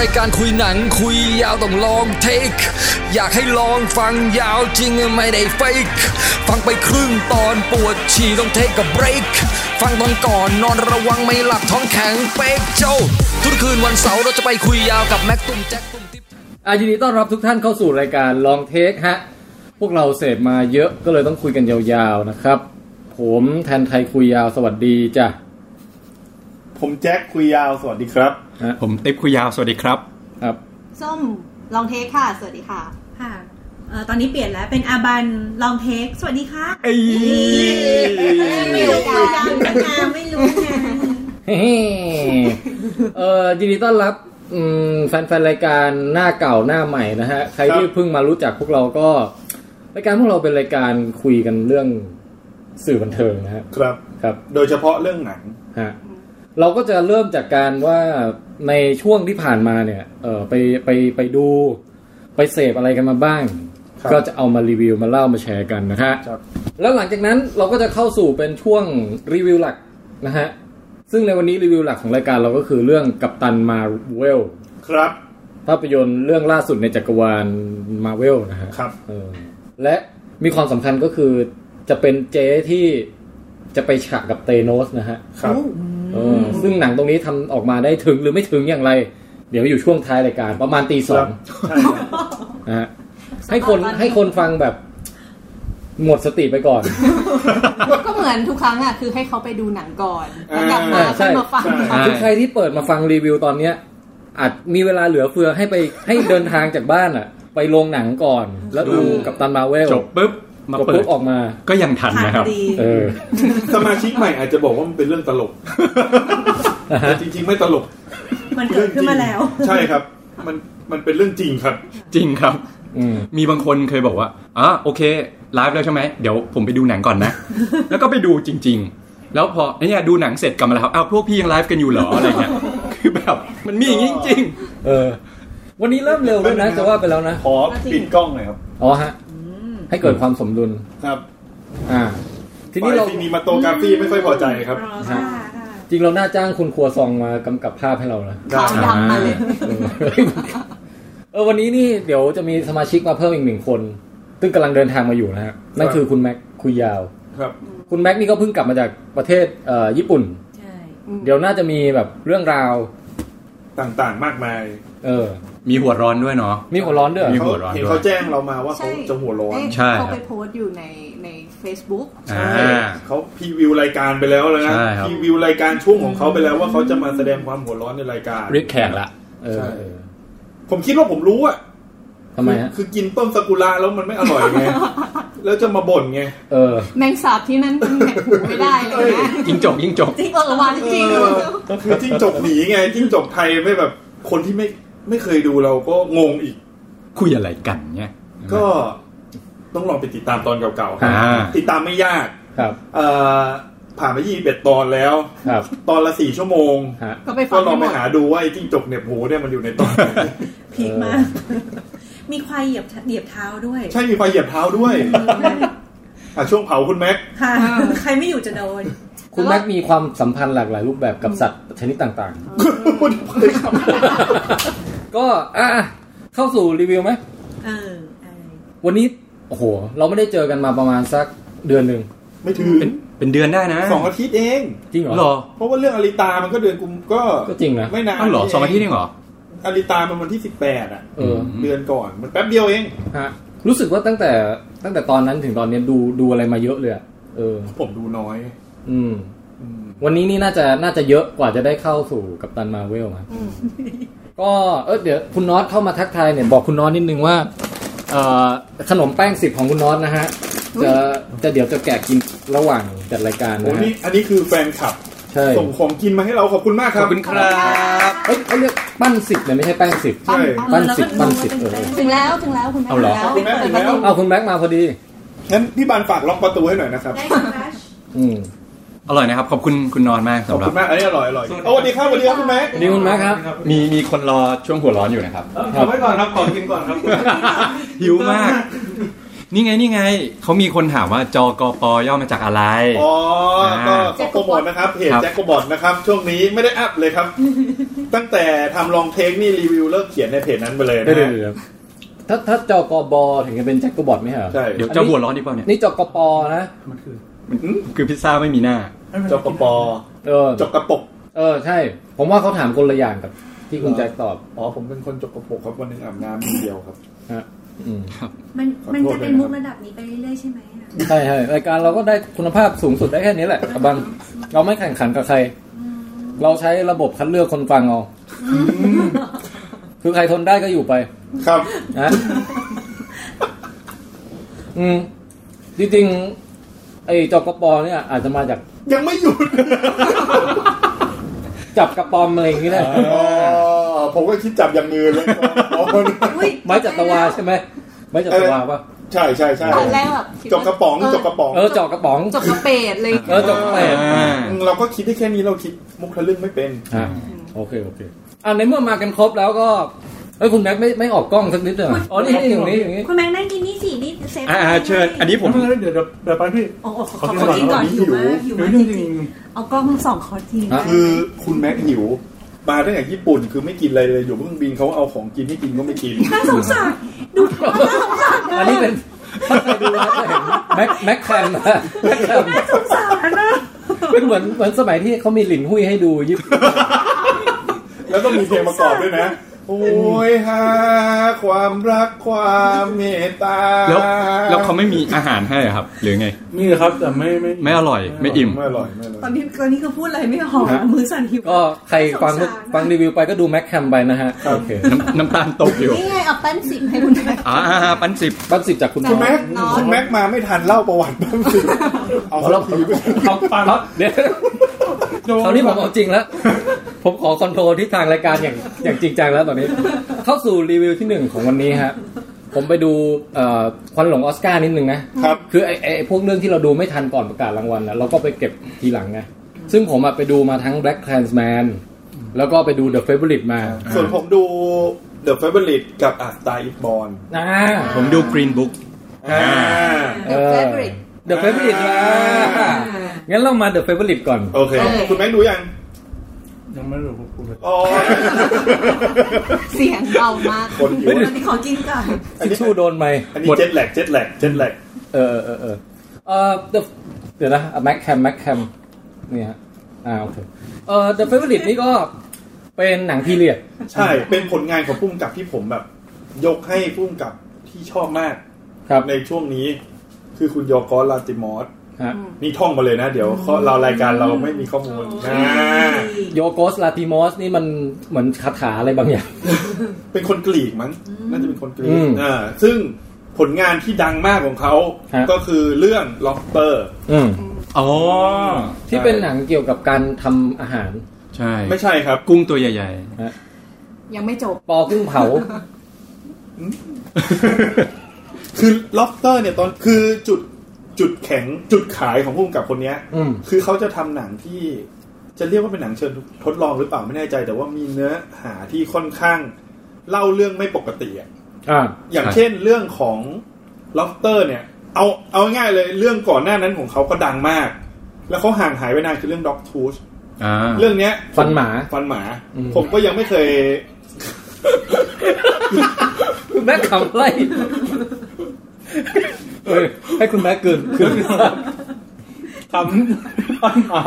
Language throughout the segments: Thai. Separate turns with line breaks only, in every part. รายการคุยหนังคุยยาวต้องลองเทค อยากให้ลองฟังยาวจริงไม่ได้เฟกฟังไปครึ่งตอนปวดฉี่ต้องเทคกับเบรกฟังตอนก่อนนอนระวังไม่หลับท้องแข็งเป๊กเจ้า ทุกคืนวันเสาร์เราจะไปคุยยาวกับแม็กตุ้มแจ็คตุ้มทิพย์
อายินดีต้อนรับทุกท่านเข้าสู่รายการลองเทคฮะ พวกเราเสพมาเยอะก็เลยต้องคุยกันยาวๆนะครับ ผมแทนไทยคุยยาวสวัสดีจ้ะ
ผมแจ็คคุยยาวสวัสดีครับ
ผมติ๊บคุยยาว สวัสดีครับ
ครับ
ส้มลองเทคค่ะ สวัสดีค่ะ
ค่ะเอ่อตอนนี้เปลี่ยนแล้วเป็นอาบันลองเทค สวัสดีค่ะ
เอ้ย
ไม่รู้คุยยาวหรือนานไม่รู้นะ
เฮ้เออยินดีต้อนรับอืมแฟนๆรายการหน้าเก่าหน้าใหม่นะฮะ ใคร
ครับ
ที่เพิ่งมารู้จักพวกเราก็รายการพวกเราเป็นรายการคุยกันเรื่องสื่อบันเทิงนะฮะ
ครับ
ครับ
โดยเฉพาะเรื่องหนัง
ฮะเราก็จะเริ่มจากการว่าในช่วงที่ผ่านมาเนี่ย เออไปไปไปดูไปเสพอะไรกันมาบ้าง
ครับ
ก็จะเอามารีวิวมาเล่ามาแชร์กันนะฮะ
ครับ
แล้วหลังจากนั้นเราก็จะเข้าสู่เป็นช่วงรีวิวหลักนะฮะซึ่งในวันนี้รีวิวหลักของรายการเราก็คือเรื่องกัปตันมาเวล
ครับ
ภาพยนตร์เรื่องล่าสุดในจักรวาลมาเวลนะฮะ
ครับ
เออและมีความสำคัญก็คือจะเป็นเจ๊ที่จะไปฉากกับเตโนสนะฮะ
ครับ
เออซึ่งหนังตรงนี้ทำออกมาได้ถึงหรือไม่ถึงอย่างไร เดี๋ยวอยู่ช่วงท้ายรายการประมาณตีส
ค
อ
รั
ง
บ ใช่ครับ
นะฮะให้คนให้คนฟังแบบ หมดสติไปก่อน
ก็เหมือนทุกครั้งอ่ะ คือให้เขาไปดูหนังก่อน แล้วกลับมา
อ่า
ใช่
ค่อยมาฟัง
ใช่
คือใครที่เปิดมาฟังรีวิวตอนเนี้ย อาจมีเวลาเหลือเฟือให้ไปให้เดินทางจากบ้านอะไปโรงหนังก่อน แล้วดู
ดู
กับตันมาเวล
จบปุ๊บ มา
จบ
เปิ
ปุ๊
ด
บออกมา
ก็ยังทัน
ทาน
นะ
พ
ค
อ
รับ
ดี
เออ
สมาชิกใหม่อาจจะบอกว่ามันเป็นเรื่องตลก แต่จริงๆไม่ตลก
มันเกิดขึ้นมาแล้ว
ใช่ครับ มันมันเป็นเรื่องจริงครับ
จริงครับ
อืม
มีบางคนเคยบอกว่าอ๋อโอเคไลฟ์แล้วใช่ไหมเดี๋ยวผมไปดูหนังก่ อนนะ แล้วก็ไปดูจริง ๆ แล้วพอเนี่ยดูหนังเสร็จกลับมาแล้วครับอ้าวพวกพี่ยังไลฟ์กันอยู่เหรออะไรเงี้ย คือแบบมันมีอย่างนี้จริง
เออ วันนี้เริ่มเร็วด้วยนะจะว่าไปแล้วนะ
ขอปิดกล้องหน่อยครับ
อ๋อฮะให้เกิดความสมดุล
ครับ
อ่า ทีนี้เรา
ฝ่ยซีนีมาโตกราฟีไม่ค่อยพอใจครับ
รอค่ะค่ะ
จริงเราน่าจ้างคุณครัวซองมากำกับภาพให้เรานะ
ขาวดำมาเลย
เออเออวันนี้นี่เดี๋ยวจะมีสมาชิกมาเพิ่มอีกหนึ่งคน ซึ่งกำลังเดินทางมาอยู่นะฮะนั่นคือคุณแม็กคุยยาว
ครับ
คุณแม็กนี่ก็เพิ่งกลับมาจากประเทศเอ่อญี่ปุ่น
ใช่
เดี๋ยวน่าจะมีแบบเรื่องราว
ต่างๆมากมาย
เออ
ๆ มีหัวร้อนด้วยเนาะ
มีหัวร้อนด้วยเหร
มี
อ
เขา
หัวร้อน
เห็น
ด้วย
เขาแจ้งเรามาว่าเขา
ใช่
จะหัวร้อน
เอ๊ะ
ใช่ครับ
เขาไปโพสต์อยู่ในใน Facebook
อ่า
เขาพรีวิวรายการไปแล้วแล้วนะ
ใช่ครับ
พรีวิวรายการช่วงของเขาไปแล้วว่าเขาจะมาแสดงความหัวร้อนในรายการ
เรียกแขกละ
เออ
ใช่
เออ
ผมคิดว่าผมรู้อะ
ทำไมฮะ
คือกินต้มสกุระแล้วมันไม่อร่อยไง แล้วจะมาบ่นไง
เออ
แมงสาบที่นั่นเป็นแหกหูไม่ได้เลยนะ
ยิ่งจบยิ่งจบ
เออวันจริง
เออ คือจิ้งจกหนีไงจิ้งจกไทยไม่แบบ คนที่ไม่ไม่เคยดูเราก็งงอีก
คุยอะไรกันเนี่ย
ก็ต้องลองไปติดตามตอนเก่าๆครั
อ่า
ติดตามไม่ยาก
ครับ
เอ่อผ่านไปยี่สิบเอ็ดตอนแล้ว
ครับ
ตอนละสี่ชั่วโมง
ฮะ
ก็ไปฟั
ก็
ง
ลอง
ห
ไป
มด
หาดูว่าไอ้จิ้งจกเหน็บหูเนี่ยมันอยู่ในตอนไหน
พีคมาก มีควายเหยียบเหยียบเท้าด้วย
ใช่มีไฟเหยียบเท้า ด้วยอ่ะช่วงเผาคุณแม็ก
ค่ะ ใครไม่อยู่จะโดน
คุณแม็กมีความสัมพันธ์หลากหลายรูปแบบกับสัตว์ชนิดต่าง
พูดเลยครับ
ๆ ก็อ่ะอ่ะเข้าสู่รีวิวไหม
เออเออ
วันนี้โอ้โห เราไม่ได้เจอกันมาประมาณสักเดือนหนึ่ง
ไม่ถึง
เป็นเป็นเดือนได้นะ
สองอาทิตย์เอง
จริงเหรอ
หรอ
เพราะว่าเรื่องอลิตามันก็เดือนกุมก็
ก็จริงนะ
ไม่นาน
อ้าวเหรอสองอาทิตย์นี่เหรอ
อาริตามันวันที่สิบแปดอ่ะ
เออ
เดือนก่อนมันแป๊บเดียวเอง
ฮะรู้สึกว่าตั้งแต่ตั้งแต่ตอนนั้นถึงตอนเนี้ยดูดูอะไรมาเยอะเลยอะเออ
ผมดูน้อย
อืม
อืม
วันนี้นี่น่าจะน่าจะเยอะกว่าจะได้เข้าสู่กัปตันมาเวลครับก็เออเดี๋ยวคุณน็อตเข้ามาทักทายเนี่ยบอกคุณน็อตนิดนึงว่าเอ่อขนมแป้งสิบของคุณน็อตนะฮะ จะจะเดี๋ยวจะแกะกินระหว่างจัดรายการ
โอ้
นะฮะ
นี่อันนี้คือแฟนคลับ
ใช่
ส่งของกินมาให้เราขอบคุณมากค
ขอ
รั
บบ คุณครับ
เอ้ยเขาเรียกปั้นสิบเนี่ยไม่ใช่แป้งสิบ
ใช่
ปั้นสิบปั้นสิบเออ
ถึงแล้วถึงแล้วคุณแม่
เอาเหรอ
ถึงแล้ว
ถึงแล้ว
เอาคุณแบ็กมาพอดี
งั้นพี่บานฝากล็อกประตูให้หน่อยนะครับ
ได้ครัช
อืม
อร่อยนะครับ ขอบคุณคุณนอนมาก
ขอบ
สำหรั
คุ
บ
ณมากอันนี้อร่อยอร่อยเอาสวัสดีครับสวัสดีครับคุณแม็ก
สวัสดีคุณแม็กครับ
มีมีคนรอช่วงหัวร้อนอยู่นะครับ
เอาไว้ก่อนครับขอกินก่อนครับ
หิวมาก นี่ไงนี่ไงเขามีคนถามว่าจกปย่อมาจากอะไร
อ๋อ ก็
อ่า
ขอโปรโมทนะครับเพจ
ครับ
แจ็คโกบอทนะครับ ช่วงนี้ไม่ได้อัพเลยครับ ตั้งแต่ทำลองเทคนี่รีวิวเลิกเขียนในเพจนั้นไปเลย
เดี๋ย
นะ
วเดี๋ยวเดี๋ยวถ้าถ้าจกบถึงจะเป็นแจ็คกบอทไหมฮะ
ใช่
เดี๋ยวจะหัวร้อนดีกว่าเนี่ย
นี่จกปนะ
มันคือ
คือพิซซ่าไม่มีหน้า
จกปอ
เออ
จกกระปก
เออใช่ ผมว่าเขาถามคนละอย่างกับที่คุณแจ็คตอบ
อ๋อ ผมเป็นคนจกกระปกครับวันหนึงอาบน้ำคนเดียวครับ
อืม
มัน
ขอโทษ
มันจะเป็น
ด้วยนะครับ
มุกระดับนี้ไปเรื่อยๆใช่ไหมอะ
ใช่ใช่รายการเราก็ได้คุณภาพสูงสุดได้แค่นี้แหละอบังเราไม่แข่งขันกับใคร เราใช้ระบบคัดเลือกคนฟังเอาคือใครทนได้ก็อยู่ไป
ครับ
นะอืมจริงๆไอ้จกปอเนี่ย อาจจะมาจาก
ยังไม่หยุด
จับกระปอมอะไรอย่างนี้ได้
อ๋อผมก็คิดจับอย่างมือเลย อ๋อ
อุ๊ย
ไม้จัตวาใช่ไหมไม้จัตวาปะ
ใช่ใช่ใช่
ตอนแรกแบบคิด
จ
ว่าก
กระป๋องจกกระป๋อง
เออจอกกระป๋อง
จบกระเปดเลย
เออจกกระแปด
อ่า
เราก็คิดได้แค่นี้เราคิดมุกทะลึ่งไม่เป็น
อ่ะโอเคโอเคอ่ะในเมื่อมากันครบแล้วก็เอ้ยคุณแม็กซ์ไม่ไม่ออกกล้องสักนิดหน่อยอ๋อนี่นี่อย่างนี้อย่างนี้
คุณแม่งนั่งกินนี่สินี่เซฟ
อ่าอ่าเชิญ อันนี้ผม
เดี๋ยวเดี๋ยวเดี๋ยวไปพี่
โอ้โหขอกิน
ขอกินก่
ก่อน
อน
หิวมากหิว
เดี๋ย
มาว ก
เรื่อง
จ
จริ
ริ
ง
งๆเอากล้องทั้งสองขอที
ฮะ
คือคุณแม็กหิวมาตั้งแต่ญี่ปุ่น คือไม่กินอะไรเลยอยู่เพิ่งบินเขาเอาของกินให้กินก็ไม่กิ น
น่าสงสารดูน่าสงสาร
อัน นี้เป็นถ้าใครดูนะจะเห็นแม็กแม็กแคมนะแม็กแคม
น่าสงสารนะ
เป็นเหมือนเหมือนสมัยที่เขามีหลินหุ้ยให้ดูยิป
แล้วก็มีเพลงประกอบด้วยนะ โอ้ยฮาความรักความเมตตา
แล้วแล้วเขาไม่มีอาหารให้เหรอครับ หรือไง
นี่นะครับแต่ไม่ไม่
ไม่อร่อยไม่อิ่ม
ไม่อร่อยไม่อร่อย
ตอนนี้ตอนนี้ก็พูดอะไรไม่ออกมือสั่นหิว
ก็ใครฟัง
สงสารนะ
ฟังรีวิวไปก็ดูแม็กแคมไปนะฮะโอเค
น้ำน้ำตาลตกอยู่
นี่ไงเอาแป้นสิบให้คุณแม่
อ่าปันสิบ
บ้านสิบจากคุณ
คุณ
น้อง
แม็กคุณแม็กมาไม่ทันเล่าประวัติบ้าง สิเอา
เอา
เล่า
เล่า
ทีไป
เอาปัง
ครับ เดี๋ยวคราวนี้ผมเอาจริงแล้ว ผมขอคอนโทรลทิศทางรายการอย่างอย่างจริงจังแล้วตอนนี้ เข้าสู่รีวิวที่หนึ่งของวันนี้ฮะ ผมไปดูเอ่อควันหลงออสการ์นิดนึงนะ
ครับ
คือไอ้ไอ้ไอ้พวกเรื่องที่เราดูไม่ทันก่อนประกาศรางวัลนะเราก็ไปเก็บทีหลังไงซึ่งผมอะไปดูมาทั้ง Black Clansman แล้วก็ไปดู The Favorite มา
ส่วนผมดูเดอะเฟเวอร์ลิตกับอัสตาอิบอล
นะ
ผมดู Green Book
อ่า
เดอะเฟเวอริต
เดอะเฟเวอริตนะ
อ่า
งั้นเรามา The Favorite ก่อน
โอเค
เออ
คุณแม็กดูยัง
ยังไม่รู้ว่าคุณเลย
อ๋อ
เสียงเบามาก
คนอยู่
ตอนนี้ขอกินก่อน
อัน
ทิช
นี้
ชู่โดนไหม
อัน
ห
นี้
มด
เจ็ดแหลกเจ็ดแหลกเจ็ดแหลก
เออเออเออเออ The- เดี๋ยวนะแม็กแคมแม็กแคมนี่ฮะอ่าโอเคเออ The Favorite นี่ก็เป็นหนังพีเรียด
ใช่ เป็นผลงานของพุ่มกับที่ผมแบบ ยกให้พุ่มกับที่ชอบมาก
ครับ
ในช่วงนี้ คือคุณยอกอสลาติมอส
ฮะ
นี่ท่องมาเลยนะ เดี๋ยวเขาเรารายการเราไม่มีข้อมูลอ่า
โยโกสลาติมอสนี่มันเหมือนคาถาอะไรบางอย่าง
เป็นคนกรีกมั้งน่าจะเป็นคนกรี
อื
ก
ม
อ่าซึ่งผลงานที่ดังมากของเขา
ฮะ
ก็คือเรื่องล็อบเตอร์
อืม
อ๋อ
ที่เป็นหนังเกี่ยวกับการทำอาหาร
ใช่
ไม่ใช่ครับ
กุ้งตัวใหญ่
ยังไม่จบ
ปอกุ้ง เผา
ๆ
คือล็อบเตอร์เนี่ยตอนคือจุดจุดแข็งจุดขายของพุ่มกับคนเนี้ย
อืม
คือเขาจะทำหนังที่จะเรียกว่าเป็นหนังเชิงทดลองหรือเปล่าไม่แน่ใจ แต่ว่ามีเนื้อหาที่ค่อนข้าง เล่าเรื่องไม่ปกติอะ
อ่า
อย่าง
ครับ
เช่นเรื่องของล็อบเตอร์เนี่ย เอาเอาง่ายเลยเรื่องก่อนหน้านั้นของเขาก็ดังมาก แล้วเขาห่างหายไปนานคือเรื่องด็อกทูช
อ่า
เรื่องเนี้ย
ฟันหมา
ฟันหมา
อืม
ผมก็ยังไม่เคย
คุณแม็กขำไรเอ้ยให้คุณแม็กเกินเกิน
ทำปังหา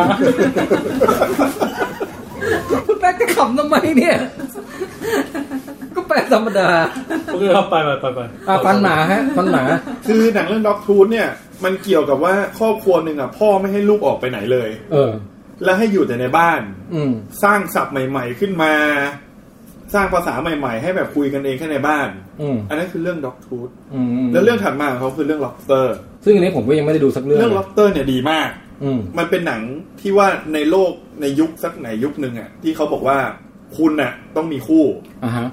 คุณแม็กจะขำทำไมเนี่ย ก็แปลธรรมดา
โอเคครับไปไปไปไป
อ่ะฟันหมาฮะฟันหมา
คือหนังเรื่องด็อกทูชเนี่ย มันเกี่ยวกับว่าครอบครัวหนึ่งอ่ะพ่อไม่ให้ลูกออกไปไหนเลย
เออ
แล้วให้อยู่แต่ในบ้าน
อืม
สร้างศัพท์ใหม่ ๆ ขึ้นมา สร้างภาษาใหม่ ๆ ให้แบบคุยกันเองแค่ในบ้าน
อืม
อันนั้นคือเรื่องด็อกทูธ
อืมม
แล้วเรื่องถัดมาของเขาคือเรื่องล็อบเตอร์
ซึ่งอันนี้ผมก็ยังไม่ได้ดูสักเรื่อง
เรื่องล็อบเตอร์เนี่ยดีมาก
อืม
มันเป็นหนังที่ว่าในโลกในยุคสักไหนยุคหนึ่งอะที่เขาบอกว่าคุณน่ะ ต้องมีคู่
อ่าฮะ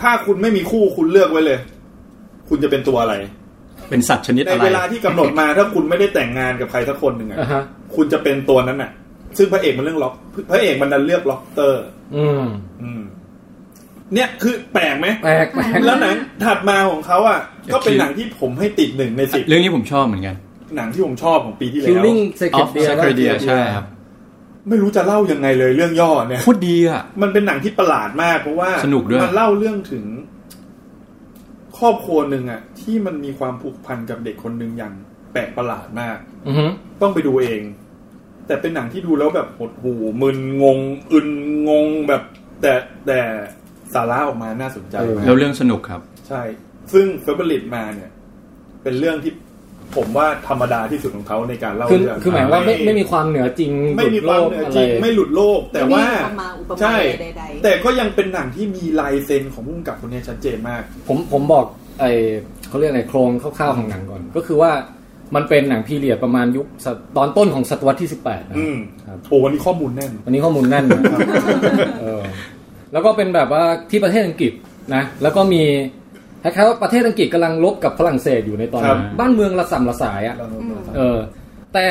ถ้าคุณไม่มีคู่คุณเลือกไว้เลย คุณจะเป็นตัวอะไร
เป็นสัตว์ชนิด
ใน
อะไร
เวลาที่กำหนดมาถ้าคุณไม่ได้แต่งงานกับใครสักคนหนึ่ งอะ
อ่าฮะ
คุณจะเป็นตัวนั้นน่ะ ซึ่งพระเอกมันเรื่องล็อกพระเอกมันดันเลือกล็อบเตอร์
อืม
อืม เนี่ยคือแปลกไหม
แปลกแปลก
แล้วหนังถัดมาของเขาอ่ะก็เป็นหนังที่ผมให้ติดหนึ่งในสิบ
เรื่องนี้ผมชอบเหมือนกัน
หนังที่ผมชอบของปีที่แล้
คิล
ว
ลิ่งเซ
อ
คิ
อ
ด
ฟ
เดีย
ซาครเดียใช่ครับ
ไม่รู้จะเล่ายังไงเลยเรื่องย่อเนี่ย
โคตรดีอ่ะ
มันเป็นหนังที่ประหลาดมาก เพราะว่า
สนุกด้วย
มันเล่าเรื่องถึง ครอบครัวหนึ่งอ่ะ ที่มันมีความผูกพันกับเด็กคนหนึ่งอย่างแปลกประหลาดมาก
อือฮึ
ต้องไปดูเอง แต่เป็นหนังที่ดูแล้วแบบหดหูมึนงง อึนงงแบบ แต่แต่สาระออกมาน่าสนใจมาก
แล้วเรื่องสนุกครับ
ใช่ ซึ่งเฟเบริตมาเนี่ย เป็นเรื่องที่ผมว่าธรรมดาที่สุดของเขาในการเล่า
คือ
เรื่อง
คือหมายว่าไม่ไม่มีความเหนือจริง
ไม่มีความเหนือจริง
ะไร
ไม่หลุดโลก แต่ว่า
ไม่มีความมาอุปมา
ใช่
ใดๆ
แต่ก็ยังเป็นหนังที่มีลายเซ็นของผู้กำกับคนเนี้ยชัดเจนมาก
ผมผมบอกไอเขาเรียกอะไรโครงคร่าวๆของหนังก่อน ก็คือว่ามันเป็นหนังพีเรียดประมาณยุคศตตอนต้นของศตวรรษที่ 18 นะ
อืม
ครับ
โอ้วันนี้ข้อมูลแน่น
วันนี้ข้อมูลแน่นนะครับ เออแล้วก็เป็นแบบว่าที่ประเทศอังกฤษนะ แล้วก็มีคล้ายๆว่าประเทศอังกฤษกำลังลบกับฝรั่งเศสอยู่ในตอน
ครั
นั้
บ
นบ้านเมืองระส่ำระสายอ่ะ เออแต่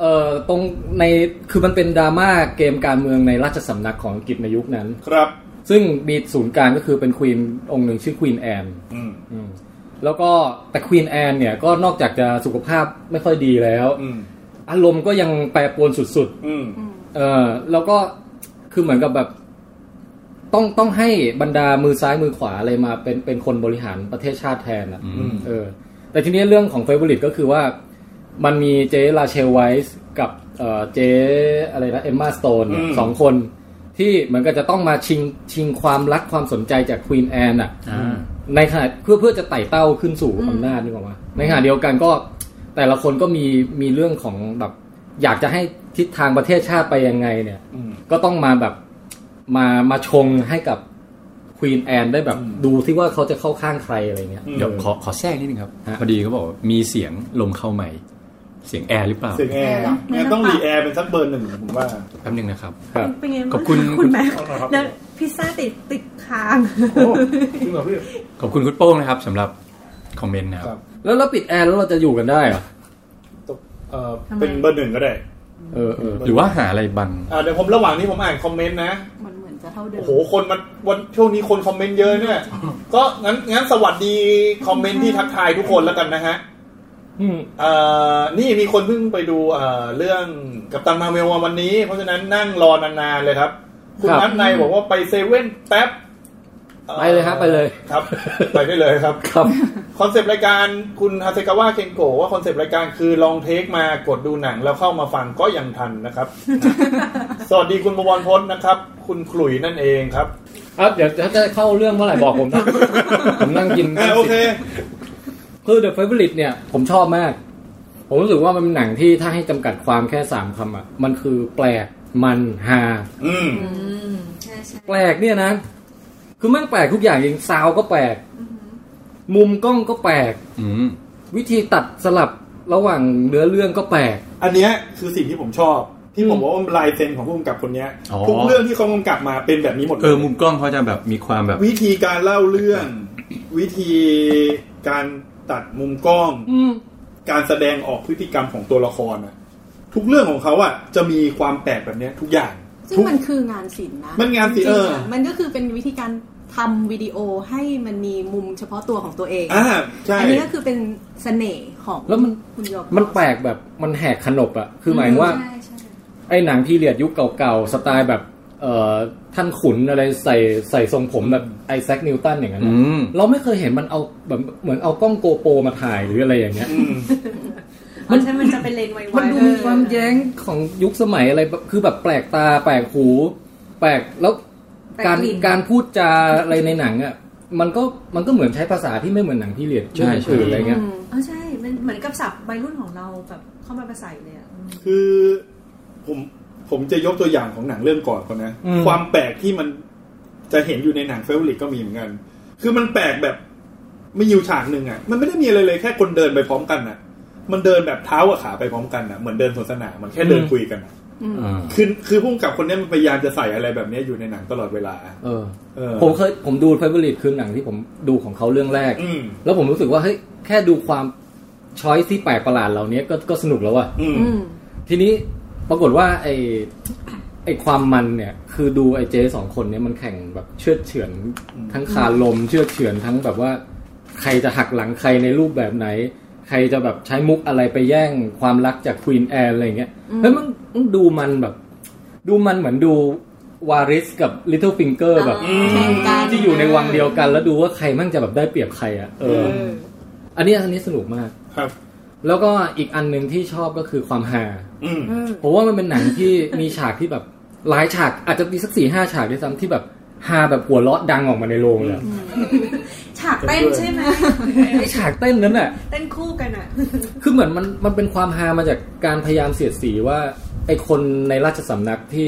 เออตรงในคือมันเป็นดราม่าเกมการเมืองในราชสำนักของอังกฤษในยุคนั้น
ครับ
ซึ่งมีศูนย์กลางก็คือเป็นควีนองค์หนึ่งชื่อควีนแอน
อืม
อืมแล้วก็แต่ควีนแอนเนี่ยก็นอกจากจะสุขภาพไม่ค่อยดีแล้ว
อืม
อารมณ์ก็ยังแปรปรวนสุด
อืม
ๆเออแล้วก็คือเหมือนกับแบบ ต้องต้องให้บรรดามือซ้ายมือขวาอะไรมาเป็นเป็นคนบริหารประเทศชาติแทนอ่ะ
อื
อื
ม
ม
เออ แต่ทีนี้เรื่องของเฟเวอริตก็คือว่า มันมีเจลาเชลไวส์กับเอ่อเจอะไรนะเอมมาสโตน
อืม
สองคน ที่เหมือนกับจะต้องมาชิงชิงความรักความสนใจจากควีนแอนอ่ะ
อ่า
ในขณะเพื่อเพื่อจะไต่เต้าขึ้นสู่อำนาจนี่กว่าในขณะเดียวกันก็แต่ละคนก็มีมีเรื่องของแบบอยากจะให้ทิศทางประเทศชาติไปยังไงเนี่ย
อืม
ก็ต้องมาแบบมามาชงให้กับควีนแอนได้แบบ
อืม
ดูที่ว่าเขาจะเข้าข้างใครอะไรเงี้ย
อืม
เดี๋ยวขอขอแทรกนิดนึงครับ
ฮะ
พอดีเขาบอกว่ามีเสียงลมเข้าใหม่ เสียงแอร์หรือเปล่า
เสียงแอร์แอร์ต้องรีแอร์เป็นสักเบอร์หนึ่งผมว่า
แป๊บนึงนะครับ
ครับ
เป็นไงาง
ขอบคุณ
คุณแม่
ขอบคุณครับ
แล้วพิซซ่าติดติดคาง
โอ้จริงเหรอพี่
ขอบคุณคุณโป้งนะครับสำหรับคอมเมนต์นะครับ
ครับ
แล้วเราปิดแอร์แล้วเราจะอยู่กันได้เหรอ
เออ
ทำไม
เป็นเบอร์หนึ่งก็ได้
เออเออ
หรือว่าหาอะไรบัง
อ่าเดี๋ยวผมระหว่างนี้ผมอ่านคอมเมนต์นะ
มันเหมือนจะเท่าเดิม
โอ้โห คนมันวันช่วงนี้คนคอมเมนต์เยอะเนี่ย ก็งั้นงั้นสวัสดีคอมเมนต์ที่ทักทายทุกคนแล้วกันนะฮะ
อืม
เอ่อ นี่มีคนเพิ่งไปดูเอ่อเรื่องกับตันมาเวลมาวันนี้ เพราะฉะนั้นนั่งรอนานๆเลยครับ คุณนัทในบอกว่าไปเซเว่นแป๊บอ่อ
ไปเลยครับไปเลย
ครับ ไปได้เลยครับ
ครับ
คอนเซปต์รายการคุณฮาเซกาวะเคนโกะว่าคอนเซปต์รายการคือลองเทคมากดดูหนังแล้วเข้ามาฟังก็ยังทันนะครับ สวัสดีคุณบวรพจน์นะครับ คุณขลุยนั่นเองครับ
อ่ะเดี๋ยวถ้าจะเข้าเรื่องเมื่อไหร่บอก ผมนะ ผมนั่งกิน
อ่าโอเค
คือ The Favorite เนี่ย ผมชอบมาก ผมรู้สึกว่ามันเป็นหนังที่ถ้าให้จำกัดความแค่สามคำอ่ะ มันคือแปลก มันฮา
อืม
ใช่ใช่
แปลกเนี่ยนะ คือมันแปลกทุกอย่างจริงซาวก็แปลก มุมกล้องก็แปลก
อืม
วิธีตัดสลับระหว่างเนื้อเรื่องก็แปลก
อันเนี้ยคือสิ่งที่ผมชอบ ที่ผม
อืม
บอกว่าลายเซ็นของผู้กำกับคนเนี้ย
อ๋อ
ทุกเรื่องที่เขากำกับมาเป็นแบบนี้หมดลย
เออมุมกล้องเขาจะแบบมีความแบบ
วิธีการเล่าเรื่อง วิธีการตัดมุมกล้อง
อืม
การแสดงออกพฤติกรรมของตัวละครอะทุกเรื่องของเขาอะจะมีความแปลกแบบเนี้ยทุกอย่าง
ซึ่ง
ทุก
มันคืองานศิลป์นะ
มันงานศิลป์
จริ
เออ
ๆะมันก็คือเป็นวิธีการทำวิดีโอให้มันมีมุมเฉพาะตัวของตัวเอง
อ่าใช่
อันนี้ก็คือเป็นเสน่ห์ของ
แล้วมัน
คุณโย
มันแปลกแบบมันแหกขนบอ่ะ คือหมายว่า
ใช่ใช่
ไอ้หนังพีเรียดยุคเก่าๆ สไตล์แบบ เอ่อ ท่านขุนอะไรใส่ใส่ทรงผมแบบไอแซคนิวตันอย่างนั้น
อื
อะ
ม
เราไม่เคยเห็นมันเอาแบบเหมือนเอากล้องโกโปรมาถ่ายหรืออะไรอย่างเงี้ย
อืม
อ๋อใช่มันจะเป็นเลนไวๆ
มันดูมีความแย้งของยุคสมัยอะไรแบบคือแบบแปลกตาแปลกหู แปลกแล้ว
แปล
การ
ลิ้น
การพูดจาอะไรในหนังอ่ะมันก็มันก็เหมือนใช้ภาษาที่ไม่เหมือนหนังที่เรียน
ใช่ใช่
อื่นอะไรเงี้ย
เออใช่ มันเหมือนกับศัพท์วัยรุ่นของเราแบบเข้ามาประสานเลยอะ
คือผมผมจะยกตัวอย่างของหนังเรื่องก่อนก่อนนะ
อืม
ความแปลกที่มันจะเห็นอยู่ในหนังเฟเวอริตก็มีเหมือนกัน คือมันแปลกแบบไม่อยู่ฉากหนึ่งอะ่ะ มันไม่ได้มีอะไรเลยแค่คนเดินไปพร้อมกันน่ะ มันเดินแบบเท้ากับขาไปพร้อมกันน่ะเหมือนเดินสนทนามันแค่เดินคุยกันน่ะ
อ่า
คือคือพุ่งกับคนเนี้ยมันพยายามจะใส่อะไรแบบเนี้ยอยู่ในหนังตลอดเวลา
เออ
เออ
ผมเคยผมดูเฟเวอริตคือหนังที่ผมดูของเขาเรื่องแรก
อืม
แล้วผมรู้สึกว่าเฮ้ยแค่ดูความช้อยที่แปลกประหลาดเหล่านี้ก็ก็สนุกแล้วอะ
อืม
อืม
ทีนี้ปรากฏว่าไอ ไอความมันเนี่ย คือดูไอเจสองคนเนี่ยมันแข่งแบบเชื่อดเฉือนทั้งคานลม เชื่อดเฉือนทั้งแบบว่า ใครจะหักหลังใครในรูปแบบไหน ใครจะแบบใช้มุกอะไรไปแย่งความรักจากควีนแอนอะไรเงี้ยเฮ้ยมันมันดูมันแบบ ดูมันเหมือนดูวาริสกับลิทเทิลฟิงเกอร์แบบ
แข่งกัน
ที่อยู่ในวังเดียวกันแล้วดูว่าใครมั่งจะแบบได้เปรียบใครอ่ะเออ อันเนี้ยอันนี้สนุกมาก
ครับ
แล้วก็อีกอันหนึ่งที่ชอบก็คือความฮา
อืม
อืม
ผมว่ามันเป็นหนังที่ มีฉากที่แบบหลายฉากอาจจะมีสักสี่ห้าฉากด้วยซ้ำที่แบบฮาแบบหัวเราะดังออกมาในโรงเลยอะ
ฉากเต้นใช่ไหม
ไอฉากเต้นนั้นน่ะ
เต้นคู่กันอ่ะ
คือเหมือนมันมันเป็นความฮามาจากการพยายามเสียดสีว่า ไอคนในราชสำนักที่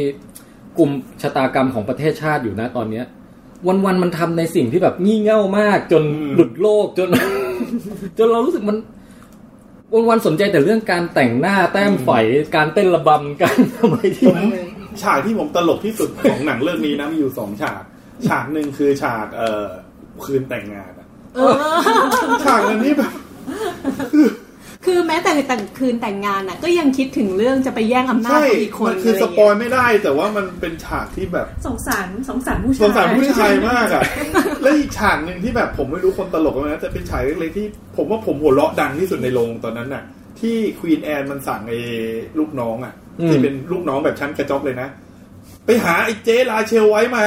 กลุ่มชะตากรรมของประเทศชาติอยู่นะตอนเนี้ย วันวันๆมันทำในสิ่งที่แบบงี่เง่ามาก จน
อืม
หลุดโลกจน จนเรารู้สึกมัน วันวันๆสนใจแต่เรื่องการแต่งหน้าแต้มฝอยการเต้นระบำการอะไรที่
ผมฉากที่ผมตลกที่สุดของหนังเรื่องนี้นะ มีอยู่สองฉาก ฉากหนึ่งคือฉากเอ่อคืนแต่งงานอะ
เออ
ฉากนั้นนี่แบบ
คือแม้แต่แต่งคืนแต่งงานน่ะ ก็ยังคิดถึงเรื่องจะไปแย่งอำนาจ
ใช่
ของอีกคน
มันคือ
เล
สปอยไม่ได้ แต่ว่ามันเป็นฉากที่แบบ
สงสารสงสารผู้ชาย
สงสารผู้ชายมากอะและอีกฉากหนึ่งที่แบบผมไม่รู้คนตลกกันไหมนะแต่เป็นฉากเล็กๆที่ ผมว่าผมหัวเราะดังที่สุดในโรงตอนนั้นน่ะ ที่ควีนแอนมันสั่งไอ้ลูกน้องอะที่เป็นลูกน้องแบบชั้นกระจอกเลยนะ ไปหาไอ้เจลาเชลไว้มา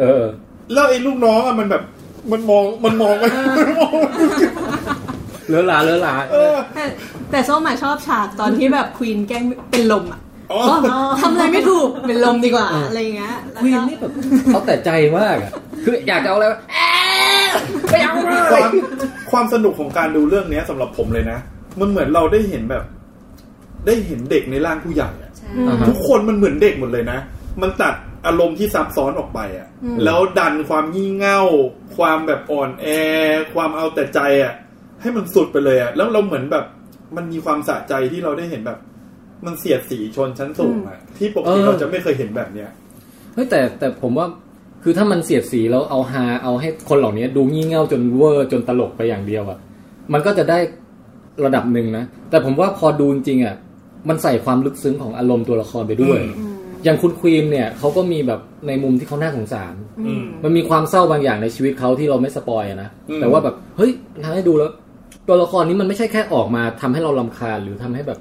เออ
แล้วไอ้ลูกน้องอะมันแบบมันมองมันมองไปมันมองไป
เลือะหลาเลือะหลา
เออ
แต่แต่ส้มมาชอบฉากตอนที่แบบควีนแกล้งเป็นลมอ่ะ
อ๋อ
ก็ทำอะไรไม่ถูกเป็นลมดีกว่าอะไรอย่างเงี้ยแล้ว
ควีน
ก็
นี่แบบ เขาแต่ใจมากอะคืออยากจะเอาอะไรวะแอ๊ะไปเอามา
ค
เล
วาย มความสนุกของการดูเรื่องเนี้ยสำหรับผมเลยนะ มันเหมือนเราได้เห็นแบบ ได้เห็นเด็กในร่างผู้ใหญ่อะ
ใช่
อ่าฮะ
ทุกคนมันเหมือนเด็กหมดเลยนะ มันตัดอารมณ์ที่ซับซ้อนออกไปอะแล้วดันความงี่เง่า ความแบบอ่อนแอ ความเอาแต่ใจอะให้มันสุดไปเลยอะแล้วเราเหมือนแบบ มันมีความสะใจที่เราได้เห็นแบบ มันเสียดสีชนชั้นสูงอะที่ปกติ
เออ
เราจะไม่เคยเห็นแบบเนี้ย
เฮ้ยแต่แต่ผมว่าคือถ้ามันเสียดสีแล้วเอาฮาเอาให้คนเหล่านี้ดูงี่เง่าจนเวอร์จนตลกไปอย่างเดียวอะ่ะ มันก็จะได้ระดับหนึ่งนะ แต่ผมว่าพอดูจริงๆอะ่ะ มันใส่ความลึกซึ้งของอารมณ์ตัวละครไปด้วย
อื
อย่างคุณควีนเนี่ยเขาก็มีแบบในมุมที่เขาน่าสงสาร
อืม
มันมีความเศร้าบางอย่างในชีวิตเขาที่เราไม่สปอยอะนะ
อืม
แต่ว่าแบบ เฮ้ยทำให้ดูแล้ว ตัวละครนี้มันไม่ใช่แค่ออกมาทำให้เราลำคาญหรือทำให้แบบ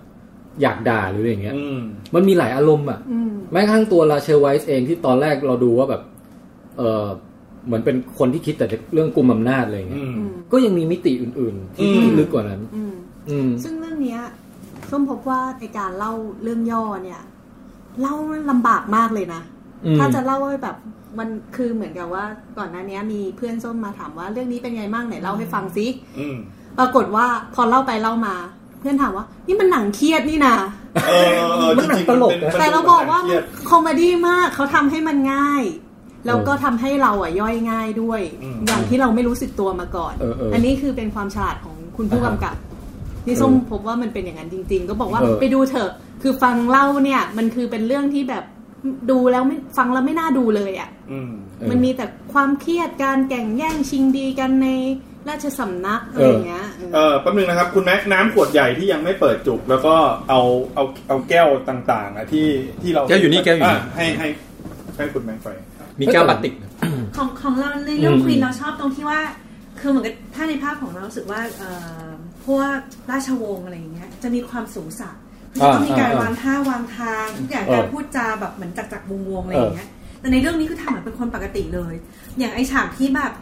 อยากด่าหรืออย่างเงี้ย
อืม
มันมีหลายอารมณ์อ่ะ
อืม
แม้กระทั่งตัวราเชลไวส์เองที่ตอนแรกเราดูว่าแบบ เออเหมือนเป็นคนที่คิดแต่เรื่องกุมอำนาจอะไรอย่างเงี้
อื
ย
ม
ก็ยังมีมิติอื่นๆ ที่
อืม
ที่ลึกกว่านั้น
อืม
อืม
ซึ่งเรื่องเนี้ยส้มพบว่าไอการเล่าเรื่องย่อเนี่ยเล่ามันลำบากมากเลยนะ
อืม
ถ้าจะเล่าให้แบบมันคือเหมือนกับว่าก่อนหน้าเนี้ยมีเพื่อนส้มมาถามว่าเรื่องนี้เป็นไงบ้างไหนเล่าให้ฟังซิ
อืม
ปรากฏว่าพอเล่าไปเล่ามา เพื่อนถามว่า นี่มันหนังเครียดนี่นะ
เออเออเออจริงๆมันเป็น
แต่เราบอกว่า
เครีย
มัน
ด
คอมเมดี้มากเขาทำให้มันง่าย แล้วก็ทำให้เราอ่ะย่อยง่ายด้วย
อืม
อย่างที่เราไม่รู้สึกตัวมาก่อน
เออเอออั
อันนี้คือเป็นความฉลาดของคุณผู้กำกับ นี่ส้มพบว่ามันเป็นอย่างนั้นจริง ๆ ก็บอกว่า
เออ
ไปดูเถอะ คือฟังเล่าเนี่ย มันคือเป็นเรื่องที่แบบดูแล้วไม่ฟังแล้วไม่น่าดูเลยอ่ะ
อืม
เออ
มันมีแต่ความเครียดการแก่งแย่งชิงดีกันในราชสำนักอะไรอย่างเงี้ยเอ
เออ
อ
แป๊บนึงนะครับ คุณแม็กน้ำขวดใหญ่ที่ยังไม่เปิดจุก แล้วก็เอาเอาเอาแก้วต่างๆอะที่ที่เรา
แก้วอยู่นี่แก้วอยู่นี่
ะให้ให้ให้คุณแม็กไป
มีแก้วพลาสติก
ของของเราในเรื่อง
อืม
ควีนเราชอบตรงที่ว่า คือเหมือนกับถ้าในภาพของเรารู้สึกว่าเอ่อพวกราชวงศ์อะไรอย่างเงี้ยจะมีความสูงสักคือจะต้องมีการวางท่าวางทางทุกอย่างการพูดจาแบบเหมือนจักรจักรวงวงๆอะไรอย่างเงี้ยแต่ในเรื่องนี้คือทำเหมือนเป็นคนปกติเลย อย่างไอฉากที่แบบ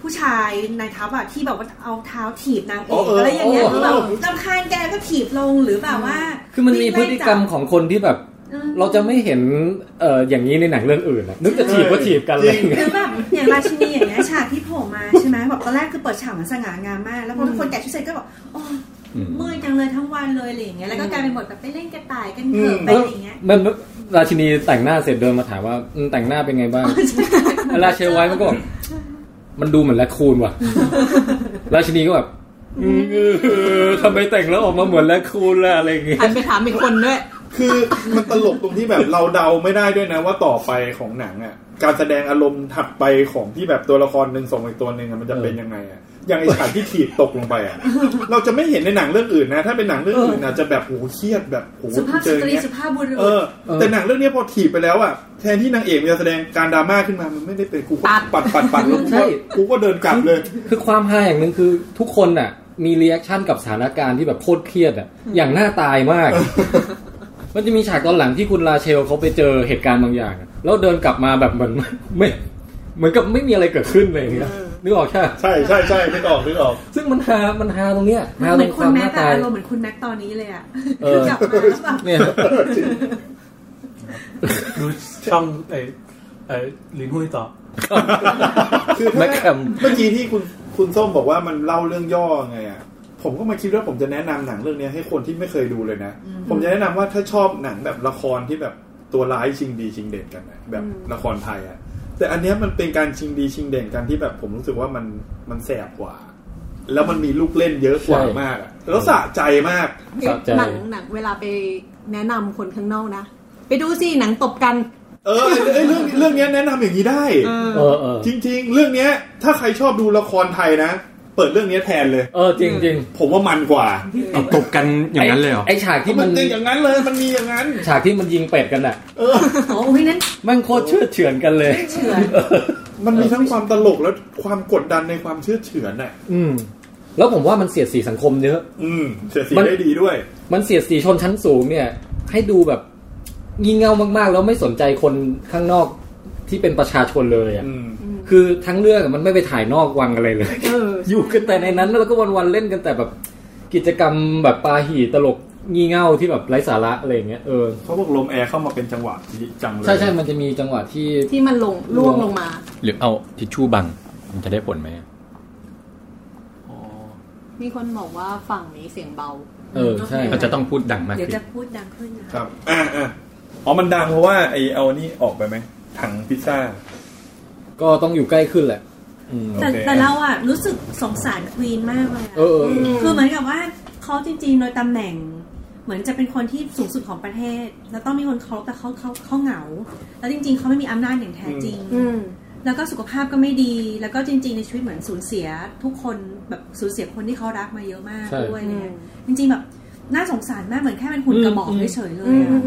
ผู้ชายนายทัพอะที่แบบว่าเอาเท้าถีบนางเอกอะไรอย่างเงี้ยคือแบบลำคาญแกก็ถีบลงหรือแบบว่า
คือมันมีพฤติกรรมของคนที่แบบ
อืม
เราจะไม่เห็นเอ่ออย่างนี้ในหนังเรื่องอื่นอะนึกจะถีบก็ถีบกันอะไรอย่าง
ห
เล
รื
ย
อแบบอย่างราชินีอย่างเงี้ยฉากที่โผล่มาใช่ไหมแบบตอนแรกคือเปิดฉากมันสง่างามมาก แล้วพอทุกคนแกะชุดเสร็จก็บอกโอ้ยเมื่อยจังเลยทั้งวันเลยอะไรอย่างเงี้ยแล้วก็กลายเป็นบทแบบไปเล่นกระต่ายกันเถอะไปอะไรอย่างเงี้ย
มันราชินีแต่งหน้าเสร็จเดินมาถามว่าอืมแต่งหน้าเป็นไงบ้าง แล้วราเชลไว้มันก็บอกมันดูเหมือนแรคคูนว่ะ ราชินีก็แบบอืมเออทำไมแต่งแล้วออกมาเหมือนแรคคูนล่ะอะไรอย่างเงี้ย
หันไปถามอีกคนด้วย
คือมันตลกตรงที่แบบเราเดาไม่ได้ด้วยนะว่าต่อไปของหนังอ่ะ การแสดงอารมณ์ถัดไปของที่แบบตัวละครหนึ่งส่งอีกตัวหนึ่งอะมันจะเป็นยังไงอ่ะอย่างไอ้ฉากที่ถีบตกลงไปอ่ะ เราจะไม่เห็นในหนังเรื่องอื่นนะ ถ้าเป็นหนังเรื่องอื่นอาจจะแบบโหเครียดแบบโห
สุภาพ
เจ
ส
ออย่า
ต
ง
รี
เงี้ย
สุภาพบุรุษ
เออแต่หนังเรื่องนี้พอถีบไปแล้วอ่ะแทนที่นางเอกมันจะแสดงการดราม่าขึ้นมามันไม่ได้เป็นกูก็
ตัด
ปัดปัดปัดแล้วกู
ใช่
ก็กูก็เดินกลับเลย
คือความฮาอย่างหนึ่งคือทุกคนน่ะ มีรีแอคชั่นกับสถานการณ์ที่แบบโคตรเครียดอ่ะอย่างน่าตายมาก มันจะมีฉากตอนหลังที่คุณลาเชลเขาไปเจอเหตุการณ์บางอย่างอะแล้วเดินกลับมาแบบเหมือน ไม่เหมือนกับไม่มีอะไรเกิดขึ้นเลยอย่างเงี้ยนึกออกใช่ปะ
ใช่ใช่ใช่ไม่ออกไม่ออก
ซึ่งมันฮามันฮาตรงเนี้ยฮา
เห
ตรง
มือน
ค
คุณ
วาม
แม็
น่าก
แต่
ตาย
อารมณ์เหมือนคุณแม็กตอนนี้เลยอ่ะ
เอ
คือ
อก
ลับมาแล้วแบบ
เนี่ย
ดูช่องไอ้ไอ้ลินหุ้ยต่อ
คือถ้า
แม็กแคม
เมื่อกี้ที่คุณคุณส้มบอกว่ามันเล่าเรื่องย่อไงอ่ะผมก็มาคิดว่าผมจะแนะนำหนังเรื่องนี้ให้คนที่ไม่เคยดูเลยนะ ผมจะแนะนำว่าถ้าชอบหนังแบบละครที่แบบตัวร้ายชิงดีชิงเด่นกันนะแบบละครไทยอ่ะแต่อันเนี้ยมันเป็นการชิงดีชิงเด่นกันที่แบบผมรู้สึกว่ามันมันแสบกว่า แล้วมันมีลูกเล่นเยอะกว่า
ใช่
มากอะแล้วสะใจมาก
ครับใจ
หนังหนังเวลาไปแนะนำคนข้างนอกนะ ไปดูสิหนังตบกัน
เออเอ้ยเรื่องเรื่องเนี้ยแนะนำอย่างนี้ได้
เออ
เออเออ
จริง ๆ เรื่องเนี้ย ถ้าใครชอบดูละครไทยนะ เปิดเรื่องเนี้ยแทนเลย
เออจริงจริง
ผมว่ามันกว่า
เอาตบกันอย่างนั้นเลยเหรอ
ไอฉากที่
มั
มัน น
เป็นอย่างนั้นเลยมันมีอย่างนั้น
ฉากที่มันยิงเป็ดกันน่ะ
เออ
โอ้ยนั้น
แมันโคตรเชื่อดเฉือนกันเลย
เฉือน
มันมีทั้งความตลกและความกดดันในความเชื่อเฉือนน่ะ
อืม แล้วผมว่ามันเสียดสีสังคมเยอะ
อืมเสียดสี
มัน
ได้ดีด้วย
มันเสียดสีชนชั้นสูงเนี่ย ให้ดูแบบงี่เง่ามากๆ แล้วไม่สนใจคนข้างนอกที่เป็นประชาชนเลยอ่ะ
อืม
คือทั้งเรื่องอะมันไม่ไปถ่ายนอกวังอะไร เลย
เออ
อยู่กันแต่ในนั้นแล้วก็วันๆเล่นกันแต่แบบ กิจกรรมแบบปาหี่ตลกงี่เง่าที่แบบไร้สาระอะไรอย่างเงี้ยเออ
เขาบอกลมแอร์เข้ามาเป็นจังหวะที่จังเลย
ใช่ใช่มันจะมีจังหวะที่
ที่มันลงล่วงลงมา
หรือเอาทิชชู่บังมันจะได้ผลไหม
มีคนบอกว่าฝั่งนี้เสียงเบา
เออใช่
เราจะต้องพูดดังมาก
เดี๋ยว
ขึ้น
จะพูดดังขึ้นนะครับ
อ่าอ่าอ๋อ มันดังเพราะว่าไอเอาอันนี้ออกไปไหม ถังพิซซ่า
ก็ต้องอยู่ใกล้ขึ้นแหละอืม
แต่
โอเค
แต่เราอ่ะรู้สึกสงสารควีนมากเลยอะ
เออเออเออ
คือเหมือนกับว่าเขาจริงๆ โดยตำแหน่ง เหมือนจะเป็นคนที่สูงสุดของประเทศ แล้วต้องมีคนเคารพแต่เขาเขาเขาเหงา แล้วจริง ๆเขาไม่มีอำนาจอย่างแท้จริง
อืม
แล้วก็สุขภาพก็ไม่ดี แล้วก็จริง ๆ ในชีวิตเหมือนสูญเสียทุกคนแบบสูญเสียคนที่เขารักมาเยอะมาก
ใช่
ด้วย
อื
เนี่
ม
ยจริง ๆ แบบน่าสงสารมากเหมือนแค่เป็นหุ่นกระบอกเฉยๆเลยอะ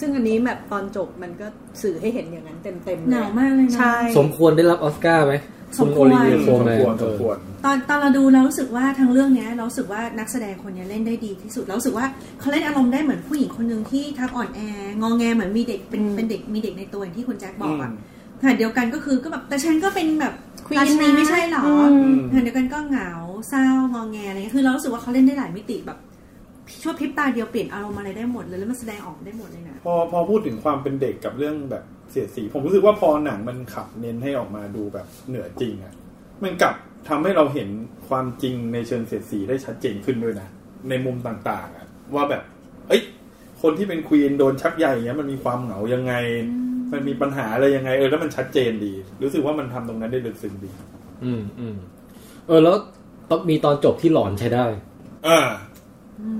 ซึ่งอันนี้แบบตอนจบมันก็สื่อให้เห็นอย่างนั้นเต็มๆ
เห
เล
งาย มากเลยนะ
ใช่
สมควรได้รับออสการ์ไหม
ส
คุ
ม
ณ
คว
โอ
ร
ลิเวียโค
สม
แมน
ควร
เอ
สม
อ
ควร
ตอนตอนเราดูเรารู้สึกว่าทั้งเรื่องเนี้ยเรารู้สึกว่านักแสดงคนเนี้ยเล่นได้ดีที่สุดเรารู้สึกว่าเขาเล่นอารมณ์ได้เหมือนผู้หญิงคนหนึ่งที่ทั้งอ่อนแององแงเหมือนมีเด็กเป็น
อืม
เป็นเด็กมีเด็กในตัวอย่างที่คุณแจ็คบอกอะ
อืม
ขณะเดียวกันก็คือก็แบบแต่ฉันก็เป็นแบบราชินีไม่ใช่หรอ
ม
อืม
ขณะเดียวกันก็เหงาเศร้างองแงอะไรเงี้ยคือเรารู้สึกว่าเขาเล่นได้หลายมิติแบบชั่วพริบตาเดียวเปลี่ยนอารมณ์อะไรได้หมดเลยแล้วมันแสดงออกได้หมดเลยนะ
พอพอพูดถึงความเป็นเด็กกับเรื่องแบบเสียดสี ผมรู้สึกว่าพอหนังมันขับเน้นให้ออกมาดูแบบเหนือจริงอะมันกลับทำให้เราเห็นความจริงในเชิงเสียดสีได้ชัดเจนขึ้นด้วยนะ ในมุมต่างๆอะว่าแบบ เอ้ย คนที่เป็นควีนโดนชักใหญ่เงี้ยมันมีความเหงายังไง มันมีปัญหาอะไรยังไงเออแล้วมันชัดเจนดี รู้สึกว่ามันทำตรงนั้นได้ลึกซึ้งดี
อืมอืมเออแล้วต้องมีตอนจบที่หลอนใช้ได้
อ่า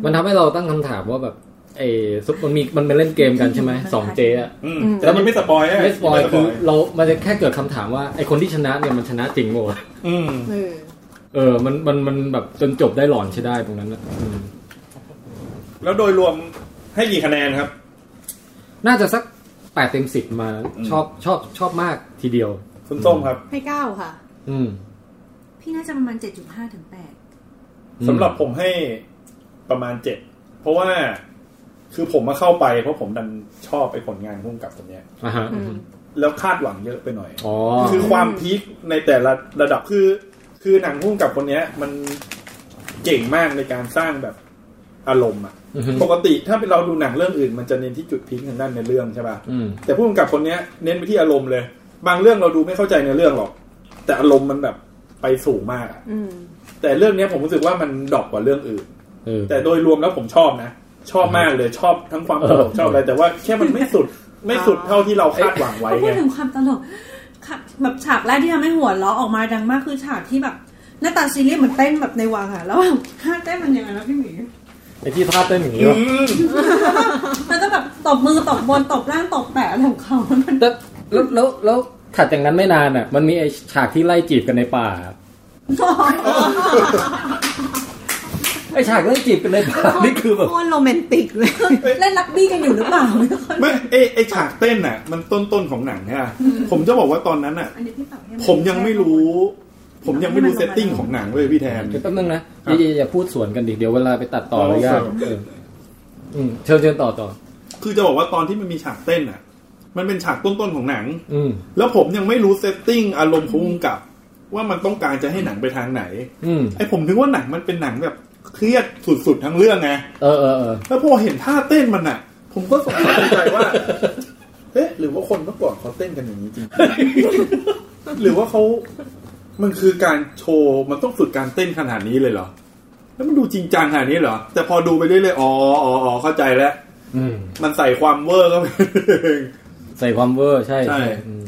มันทำให้เราตั้งคำถามว่าแบบไอ้ซุปมันมีมันเป็นเล่นเกมกันใช่ไหมสองเจ๊อะ
อืมแต่มันไม่สปอยอะ
ไม่สปอยคือเรามันจะแค่เกิดคำถามว่าไอ้คนที่ชนะเนี่ยมันชนะจริงโม
อืม
เออ
เออมันมันมันแบบจนจบได้หลอนใช้ได้ตรงนั้นนะอืม
แล้วโดยรวมให้กี่คะแนนครับ
น่าจะสักแปดเต็มสิบมา
อืม
ชอบชอบชอบมากทีเดียว
คุณส้มครับ
ให้เก้าค่ะ
อืม
พี่น่าจะประมาณ7.5ถึง8
สำหรับผมให้ประมาณเจ็ดเพราะว่าคือผมมาเข้าไปเพราะผมดันชอบไอ้ผลงานพุ่งกับตรงเนี้ย
อ่ะฮะ
อืม
แล้วคาดหวังเยอะไปหน่อย
อ๋อ
คือความพีคในแต่ละระดับคือ คือหนังพุ่งกับคนเนี้ย มันเก่งมากในการสร้างแบบอารมณ์อะ
อือฮึ
ปกติถ้าเป็นเราดูหนังเรื่องอื่น มันจะเน้นที่จุดพีคทางด้านในเรื่องใช่ป่ะ
อืม
แต่ผู้กำกับคนเนี้ยเน้นไปที่อารมณ์เลย บางเรื่องเราดูไม่เข้าใจในเรื่องหรอก แต่อารมณ์มันแบบไปสูงมากอะ
อืม
แต่เรื่องเนี้ยผมรู้สึกว่ามันดรอกกว่าเรื่องอื่น
เออ
แต่โดยรวมแล้วผมชอบนะ ชอบมากเลยชอบทั้งความตลก
เออ
ชอบอะไรแต่ว่าแค่มันไม่สุดไม่สุด
อ๋อ
เท่าที่เราคาดหวังไว้
เขาพู
ไง
ดถึงความตลกค่ะแบบฉากแรกที่ทำให้หัวเราะออกมาดังมากคือฉากที่แบบหน้าตาซีเรียสเหมือนเต้นแบบในวังอะแล้วแบบท่าเต้นมันยังไงนะพี่หมี
ไอ้ที่ท่าเต้นอย่างนี้วะ
มันก็แบบตบมือตบบนตบล่างตบแปะอะไรของเขามัน
แต่แล้วแล้วแล้วถัดจากนั้นไม่นานอ่ะ มันมีไอ้ฉากที่ไล่จีบกันในป่า ไอ้ฉากไล่จีบกันในป่า นี่คือแบบ
โคตรโรแมนติกเลย
เล่นรักบี้กันอยู่หรือเปล่าไม่เข้าใจ
ไม่ไอไอฉากเต้นน่ะ มันต้นต้นๆของหนังฮะผมจะบอกว่าตอนนั้นน่ะ
อันนี้พี่ปรับให้น
ผมยังไม่รู้ ผมยังไม่รู้เซตติ้งของหนังเลยพี่แทน
เดี๋ยวแป๊บนึงนะครับ อย่าอย่าพูดสวนกันดิเดี๋ยวเวลาไปตัดต่อ
เอา
เลยยาก
ครับ
เอออืมเชิญเชิญต่อต่อ
คือจะบอกว่าตอนที่มันมีฉากเต้นน่ะ มันเป็นฉากต้นต้นๆของหนัง
อืม
แล้วผมยังไม่รู้เซตติ้งอารมณ์ของภูมิกับ ว่ามันต้องการจะให้หนังไปทางไหน
อืม
ไอผมนึกว่าหนังมันเป็นหนังแบบเครียดสุดๆทั้งเรื่องไง
เออเออเออ
แล้วพอเห็นท่าเต้นมันอ่ะ ผมก็สงสัยในใจว่า เอ๊ะ หรือว่าคนเมื่อก่อนเขาเต้นกันอย่างนี้จริงๆ หรือว่าเขา มันคือการโชว์ มันต้องฝึกการเต้นขนาดนี้เลยเหรอ แล้วมันดูจริงจังขนาดนี้เหรอ แต่พอดูไปเรื่อยๆ อ๋ออ๋ออ๋อเข้าใจแล้ว
อืม
มันใส่ความเวอร์เข้าไป
ใส่ความเวอร์ใช่
ใช่
อืม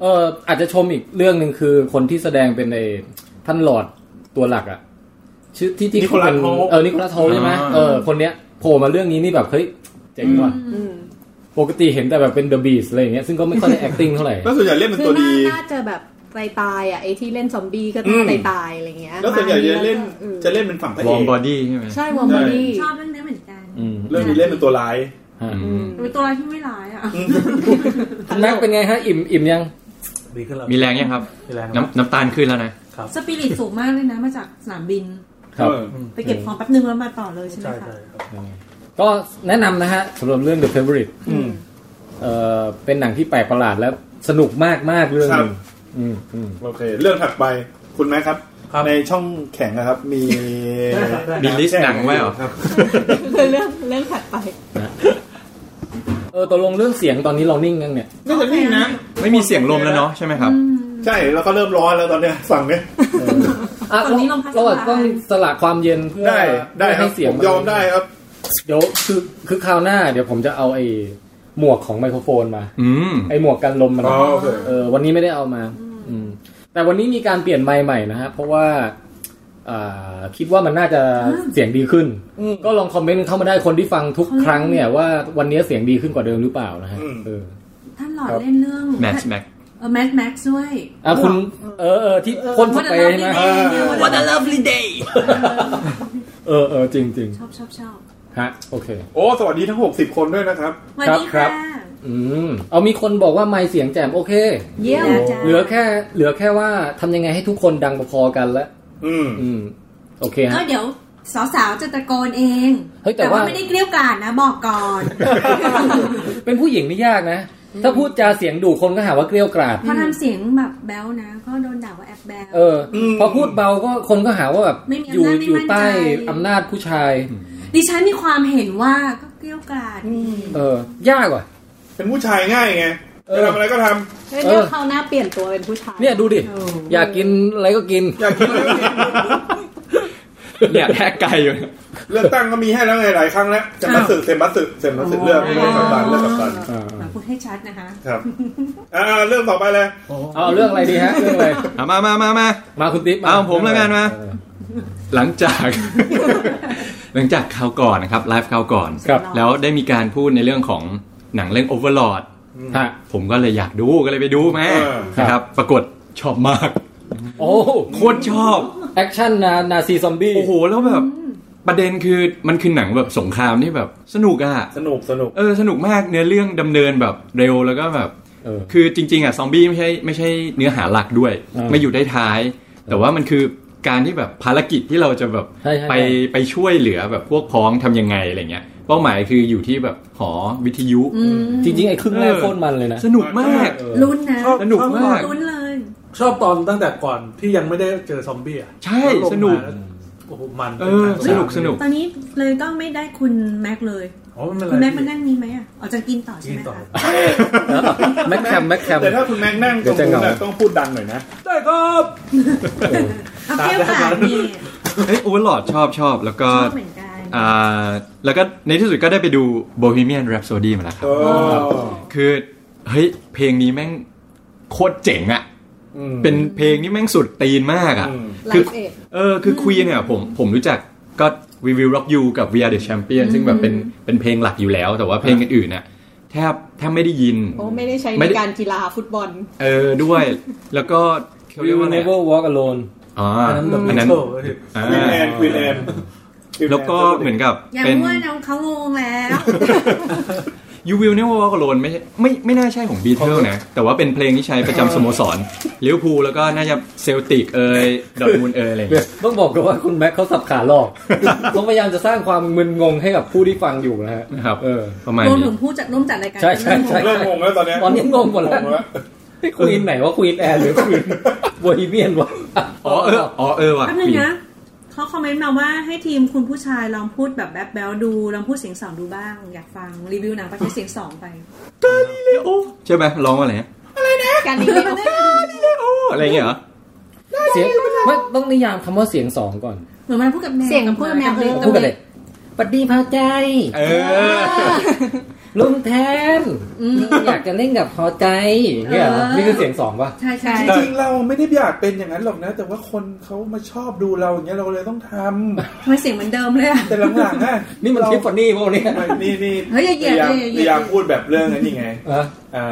เอออาจจะชมอีกเรื่องหนึ่งคือคนที่แสดงเป็นในท่านหลอดตัวหลักอะชื่อที่ที่
นิโคลัส
เป็
โฮป
เออนิโคลัสโฮปใช่ไหม
อ่า
เออคนเนี้ยโผล่มาเรื่องนี้นี่แบบเฮ้ยเจ๋งว่ะ
อืม
ปกติเห็นแต่แบบเป็นเดอะบีสอะไรอย่างเงี้ยซึ่งก็ไม่ค่อยได้ acting เท่าไหร่
แล้วส่วนใหญ่เล่นเป็น
คื
ตั
อ
ว
น่า
ดี
น่าจะแบบตายตายๆอ่ะไอ้ที่เล่นซอมบี้ก็
อืม
ตายตายๆอะไรเงี้ย
แล้วส่วนใหญ่จะเล่น
อืม
จะเล่นเป็นฝั่งพระ
ว
เอ
อร์ม
ก
บอดี้ใช่ไหม
ใช่วอมบอดี้
ชอบเรื่องนี้เหมือนกัน
อืม
เรื่องนี้เล่นเป็นตัวร้าย
ฮะ
อืม
เป็นตัวอะไรที่ไม่ร้าย อ่ะ
คุณแม็กเป็นไงฮะอิ่มอิ่มยัง
ดีขึ้นแล้ว
มีแรงยังครับ
มีแรง
น้ำน้ำตาลขึ้นแล้วนะ
ครับ
สปิริตสูงมากเลยนะมาจากสนามบิน
ครับ
เออ
อืม
ไปเก็บของแป๊บนึงแล้วมาต่อเลยใช่ไหม
ใช่
คะ
ใช่ครับ
ก็แนะนำนะฮะสำหรับเรื่อง The Favorite
อืม
เอ่อเป็นหนังที่แปลกประหลาดและสนุกมากมากๆเรื่องหนึง
ครับ
อืมอืม
โอเค เรื่องถัดไปคุณแม่ครับ
ครับ
ในช่องแข็งนะครับ มี
มีลิสต์หนังไว้เหรอ
ครับ
คือเรื่องเรื่องถัดไป
เออตกลงเรื่องเสียงตอนนี้เรานิ่งยังเนี่ย
น่าจะนิ่งนะ
ไม่มีเสียงลมแล้วเนาะใช่ไหมครับ
ใช่แล้วก็เริ่มร้อนแล้วตอนเนี้ยฝั่งเนี้ย
อ่ะ
ตอนนี้ลมพัด
เราอาจ
สบาย
ต้องสละความเย็นเพื่อ
ได้ได้
เพื่อ
ครั
ให้
บ
เสีย
ผ
ง
มยอมได้ครับ
เดี๋ยวคือคือคราวหน้า เดี๋ยวผมจะเอาไอ้หมวกของไมโครโฟนมา
อืม
ไอ้หมวกกันลมมัน
อ๋อโอเค
เออวันนี้ไม่ได้เอามาอืมแต่วันนี้มีการเปลี่ยนไมค์ใหม่นะฮะเพราะว่าอ่าคิดว่ามันน่าจะเสียงดีขึ้น ก็ลองคอมเมนต์เข้ามาได้คนที่ฟังทุกครั้งเนี่ยว่าวันนี้เสียงดีขึ้นกว่าเดิมหรือเปล่านะฮะ
อืม
เออ
ท่านหลอดเล่นเรื่อง
แมทช์แม็ก
เออแมทแม็กซ์ด้วย
อ่ะคุณเออเออที่พ่นสเปรย์ใช่ไหม
What a lovely day
เออเออจริงจริง
ชอบชอบชอบ
ๆฮะโอเค
โอ้ สวัสดีทั้ง 60 คนด้วยนะครับ
วันนี้
ครั
ค่ะ
บ อืมเอามีคนบอกว่าไมค์เสียงแจ่มโอเค
เยี่ยม
จ้า
เหลือแค่เหลือแค่ว่าทำยังไงให้ทุกคนดังพอๆกันละ
อืม
อืม โอเค
ก็
ฮะ
เดี๋ยวสาวๆจะตะโกนเอง
เฮ้ยแต่ว่า
ไม่ได้เกลี้ยวกล่อมนะบอกก่อน
เป็นผู้หญิงนี่ยากนะ ถ้าพูดจาเสียงดุคนก็หาว่าเกลี้ยวกราด
พอทำเสียงแบบแบลนะ ก็โดนด่าว่าแอบแบล
เออ
อืม
พอพูดเบาก็คนก็หาว่าแบบ
ไม่มี
อยู่
อำนาจ
อยู่
ไม่มั่น
ใต้
ใจ
อำนาจผู้ชาย
ดิฉันมีความเห็นว่าก็เกลี้ยวกล่อม
เออ ยากว่ะ
เป็นผู้ชายง่ายไง
เออ
จะทำอะไรก็ท
เฮ้ยเดี๋ยวเขาวหน้าเปลี่ยนตัวเป็นผู้ชาย
เนี่ยดูดิ
เออ
อยากกินอะไรก็กิน
ำอยากกินอะไรก็กิน
เนี่ยแทกไกลอยู่
เลือกตั้งก็มีให้แล้วไงหลายครั้งแล้วเซมบัสสึเซมบัสสึเซมบัสสึเลือกเลือกกับตันเลือกกับตัน
อ่ะพูดให้ชัดนะคะ
ครับ อ่าเรื่องต่อไปเลย
เอาเรื่องอะไรดีฮะ เรื่องอะไร
อ่ะมามามามา
มาคุณติ๊บ
เอาผมแล้วกันมา
เออ
หลังจาก หลังจากคราวก่อนนะครับไลฟ์คราวก่อน
ครับ
แล้วได้มีการพูดในเรื่องของหนังเรื่อง Overlord
ฮะ
ผมก็เลยอยากดูก็เลยไปดูมา
เออ
ครับ
นะครับ ปรากฏชอบมาก
โอ้
โคตรชอบ
แอคชั่นนานาซีซอมบี้
โอ้โห แล้วแบบ ประเด็นคือมันคือหนังแบบสงครามที่แบบสนุกอะ
สนุกสนุก
เออ สนุกมากเนื้อเรื่องดำเนินแบบเร็วแล้วก็แบบ
เออ
คือจริง ๆอ่ะซอมบี้ไม่ใช่ไม่ใช่เนื้อหาหลักด้วย
เออ
ไม่อยู่ได้ท้าย แต่ว่ามันคือการที่แบบภารกิจที่เราจะแบบ
ใช่ใช่
ไป
ใช่
ไปช่วยเหลือแบบพวกพ้องทำยังไงอะไรเงี้ยเป้าหมายคืออยู่ที่แบบหอวิทยุ
จริงๆไอ้ครึ่งแรก
เออ
โคตรมันเลยนะ
สนุกมาก
เออ
ลุ้นนะ
ชอบ
สนุกมาก
ลุ้นเลย
ชอบตอนตั้งแต่ก่อนที่ยังไม่ได้เจอซอมบี้อ่ะ
ใช่
แล้วลง
สนุก
มาแล้วโอ้โหมัน
เอ
ป็
อ
การ
สนุกสนุก
ตอนนี้เลยก็ไม่ได้คุณแม็กเลย
อ๋อไม่เป็นไร
คุณแม็กมานั่งนี้ไหมอ่ะอ๋อจะกินต่อใช่
กิน
ไหม
ต่อ
คะ
แม็กแคมแม็กแคม
แต่ถ้าคุณแม็กนั่งตรง
เดี๋ยวจะเห
นู้น
งา
น่ะต้องพูดดังหน่อยนะ
ได้ครับ
เอาเกลี้ยวกล่อมนี่
เอ้ยโอเวอร์ลอดชอบชอบแล้วก็
ชอบเหมือนกัน
อ่าแล้วก็ในที่สุดก็ได้ไปดูโบฮีเมียนแรปโซดีมาแล้วครับ
โอ้
คือเฮ้ยเพลงนี้แม่งโคตรเจ๋งอะ
อืม
เป็นเพลงนี้แม่งสุดตีนมากอะ
อืม
ไล
คือ
ฟ์เอ็ด
เออคือควีนเนี่ยผมผมรู้จักก็ We Will Rock You กับ We Are the Champion ซึ่งแบบเป็นเป็นเพลงหลักอยู่แล้ว แต่ว่าเพลงอื่นๆน่ะแทบแทบไม่ได้ยิน
โอ้ไม่ได้ใช้
ไม่
ใน
ได้
การกีฬาฟุตบอล
เออด้วยแล้วก็เขาเรีย
You
กว่าอะไร
never walk alone
อ๋อ
อั
อั
น
น
นั้แบบ
นั้น นอันนั้น
โอ้โห
อ่า
วินแอนวินแอน
แล้วก็เหมือนกับ
อย่า
เป็น
มั่วนะเขางงแล้ว
You Will Never Walk Alone ไม่ใช่ไม่ไม่น่าใช่ของบีเทิลนะ แต่ว่าเป็นเพลงที่ใช้ประจำสโมส รลิเวอร์พูลแล้วก็น่าจะเซลติกเอยดอร์มูนเอยอะไรอย่างเงี้ย
ต้องบอกกันว่าคุณแม็กเขาสับขาหล อก ต้องพยายามจะสร้างความมึนงงให้กับผู้ที่ฟังอยู่นะฮะ
นะครับ
เออ
ประมาณ
รวม
นี้
ถึงผู้จัดร่วมจัดรายการ
ใช่ใช่ใช่
เริ่มงงแล้วตอนเนี้ย
ตอนนี้งงหมดแล้ว
งแล้ว
พี่ควีนไหนว่าควีนแอร์หรือควีน โบฮีเมียนวะ
อ๋อเอออ๋อเออว่ะ
แป๊บนึงนะเขาคอมเมนต์มาว่าให้ทีมคุณผู้ชายลองพูดแบบแบ๊วๆดูลองพูดเสียงสองดูบ้าง อยากฟังรีวิวหนังประเภทเสียงสองไป
ใช่ไหมร้องว่าอะไรนะ
การนี้ไม่เอา
โอ้อะไรอย่างเงี้ยเหรอ
เสียงไม่ต้องนิยามคำว่าเสียงสองก่อน
เหมือนมันพูดกับแมว
เสียงกับพูดกับแมวเออ
พูดกันเลยปดีพาใจ
เออ
ลุงแทนอยากจะเล่นกับพอใจเนี่ยเหรอนี่คือเสียงสองปะ
ใช่ใช่
จริงๆเราไม่ได้อยากเป็นอย่างนั้นหรอกนะ แต่ว่าคนเขามาชอบดูเราอย่างเงี้ยเราเลยต้องทำ
ทำไมเสียงเหมือนเดิมเลยอะ
แต่หลังๆอะ
นี่มัน
เรา
ทิฟฟานี่พวกนี้
ไม่นี่นี่
เฮ้ยอย่าเหยียด
พม
อย่าเหยีย
พ
ด
ยายามพูดแบบเรื่องนั้นยังไง
อะ
เอ่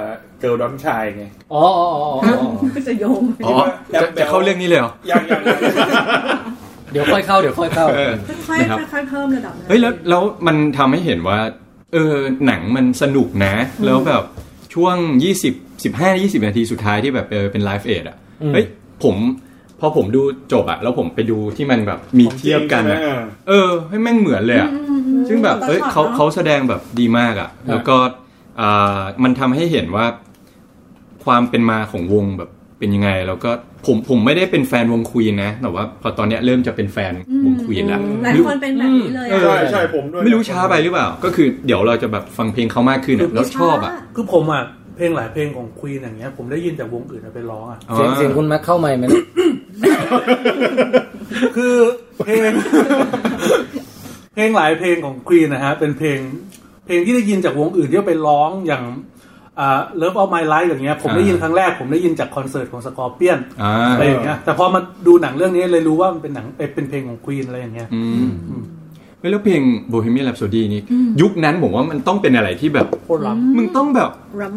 อเกิร์ลดอมชายไง
อ๋ออ๋ออ๋ออ๋อ
ก็จะโยง
อ๋อจะจะเข้าเรื่องนี้เลยเหรอ
อย่างอย่างอย่าง
เดี๋ยวค่อยเข้าเดี๋ยวค่อยเข้า
เออ
ค่อย
นะครับ
ๆค่อยๆเพิ่มระดับนะ
เฮ้ยแล้วแล้วมันทำให้เห็นว่า เออหนังมันสนุกนะ แล้วแบบช่วง 20 15 20 นาทีสุดท้ายที่แบบเออเป็นไลฟ์เอดอ่ะเฮ้ยผมพอผมดูจบอ่ะ แล้วผมไปดูที่มันแบบมีเทียบกันอะ
เออ
เออให้แม่งเหมือนเลยอ่ะ ซึ่งแบบเอ้ยเขาเขาแสดงแบบดีมากอ่ะ แล้วก็อ่ามันทำให้เห็นว่าความเป็นมาของวงแบบเป็นยังไง แล้วก็ผมผมไม่ได้เป็นแฟนวงควีนนะ แต่ว่าพอตอนเนี้ยเริ่มจะเป็นแฟนวงควีนแล้ว
หลายคนเป็นแบบนี้เลย
ใช่
อะ
ใช่ผมด้วย
ไม่รู้ช้าไปหรือเปล่า ก็คือเดี๋ยวเราจะแบบฟังเพลงเขามากขึ้นอะแล้วชอบอ่ะ
คือผมอ่ะเพลงหลายเพลงของควีนอย่างเงี้ยผมได้ยินแต่วงอื่นเอาไปร้องอ่ะ
อ๋อ
เสียงเสียงคุณแม็กเข้าไหมค์ไหมเนี่ย
คือเพลง เพลงหลายเพลงของควีนนะฮะเป็นเพลงเพลงที่ได้ยินจากวงอื่นที่เอาไปร้องอย่างอ่า Love of My Life อย่างเงี้ยผมได้ยินครั้งแรกผมได้ยินจากคอนเสิร์ตของสกอร์เปียน
อ่า
อะไรอย่างเงี้ยแต่พอมาดูหนังเรื่องนี้เลยรู้ว่ามันเป็นหนังเอ้ยเป็นเพลงของควีนอะไรอย่างเงี้ย
อืมเฮ้ยแล้วเพลง Bohemian Rhapsody นี่ยุคนั้นผมว่ามันต้องเป็นอะไรที่แบบ
โคตรล้
มึงต้องแบบ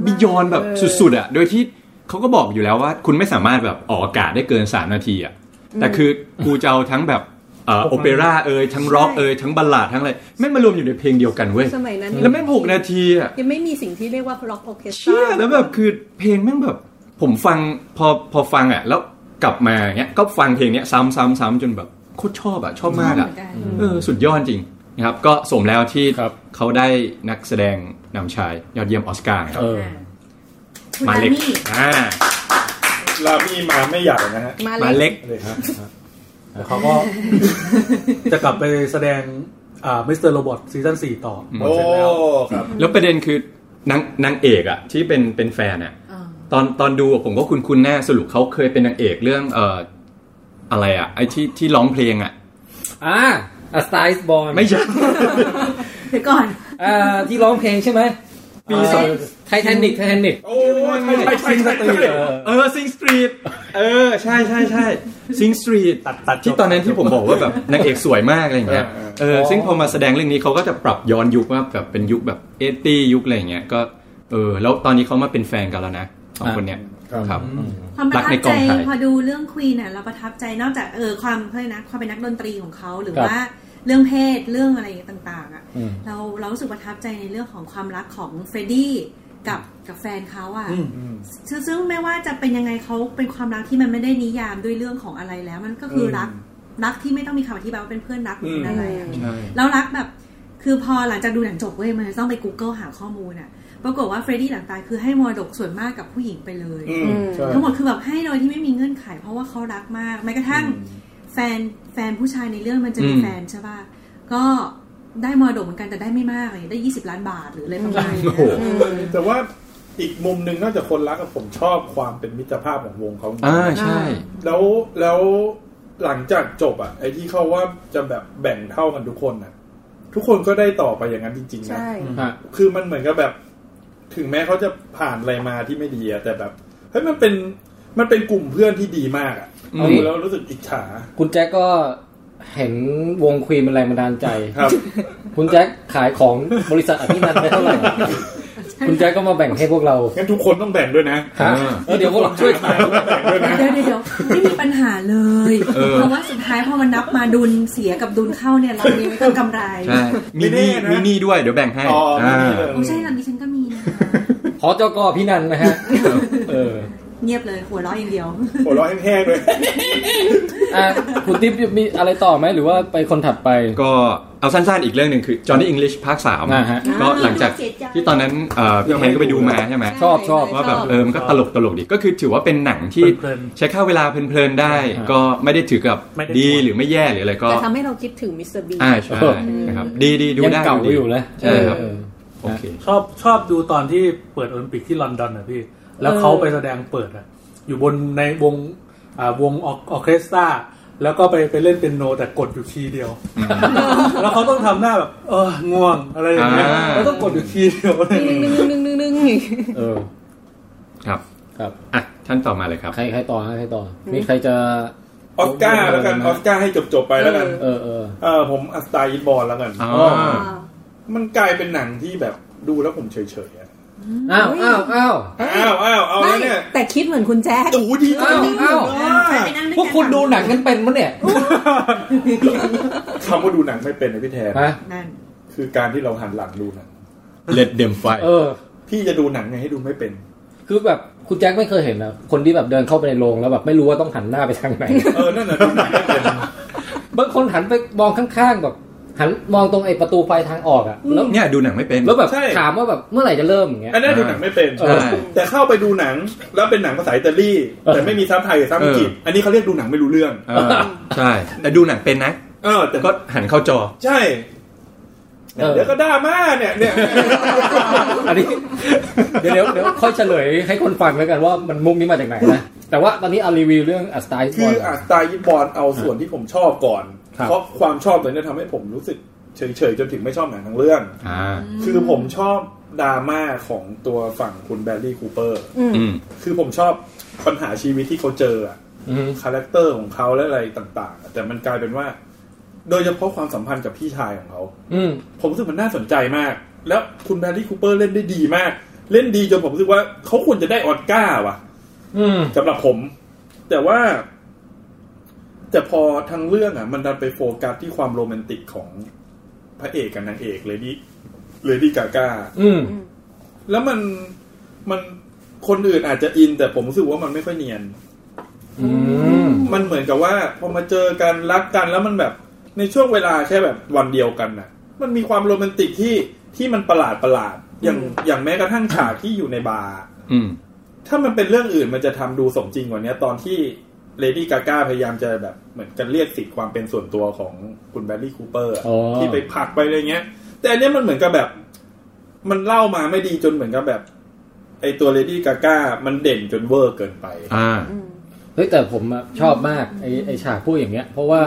บิยอนแบบสุดๆอะโดยที่เขาก็บอกอยู่แล้วว่า คุณไม่สามารถแบบออกอากาศได้เกิน 3 นาทีอะแต่คือกูจะเอาทั้งแบบเอ่อโอเปร่าเอยทั้งร็อกเอยทั้งบัลลาดทั้งอะไรแม่งมารวมอยู่ในเพลงเดียวกันเว้ย
สมัยนั้น
แล้วแม่งหกนาทีอะ
ยังไม่มีสิ่งที่เรียกว่าร็อกโอเคสต
เชี่ย
รา
แล้วแบบคือเพลงแม่งแบบ ผมฟังพอพอฟังอะแล้วกลับมาเงี้ยก็ฟังเพลงเนี้ยซ้ำซ้ำซ้ำจนแบบโคตรชอบอะชอบมาก
เห
อะ
มือนกัน
เออสุดยอดจริงนะครับก็สมแล้วที่เขาได้นักแสดงนำชายยอดเยี่ยมออสการ์นะครับ
เออ
คุณ
หมา
อา
เล็ก
มี่
อ่า
ลาพี่มาไม่อยากนะฮะ
มา
หมา
เล็ก
เล
เล็ก
ยครับ
แต่เขาก็ จะกลับไปแสดงอ่ามิสเตอร์โรบอทซีซั่นสี่ต่อ
ม
โอ้
เสร็จแล้ว
ครับ
แล้วประเด็นคือนางนางเอกอะที่เป็นเป็นแฟนอะ
อ่า
ตอนตอนดูอะผมก็คุณคุณแน่สรุปเขาเคยเป็นนางเอกเรื่องเอ่ออะไรอะไอที่ที่ร้องเพลงอะ
อ่าอะสไตล์บอล
ไม่ใช่
เดี๋ยวก่อน
อ่าที่ร้องเพลงใช่ไหมปีสองไททานิกไททานิก
โอ้ยใช่ใช่ใช่ใช่
เออ
เออซิงสตรีทเออใช่ใช่ใช่ซิงสตรีท
ตัดตัดจบ
ที่ตอนนั้นที่ผมบอกว่าแบบนางเอกสวยมากอะไรอย่างเงี้ยเออซึ่งพอมาแสดงเรื่องนี้เขาก็จะปรับย้อนยุคว่าแบบเป็นยุคแบบเอตี้ยุคอะไรอย่างเงี้ยก็เออแล้วตอนนี้เขามาเป็นแฟนกันแล้วนะสองคนเนี้ยครับ
ความประ
รัก
ทั
ใน
บ
ก
ใจ
องถ่าย
พอดูเรื่องควีนอ่ะเราประทับใจนอกจากเออความเพื่อนะความเป็นนักดนตรีของเขาหรือ
ครับ
ว่าเรื่องเพศเรื่องอะไรต่างๆอ่ะ
อืม
เราเรารู้สึกประทับใจในเรื่องของความรักของเฟรดดี้กับกับแฟนเขาอ่ะ
อืม
ซึ่งซึ่งไม่ว่าจะเป็นยังไงเขาเป็นความรักที่มันไม่ได้นิยามด้วยเรื่องของอะไรแล้ว มันก็คือรักรักที่ไม่ต้องมีคำอธิบายว่าเป็นเพื่อนรักหรือเป็นอะไรอะ แล้วรักแบบ คือพอหลังจากดูหนังจบเว้ยมันจะต้องไป Google หาข้อมูลอะปรากฏว่าเฟรดดี้หลังตายคือให้มรดกส่วนมากกับผู้หญิงไปเลย
อืมใช่
ทั้งหมดคือแบบให้โดยที่ไม่มีเงื่อนไข เพราะว่าเขารักมาก แม้กระทั่งแฟนแฟนผู้ชายในเรื่องมันจะมี
อืม
แฟนใช่ป่ะ ก็ได้มรดกเหมือนกันแต่ได้ไม่มากเลยได้ 20 ล้านบาทหรืออะไรประมาณเนี้
โอ้
ย
โห
แต่ว่าอีกมุมหนึ่งนอกจากคนรักกับผมชอบความเป็นมิตรภาพของวงเขา
อ่าใช่
แล้วแล้วหลังจากจบอ่ะไอ้ที่เขาว่าจะแบบแบ่งเท่ากันทุกคนน่ะ ทุกคนก็ได้ต่อไปอย่างนั้นจริงๆนะ
ใช่
คือมันเหมือนกับแบบ ถึงแม้เขาจะผ่านอะไรมาที่ไม่ดีอะแต่แบบเฮ้ยมันเป็นมันเป็นกลุ่มเพื่อนที่ดีมากอ่ะ
อืม
เอาแล้วรู้สึกอิจฉา
คุณแจ็คก็ เห็นวงควีนเป็นแรงบันดาลใจ
ครับ
คุณแจ็คขายของบริษัทอภินันท์ไป เท่าไหร่ คุณแจ็คก็มาแบ่งให้พวกเรา
งั้นทุกคนต้องแบ่งด้วยนะ
ฮะเออเดี๋ยวพวกเราช่วยขาย
เดี๋ยวเดี๋ยวเดี๋ยวไม่มีปัญหาเลย
เออ
เพราะว่าสุดท้ายพอมันนับมาดุลเสียกับดุลเข้าเนี่ยเรามีไว้ก็กำไร
ใช่มีหนี่
ไม่แน่นะ
มีหนี่ด้วยเดี๋ยวแบ่งให้
อ๋อไม่
า
มีเลย
โอ้ใช่หลังนี้ฉันก็มีนะ
ขอเจ้ากอพี่นันท์นะ ฮะเออ
เงียบเลยหัวเราะอย่างเดียว
หัวเราะแห้งๆเลย
อ่ะคุณติ๊บมีอะไรต่อไหมหรือว่าไปคนถัดไป
ก็เอาสั้นๆอีกเรื่องหนึ่งคือ Johnny English ภาคสาม
อ่าฮะ
ก็หลังจากที่ตอนนั้นเอ่อพี่เคนก็ไปดูมาใช่ไหม
ชอบชอบ
ว่าแบบเออมันก็ตลกตลกดีก็คือถือว่าเป็นหนังที่
เพลินๆ
ใช้ค่าเวลาเพลินๆได้
อ่า
ก็ไม่ได้ถือกับ
ไม่ได้
ดีหรือไม่แย่หรืออะไรก็
แต่ทำให้เราคิดถึงมิสเตอร์บี
อ่าใช่นะครับดีดีดู
ยัง
ได้
เก่า
ดูดี
อยู่เลย
ใช่ครับ
เออ
โอเค
ชอบชอบดูตอนที่เปิดโอลิมปิกที่ลอนดอนนะพี่ แล้วเขาไปแสดงเปิดอะอยู่บนในวงอ่าวงออออเคสตราแล้วก็ไปไปเล่นเป็นโนแต่กดอยู่คีย์เดียว แล้วเขาต้องทำหน้าแบบ เออง่วงอะไรอย่างเงี้ยแล้วต้องกดอยู่คีย์เดียวเลย
นึงนึงนึงนึงนึง
เออ
ครับ
ครับ
อ่ะท่านต่อมาเลยครับ
ใครใครต่อฮะใครต่อมีใครจะ
ออสการ์แล้วกันออสการ์ให้จบๆไปแล้วกัน
เออเออ
เออผมอัสตาอิบอลแล้วกัน
อ๋อ
มันกลายเป็นหนังที่แบบดูแล้วผมเฉยๆอะ
อ้าวอ้าวอ้าว
อ้าวอ้าวเอา
ไม่
แล้วเนี่ย
แต่คิดเหมือนคุณแจ๊ค
โอ้โหดีจัง
อ้าว
เลย
ไปนั่งด้วย
พวกคุณดูหนังกันเป็นมั้ยเนี่ย
คำว่าดูหนังไม่เป็นนะพี่แทน
ฮะ
นั่น
คือการที่เราหันหลังดูหนัง
Let them fight
เออ
พี่จะดูหนังไงให้ดูไม่เป็น
คือแบบคุณแจ็คไม่เคยเห็นนะคนที่แบบเดินเข้าไปในโรงแล้วแบบไม่รู้ว่าต้องหันหน้าไปทาง ไหน
เออ นั่นน่ะดูหนังไม่เป็น
บางคนหันไปมองข้างๆแบบหันมองตรงไอ้ประตูไฟทางออกอะแล้ว
เนี่ยดูหนังไม่เป็น
แล้วแบบถามว่าแบบเมื่อไหร่จะเริ่มอย่างเงี้ย
อันนั้นดูหนังไม่เป็น
ใช่
แต่เข้าไปดูหนังแล้วเป็นหนังภาษาอิตาลีแต่ไม่มีซับไทยกับซับอังกฤษ
เอออั
อันนี้เขาเรียกดูหนังไม่รู้เรื่อง
เออใช่แต่ดูหนังเป็นนะ
เออ แต่
ก็หันเข้าจอ
ใช่
เออ
เดี๋ยวก็ดราม่าเนี่ย เนี่ย
อันนี้ เดี๋ยวเดี๋ยวเดี๋ยวค่อยเฉลยให้คนฟังแล้วกันว่ามันมุกนี้มาจากไหนนะแต่ว่าตอนนี้เอารีวิวเรื่องอัสไตล์
คืออัสไตล์ยิปบอลเอาส่วนที่ผมชอบก่อน
ครับ
เพราะความชอบตัวเนี้ยทำให้ผมรู้สึกเฉยๆจนถึงไม่ชอบหนังทั้งเรื่อง
อ่า
คือผมชอบดราม่าของตัวฝั่งคุณแบร์รี่คูเปอร์
อืม
คือผมชอบปัญหาชีวิตที่เขาเจออะ
อืม
คาแรคเตอร์ของเขาและอะไรต่างๆอะแต่มันกลายเป็นว่า โดยเฉพาะความสัมพันธ์กับพี่ชายของเขา
อืม
ผมรู้สึกมันน่าสนใจมาก แล้วคุณแบรรี่คูเปอร์เล่นได้ดีมาก เล่นดีจนผมรู้สึกว่าเขาควรจะได้ออสการ์ว่ะ
อืม
สำหรับผม แต่ว่า แต่พอทางเรื่องอ่ะ มันดันไปโฟกัสที่ความโรแมนติกของพระเอกกับนางเอกเลยดิเลยดิกากา
อืม
แล้วมันมันคนอื่นอาจจะอิน แต่ผมรู้สึกว่ามันไม่ค่อยเนียน
อืม
มันเหมือนกับว่าพอมาเจอกันรักกันแล้วมันแบบในช่วงเวลาแค่แบบวันเดียวกันน่ะ มันมีความโรแมนติกที่ที่มันประหลาดประหลาดอย่างอย่างแม้กระทั่งฉากที่อยู่ในบาร์
อืม
ถ้ามันเป็นเรื่องอื่นมันจะทำดูสมจริงกว่านี้ตอนที่เลดี้กาก้าพยายามจะแบบเหมือนกันเรียกสิทธิ์ความเป็นส่วนตัวของคุณแบรรี่คูเปอร์อะ
อ๋อ
ที่ไปผลักไปอะไรเงี้ย แต่อันเนี้ยมันเหมือนกับแบบ มันเล่ามาไม่ดีจนเหมือนกับแบบ ไอตัวเลดี้กาก้ามันเด่นจนเวอร์เกินไป
อ่า
เฮ้ยแต่ผมอะชอบมากไอ้ไอ้ฉากพูดอย่างเงี้ย เพราะว่า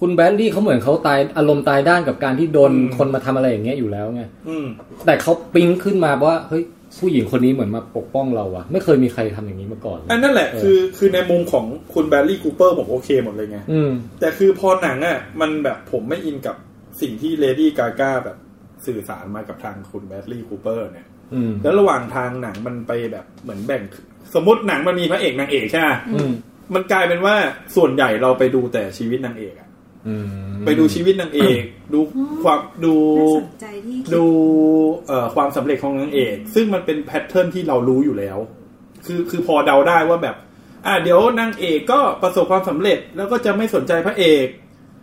คุณแบรดลี่เขาเหมือนเขาตายอารมณ์ตายด้านกับการที่โดนคนมาทำอะไรอย่างเงี้ยอยู่แล้วไง
อืม
แต่เขาปิ๊งขึ้นมาว่าเฮ้ยผู้หญิงคนนี้เหมือนมาปกป้องเราอะไม่เคยมีใครทำอย่างนี้มาก่อน
อันนั่นแหละ
เออ
คือคือในมุมของคุณแบรรี่คูเปอร์ผมโอเคหมดเลยไง
อืม
แต่คือพอหนังอ่ะมันแบบผมไม่อินกับสิ่งที่เลดี้กาก้าแบบสื่อสารมากับทางคุณแบรรี่คูเปอร์เนี่ย
อืม
แล้วระหว่างทางหนังมันไปแบบเหมือนแบ่ง สมมติหนังมันมีพระเอกนางเอกใช่ไหม
อืม
มันกลายเป็นว่าส่วนใหญ่เราไปดูแต่ชีวิตนางเอกอะ
อืม
ไปดูชีวิตนางเอก ดูความดู
น่าสนใจที่คิด
ดูเอ่อความสำเร็จของนางเอก ซึ่งมันเป็นแพทเทิร์นที่เรารู้อยู่แล้ว คือคือพอเดาได้ว่าแบบ อ่ะเดี๋ยวนางเอกก็ประสบความสำเร็จ แล้วก็จะไม่สนใจพระเอก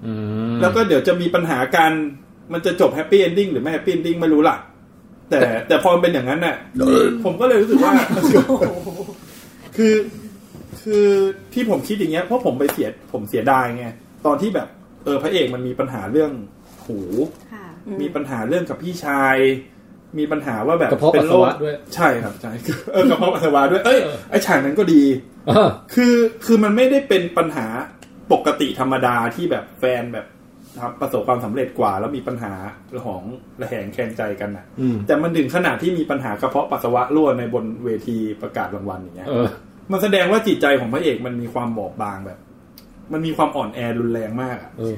อืม
แล้วก็เดี๋ยวจะมีปัญหากันมันจะจบแฮปปี้เอนดิ้งหรือไม่แฮปปี้เอนดิ้งไม่รู้ล่ะ แต่แต่พอมันเป็นอย่างนั้นน่ะ ผมก็เลยรู้สึก ว่า คือ คือที่ผมคิดอย่างเงี้ยเพราะผมไปเสียผมเสียดายไงตอนที่แบบ เออพระเอกมันมีปัญหาเรื่องหู
ค่ะ
มีปัญหาเรื่องกับพี่ชาย มีปัญหาว่าแบบ
กระเพาะปัสสาวะ
เป็นโรค
ด้วย
ใช่ครับใช่ เออกระเพาะปัสสาวะด้วย เอ้ย
เออ
ไอฉากนั้นก็ดี
เออ
คือคือมันไม่ได้เป็นปัญหาปกติธรรมดาที่แบบแฟนแบบทำประสบความสำเร็จกว่า แล้วมีปัญหาระหองระแหงแคลงใจกันน่ะ
อืม
แต่มันถึงขนาดที่มีปัญหากระเพาะปัสสาวะรั่วในบนเวทีประกาศรางวัลอย่างเงี้ย
เออ
มันแสดงว่าจิตใจของพระเอกมันมีความบอบบางแบบ มันมีความอ่อนแอรุนแรงมากอะ
เออ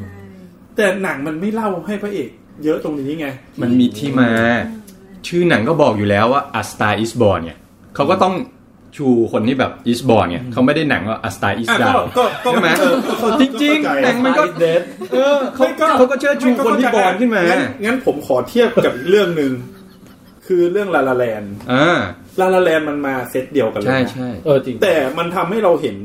แต่หนังมันไม่เล่าให้พระเอก เยอะตรงนี้ไง
มันมีที่มา ชื่อหนังก็บอกอยู่แล้วว่า A Star Is Born เนี่ยเขาก็ต้องชูคนที่แบบ Is Born เนี่ยเขาไม่ได้หนังว่า A Star Is
อ่ะ
Down
ก็ก็ก็
ใช่ไหม
เออก็เข้า
จริง
เข้าใจ
ๆหนังมันก็ เออเขา
ไม่
เขาก็เชิดชูคนที่บอลขึ้นมา
งั้งั้นผมขอเทียบกับอีกเรื่องหนึ่งคือเรื่องลาลาแลน
อ่า
ลาลาแลนมันมาเซตเดียวกันเลย
ใช่
นะ
ใช่
เออจริง
แต่มันทำให้เราเห็น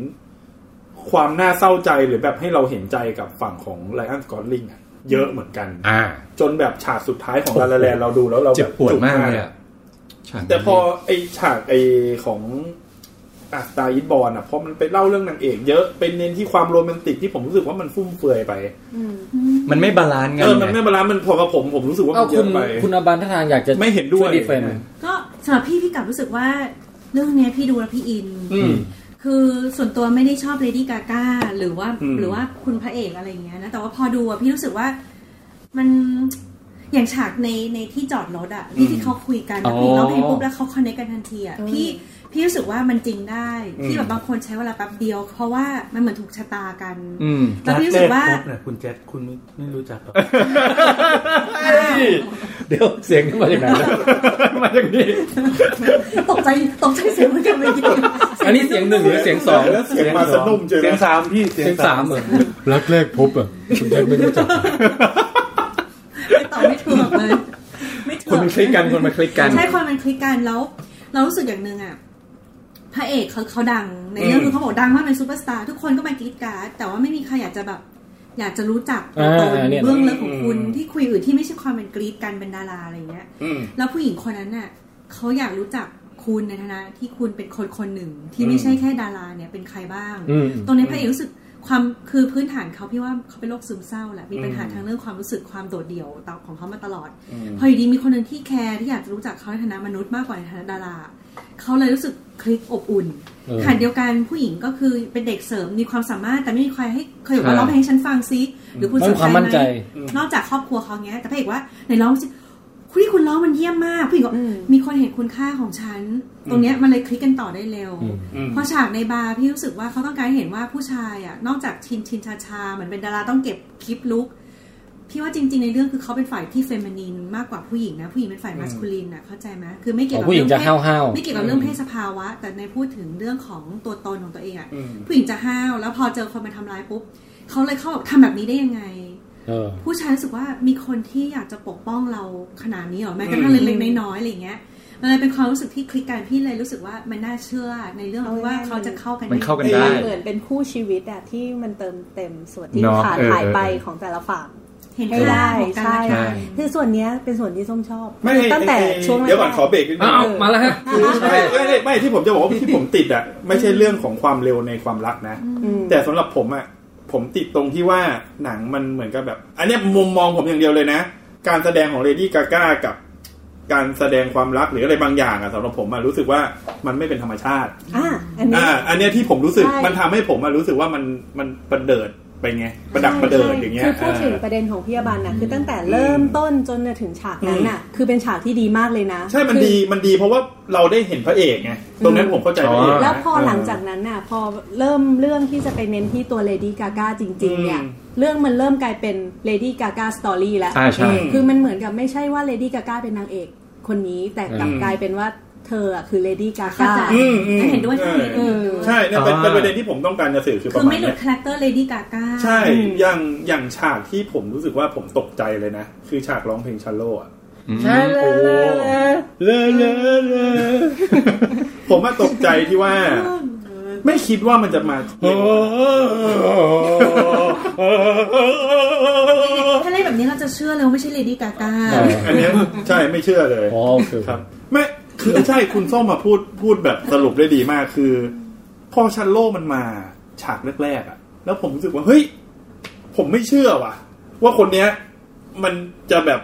ความน่าเศร้าใจหรือแบบให้เราเห็นใจกับฝั่งของไลออนสกอตลิงอะเยอะเหมือนกัน
อ่า
จนแบบฉากสุดท้ายของลาลาแลนเราดูแล้วเรา
เจ็
แบบ บ
ปวดมากเลย
จุ
อะฉากนี้
แต่พอไอฉากไอของอัสตาอิทบอลอ่ะเพราะมันไปเล่าเรื่องนางเอกเยอะเป็นเน้นที่ความโรแมนติกที่ผมรู้สึกว่ามันฟุ่มเฟือยไป
มันไม่บาลานซ์กั
เอน อมัน
ไง
ไม่บาลานซ์มันพอกับผมผมรู้สึกว่า
เอ้า
มัน
คุณ
เยอะไป
คุณอาบันท่าทางอยากจะ
ไม่เห็นด้วย
ช่วยดีเฟนต์
ก็สำหรับพี่พี่กลับรู้สึกว่าเรื่องเนี้ยพี่ดูแล้วพี่อิน
อืม
คือส่วนตัวไม่ได้ชอบเลดี้กาก้าหรือว่า
อืม
หรือว่าคุณพระเอกอะไรอย่างเงี้ยนะ แต่ว่าพอดูอะพี่รู้สึกว่ามันอย่างฉากในในที่จอดรถอะที่ที่เขาคุยกัน
อ๋
อะ
อ
พี่เราเพลงปุ๊บแล้วเขาคอนเนคกันทันทีอะ
อืม
พี่พี่รู้สึกว่ามันจริงได้
อืม
ที่แบบบางคนใช้เวลาแป๊บเดียว เพราะว่ามันเหมือนถูกชะตากัน
อืม
แล้วพี่รู้สึกว่า
รักแรกพบเนี่ยคุณแจ็คคุณไม่ไม่รู้จักหรอก
เดี๋ยวเสียงขึ้นมาจากไหนนะ
มาจากนี้
ตกใจตกใจเสียงเหมือนกันเมื่อกี้
อันนี้เสียงหนึ่งหรือเสียงสอง
แล้วเสียงมาสนุ่มเจอ
เสียงสามพี่
เสียงสามเหมือนรักแรกพบอ่ะคุณยังไม่รู้จัก
ไม่ตอบไม่ถูกเลยไม่ถูก
คนมันคลิกกัน คนมันคลิกกัน
ใช่คนมันคลิกกันแล้ว เรารู้สึกอย่างหนึ่งอะพระเอกเขาเขาดังในเรื่องคือเขาบอกดังมากเป็นซูเปอร์สตาร์ทุกคนก็มากรีดกราร์ดแต่ว่าไม่มีใครอยากจะแบบ อยากจะรู้จักตัวตนเบื้องลึกของคุณที่คุยอื่นที่ไม่ใช่ความเป็นกรีดกันเป็นดาราอะไรอย่างเงี้ย
อืม
แล้วผู้หญิงคนนั้นน่ะเขาอยากรู้จักคุณในฐานะที่คุณเป็นคนคนหนึ่งที่ไม่ใช่แค่ดาราเนี่ยเป็นใครบ้าง
อืม
ตรงนี้พระเอกรู้สึกความคือพื้นฐานเขาพี่ว่าเขาเป็นโรคซึมเศร้าแหละมีปัญหา
อืม
ทางเรื่องความรู้สึกความโดดเดี่ยวต่อของเขามาตลอด
อืม
พออยู่ดีมีคนหนึ่งที่แคร์ที่อยากจะรู้จักเขาในฐานะมนุษย์มากกว่าในฐานะดาราเขาเลยรู้สึกคลิกอบอุ่น
เออ
ขณะเดียวกันผู้หญิงก็คือเป็นเด็กเสริมมีความสามารถแต่ไม่มีใครให้เคยบอกว่า
ใช่
ร้องเพลงให้ฉันฟังซิหรือคุณ
มัน
ส
มี
นใจ
ความมั่นใจ
ไหม นอกจากครอบครัวเขาเงี้ย แต่พระเอกว่าไหนร้องสิคุณที่คุณร้องมันเยี่ยมมากผู้หญิงก็
อืม
มีคนเห็นคุณค่าของฉัน ตรงเนี้ยมันเลยคลิกกันต่อได้เร็ว
อืม
อืม
เพราะฉากในบาร์พี่รู้สึกว่าเขาต้องการให้เห็นว่าผู้ชายอ่ะ นอกจากชินชินชาชาเหมือนเป็นดาราต้องเก็บคลิปลุก พี่ว่าจริง ๆ ในเรื่องคือเขาเป็นฝ่ายที่เฟมินีนมากกว่าผู้หญิงนะ ผู้หญิงเป็นฝ่ายมัสคูลินอ่ะเข้าใจไหมคือไม่เกี่ยวกั
อ๋
บ
อผู้หญิงจะ
เรื่องเพศ
ห้าวๆ
ไม่เกี่ยวกับเรื่องเพศสภาวะ แต่ในพูดถึงเรื่องของตัวตนของตัวเองอ่ะ
อืม
ผู้หญิงจะห้าวแล้วพอเจอคนมาทำร้ายปุ๊บเขาเลยเข้าแบบทำแบบนี้ได้ยังไง
เออ
ผู้ชายรู้สึกว่ามีคนที่อยากจะปกป้องเราขนาดนี้เหรอแม้กระทั่งเล็กๆน้อยๆอะไรอย่างเงี้ยมันเลยเป็นความรู้สึกที่คลิกกันพี่เลยรู้สึกว่ามันน่าเชื่อในเรื่องที่ว่าเขาจะเข้ากัน
มันเข้ากันได้
มันเหมือนเป็นคู่ชีวิตอะที่มันเติมเต็มส่วนที่
เนาะ
ขาด
เออ
หายไป
เออ
ของแต่ละฝั่ง
เห็น
ให้
ค่า
ได้
ของกัน
ใช่
และกัน
คือส่วนเนี้ยเป็นส่วนที่ส้มชอบ
ไม่
คือตั้งแต่
ไอ้ไอ้
ช่วงแร
เดี๋ยวก่อน
ก
ขอเบรกนิดนึง
อ้าวมาแล้วฮะ
คือไม่ไม่ไม่ไม่ที่ผมจะบอกว่าที่ผมติดอ่ะไม่ใช่เรื่องของความเร็วในความรักนะ
อืม
แต่สำหรับผมอ่ะผมติดตรงที่ว่าหนังมันเหมือนกับแบบ อันเนี้ยมุมมองผมอย่างเดียวเลยนะ การแสดงของเลดี้กาก้ากับ การแสดงความรักหรืออะไรบางอย่างอ่ะสำหรับผมอะรู้สึกว่ามันไม่เป็นธรรมชาติ
อ่ะอันเนี้ย
อ่า อันเนี้ยที่ผมรู้สึก
ใช่
มันทำให้ผมอะรู้สึกว่ามันมันประเดิดไปไงประดับประเดิดอย่างเงี้ย
คือพูดถึง
อ่า
ประเด็นของพยาบาลนะคือตั้งแต่เริ่มต้นจนมาถึงฉากนั้นน่ะ คือเป็นฉากที่ดีมากเลยนะ
ใช่ มัน
คือ
ดี มันดีเพราะว่าเราได้เห็นพระเอกไง ตรงนั้นผมเข้าใจพระเอกนะ
แล้วพอหลังจากนั้นน่ะ พอเริ่มเรื่องที่จะไปเน้นที่ตัวเลดี้กากจริง ๆ เนี่ย เรื่องมันเริ่มกลายเป็นเลดี้กากสตอรี่แล้ว
อ่าใช่
คือมันเหมือนกับไม่ใช่ว่าเลดี้กากเป็นนางเอก คนนี้แต่กลับกลายเป็นว่าเธออะคือเลดี้กา
เข้าก
า
ใจ
อืมอืม
เห็นด้วยที่เห็นด้วย
ใช่เนี่ยเป็น
อ่า
เป็นประเด็นที่ผมต้องการจะสื่อคือป
คื
ระ
อ
มาณ
ไม่หลุ
เนี้
ด
ย
คาแรคเตอร์เลดี้กาก้า
ใช่
อืม
อย่าง อย่างฉากที่ผมรู้สึกว่าผมตกใจเลยนะ คือฉากร้องเพลงชัลโลอะ
ใช่เล
โอ้เลอเลอเลอ ผมมาตกใจที่ว่า ไม่คิดว่ามันจะมา
ถ้าเล่นแบบนี้เราจะเชื่อเลยว่าไม่ใช่เลดี้กาก้า
อันเนี้ยใช่ ไม่เชื่อเลย
อ๋อโอเค
ครับไม่คือใช่คุณส้มมาพูดพูดแบบสรุปได้ดีมากคือ พอชันโลมันมาฉากแรกๆอะแล้วผมรู้สึกว่า เฮ้ย ผมไม่เชื่อว่ะ ว่าคนเนี้ย มันจะแบบ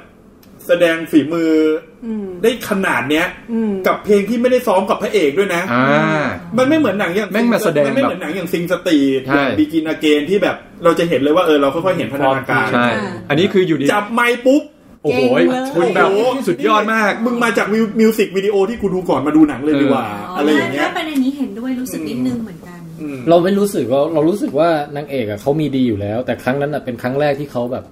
แสดงฝีมือ
อืม
ได้ขนาดเนี้ย
อืม
กับเพลงที่ไม่ได้ซ้อมกับพระเอกด้วยนะ
อ่า
มันไม่เหมือนหนังอย่าง
แม่งมาแสดง
นไม่เหมือนหนังอย่างซิงสตี
ใช่
บิกินอาเกนที่แบบ เราจะเห็นเลยว่าเออเราค่อยๆเห็นพัฒนาการ
ใช่ อันนี้คืออยู่ดี
จับไม้ปุ๊บ
โอ้โห
เก่งเลย
คุณแบบสุดยอดมาก
มึงมาจากมิวมิวสิกวิดีโอที่กูดูก่อนมาดูหนังเลยดีกว่า อะไรอย่างเงี้ย
แม่ประเด็นนี้เห็นด้วยรู้สึกนิดนึงเหมือนกัน
อืม
เราไม่รู้สึกว่าเรารู้สึกว่านางเอกอะเขามีดีอยู่แล้ว แต่ครั้งนั้นอะเป็นครั้งแรกที่เขาแบบ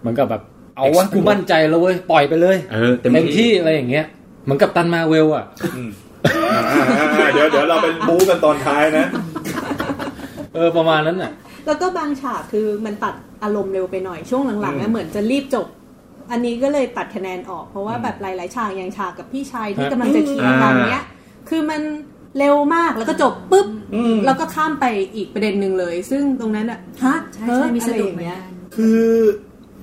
เหมือนกับแบบ เอาวะ
Explore
กูมั่นใจแล้วเว้ยปล่อยไปเลย
เออเต็มที่
ที่อะไรอย่างเงี้ยเหมือนกับตันมาเวลอะ
อ่าเดี๋ยวเดี๋ยวเราเป็นบู๊กันตอนท้ายนะ
เออประมาณนั้นอะ
แล้วก็บางฉากคือมันตัดอารมณ์เร็วไปหน่อยช่วงหลังๆ
อื
นะ
ม
เหมือนจะรีบจบ อันนี้ก็เลยตัดคะแนนออกเพราะว่าแบบหลายๆฉากอย่างฉากกับพี่ชายที่กำลังจะเคลียร์กันเนี้ย คือมันเร็วมากแล้วก็จบปุ๊บแล้วก็ข้ามไปอีกประเด็นหนึ่งเลย ซึ่งตรงนั้นอะฮะ
ใช่
เฮ้
ใช่
ย
มีสะดุด
อ
เห
ไร
มื
อ
อน
ย่างเงี้ย
กัน
คือ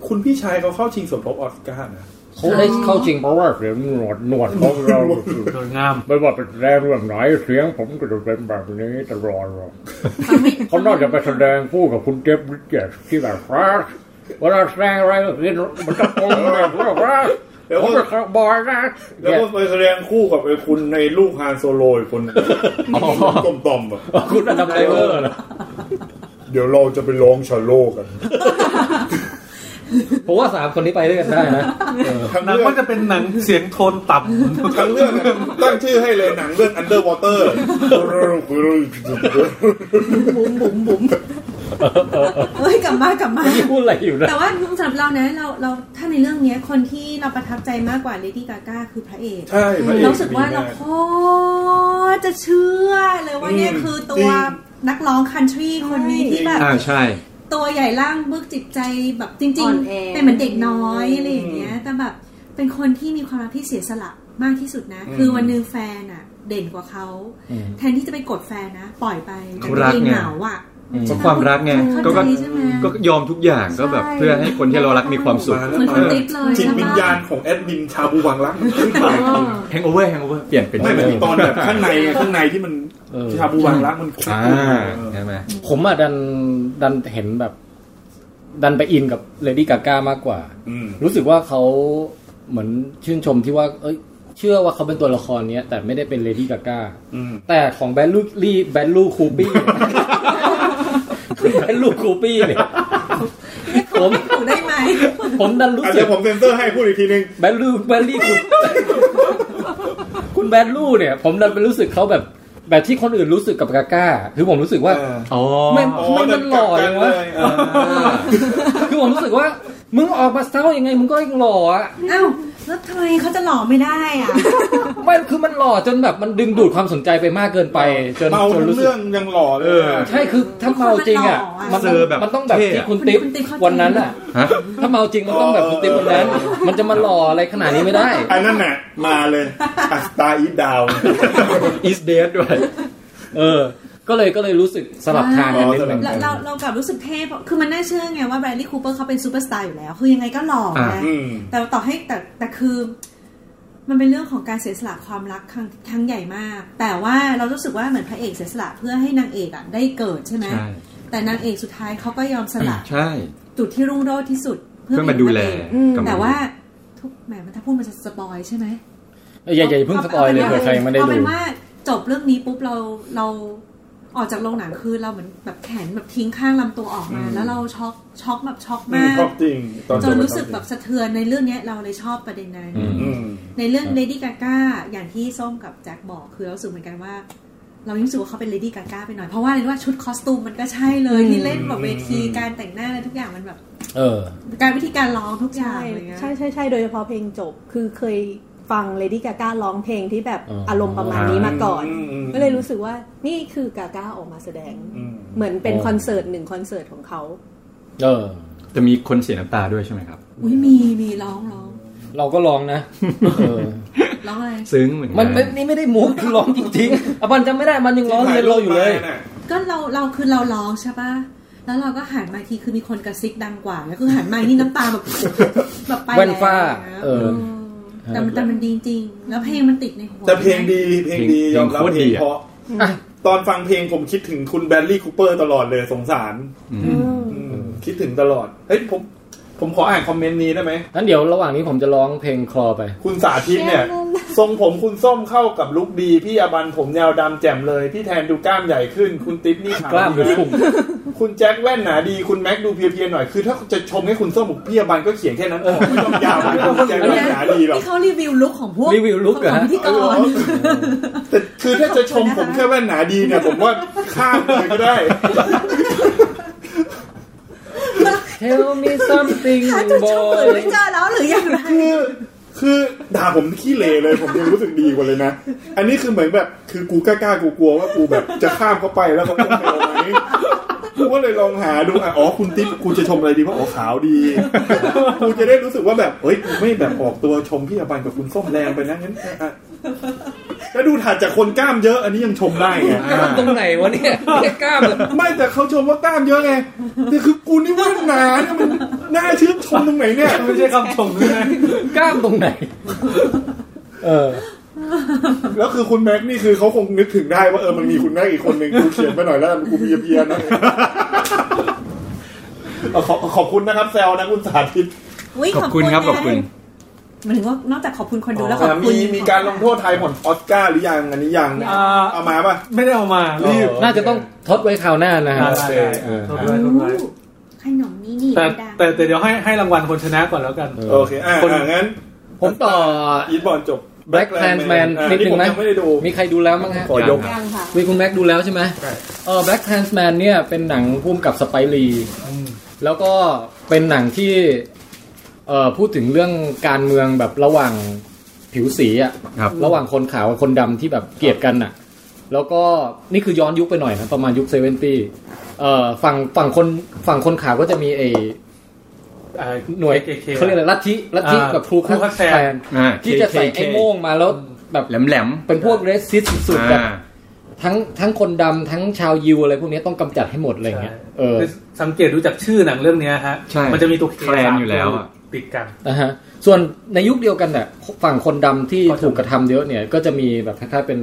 คุณพี่ชายเขาเข้าชิงสมทบออสการ์นะ
เขาได้เข้าจริงเพราะว่าเสียงหนวดหนวด ของเราคือ
โดยงาม
ไม่ว่าเป็นแสดงเรื่องไหนเสียงผมก็จะเป็นแบบนี้ตลอดหรอก
ฟังไม่
เขานอกจากไปแสดงคู่กับคุณเจฟริเจตที่แบบฟ้าเวลาแสดงอะไรก็คือมันจะ โกงแบบว่า
แล้ว
ผ
ก็
มเป็นคาวบอยนะ
แล้วก็ไปแสดงคู่กับไอ้คุณในลูกฮานโซโลอีกคนหนึ่งต้มต่อมๆอะ
คุณทำไร เวอร์
เดี๋ยวเราจะไปร้องชาโลกัน
ผมว่าสามคนนี้ไปด้วยกันได้นะ
ทั้ง
หนัง
เรื่อ
มั
ง
นจะเป็นหนังเสียงโทนต่ำ
ทั้งเรื่องตั้งชื่อให้เลยหนังเรื่อง Underwater
บุ๋มบุ๋มบุ๋มเฮ้ยกลับมากลับมา
พูดอะไรอยู่นะ
แต่ว่าสำหรับเรานะเราเราถ้าในเรื่องเนี้ยคนที่เราประทับใจมากกว่าเลดี้กาก้าคือพระเอก
ใช่พะอก
เรารู้สึกว่าเราโคตรจะเชื่อเลยว่าเนี่ยคือตัวนักร้องคันทรีคนนี้ที่แบบ
อ่าใช่
ตัวใหญ่ร่างบึกจิตใจแบบจริ
อ่
ง
อนแอ
ๆ เป็นเหมือนเด็กน้อยอะไรอย่างเงี้ย แต่แบบเป็นคนที่มีความรักที่เสียสละมากที่สุดนะ คือวันหนึงแฟนอ่ะ เด่นกว่าเขาแทนที่จะไปกดแฟนนะ ปล่อยไปแต่
เขารัก
ตัวเอง
ไง
เหงาอ่ะ
เพราะความรักไงก็
เข้าใจ
ก็
ใช่ไหม
ก็ยอมทุกอย่างก็แบบเพื่อให้คนที่เรารักมีความสุข
มา
เห
แล้ว
มือนค
มาน แล้ว
ติดเลย
จิต
ใช่
วิญ
ปะ
ญาณของแอดมินชาบูวังรักมันขึ้นมา
แฮงโอเวอร์แฮงโอเวอร์เปลี่ยนเป็น
ไม่เหมือนตอนแบบข้างในไงข้างในที่มันชาบูวังรักมันขึ้น
อ่า
มา
ใช่ไหม
ผมอะดันดันเห็นแบบ ดันไปอินกับเลดี้กาก้ามากกว่า
อืม
รู้สึกว่าเขาเหมือนชื่นชมที่ว่า เอ้ย เชื่อว่าเขาเป็นตัวละครเนี้ย แต่ไม่ได้เป็นเลดี้กาก้า
อืม
แต่ของแบลลูลี่แบลลูคู ปี้ แบลลูคูปี้เนี่ยผม
อยู่ได้ไหม
ผมดันรู้
อ่ะ
สึ
เดี๋ย
ก
วผมเซ็นเซอร์ให้พูดอีกทีนึง
แบลลูแบลลี่คูคุณแบลลูเนี่ย ผมดันไปรู้สึกเขาแบบ แบบที่คนอื่นรู้สึกกับกาก้า คือผมรู้สึกว่า
อ๋อ
ไม่ไม่มันหล่อเลยวะ คือผมรู้สึกว่า มึงออกมาเศร้ายังไง มึงก็ยังหล่ออะ
อ้าวแล้วทำไมเขาจะหล่อไม่ได้ อ่ะ
ไม่คือมันหล่อจนแบบมันดึงดูดความสนใจไปมากเกินไป จน
เมา
จน
ทั้ง
รู้สึก
เรื่องยังหล่อเลย
ใช่คือถ้าเมาจริงอ่ะ
มั
มัน น
หล่ออะ
เซอร์แบบ
มันต้องแบบ
เท่
ที่
อะ
คุณติ๊บ
คุณติ๊บเข้าใจ
วันนั้นอ่ะ
ฮะ
ถ้าเมาจริงมันต้องแบบคุณติ๊บวันนั้น มันจะมาหล่ออะไรขนาดนี้ไม่ได้
อันนั้นน่ะ มา เลยอัสตาอีดาว
อีสเดดด้วย
เออ ก็เลยก็เลยรู้สึกสลับทางกันนิดนึง
เราเราเรากลับรู้สึกเท่เพราะคือมันน่าเชื่อไงว่าแบรดลีย์คูเปอร์เขาเป็นซูเปอร์สตาร์อยู่แล้ว คือยังไงก็หล่อ
อ่า
นะ
อืม
แต่ต่อให้แต่แต่คือมันเป็นเรื่องของการเสียสละความรักครั้งครั้งใหญ่มาก แต่ว่าเรารู้สึกว่าเหมือนพระเอกเสียสละเพื่อให้นางเอกอ่ะได้เกิดใช่ไหม
ใช่
แต่นางเอกสุดท้ายเขาก็ยอมสละ
ใช่
จุดที่รุ่งโรจน์ที่สุด
เพื่อมาดูแล
อืม
กับ
แต่ว่าทุกแหมมันถ้าพูดมันจะสปอยใช่ไหม
อย่าอย่าอย่าเพิ่งสปอยเลยเผื่อใครยังไม่ได้
เอา
ดู
เป็นว่าจบเรื่องนี้ปุ๊บเราเราออกจากโรงหนังคือเราเหมือนแบบแขนแบบทิ้งข้างลำตัวออกมา
อืม
แล้วเราช็อกช็อกแบบช็อก
อืม
มาก
ชอบจริง ตอน
จ
บ
นรู้สึก
ชอ
แบบสะเทือนในเรื่องเนี้ยเราเลยชอบประเด็นนั้น
อืม
อืม
ในเรื่อง Lady Gaga อย่างที่ส้มกับแจ็คบอกคือเรารู้สึกเหมือนกันว่า เรายังรู้สึกว่าเขาเป็น Lady Gaga ไปหน่อย เพราะว่าอะไรรู้ว่าชุดคอสตูมมันก็ใช่เลยที่เล่นแบบเวที
อืม
การแต่งหน้าอะไรทุกอย่างมันแบบ
เออ
การวิธีการร้องทุกอย่า
ใช่
งอะไรเงี้ย
ใช่ใช่ใช่โดยเฉพาะเพลงจบ คือเคยฟังเลดี้กาก้าร้องเพลงที่แบบ
อ๋ออ
อารมณ์ประมาณนี้มาก่อน
อืมอืม
ก็เลยรู้สึกว่านี่คือกาก้าออกมาแสดง
อืม
เหมือนเป็นคอนเสิร์ตหนึ่งคอนเสิร์ตของเขา
เออ
จะมีคนเสียน้ำตาด้วยใช่ไหมครับ
อุ้ยมีมีร้องร้อง
เราก็ร้องนะเออ
ร้องอะไร
ซึ้งเหมือนกั
มันไม่นี่ไม่ได้มุกคือ ร้องจริงๆอ่ะมันจะไม่ได้มันยังร้องเรียนเราอยู่เลย
ถ่ารูปมาน่ะ
ก็เราเราคือเราร้องใช่ป่ะ แล้วเราก็หันมาทีคือมีคนกระซิกดังกว่า แล้วคือหันมานี่น้ำตาแบบ แบบไป
แว่นฟ้า
ล้วนะ
เออ
แต่มันแต่มันดีจริง แล้วเพลงมันติดในหัว
แต่เพลงดีเพลงดียอมรับเพลงเพราะ
อ่ะ
ตอนฟังเพลงผมคิดถึงคุณแบลลี่คูเปอร์ตลอดเลยสงสาร
อืม
อืมคิดถึงตลอด เฮ้ยผมผมขออ่านคอมเมนต์นี้ได้ไหม
งั้นเดี๋ยวระหว่างนี้ผมจะร้องเพลงคลอไป
คุณสาธิตเนี่ย ทรงผมคุณส้มเข้ากับลุคดี พี่อบันผมยาวดำแจ่มเลย พี่แทนดูกล้ามใหญ่ขึ้น คุณติ๊บนี่ขาว
กล้ามหรือ
ดีนะ
พุง
คุณแจ็คแว่นหนาดีคุณแม็กดูเพลียๆหน่อยคือถ้าจะชมให้คุณส้มบอกพี่อบันก็เขียนแค่นั้นพอไม่ต้องยาวไม่ต้องแจ็คแว่นหนาดีหรอก
นี่เขารีวิวลุคของพวก
รีวิวลุกเหรอ
ของ
ฮะ
พิธีกร
แต่คือถ้าจะชมผมแค่แว่นหนาดีเนี่ย ผมว่าข้ามเลยก็ได้
Tell me something
หาจุดชม
boy
อื่นไม่เจอแล้วหรือยังไง
คือคือด่าผมขี้เลเลยผมยังรู้สึกดีกว่าเลยนะ อันนี้คือเหมือนแบบคือกูกล้าๆกูกลัวว่ากูแบบจะข้ามเข้าไปแล้วเขาจะเจอไหมกูก็เลยลองหาดูอ่ะอ๋อคุณติ๊บกูจะชมอะไรดีเพราะอ๋อขาวดีกูจะได้รู้สึกว่าแบบเอ้ยกูไม่แบบออกตัวชมพี่อบันกับคุณส้มแรงไปนะงั้นอ่ะแล้วดูถัดจากคนกล้ามเยอะ อันนี้ยังชมได้ไง
กล้ามตรงไหนวะ เนี่ยเนี่ยกล้ามเหรอ
ไม่แต่เขาชมว่ากล้ามเยอะไงแต่คือกูนี่ว่าหนาเนี่ยมันน่าชื่นชมตรงไหนเนี่ย
ไม่ใช่คำชมใช่ไหม
กล้ามตรงไหน เออ
แล้วคือคุณแม็กนี่คือเขาคงนึกถึงได้ว่าเออมันมีคุณแม็กอีกคนหนึ่งกูเขียนไปหน่อยแล้วกันกูเพียเพียๆนะเอาขอบขอบคุณนะครับแซวนะคุณสาธิต
อุ๊ย
ขอบคุณครับขอบคุณ
หมายถึงว่านอกจากขอบคุณคนดูแล้วขอบ
แต่
คุณ
มีมีการลงโทษไทยผลออสการ์หรือยังอันนี้ยังนะ
อ่า
เอามาป่ะ
ไม่ได้เอามารีบ
น่าจะต้องทดไว้คราวหน้านะฮะ
โอเค
เออ
โทษด้วยโทษด้วย
ขนมนี่นี่
แต่
ดัง
แต่แต่เดี๋ยวให้ให้รางวัลคนชนะก่อนแล้วกัน
โอเคอ่า
คน
อ่างั้น
ผมต่อ
อีทบอลจบ
Black Pants Man
อ่า
นิดนึงไหม
ผยังไม่ได้ดู
มีใครดูแล้วมั้งฮะ
ขอยก
ยังค่ะ
วีคุณแม็กดูแล้วใช่ไหม
ใช่
เออ Black Clansman เนี่ยเป็นหนังพุ่มกับสไปรีแล้วก็เป็นหนังที่เอ่อพูดถึงเรื่องการเมืองแบบระหว่างผิวสีอะ
ครับ
ระหว่างคนขาวกับคนดำที่แบบเกลียดกันอะแล้วก็นี่คือย้อนยุคไปหน่อยนะประมาณยุคเซเวนตี้เอ่อฝั่งฝั่งคนฝั่งคนขาวก็จะมีไอ
อ่า
หน่วย
KKK
เขาเรียกอะไรลัทธิลัทธิ
อ่า
แบบครู
Ku Klux
แคลน
Klan
อ่า
ที่จะใส่
KKK
ไอ้โม่งมาแล้วแบบ
แหลมแหลม
เป็นพวกเรสซิส
ๆ
สุดๆแบบ
อ่า
ทั้งทั้งคนดำทั้งชาวยิวอะไรพวกนี้ต้องกำจัดให้หมดอะไรเงี้ย เออ
คือสังเกตดูจากชื่อหนังเรื่องเนี้ยฮะ
ใช่
มันจะมีตัว
แคลนอยู่แล้วอะ
ติดกัน
นะฮะ ส่วนในยุคเดียวกันเนี่ยฝั่งคนดำที่
ก็จะ
ถูกกระทำเยอะเนี่ย ก็จะมีแบบคล้ายๆเป็น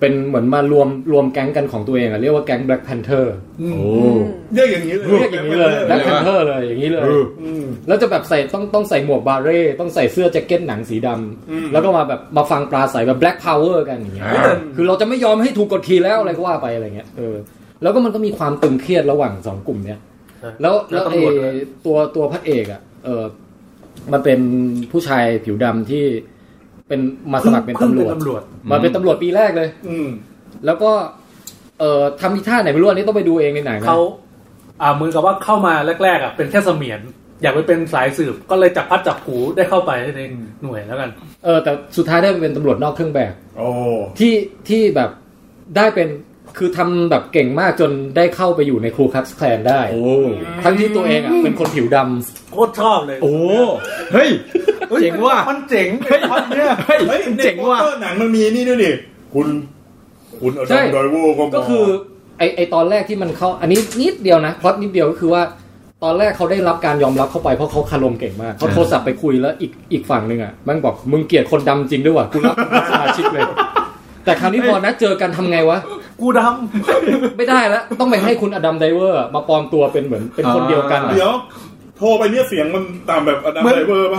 เป็นเหมือนมารวมรวมแก๊งกันของตัวเองอะเรียกว่าแก๊ง Black Panther
โอ้
เรียกอย่างนี้เลย
เรียกอย่างนี้เลย
แล้
Black
ว
Panther เลยอย่างนี้เลย
อืม
อืม
แล้วจะแบบใส่ต้องต้องใส่หมวกบาเร่ต้องใส่เสื้อแจ็คเก็ตหนังสีดำ
อืม
แล้วก็มาแบบมาฟังปราศัยแบบ Black Power กันอย่างเงี้ย
อ่า
คือเราจะไม่ยอมให้ถูกกดขี่แล้วอะไรก็ว่าไปอะไรเงี้ยเออแล้วก็มันก็มีความตึงเครียดระหว่างสองกลุ่มเนี้ย
ใช่
แล้วแล้ว
แล้ว
เอ
ตำรวจด้วย
ตัวตัวพระเอกอ่ะเออมันเป็นผู้ชายผิวดำที่เป็นมาสมัครเป็นตำรวจ
ตำรวจ
มาเป็นตำรวจปีแรกเลย
อืม
แล้วก็เออทำอีท่าไหนไม่รู้อันนี้ต้องไปดูเองในหนังนะ
เขาอ่าเหมือนกับว่าเข้ามาแรกๆอ่ะเป็นแค่เสมียน อยากไปเป็นสายสืบก็เลยจับพัดจับผูได้เข้าไปในหน่วยแล้วกัน
เออแต่สุดท้ายได้ไปเป็นตำรวจนอกเครื่องแบบ
โอ้
ที่ที่แบบได้เป็นคือทำแบบเก่งมากจนได้เข้าไปอยู่ในครูคัสแคลนได้
โอ้
ทั้งที่ตัวเองอ่ะเป็นคนผิวดำ
โคตรชอบเลย
โอ้เฮ้ยเจ๋งว่ะ
มันเจ๋งไอ้พัดเนี่ย
เฮ้ย
เฮ้ยใน
เจ๋งว่ะ
โปสตอร์หนังมันมีนี่ด้วยดิคุณ คุณเอา
ใช่
ดำดอยโวก็มา
ก็คือไอไอตอนแรกที่มันเข้าอันนี้นิดเดียวนะพล็อตนิดเดียวก็คือว่าตอนแรกเขาได้รับการยอมรับเข้าไปเพราะเขาคารมเก่งมากเขา
อ่า
โทรศัพท์ไปคุยแล้วอีกอีกฝั่งหนึ่งอ่ะมันบอกมึงเกลียดคนดำจริงด้วยวะกูรับมึงเป็นสมาชิกเลย แต่คราวนี้พอนะเจอกันทำไงวะ
กูด
ไม่ได้แล้วต้องไปให้คุณอดัมไดเวอร์มาปลอมตัวเป็นเหมือนเป็นคนเดียวกันอะ
เดี๋ยว โทรไปเนี่ยเสียงมันตามแบบอดัม
ำเหมือน
ไดเวอร์ป่ะ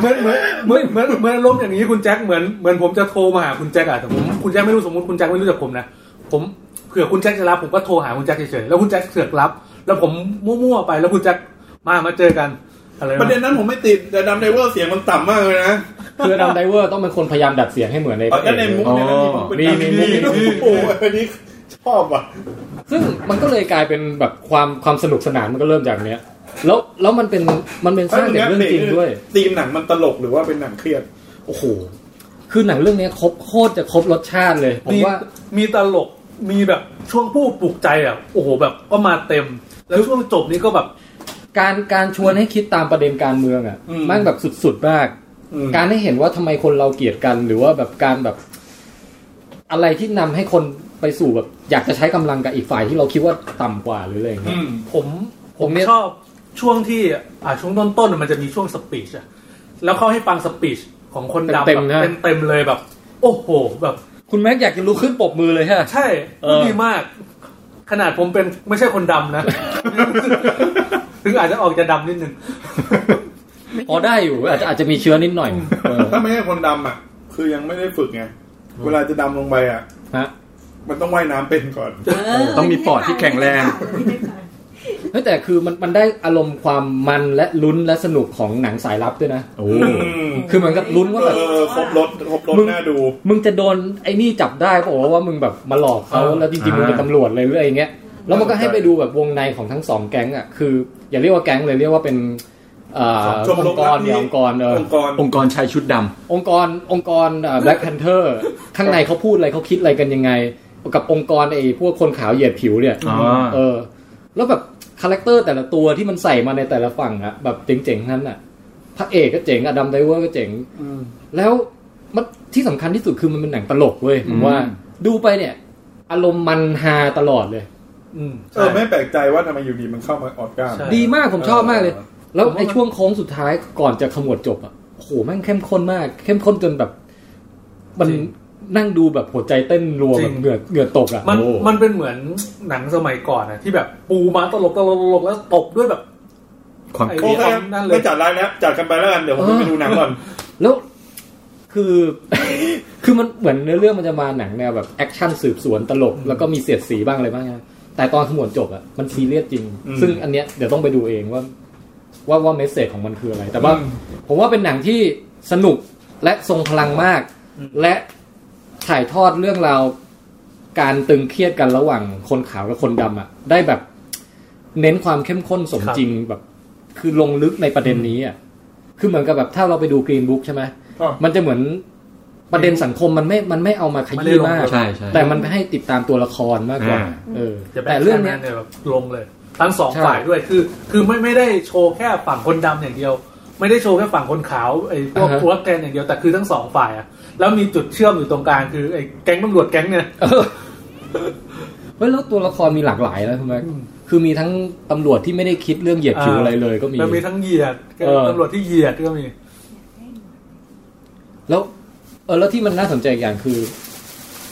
เหมือนเหมือนเหมือนเหมือนเหมือนล้มณ์อย่างนี้คุณแจ็คเหมือนเหมือนผมจะโทรมาหาคุณแจ็คอะแต่ผมคุณแจ็คไม่รู้สมมติคุณแจ็คไม่รู้จักผมนะผมเผื่อคุณแจ็คจะรับผมก็โทรหาคุณแจ็คเฉยๆแล้วคุณแจ็คเสือกรับ แล้วผมมั่วๆไปแล้วคุณแจ็คมามาเจอกันอะไร
ประเด็น
วะ
นั้นผมไม่ติดแต่อดัมไดเวอร์เสียงมันต่ำมากเลยนะ
คืออดัมไดเวอร์ต้องเป็นคนพยายามดัดเสียงให้เหมือนในพ
เอา
ระเอ
แล้ว
ก
ใน
เลย
มุกเนี่ยนะ
อ๋อ
ผมเป็น
มี
ตาม
มี
ดี
มุก
โอ้โหอันนี้ชอบว่ะ
ซึ่งมันก็เลยกลายเป็นแบบความความสนุกสนานมันก็เริ่มจากเนี้ย แล้วแล้วมันเป็นมันเป็นสร้างจากเรื่องจริงด้วย
ธีมหนังมันตลกหรือว่าเป็นหนังเครียด
โอ้โห คือหนังเรื่องเนี้ยครบโคตรจะครบรสชาติเลย ผม
มี
ว่า
มีตลกมีแบบช่วงผู้ปลุกใจอะโอ้โหแบบก็มาเต็ม แล้วช่วงจบนี้ก็แบบ
การการชวนให้คิดตามประเด็นการเมืองอ่ะ
อืม
มันแบบสุดๆมาก
อืม
การให้เห็นว่าทำไมคนเราเกลียดกัน หรือว่าแบบการแบบ อะไรที่นำให้คนไปสู่แบบ อยากจะใช้กำลังกับอีกฝ่ายที่เราคิดว่าต่ำกว่าหรืออะไรอย่างเงี้
อื
ย
ม
ผมผ
ผม
ม
เนี่ย
ชอบช่วงที่อ่าช่วงต้นๆมันจะมีช่วงสปีชอะแล้วเขาให้ฟังสปีชของคนดำ
เต็
แบบ
มๆนะ
เต็มๆเลยแบบ โอ้โหแบบ
คุณแม็กซ์อยากจะลุกขึ้นปรบมือเลยฮะ
ใช่
เออ
ดีมาก ขนาดผมเป็นไม่ใช่คนดำนะ ถึงอาจจะออกจะดำนิดนึง
พอได้อยู่อาจจะอาจจะมีเชื้อนิดหน่อยเออ
ถ้าไม่ใช่คนดำอ่ะ คือยังไม่ได้ฝึกไง เวลาจะดำลงไปอ่ะ
ฮะ
มันต้องว่ายน้ำเป็นก่อน
ต้องมีปอดที่แข็งแรง
เฮ้ยแต่คือมันมันได้อารมณ์ความมันและลุ้นและสนุกของหนังสายลับด้วยนะ
โอ้
คือเหมือนกับลุ้นว่าแบบ
เออครบรถครบรถ
มึง
น่าดู
มึงจะโดนไอ้นี่จับได้ป่าวว่ามึงแบบมาหลอกเขา
เออ
แล้วจริงๆมึงเป็นตำรวจเลยหรืออะไรอย่างเงี้ยแล้วมันก็ให้ไปดูแบบวงในของทั้งสองแก๊งอ่ะคือ อย่าเรียกว่าแก๊งเลยเรียกว่าเป็นเอ่อ
ชม
อง
รม
ค์กรเนี่ยองค์กรเออ
องค์กร
องค์กรชายชุดดำ
องค์กรองค์กร แบล็กแพนเทอร์ข้างในเขาพูดอะไรเขาคิดอะไรกันยังไง กับองค์กรไอ้พวกคนขาวเหยียดผิวเนี่ย
อ๋อ
เออ แล้วแบบคาแรคเตอร์แต่ละตัวที่มันใส่มาในแต่ละฝั่งอ่ะแบบเจ๋งๆทั้งนั้นอ่ะพระเอกก็เจ๋งอะดัมไดเวอร์ก็เจ๋ง
อืม
แล้วมันที่สำคัญที่สุดคือมันเป็นหนังตลกเว้ยผ
อื
ม
ม
ว่าดูไปเนี่ย อารมณ์มันฮาตลอดเลย
อืม
เออไม่แปลกใจว่าทำไมอยู่ดีมันเข้ามาออดกล้าม
ใช่
ดีมากผมชอบมากเลย
เออ
แล้ว
ผมว่า
ไอ้ช่วงโค้งสุดท้ายก่อนจะขมวดจบอ่ะโอ้โหแม่งเข้มข้นมาก เข้มข้นจนแบบ มันนั่งดูแบบหัวใจเต้นรัวแบบเหงื่อเหงื่อตกอ่ะ
มัน
โอ้
มันเป็นเหมือนหนังสมัยก่อนนะที่แบบปูมาตลกตลกตลกแล้วตบด้วยแบบ
ความ
ไอ้
โอเค
ความนั่นเลย
ไม่จัดร้านแล้วจัดกันไปแล้วกันเดี๋ยวผมไปดูหนังก่อน
แล้วคือ คือมันเหมือนเนื้อเรื่องมันจะมาหนังแนวแบบแอคชั่นสืบสวนตลก แล้วก็มีเสียดสีบ้างอะไรบ้างนะแต่ตอนขมวดจบอ่ะมันซีเรียสจริง ซึ่งอันเนี้ยเดี๋ยวต้องไปดูเองว่า ว่าว่าเมสเซจของมันคืออะไร แต่ว่าผมว่าเป็นหนังที่สนุกและทรงพลังมาก และถ่ายทอดเรื่องราวการตึงเครียดกันระหว่างคนขาวกับคนดำอ่ะ ได้แบบเน้นความเข้มข้นสมจริงแบบ คือลงลึกในประเด็นนี้อ่ะคือเหมือนกับแบบถ้าเราไปดูกรีนบุ๊กใช่ไหมมันจะเหมือนประเด็นสังคมมันไม่มันไม่เอามาขยี้มาก
ใช่ใช่
แต่มันให้ติดตามตัวละครมากกว่า
อ่า
เออ
จะ
แต่เรื่องเนี้ย
เนี่ยแบบลงเลยทั้งสอง
ใช่
ฝ่ายด้วยคือ คือไม่ไม่ได้โชว์แค่ฝั่งคนดำอย่างเดียว ไม่ได้โชว์แค่ฝั่งคนขาวไอ้พวกพวกแกนอย่างเดียวแต่คือทั้งสองฝ่ายอะแล้วมีจุดเชื่อมอยู่ตรงกลางคือไอ้แก๊งตำรวจแก๊งเนี่ย
เออเฮ้ยแล้วตัวละครมีหลากหลายนะคุณแม็ก
อืม
คือมีทั้งตำรวจที่ไม่ได้คิดเรื่องเหยียดผิวอะไรเลยก็มี
แล้วมีทั้งเหยียด
เออ
ตำรวจที่เหยียดก็มี
แล้วเออแล้วที่มันน่าสนใจอีกอย่างคือ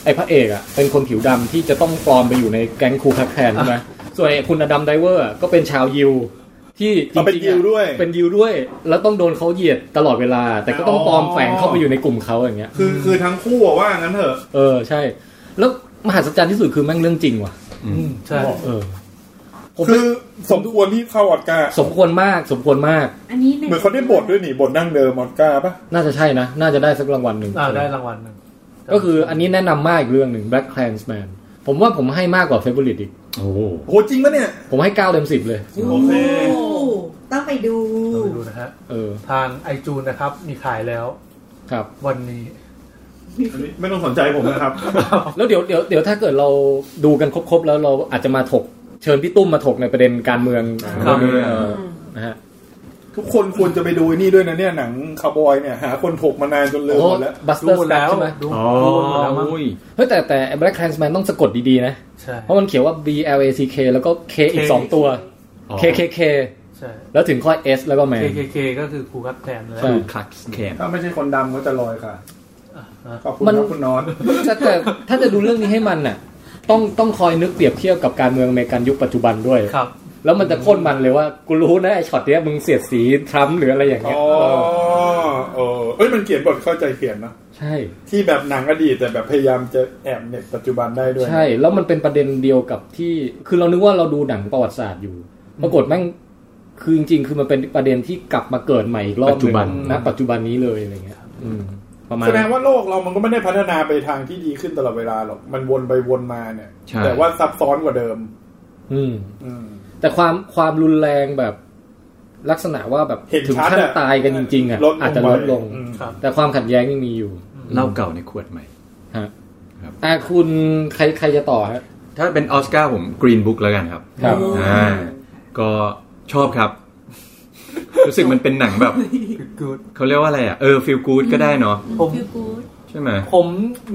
ไอ้พระเอกอ่ะเป็นคนผิวดำที่จะต้องปลอมไปอยู่ในแก๊งคูคาแคนใช่ไหมส่วนไอ้คุณอดัมไดเวอร์อะก็เป็นชาวยิว ที่จ
เอาเป็น
ริงๆ
ดิ
อะ
วด้วย
เป็นยิวด้วย แล้วต้องโดนเขาเหยียดตลอดเวลา แต่ก็ต้องปลอมแฝงเข้าไปอยู่ในกลุ่มเขาอย่างเงี้ย
คือคือทั้งคู่อะว่างั้นเถอะ
เออใช่ แล้วมหัศจรรย์ที่สุดคือแม่งเรื่องจริงว่ะ
อืมใช่
เออ ผม
คือสมควรที่เข้าออดกล้า
สมควรมากสมควรมาก
อันนี้
เหมือนเขาได้บทด้วยนี่บทนั่งเดิมออดกล้าปะ
น่าจะใช่นะ น่าจะได้สักรางวัลหนึ่ง
อ่าได้รางวัลหนึ่ง
ก็คืออันนี้แนะนำมากอีกเรื่องหนึ่ง Black Clansman ผมว่าผมให้มากกว่า Favorite อีก
โอ้โห
โหจริงปะเนี่ย
ผมให้9เต็ม10 เลย
โอเค
ต้องไปดู
เราไปดูนะฮะ
เออ
ทางไอจูนนะครับ มีขายแล้ว
ครับ
วันนี้
อันนี้ไม่ต้องสนใจผมนะครับ
แล้วเดี๋ยวเดี๋ยวเดี๋ยวถ้าเกิดเราดูกันครบ ๆ แล้วเราอาจจะมาถก เชิญพี่ตุ้มมาถกในประเด็นการเมือง
ครับ
เรื่องนี้เออนะฮะ
ทุกคนควรจะไปดูไอ้นี่ด้วยนะเนี่ยหนังคาวบอยเนี่ยหาคนถกมานานจนลืม
โอ้
หมดแล้ว
บัสเต
ดู
อร์สแต
แล้ว
ใช่ไหม
ดู
อ๋อ
ดูหมดแล้วมั้ง
อุ้ย
เฮ้ยแต่แต่ Black Clansman ต้องสะกดดีๆนะ
ใช่
เพราะมันเขียนว่า B L A C K แล้วก็ K อีกสองตัว
อ๋อ
K K K
ใช่
แล้วถึงค่อย S แล้วก็แมน
เคก็คือครูกักแทนเลย
ใช่
คือคลักแคน
ถ้าไม่ใช่คนดำก็จะลอยค่ะ
อ่ะ
ขอบคุณ
มัน
ครับคุณนอน
แต่แต่ถ้าจะดูเรื่องนี้ให้มันน่ะ ต้องต้องคอยนึกเปรียบเทียบกับการเมืองอเมริกันยุคปัจจุบันด้วย
ครับ
แล้วมันจะโค่นมันเลยว่า กูรู้นะ ไอ้ช็อตเนี้ยมึงเสียดสีทรัมป์หรืออะไรอย่างเงี้ย
อ๋อเออเอ้ยมันเขียนบทเข้าใจเขียนนะ
ใช่
ที่แบบหนังอดีตแต่แบบพยายามจะแอบเน็ตปัจจุบันได้ด้วยนะ
ใช่ แล้วมันเป็นประเด็นเดียวกับที่ คือเรานึกว่าเราดูหนังประวัติศาสตร์อยู่ ปรากฏแม่งคือจริงๆ คือมันเป็นประเด็นที่กลับมาเกิดใหม่อีกรอบห
ปัจจุ
นึ่ง
บัน
นะปัจจุบันนี้เลยอะไรเงี้ยอืมประมาณ
แสดงว่าโลกเรามันก็ไม่ได้พัฒนาไปทางที่ดีขึ้นตลอดเวลาหรอก มันวนไปวนมาเนี่ย
ใช่
แต่ว่าซับซ้อนกว่าเดิม
อืม
อืม
แต่ความความรุนแรงแบบลักษณะว่าแบบ
เห็น
ถึง
ชัด
ขั้น
อะ
ตายกันจริงๆอ่ะ
ลดลง
อาจจะลดลง
ไปอืม
ครับ
แต่ความขัดแย้งยังมีอยู่
เหล้าเก่าในขวดใหม่
ฮะ
ครับ
อ่ะคุณใครใครจะต่อฮะ
ถ้าเป็นออสการ์ผมกรีนบุ๊กแล้วกันครับ
ครับ
อ่าก็ชอบครับ รู้สึกมันเป็นหนังแบบ
กูด
เขาเรียกว่าอะไรอ่ะ เออฟิลกูดก็ได้เนาะ
ผม
ใช่ไหม
ผม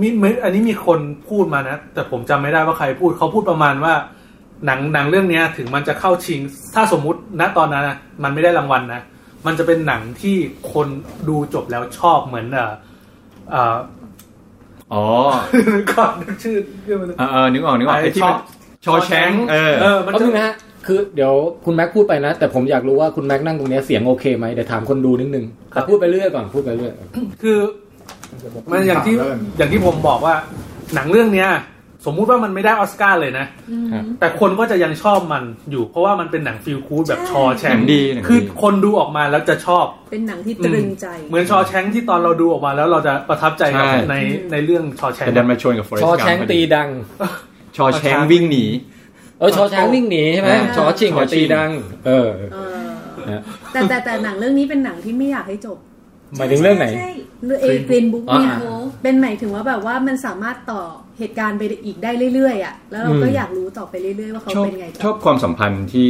มีมีอันนี้มีคนพูดมานะ แต่ผมจำไม่ได้ว่าใครพูดเขาพูดประมาณว่า หนังหนังเรื่องเนี้ย ถึงมันจะเข้าชิง ถ้าสมมุติณตอนนั้นนะมันไม่ได้รางวัลนะ มันจะเป็นหนังที่คนดูจบแล้วชอบเหมือนเอ่อเอ่อ
อ๋อ
ก่อนนึกชื่อเรื่องมัน
เออเออนึกออกนึกออกไอ้ที่มันชอแชงก์เออ
เออ มัน
เอา
จะ
ดูนะฮะ คือเดี๋ยวคุณแม็กพูดไปนะ แต่ผมอยากรู้ว่าคุณแม็กนั่งตรงเนี้ยเสียงโอเคไหมเดี๋ยวถามคนดูนิดนึงแต่พูดไปเรื่อยก่อนพูดไปเรื่อย
คือ
เดี๋ยวผม
มันอย่างที่
ถแล้วกัน
อย่างที่ผมบอกว่า หนังเรื่องเนี้ย สมมุติว่ามันไม่ได้ออสการ์เลยนะ แต่คนก็จะยังชอบมันอยู่ เพราะว่ามันเป็นหนังฟิลคูดแบบชอแช
หนั
ง
งดีหนังดี
คือคนดูออกมาแล้วจะชอบ
เป็นหนังที่ตรึงใจ
เหมือนชอแชงที่ตอนเราดูออกมาแล้วเราจะประทับใจกับ
ใช่
ในในเรื่องชอแชง
แต่ดันมาชนกับ Forrest
ชอ
Gump
แชงตีดัง
ชอแชงวิ่งหนี
เออชอแชงวิ่งหนีใช่ไหม
อ่า
ชอชิงกับ
ชอชิง
ตีดัง เออ
เอ
ฮะ
อแต่แต่แต่หนังเรื่องนี้เป็นหนังที่ไม่อยากให้จบ
หมายถึงเรื่องไหน
ใช่
เรื่องเอกรีนบุ๊กเนี่ย
อ่า
เป็นหมายถึงว่าแบบว่ามันสามารถต่อเหตุการณ์ไปอีกได้เรื่อยๆอ่ะแล้วเราก็อยากรู้ต่อไปเรื่อยๆว่าเขา
ชอบ
เป็นไง
ชอบความสัมพันธ์ที่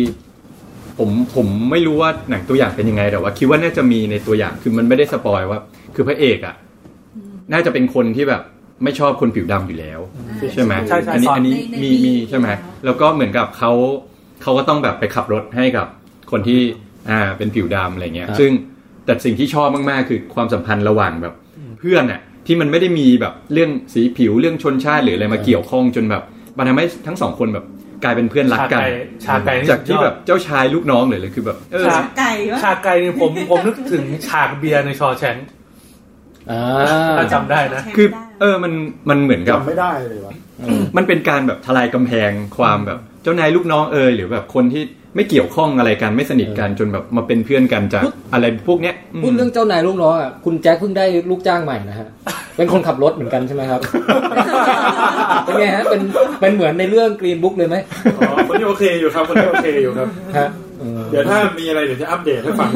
ผมผมไม่รู้ว่าหนังตัวอย่างเป็นยังไงแต่ว่า คิดว่าน่าจะมีในตัวอย่างคือมันไม่ได้สปอยว่า คือพระเอกอ่ะน่าจะเป็นคนที่แบบ ไม่ชอบคนผิวดำอยู่แล้ว ใช่ไหม
ใช่ใช่
อันี้
สอน
อันนี้มีมีใช่ไหมแล้วก็เหมือนกับเขาเขาก็ต้องแบบไปขับรถให้กับคนที่อ่าเป็นผิวดำอะไรเงี้ย
ครับ
ซึ่งแต่สิ่งที่ชอบมากๆ คือความสัมพันธ์ระหว่างแบบเพื่อนน่ะที่มันไม่ได้มีแบบเรื่องสีผิวเรื่องชนชาติหรืออะไรมาเกี่ยวข้องจนแบบมันทำให้ทั้งสองคนแบบกลายเป็นเพื่อนรักกัน
ชาไก่ชาไก่นี่
จากที่
สุดยอด
แบบเจ้าชายลูกน้องเลยเลยคือแบบเออ
ใช่
ไก่วะ
ฉากไกลนี่ผมผมนึกถึงฉากเบียร์ในชอแชง
อ่า
อ่าจำได้นะ
แชง
คือ
ได้
เออมันมันเหมือนกับ
จำไม่ได้เลยวะ
มันเป็นการแบบทลายกำแพงความแบบเจ้านายลูกน้องเอยหรือแบบคนที่ไม่เกี่ยวข้องอะไรกันไม่สนิทกันจนแบบมาเป็นเพื่อนกันจากอะไรพวกเนี้ยม
พูดเรื่องเจ้านายลูกน้องอ่ะคุณแจ็คเพิ่งได้ลูกจ้างใหม่นะฮะ เป็นคนขับรถเหมือนกันใช่ไหมครับ เป็นไงฮะเป็นเป็นเหมือนในเรื่องกรีนบุ๊กเลยไหม
อ๋อคนนี้โอเคอยู่ครับคนนี้โอเคอยู่ครับ
ฮะเออ
เดี๋ยวถ้ามีอะไรเดี๋ยวจะอัปเดตให้ ฟัง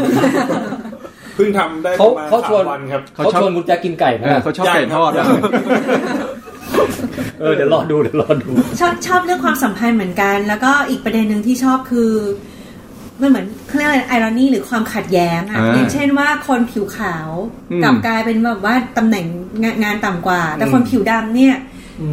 เพิ่งทำได้ป
เขา
ระมาณ
เขาชว
สา
น
มวันครับ
เขาชวนคุณแจ็คกินไก่ไหม
เออ
ล่ะ
เขาชอบไก่ทอด
ยัง
เออเดี๋ยวรอดูเดี๋ยวรอดู
ชอบชอบเรื่องความสัมพันธ์เหมือนกัน แล้วก็อีกประเด็นหนึ่งที่ชอบคือมันเหมือนเขาเรียกอะไรไอรอนีหรือความขัดแย้งอะ
อ่า
อย่างเช่นว่าคนผิวขาว
อืม
กลับกลายเป็นแบบว่าตำแหน่งงางานต่ำกว่า แต่คนผิวดำเนี่ย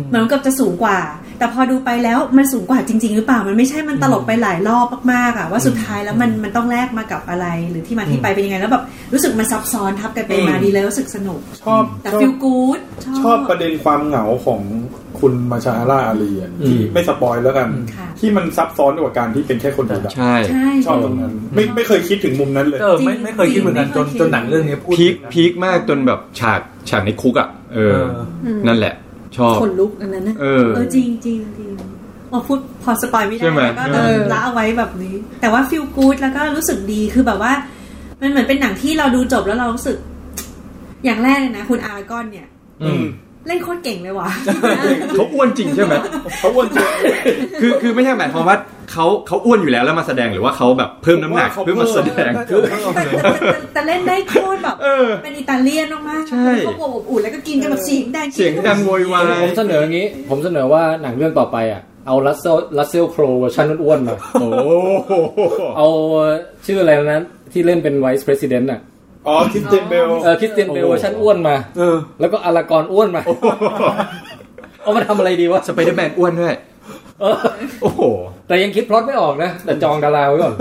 เหมือนกับจะสูงกว่า แต่พอดูไปแล้วมันสูงกว่าจริง ๆ หรือเปล่ามันไม่ใช่มันตลกไปหลายรอบมากๆอะว่าสุดท้ายแล้วมันมันต้องแลกมากับอะไร หรือที่มาที่ไปเป็นยังไงแล้วแบบรู้สึกมันซับซ้อนทับกันไปมาดีเลยรู้สึกสนุก
ชอบ
แต่
ชอบ
ฟิลกู๊ด
ชอบประเด็นความเหงาของคุณมาชาฮาร่าอาลีอะที่
อืม
ไม่สปอยแล้วกัน
ค่ะ
ที่มันซับซ้อนกว่าการที่เป็นแค่คนผิวด
ใช่
ใช่
ำชอบตรงนั้น ไม่ไม่เคยคิดถึงมุมนั้นเลย
เออไม่ไม่เคยคิดเหมือนกันจนจนหนังเรื่องนี้พูด
พีค
ถึงนะ
พีคมากจนแบบฉากฉากในคุกอ่ะเออ
เออ
นั่นแหละ ชอบ
คนลุกอันนั้นนะ
เออ
เออจริงจริงจริงโอ้พูดพอสปอยไม่ได้
ใช่ไหม
แล้วก็เออละเอาไว้แบบนี้ แต่ว่าฟิลกู๊ดแล้วก็รู้สึกดีคือแบบว่า มันเหมือนเป็นหนังที่เราดูจบแล้วเรารู้สึก อย่างแรกเลยนะ คุณอาร์กอนเนี่ย
อืม
เล่นโคตรเก่งเลยว่ะ
เขาอ้วนจริงใช่ไหม
เขาอ้วนจริง
คือคือไม่ใช่หมายความว่าเขาเขาอ้วนอยู่แล้วแล้วมาแสดงหรือว่าเขาแบบเพิ่มน้ำหนัก
ผมว่าเขา
เพื่อมาแสดง
เพิ่ม
แต่แต่แต่แต่เล่นได้โคตรแบบ
เออ
เป็นอิตาเลียนมากๆ
ใช่
เขาอบอบอุ่นแล้วก็กินกันแบบเสียงแดง
เสียงดังโวยวา
ผ
ย
มเสนออย่างนี้ ผมเสนอว่าหนังเรื่องต่อไปอ่ะ เอาลัสเซลลัสเซลโครเวอร์ชันอ้วนๆมา
โอ้โห
เอาชื่ออะไรนะที่เล่นเป็นไวส์ประธาน่ะ
อ๋อคิดเจมเบล
เออคริสเตียนเบลเวอร์ชันอ้วนมา
เออ
แล้วก็อลากรอ้วนมา เอามาทำอะไรดีวะ
สไปเดอร์แมนอ้วนด้วย
เออ
โอ้โห
แต่ยังคิดพล็อตไม่ออกนะ แต่จองดาราไว้ก่อน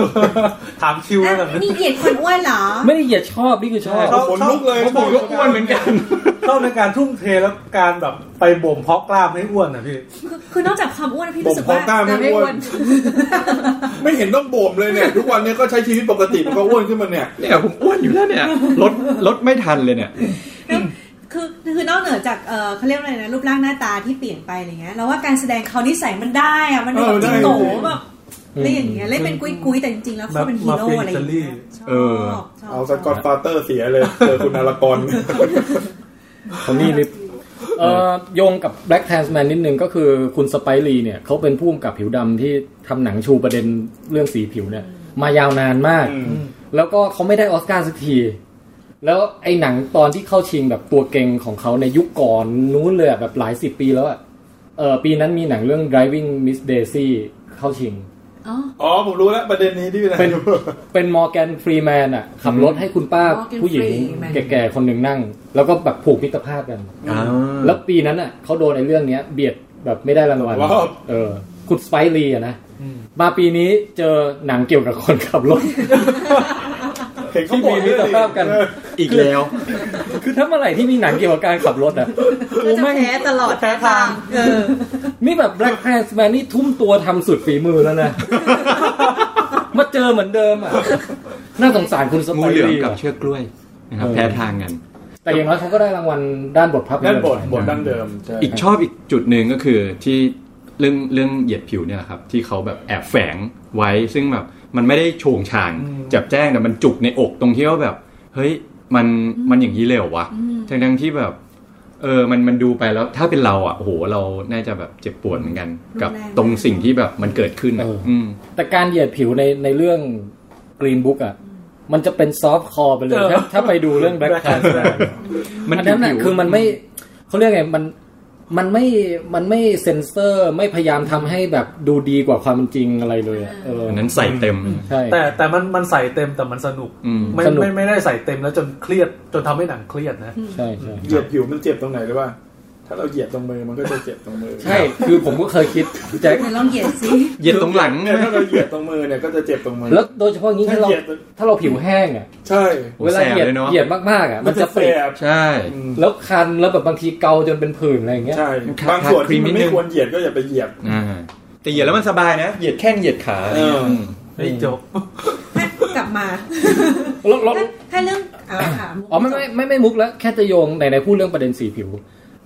ถามคิวแล้วกัน
นี่เกลียดคนอ้วนเหรอ
ไม่ได้เหยียดชอบ นี่คือชอบ
เขาขนลุกเลย
ผมบอกก็อ้วนเหมือนกัน
ชอบในการทุ่มเทแล้วการแบบไปบ่มเพาะกล้ามให้อ้วนนะพี่
คือคือนอกจากความอ้วนนะพี่
บ่
รู้
ม
สึก
พอ
ว่า
กล้าม
แต่
ไม่
ไม่
อ้
คว วร
นไม่เห็นต้องบ่มเลยเนี่ย ทุกวันเนี้ก็ใช้ชีวิตปกติมันก็อ้วนขึ้นมาเนี่ย
เนี่ยผมอ้วนอยู่แล้วเนี่ยลดลดไม่ทันเลยเนี่ย
คือคือนอกเหนือจากเออเขาเรียกว่าอะไรนะรูปร่างหน้าตาที่เปลี่ยนไปอะไรเงี้ยเราว่าการแสดงเขานิสัยมันได้อะมันดู
เออ
แบบ
ได้
จิงโตแบบ
อืม
อะไรอย่างเงี้ยเล่นเป็นกุ้ยกุ้ยๆแต่จริงๆแล้วเขาเป็นฮีโร่อะไรอย่างเงี้ยชอบ
เออ
ชบ
เอาสกอตฟาเตอร์เสียเลยเจอคุณอารากร
คนนี้ลิฟเอ่อโยงกับ Black Trans Man นิดนึงก็คือคุณสไปรีเนี่ยเขาเป็นผู้กำกับผิวดำที่ทำหนังชูประเด็นเรื่องสีผิวเนี่ย มายาวนานมาก
อืม
แล้วก็เขาไม่ได้ออสการ์สักที แล้วไอ้หนังตอนที่เข้าชิงแบบตัวเก่งของเขาในยุคก่อนนู้นเลยอะแบบหลายสิบปีแล้วอะเออปีนั้นมีหนังเรื่อง Driving Miss Daisy เข้าชิง
อ๋อผมรู้แล้วประเด็นนี้ที่เป็น
เป็น เป็นมอร์แกนฟรีแมนอะขับรถให้คุณป้า
Morgan
ผู้หญิง
Freeman
แก่ๆคนหนึ่งนั่ง แล้วก็แบบผูกมิตรภาพกัน แล้วปีนั้นอ่ะเขาโดนในเรื่องเนี้ย เบียดแบบไม่ได้รางวัล
ว้าว
เออคุณสไปรีอะนะมาปีนี้เจอหนังเกี่ยวกับคนขับรถ
เห็นเขา
ที่
บ่
มี
น
มิ
เรื่อ
ตรง ภาพกัน
เออ
อีกแล้ว
คือถ้าเมื่อไหร่ที่มีหนังเกี่ยวกับการขับรถอ่ะ
ก็
โอ้
จะ
แม่ง
แพ้ตลอด
แพ้ทาง
เออ
นี่แบบ Black Pants Man นี่ทุ่มตัวทำสุดฝีมือ แล้วนะ มาเจอเหมือนเดิมอ่ะ น่าสงสารคุณส
งู
ไป
เหลือม
รี
กับ
ว่ะ
เชือกกล้วยนะครับ
เออ
แพ้ทางกัน
แต่อย่างน้อยเขาก็ได้รางวัลด้านบทภาพยนต
ด้าน
ร์
บทบทดั้งเดิมใช่
อีกชอบอีกจุดหนึ่งก็คือที่เรื่องเรื่องเหยียดผิวเนี่ยแหละครับ ที่เขาแบบแอบแฝงไว้ซึ่งแบบมันไม่ได้โฉงฉางจับแจ้งแต่มันจุกในอกตรงที่ว่าแบบ เฮ้ยมันมันอย่างนี้เลยเหร็ววะทั้งทั้งๆที่แบบ เออมันมันดูไปแล้วถ้าเป็นเราอ่ะโอ้โหเราน่าจะแบบเจ็บปวดเหมือนกัน กับ
รุนแรง
ตรงสิ่งที่แบบมันเกิดขึ้นอะม
แต่การเหยียดผิวในในเรื่อง Green Book อ่ะ มันจะเป็นซอฟต์คอร์ไปเลยถ้าถ้าไปดูเรื่อง Black c a t
มัน
อันนั้นน่ะ
ผิว
คือมันไม่เขาเรียกไงมันมันไม่มันไม่เซ็นเซอร์ไม่พยายามทำให้แบบดูดีกว่าความเป็นจริงอะไรเลยอะเออ
อันนั้นใส่เต็ม
ใช่
แต่แต่มันมันใส่เต็มแต่มันสนุก
อืม
ไม่
สนุก
ไม่ไม่ได้ใส่เต็มแล้วจนเครียดจนทำให้หนังเครียดนะ
ใช่ใช่
เหยียดผิวมันเจ็บตรงไหนหรือว่า ถ้าเราเหยียดตรงมือมันก็จะเจ็บตรงมือ
ใช่คือผมก็เคยคิดแจ็ค
ไหนลองเหยียดซิ
เหย็นตรงหลัง
เนี่ยถ้าเราเหยียดตรงมือเนี่ยก็จะเจ็บตรงมือ
แล้วโดยเฉพาะอย่างนี้ถ้าเรา
เหยียด
ถ้าเราผิวแห้งอ่ะ
ใช่
โอ้
เวลาเหยียด
แสบเลยเนอะ
เหยียดมากๆอ่ะมันจะ
แส
เปิด
บ
ใช่
อืม
แล้วคันแล้วแบบบางทีเกาจนเป็นผื่นอะไรอย่างเงี้ย
ใช่
ครับ
บางส่วนที่มัน
ครีมนิดนึ
ไม่
ง
ควรเหยียดก็อย่าไปเหยียบ
อ่าแต่เหยียดแล้วมันสบายนะ เหยียดแข้งเหยียดขาอะไรอย่างเงี้ย
เอออื
ม
ไอ้จบ
ให้กลับมา
แล้วแล้ว
ให้ให้เรื่องเอาละค่ะ
อ๋อไม่ไม่ไม่ไม่มุกแล้ว แค่จะโยงไหนๆพูดเรื่องประเด็นสีผิว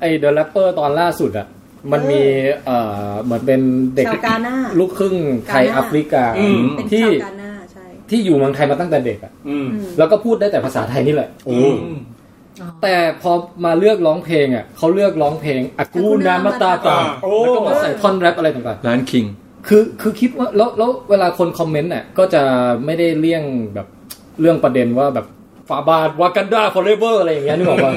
ไอ้เดอะแรปเปอร์ตอนล่าสุดอ่ะ มันมีเอ่อเหมือนเป็นเด็ก
ชาวกาน่า
ลูกครึ่งไทยแอฟริกา
อืม
เป็น
ที่
ชาวกาน่าใช่
ที่อยู่เมืองไทยมาตั้งแต่เด็กอ่ะ
อืม
แล้วก็พูดได้แต่ภาษาไทยนี่แหละ
โอ้
แต่พอมาเลือกร้องเพลงอ่ะเขาเลือกร้องเพลงอากูนามาตาตา
โอ้
แล้วก็มาใส่ท่อนแรปอะไรต่าง
ร้านคิง
ๆคือคือคิดว่าแล้วแล้วเวลาคนคอมเมนต์อ่ะก็จะไม่ได้เลี่ยงแบบเรื่องประเด็นว่าแบบฝาบาทวากันดาฟอเรเวอร์อะไรอย่างเงี้ยนึกออกปะ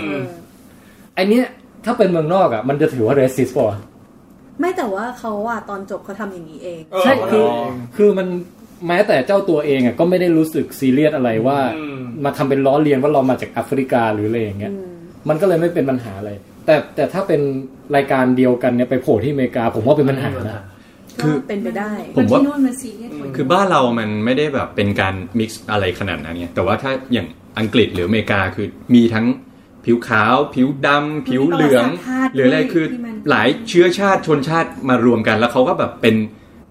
ไอันเนี้ยถ้าเป็นเมืองนอกอ่ะมันจะถือว่าเรสซิสป่ะวะ
ไม่แต่ว่าเขาอะตอนจบเขาทำอย่างนี้เอง
เออ
ใช่คือ
เ
คือมันแม้แต่เจ้าตัวเองอ่ะก็ไม่ได้รู้สึกซีเรียสอะไรว่า
อืม
มาทำเป็นล้อเลียนว่าเรามาจากแอฟริกาหรืออะไรอย่างเงี้ยมันก็เลยไม่เป็นปัญหาอะไร แต่แต่ถ้าเป็นรายการเดียวกันเนี่ยไปโผล่ที่อเมริกา ผมว่าเป็นปัญหานะ
ก็
คือ
เป็นไปได้
ผมว่า
ที่นู่นมันซีเรียสกว่า
คือบ้านเรามันไม่ได้แบบเป็นการมิกซ์อะไรขนาดนั้นไงแต่ว่าถ้าอย่างอังกฤษหรืออเมริกาคือมีทั้งผิวขาว ผิวดำผิวเหลือง หรืออะไรคือหลายเชื้อชาติชนชาติมารวมกัน แล้วเขาก็แบบเป็น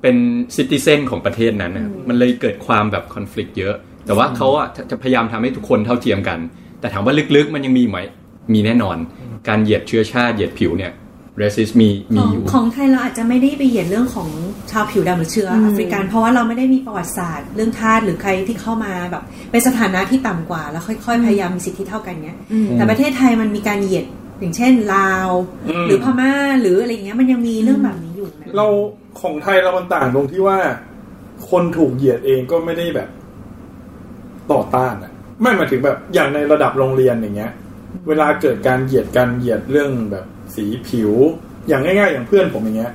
เป็นซิติเซนของประเทศนั้นนะมันเลยเกิดความแบบคอน FLICT เยอะ แต่ว่าเขาอะจะพยายามทำให้ทุกคนเท่าเทียมกัน แต่ถามว่าลึกๆมันยังมีไหมมีแน่นอน การเหยียดเชื้อชาติเหยียดผิวเนี่ยเรสซิสมี
ข
มี
อง
อยู่
ของไทยเราอาจจะไม่ได้ไปเหยียดเรื่องของชาวผิวดำหรือเชื้อแอฟริกันเพราะว่าเราไม่ได้มีประวัติศาสตร์ เรื่องทาสหรือใครที่เข้ามาแบบเป็นสถานะที่ต่ำกว่า แล้วค่อยๆพยายามมีสิทธิเท่ากันเนี้ย แต่ประเทศไทยมันมีการเหยียดอย่างเช่นลาว
อืม
หรือพม่าหรืออะไรอย่างเงี้ยมันยังมีเรื่องแบบนี้อยู่นะ
เราของไทยเรามันต่างตรงที่ว่า คนถูกเหยียดเองก็ไม่ได้แบบ ต่อต้านอะไม่หมายถึงแบบอย่างในระดับโรงเรียนอย่างเงี้ย เวลาเกิดการเหยียดการเหยียดเรื่องแบบสีผิว อย่างง่ายๆ อย่างเพื่อนผมอย่างเงี้ย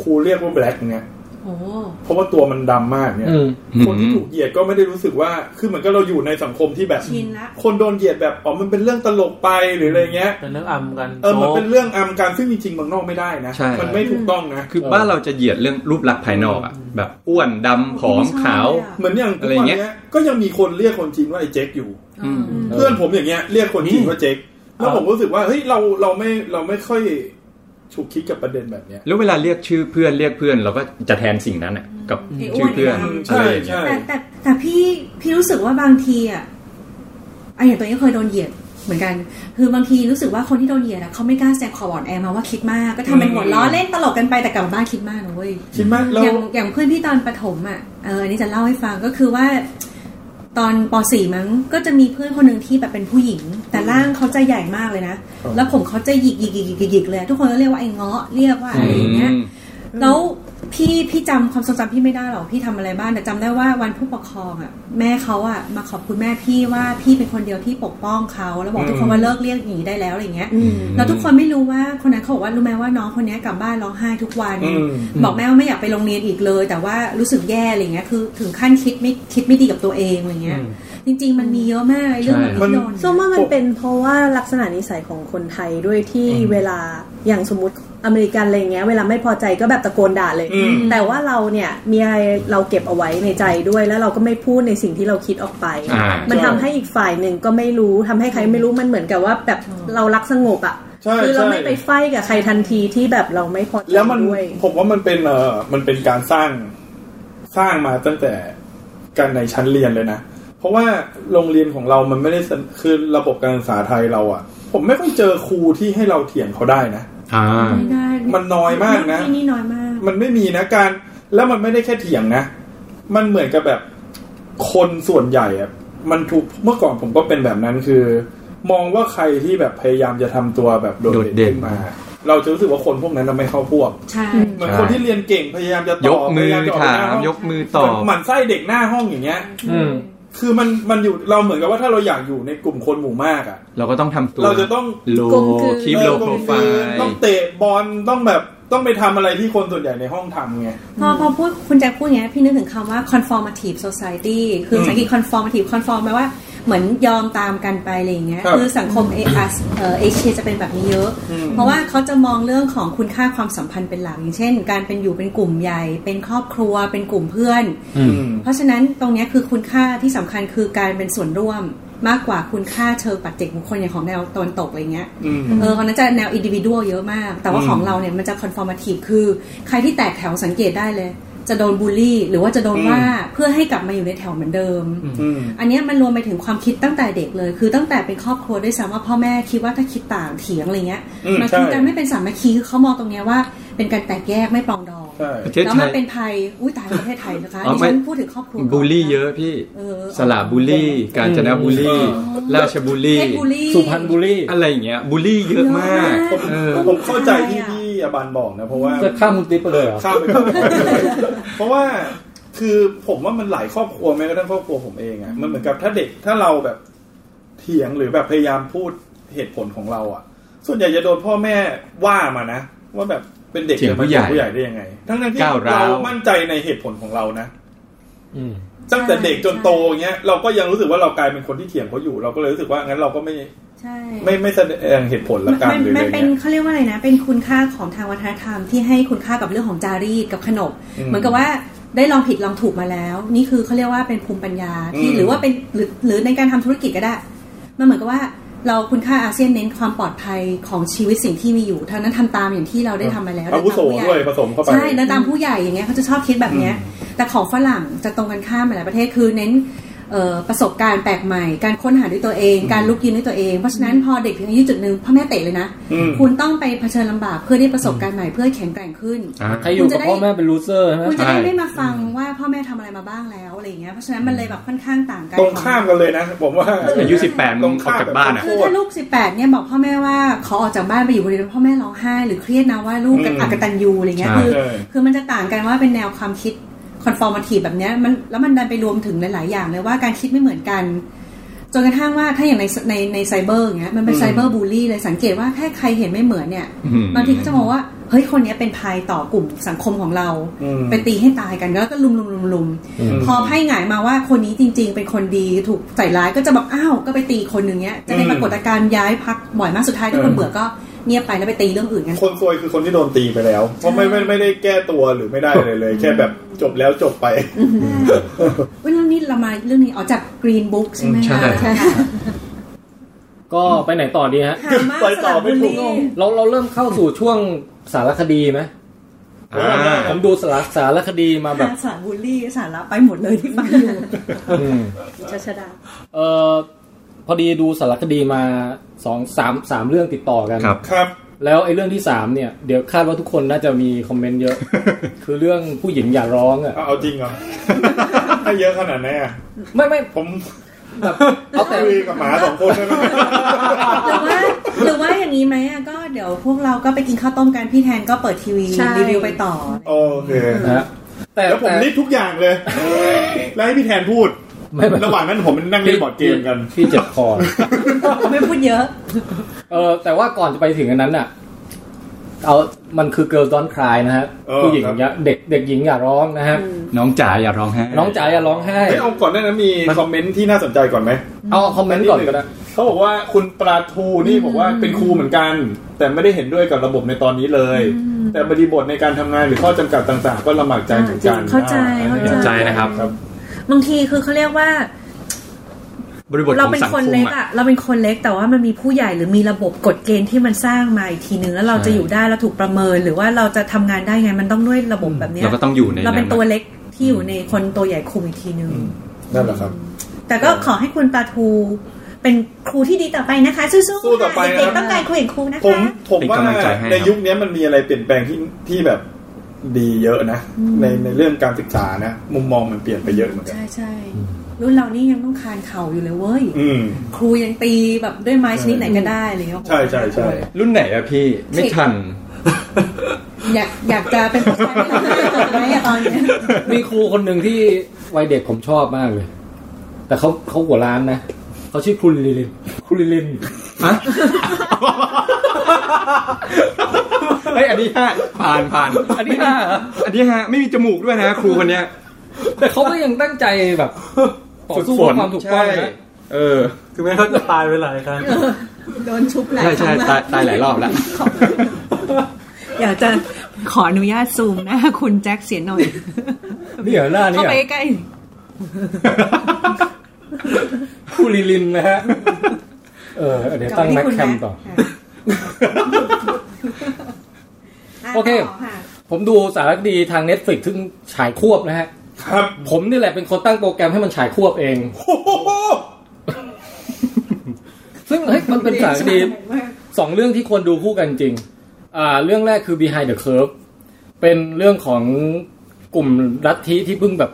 ครูเรียกว่าแบล็กเนี่ย
โอ้
เพราะว่าตัวมันดำมากเนี่ย
อืม
คนที่ถูกเหยียดก็ไม่ได้รู้สึกว่าคือเหมือนกับเราอยู่ในสังคมที่แบบ
ชินละ
คนโดนเหยียดแบบอ๋อมันเป็นเรื่องตลกไปหรืออะไรเงี้ย
เป็นเรื่องอำกัน
เออมัน
โจ๊ก
เป็นเรื่องอำการซึ่งจริงๆเมืองนอกไม่ได้นะ
ใช่
มันไม่ถูกต้องนะ
คือบ้านเราจะเหยียดเรื่องรูปลักษณ์ภายนอกอะแบบอ้วนดำผอมขาว
เหมือนอย่างทุกวันเนี้
อะไรเงี้
ย
ย
ก็ยังมีคนเรียกคนจีนว่าไอ้เจ๊กอยู่
อืม
เพื่อนผมอย่างเงี้ยเรียกคนจีนว่าเจ๊กแล้วผมรู้สึกว่าเฮ้ยเราเราไม่เราไม่ค่อยฉุกคิดกับประเด็นแบบเนี้ย
แล้วเวลาเรียกชื่อเพื่อนเรียกเพื่อนเราก็จะแทนสิ่งนั้นน่ะกับชื่อเพื่อนอะไร
ใช่
อย่างเงี้ย
ใช่
แต่แต่แต่พี่พี่รู้สึกว่าบางทีอ่ะไอะอย่างตัวนี้เคยโดนเหยียดเหมือนกัน คือบางทีรู้สึกว่าคนที่โดนเหยียดอะเขาไม่กล้าแสดงความอ่อนแอมาว่าคิดมากก็ทำเป็นหัวล้อเล่นตลกกันไปแต่กลับมาบ้านคิดมากนะเว้ย
คิดมากเรา
อย่างอย่างเพื่อนพี่ตอนประถมอ่ะ เอออันนี้จะเล่าให้ฟังก็คือว่า ตอนป .4 มั้งก็จะมีเพื่อนคนหนึ่งที่แบบเป็นผู้หญิง แต่ร่างเขาจะใหญ่มากเลยนะ แล้วผมเขาจะหยิกหยิกหยิกหยิกหยิกเลย ทุกคนก็เรียกว่าไอ้เงาะเรียกว่าอะไรอย่างเงี้ย แล้วพี่พี่จำความทรงจำพี่ไม่ได้หรอกพี่ทำอะไรบ้างแต่จำได้ว่าวันผู้ปกครองอ่ะแม่เขาอ่ะมาขอบคุณแม่พี่ว่าพี่เป็นคนเดียวที่ปกป้องเขาแล้วบอกทุกคนว่าเลิกเรียกอย่างนี้ได้แล้วอะไรอย่างเงี้ย แล้วทุกคนไม่รู้ว่าคนนั้นเขาบอกว่ารู้ไหมว่าน้องคนนี้กลับบ้านร้องไห้ทุกวัน บอกแม่ว่าไม่อยากไปโรงเรียนอีกเลย แต่ว่ารู้สึกแย่อะไรเงี้ยคือถึงขั้นคิดไม่คิดไม่ดีกับตัวเองอะไรเงี้ย จริง ๆ มันมีเยอะมากเลยเรื่องแบบนี้โดน
ส้มว่ามันเป็นเพราะว่าลักษณะนิสัยของคนไทยด้วยที่เวลาอย่างสมมติอเมริกันอะไรเงี้ยเวลาไม่พอใจก็แบบตะโกนด่าเลย แต่ว่าเราเนี่ยมีอะไรเราเก็บเอาไว้ในใจด้วย แล้วเราก็ไม่พูดในสิ่งที่เราคิดออกไป
อ่า
มันทำให้อีกฝ่ายหนึ่งก็ไม่รู้ทำให้ใครไม่รู้มันเหมือนกับว่าแบบเรารักสงบอ่ะ
ใช่
คือเรา
ใช่
ไม่ไปไฟกับใครทันทีที่แบบเราไม่พอใจ
แล้วมัน
ด้วย
ผมว่ามันเป็นเออมันเป็นการสร้างสร้างมาตั้งแต่การในชั้นเรียนเลยนะ เพราะว่าโรงเรียนของเรามันไม่ได้สนคือระบบการศึกษาไทยเราอะผมไม่ค่อยเจอครูที่ให้เราเถียงเขาได้นะ
อ่า
ไม่ได้
มันน้อยมากนะ
ที่นี่น้อยมาก
มันไม่มีนะการแล้วมันไม่ได้แค่เถียงนะ มันเหมือนกับแบบคนส่วนใหญ่อะมันถูกเมื่อก่อนผมก็เป็นแบบนั้นคือ มองว่าใครที่แบบพยายามจะทำตัวแบบโดด
โดดเด่
เด่น
น
ขึ้นมา เราจะรู้สึกว่าคนพวกนั้นเราไม่เข้าพวก
ใช่
เหมือน
ใช่
คนที่เรียนเก่งพยายามจะต
ย
อก บ
มือย
พายามจะอ
ถา
อกหน้
ม
ห้อง
ยกมือตอบ
เหมือนไส้เด็กหน้าห้องอย่างเงี้ย
อืม
คือมันมันอยู่เราเหมือนกับว่าถ้าเราอยากอยู่ในกลุ่มคนหมู่มากอะ
เราก็ต้องทำตัว
เราจะต้อง
โล
กลมกลืน
คีบโลโปรไฟล์
ต้องเตะบอลต้องแบบต้องไปทำอะไรที่คนส่วนใหญ่ในห้องทำไง
พอพอพูดคุณแจ็คพูดอย่างเงี้ยพี่นึกถึงคำว่า conformative society คือภาษาอังกฤษ conformative conform แปลว่าเหมือนยอมตามกันไปอะไรอย่างเงี้ย
ครับ
คือสังคมเออาเอ่อเอเชียจะเป็นแบบนี้เยอะ
อืม
เพราะว่าเขาจะมองเรื่องของคุณค่าความสัมพันธ์เป็นหลักอย่างเช่น การเป็นอยู่เป็นกลุ่มใหญ่ เป็นครอบครัวเป็นกลุ่มเพื่อน
อืม
เพราะฉะนั้นตรงเนี้ยคือคุณค่าที่สำคัญคือการเป็นส่วนร่วมมากกว่าคุณค่าเชิงปัจเจกบุคคลอย่างของแนวตะวันตกอะไรเงี้ย
อืม
เออคนนั้นจะแนวอินดิวิด a วเยอะมาก แต่ว่า
อืม
ของเราเนี่ยมันจะคอนฟอร์ม i ีฟคือใครที่แตกแถวสังเกตได้เลย จะโดนบูลลี่ หรือว่าจะโดน
อืม
ว่าเพื่อให้กลับมาอยู่ในแถวเหมือนเดิม
อืม
อันเนี้ยมันรวมไปถึงความคิดตั้งแต่เด็กเลย คือตั้งแต่เป็นครอบครัวด้วยซ้ำว่าพ่อแม่คิดว่าถ้าคิดต่างเถียงอะไรเงี้ย
อืม
มาคิด
ใช่
กันไม่เป็นสามัคคีคือเขามองตรงเนี้ยว่าเป็นการแตกแยกไม่ปรองดอง
ใช่
ประเทศ
แล้
ไท
วมัน
ย
เป็นภัยอุ้ยตายประเทศไทยนะคะ
อ๋อ
ดิ
ไม่
ฉันพูดถึงครอบครัว
บูลลี่เยอะพี่
เออ
สระบุรีกาญจนบุรี
อืม
ราชบุรี
เพชรบุรี
สุพรรณบุรี
อะไรอย่างเงี้ยบุรีเยอะมาก
ผม
เออ
ผมเข้าใจที่พี่อบันบอกนะ เพราะว่า
จะข้ามมุติไปเลยเหรอ
ข้ามไป ก่อนเพราะว่าคือผมว่ามันหลายครอบครัวแม้กระทั่งครอบครัวผมเองอะมันเหมือนกับถ้าเด็กถ้าเราแบบเถียงหรือแบบพยายามพูดเหตุผลของเราอะส่วนใหญ่จะโดนพ่อแม่ว่ามานะ ว่าแบบเป็นเด็ก
เถียง
จะ
ผู้
มา
ให
เถีย
ญ่
งผู้ใหญ่ได้ยังไง ทั้งนั้นที่
ก้าวร้าว
เรามั่นใจในเหตุผลของเรานะ
อืม
ตั้งแต่เด็กจน
ใช่
โตอย่างเงี้ยเราก็ยังรู้สึกว่าเรากลายเป็นคนที่เถียงเขาอยู่ เราก็เลยรู้สึกว่างั้นเราก็ไม่
ใช่
ไม่ไม่แสดงเหตุผลละกัน
มัน
หรืออะ
มั
ไร
นเป็น
เงี้ย
เขาเรียกว่าอะไรนะ เป็นคุณค่าของทางวัฒนธรรมที่ให้คุณค่ากับเรื่องของจารีตกับขนบ
อืม
เหมือนกับว่าได้ลองผิดลองถูกมาแล้ว นี่คือเขาเรียกว่าเป็นภูมิปัญญาที่
อืม
หรือว่าเป็นหรือหรือในการทำธุรกิจก็ได้ มันเหมือนกับว่าเราคุณค่าอาเซียนเน้นความปลอดภัยของชีวิตสิ่งที่มีอยู่ทั้งนั้นทำตามอย่างที่เราได้ทำมาแล้ว
อาวุโส
และตามผู้ใหญ่
ด้วยผสมเข้าไป
ใช่แล้วตามผู้ใหญ่อย่างเงี้ยเขาจะชอบคิดแบบเนี้ย แต่ของฝรั่งจะตรงกันข้ามหลายประเทศคือเน้นเอ่อประสบการณ์แปลกใหม่ การค้นหาด้วยตัวเอง การลุกยืนด้วยตัวเอง เพราะฉะนั้นพอเด็กถึงอายุจุดหนึ่งพ่อแม่เตะเลยนะ
อืม
คุณต้องไปเผชิญลำบากเพื่อได้ประสบการณ์ใหม่เพื่อแข็งแกร่งขึ้น
อ่า
ใครอยู่กับพ่อแม่เป็นลูเซอร์ใช่ไหม
คุณจะได้
ใช่
ไม่มาฟังว่าพ่อแม่ทำอะไรมาบ้างแล้วอะไรอย่างเงี้ยเพราะฉะนั้นมันเลยแบบค่อนข้างต่างกัน
ตรงข้ามกันเลยนะผมว่า
อายุสิบแปดมึงออกจากบ้านอ่ะ
คือถ้าลูก 18 เนี่ยบอกพ่อแม่ว่าขอออกจากบ้านไปอยู่คนเดียวพ่อแม่ร้องไห้หรือเครียดนะว่าลูกกัน
อืม
อักตันยูอะไรเงี้ย
ใช่
คือ
ใช่
คือมันจะต่างกันว่าเป็นแนวความคิดคอนฟอร์ม i ี e แบบเนี้ยมันแล้วมันดันไปรวมถึงหลาย ๆ อย่างเลยว่าการคิดไม่เหมือนกัน จนกระทั่งว่าถ้าอย่างในในในไซเบอร์อย่างเงี้ยมันเป็นไซเบอร์บูลลี่เลยสังเกตว่าแค่ใครเห็นไม่เหมือนเนี่ย
อืม
บางทีเขาจะมองว่าเฮ้ยคนเนี้ยเป็นภัยต่อกลุ่มสังคมของเรา
อืม
ไปตีให้ตายกันแล้วก็ลุมลุมลุมลุม
อืม
พอไพ่หงายมาว่าคนนี้จริง ๆ เป็นคนดีถูกใส่ร้ายก็จะแบบอ้าวก็ไปตีคนหนึ่งเนี้ย จะเป็น
อืม
ปรากฏการณ์ย้ายพักบ่อยมากสุดท้ายทุกคน
เออ
เบื่อก็เงียบไปแล้วไปตีเรื่องอื่นกัน
คนซวยคือคนที่โดนตีไปแล้ว เพราะไม่ไม่ไม่ได้แก้ตัวหรือไม่ได้เลยเลย แค่แบบจบแล้วจบ ไป
เรื่องนี้เรามาเรื่องนี้อ๋อจาก Green Book ใช่ไหม
ใช่
คะ
ก็ไปไหนต่อดีฮะ
ถามมาก
ไป
ส
ต่
ลั
อบ ไม่ถู
บุรี
ก
เราเราเริ่มเข้าสู่ช่วงสารคดีไหม
อ่า
ผมดูสารสารคดีมาแบบ
หาสารบุรีสาระไปหมดเลยที่ฟังอยู่
อืม
ชัชดา
เออพอดีดูสารคดีมาสองสามสามเรื่องติดต่อกัน
ครับ
ครับ
แล้วไอ้เรื่องที่สามเนี่ย เดี๋ยวคาดว่าทุกคนน่าจะมีคอมเมนต์ เยอะ คือเรื่องผู้หญิงอย่าร้องอ่ะ
เอาเอาจริงเหรอ ถ้าเยอะขนาดนี้อะ
ไม่ไม่
ผม
แบบเอาแต่
คุยกับหมาสองคนได้ไหม
หรือว่าหรือว่าอย่างนี้ไหมอ่ะก็เดี๋ยวพวกเราก็ไปกินข้าวต้มกันพี่แทนก็เปิดทีวี
ใช่
รีวิวไปต่อ
โอเค
นะฮะแต่
แล้วผม
แต่
รีบทุกอย่างเลย แล้วให้พี่แทนพูด
ไม่ไม่
ระหว่างนั้นผมนั่งเล่นบอร์ดเกม กัน
พี่เจ็บคอ
ไม่พูดเยอะ
เออแต่ว่าก่อนจะไปถึงอันนั้นน่ะ เอามันคือ Girls Don't Cry นะฮะ
เออ
ผู้หญิง
ครับ
อย่าเด็กเด็กหญิงอย่าร้องนะฮะ
น้องจ๋าอย่าร้องไห้
น้องจ๋าอย่าร้องไห้
เฮ้ยเอาก่อนหน้านั้นมีคอมเมนต์ที่น่าสนใจก่อนไหม
เอาคอมเมนต์ก่อนก็ได้
เขาบอกว่าคุณปลาทูนี่บอกว่าเป็นครูเหมือนกัน แต่ไม่ได้เห็นด้วยกับระบบในตอนนี้เลย แต่บริบทในการทำงานหรือข้อจำกัดต่างๆ ก็ลำบากใจเหมือนกัน
เข้าใจ
เห็
เข้าใจ
นใจนะครับ
ครับ
บางทีคือเขาเรียกว่า
บริบท
เรา
ของ
เป็น
สังค
คน
ม
เล็ก
อะ
อะเราเป็นคนเล็กแต่ว่ามันมีผู้ใหญ่หรือมีระบบกฎเกณฑ์ที่มันสร้างมาอีกทีนึงแล้วเรา
ใช่
จะอยู่ได้เราถูกประเมิน หรือว่าเราจะทำงานได้ไงมันต้องด้วยระบบแบบเนี้ย
เราก็ต้องอยู่ใน
เราเป็น
อะ
ตัวเล็กที่อยู่ในคนตัวใหญ่คุมอีกทีนึง
นั่นแหละครับ
แต่ก็ขอให้คุณปาทูเป็นครูที่ดีต่อไปนะคะสู้ๆ
สู้ต่อไป
ค่ะ
นะ
เด็กๆต้องการครูอย่างครูนะ
ผม
คะ
ผม
เป็
ว่าก
นำลังใจให้ครับ
ในยุคนี้มันมีอะไรเปลี่ยนแปลงที่ที่แบบดีเยอะนะ ในในเรื่องการศึกษานะ มุมมองมันเปลี่ยนไปเยอะเหมือนกัน
ใช่ใช่รุ่นเรานี่ยังต้องคานเข่าอยู่เลยเว้ย
อืม
ครูยังตีแบบด้วยไม้ชนิดไหนก็ได้อะไรเลย
ใช่ใช่ใช่
รุ่นไหนอะพี่ไม่ทัน
อยากอยากจะเป็นผู้ชาย ไหมอะตอนเนี้ย
มีครูคนหนึ่งที่วัยเด็กผมชอบมากเลย แต่เขาเขาหัวร้านนะเขาชื่อครูลิลินครูลิลิน
ฮะ เฮ้ยอันนี้ฮะผ่านผ่านอันนี้ฮะอันนี้ฮะไม่มีจมูกด้วยนะครูคนเนี้ย
แต่เขาก็ยังตั้งใจแบบ ต่อสู้
ฝึ
เพื่อความถูกต้อง
ใช่
นะ
เออ
ถึงแม้เขาจะตายไปหลายครั้ง
โดนชุบหลาย
ใช่ใช่ตายตายหลายรอบละ
อยากจะขออนุญาตซูมหนะ คุณแจ็คเสียหน่อย
นี่เหรอหน้า
เข้า
นี่เหร
ไป
อ
ใกล้
ครูลิลินนะฮะ เออเดี๋ยวตั้งแม็กแคมต่อ โอเค
ต่ะ
ผมดูสารคดีทาง Netflix ซึ่งฉายควบนะฮะ
ครับ
ผมนี่แหละเป็นคนตั้งโปรแกรมให้มันฉายควบเอง
โอ้โห
ซึ่งเฮ้ยมันเป็นสารคดี สองเรื่องที่ควรดูคู่กันจริง อ่า เรื่องแรกคือ Behind the Curve เป็นเรื่องของกลุ่มลัทธิที่เพิ่งแบบ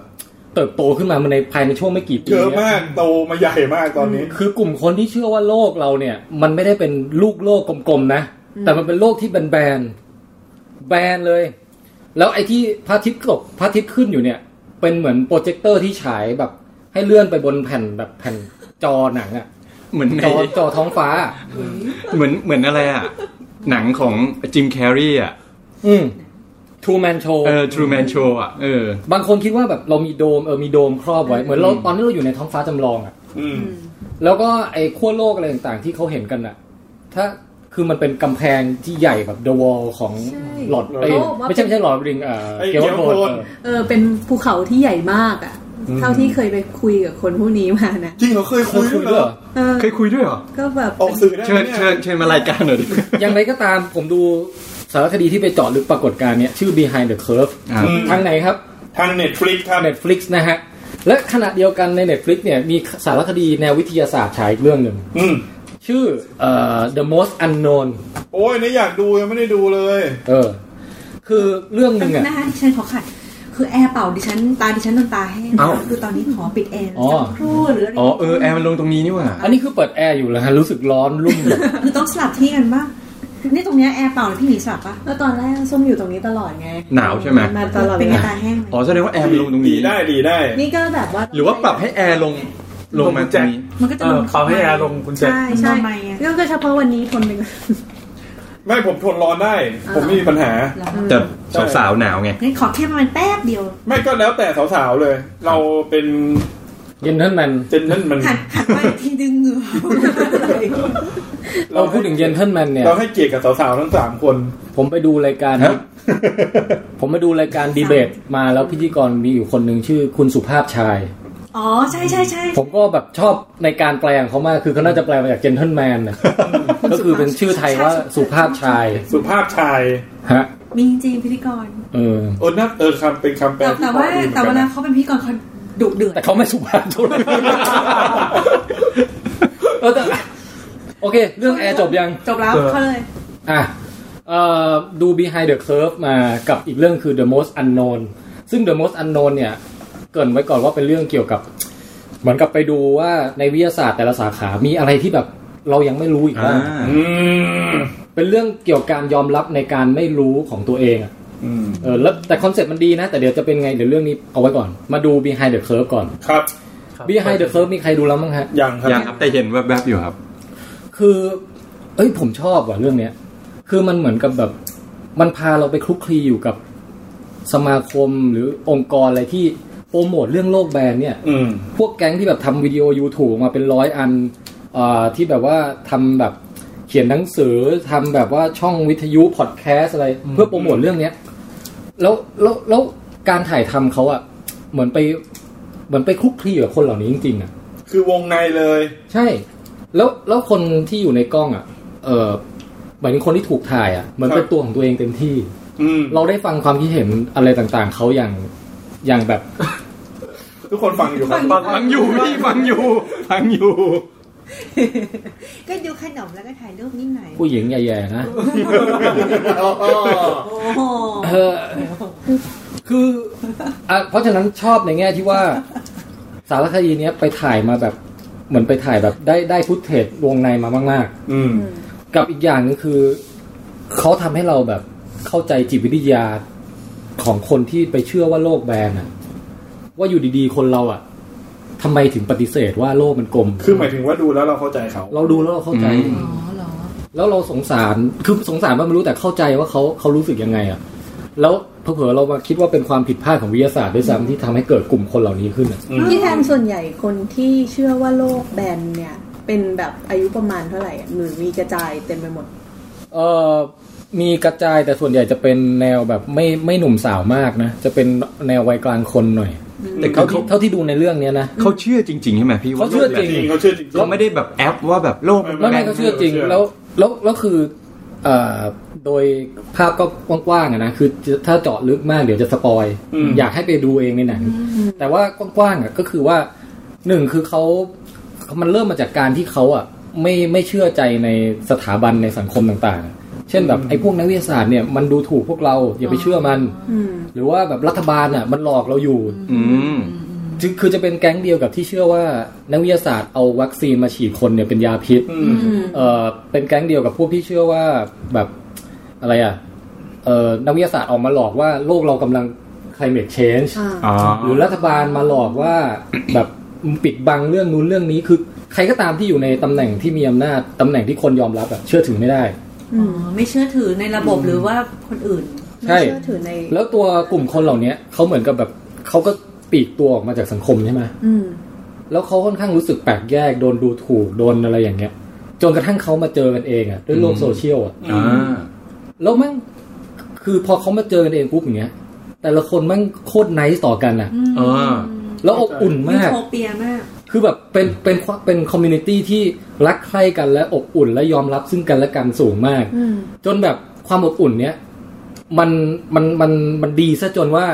เติบโตขึ้นมาในภายในช่วงไม่กี่ปี
เยอะ
นี่
มากโตมาใหญ่มากตอนนี้
คือกลุ่มคนที่เชื่อว่าโลกเราเนี่ย มันไม่ได้เป็นลูกโลกกลมๆนะ แต่มันเป็นโลกที่แบนๆแบนเลย แล้วไอ้ที่พระอาทิตย์ตกพระอาทิตย์ขึ้นอยู่เนี่ย เป็นเหมือนโปรเจคเตอร์ที่ฉายแบบ ให้เลื่อนไปบนแผ่นแบบแผ่นจอหนังอะ
เหมือนใน
จ อจอท้องฟ้า
เหมือนเหมือนอะไรอะหนังของจิมแคร์รีอะ
อืมทูแมนโช
เออทรูแมนโชอะเออ
บางคนคิดว่าแบบเรามีโดมเออมีโดมครอบไว้ เหมือนเรา
อืม
ตอนนี้เราอยู่ในท้องฟ้าจำลองอะ่ะ
อืม
แล้วก็ไอ้ขั้วโลกอะไรต่างๆที่เขาเห็นกันอะ่ะ ถ้าคือมันเป็นกำแพงที่ใหญ่แบบ The Wall ของหลอดเอ้ย
เขาบอกว่า
ไม่ใช่ไม่ใช่หลอดริงเอ่อ
ไอ้
เกล
Game
โค
of
น
Thrones
เออเป็นภูเขาที่ใหญ่มากอะเท่าที่เคยไปคุยกับคนพวกนี้มานะ
จริงเหรอเคย
เค
คุ
ย
ย
คุยด้วยเหรอ
เออ
เคยคุยด้วยเหรอ
ก็แบบ
ออกสื่อได้ไหม
เชิญ
นี่ย
เชิญเชิญมารายการหน่อยดิ
อย่างไรก็ตามผมดูสารคดีที่ไปเจาะลึกปรากฏการณ์เนี้ยชื่อ Behind the Curve
อ่ะ
อืม
ทางไหนครับ
ทางเน็ตฟลิกครับ
Netflix นะฮะ และขณะเดียวกันใน Netflix เนี่ยมีสารคดีแนววิทยาศาสตร์ฉายอีกเรื่องหนึ่ง
อืม
ชื่อเอ่อ The Most Unknown
โอ้ยนี่อยากดูยังไม่ได้ดูเลย
เออ คือเรื่องหนึ่งอ่ะ
นะคะดิฉันขอขัด คือแอร์เป่าดิฉันตาดิฉันโดนตาแห้งคือตอนนี้ขอปิดแอร์
อ๋อ
สักครู่หรืออะไร
อ๋อเออแอร์มันลงตรงนี้นี่หว่า
อันนี้คือเปิดแอร์อยู่แล้วฮะรู้สึกร้อนรุ่มเลย
คือต้องสลับที่กันป่ะนี่ตรงเนี้ยแอร์เป่าหรือพี่หมีสลับป่ะ
แล้วตอนแรกส้มอยู่ตรงนี้ตลอดไง
หนาวใช่ไหม
มาตลอด
เป็
เวน
ไง
ลา
ตาแห้งไหม
อ๋อแสดงว่าแอร์มันลงตรง
ดี
นี้
ได้ดีได้
นี่ก็แบบว่า
หรือว่าปรับให้แอร์ลงลงมาตรงนี้
มันก็จะ
เอ
ล
อง เขาให้แอร์ลงคุณแจ็ค
ใช่ใช่
ทำไมอะ
เรื่องก็เฉพาะวันนี้ทนไปก่อน
ไม่ผมทนร้อนได้ ผมไม่มีปัญหา
แต่สาวๆหนาวไง
งั้นขอแค่ประมาณแป๊บเดียว
ไม่ก็แล้วแต่สาวๆเลย เราเป็น
เย็นเท่านั้น
เจนนั่นมัน
หันหันไปอีกทีดึงเหงือ
เราพูดถึงเย็นเท่านั้นเนี่ย
เราให้เกียรติกับสาวๆทั้งสามคน
ผมไปดูรายการ
ฮะ
ผมไปดูรายการดีเบตมาแล้วพิธีกรมีอยู่คนหนึ่งชื่อคุณสุภาพชาย
อ๋อใช่ใช่ใช่
ผมก็แบบชอบในการแปลของเขามาก คือเขาน่าจะแปลมาจากเจนเท l แมนนะก็คือเป็นชื่อไทยว่าสุภาพชาย
สุภาพชาย
ฮะ
มีจริงพิธีกร
เออ
เออน่าเออคำเป็นคำแปล
แต่
ที่
แต่ว่า
พอดีเหมือน
แต่
กัน
เวลา
นะ
เขาเป็นพิธีกรเขาดุเดือด
แต่เขาไม่สุภาพเท่าไหร่ เออแต่โอเค เรื่องแอร์จบยัง
จบแล้วเขาเลย
อ่ะเอ่อดู behind the curve มากับอีกเรื่องคือ the most unknown ซึ่ง the most unknown เนี่ย เกรินไว้ก่อนว่าเป็นเรื่องเกี่ยวกับ เหมือนกับไปดูว่าในวิทยาศาสตร์แต่ละสาขามีอะไรที่แบบเรายังไม่รู้อีก
อ่า
บ้าง
อืม
เป็นเรื่องเกี่ยวกับการยอมรับในการไม่รู้ของตัวเองอะ
อืม
เออแล้วแต่คอนเซ็ปต์มันดีนะ แต่เดี๋ยวจะเป็นไงเดี๋ยวเรื่องนี้เอาไว้ก่อน มาดู behind the curve ก่อน
ครับ
behind the curve มีใครดูแล้วมั้งฮะ
ยังครั
ยังครับแต่เห็นแวบๆอยู่ครับ
คือ เอ้ยผมชอบว่ะเรื่องเนี้ย คือมันเหมือนกับแบบ มันพาเราไปคลุกคลีอยู่กับสมาคมหรือองค์กรอะไรที่โปรโมทเรื่องโลกแบรนด์เนี่ย
อืม
พวกแก๊งที่แบบทำวิดีโอ YouTube มาเป็นร้อยอันเอ่อที่แบบว่าทำแบบเขียนหนังสือทำแบบว่าช่องวิทยุพอดแคสต์อะไร เพื่อโปรโมทเรื่องเนี้ยแล้วแล้วแล้วการถ่ายทำเขาอะเหมือนไปเหมือนไปคลุกคลีกับคนเหล่านี้จริงๆอะ
คือวงในเลย
ใช่ แล้วแล้วคนที่อยู่ในกล้องอ่ะ เออหมายถึงคนที่ถูกถ่ายอ่ะเหมือน
ครับ
เป็นตัวของตัวเองเต็มที่
อืม
เราได้ฟังความคิดเห็นอะไรต่างๆเขาอย่างอย่างแบบ
ทุกคนฟังอยู่ครับ
ฟังอยู่พี่ฟังอยู่ฟังอยู่
ก็ดูขนมแล้วก็ถ่ายรูปนิดหน่อย
ผู้หญิงใหญ่ๆนะ
โอ้โห
เออคืออ่ะเพราะฉะนั้นชอบในแง่ที่ว่า สารคดีเนี้ยไปถ่ายมาแบบ เหมือนไปถ่ายแบบได้ได้พุทเทจวงในมามาก
อืม
ๆ กับอีกอย่างนึงคือ เขาทำให้เราแบบเข้าใจจิตวิทยาของคนที่ไปเชื่อว่าโลกแบนอะว่าอยู่ดีๆ คนเราอะทำไมถึงปฏิเสธว่าโลกมันกลม
คือหมายถึงว่าดูแล้วเราเข้าใจเขา
เราดูแล้วเราเข้าใจ
อืม
อ๋อเหรอ
แล้วเราสงสารคือสงสารว่าไม่รู้แต่เข้าใจว่าเขาเขารู้สึกยังไงอะแล้วเผลอๆเรามาคิดว่าเป็นความผิดพลาดของวิทยาศาสตร์ด้วยซ้ำที่ทำให้เกิดกลุ่มคนเหล่านี้ขึ้นอะ
ที่แทนส่วนใหญ่คนที่เชื่อว่าโลกแบนเนี่ย เป็นแบบอายุประมาณเท่าไหร่อะหรือมีกระจายเต็มไปหมด
เออมีกระจายแต่ส่วนใหญ่จะเป็นแนวแบบไม่ไม่หนุ่มสาวมากนะ จะเป็นแนววัยกลางคนหน่อย
แต่เขา
เท่าที่เท่าที่ดูในเรื่องเนี้ยนะ
เขาเชื่อจริง ๆ ใช่ไหมพี่ว่า
เขาเชื่อจริง
จริงเขาเชื่อจริง
เขาไม่ได้แบบแอปว่าแบบโลกน
ไม่ไม่
แบ
ก็
น
เชื่อจริง
เชื่อ
แล้วแล้วแล้วคือเอ่อโดยภาพก็กว้างๆอะนะคือถ้าเจาะลึกมากเดี๋ยวจะสปอยอยากให้ไปดูเองในหนังแต่ว่ากว้างๆอะก็คือว่าหนึ่งคือเขามันเริ่มมาจากการที่เขาอ่ะไม่ไม่เชื่อใจในสถาบันในสังคมต่างๆ เช่นแบบไอ้พวกนักวิทยาศาสตร์เนี่ยมันดูถูกพวกเราอย่าไปเชื่อมัน หรือว่าแบบรัฐบาลอ่ะมันหลอกเราอยู่
อืม
คือคือจะเป็นแก๊งเดียวกับที่เชื่อว่านักวิทยาศาสตร์เอาวัคซีนมาฉีดคนเนี่ยเป็นยาพิษ เออเป็นแก๊งเดียวกับพวกที่เชื่อว่าแบบอะไรอ่ะเออนักวิทยาศาสตร์ออกมาหลอกว่าโลกเรากำลัง climate change
อ๋อ
หรือรัฐบาลมาหลอกว่า แบบปิดบังเรื่องนู้นเรื่องนี้คือใครก็ตามที่อยู่ในตำแหน่งที่มีอำนาจตำแหน่งที่คนยอมรับอะเชื่อถือไม่ได้
อ๋อไม่เชื่อถือในระบบหรือว่าคนอื่น
ไม่
ใช่
เชื่อถือใน
แล้วตัวกลุ่มคนเหล่าเนี้ยเขาเหมือนกับแบบเขาก็ปลีกตัวออกมาจากสังคมใช่ไหม
อืม
แล้วเขาค่อนข้างรู้สึกแปลกแยกโดนดูถูกโดนอะไรอย่างเงี้ย จนกระทั่งเขามาเจอกันเองอะด้วยโลกโซเชียลอะ
อ่า
แล้วแมั่งคือพอเขามาเจอกันเองปุ๊บอย่างเงี้ย แต่ละคนแมั่งโคตรไนซ์ต่อกันอะ
อ่า
แล้วอบอุ่น
มี
มาก
โทเปียมาก
คือแบบเป็นเป็นเป็นคอมมูนิตี้ที่รักใคร่กันและอบอุ่นและยอมรับซึ่งกันและกันสูงมาก
อืม
จนแบบความอบอุ่นเนี้ยมันมันมันมันดีซะจนว่า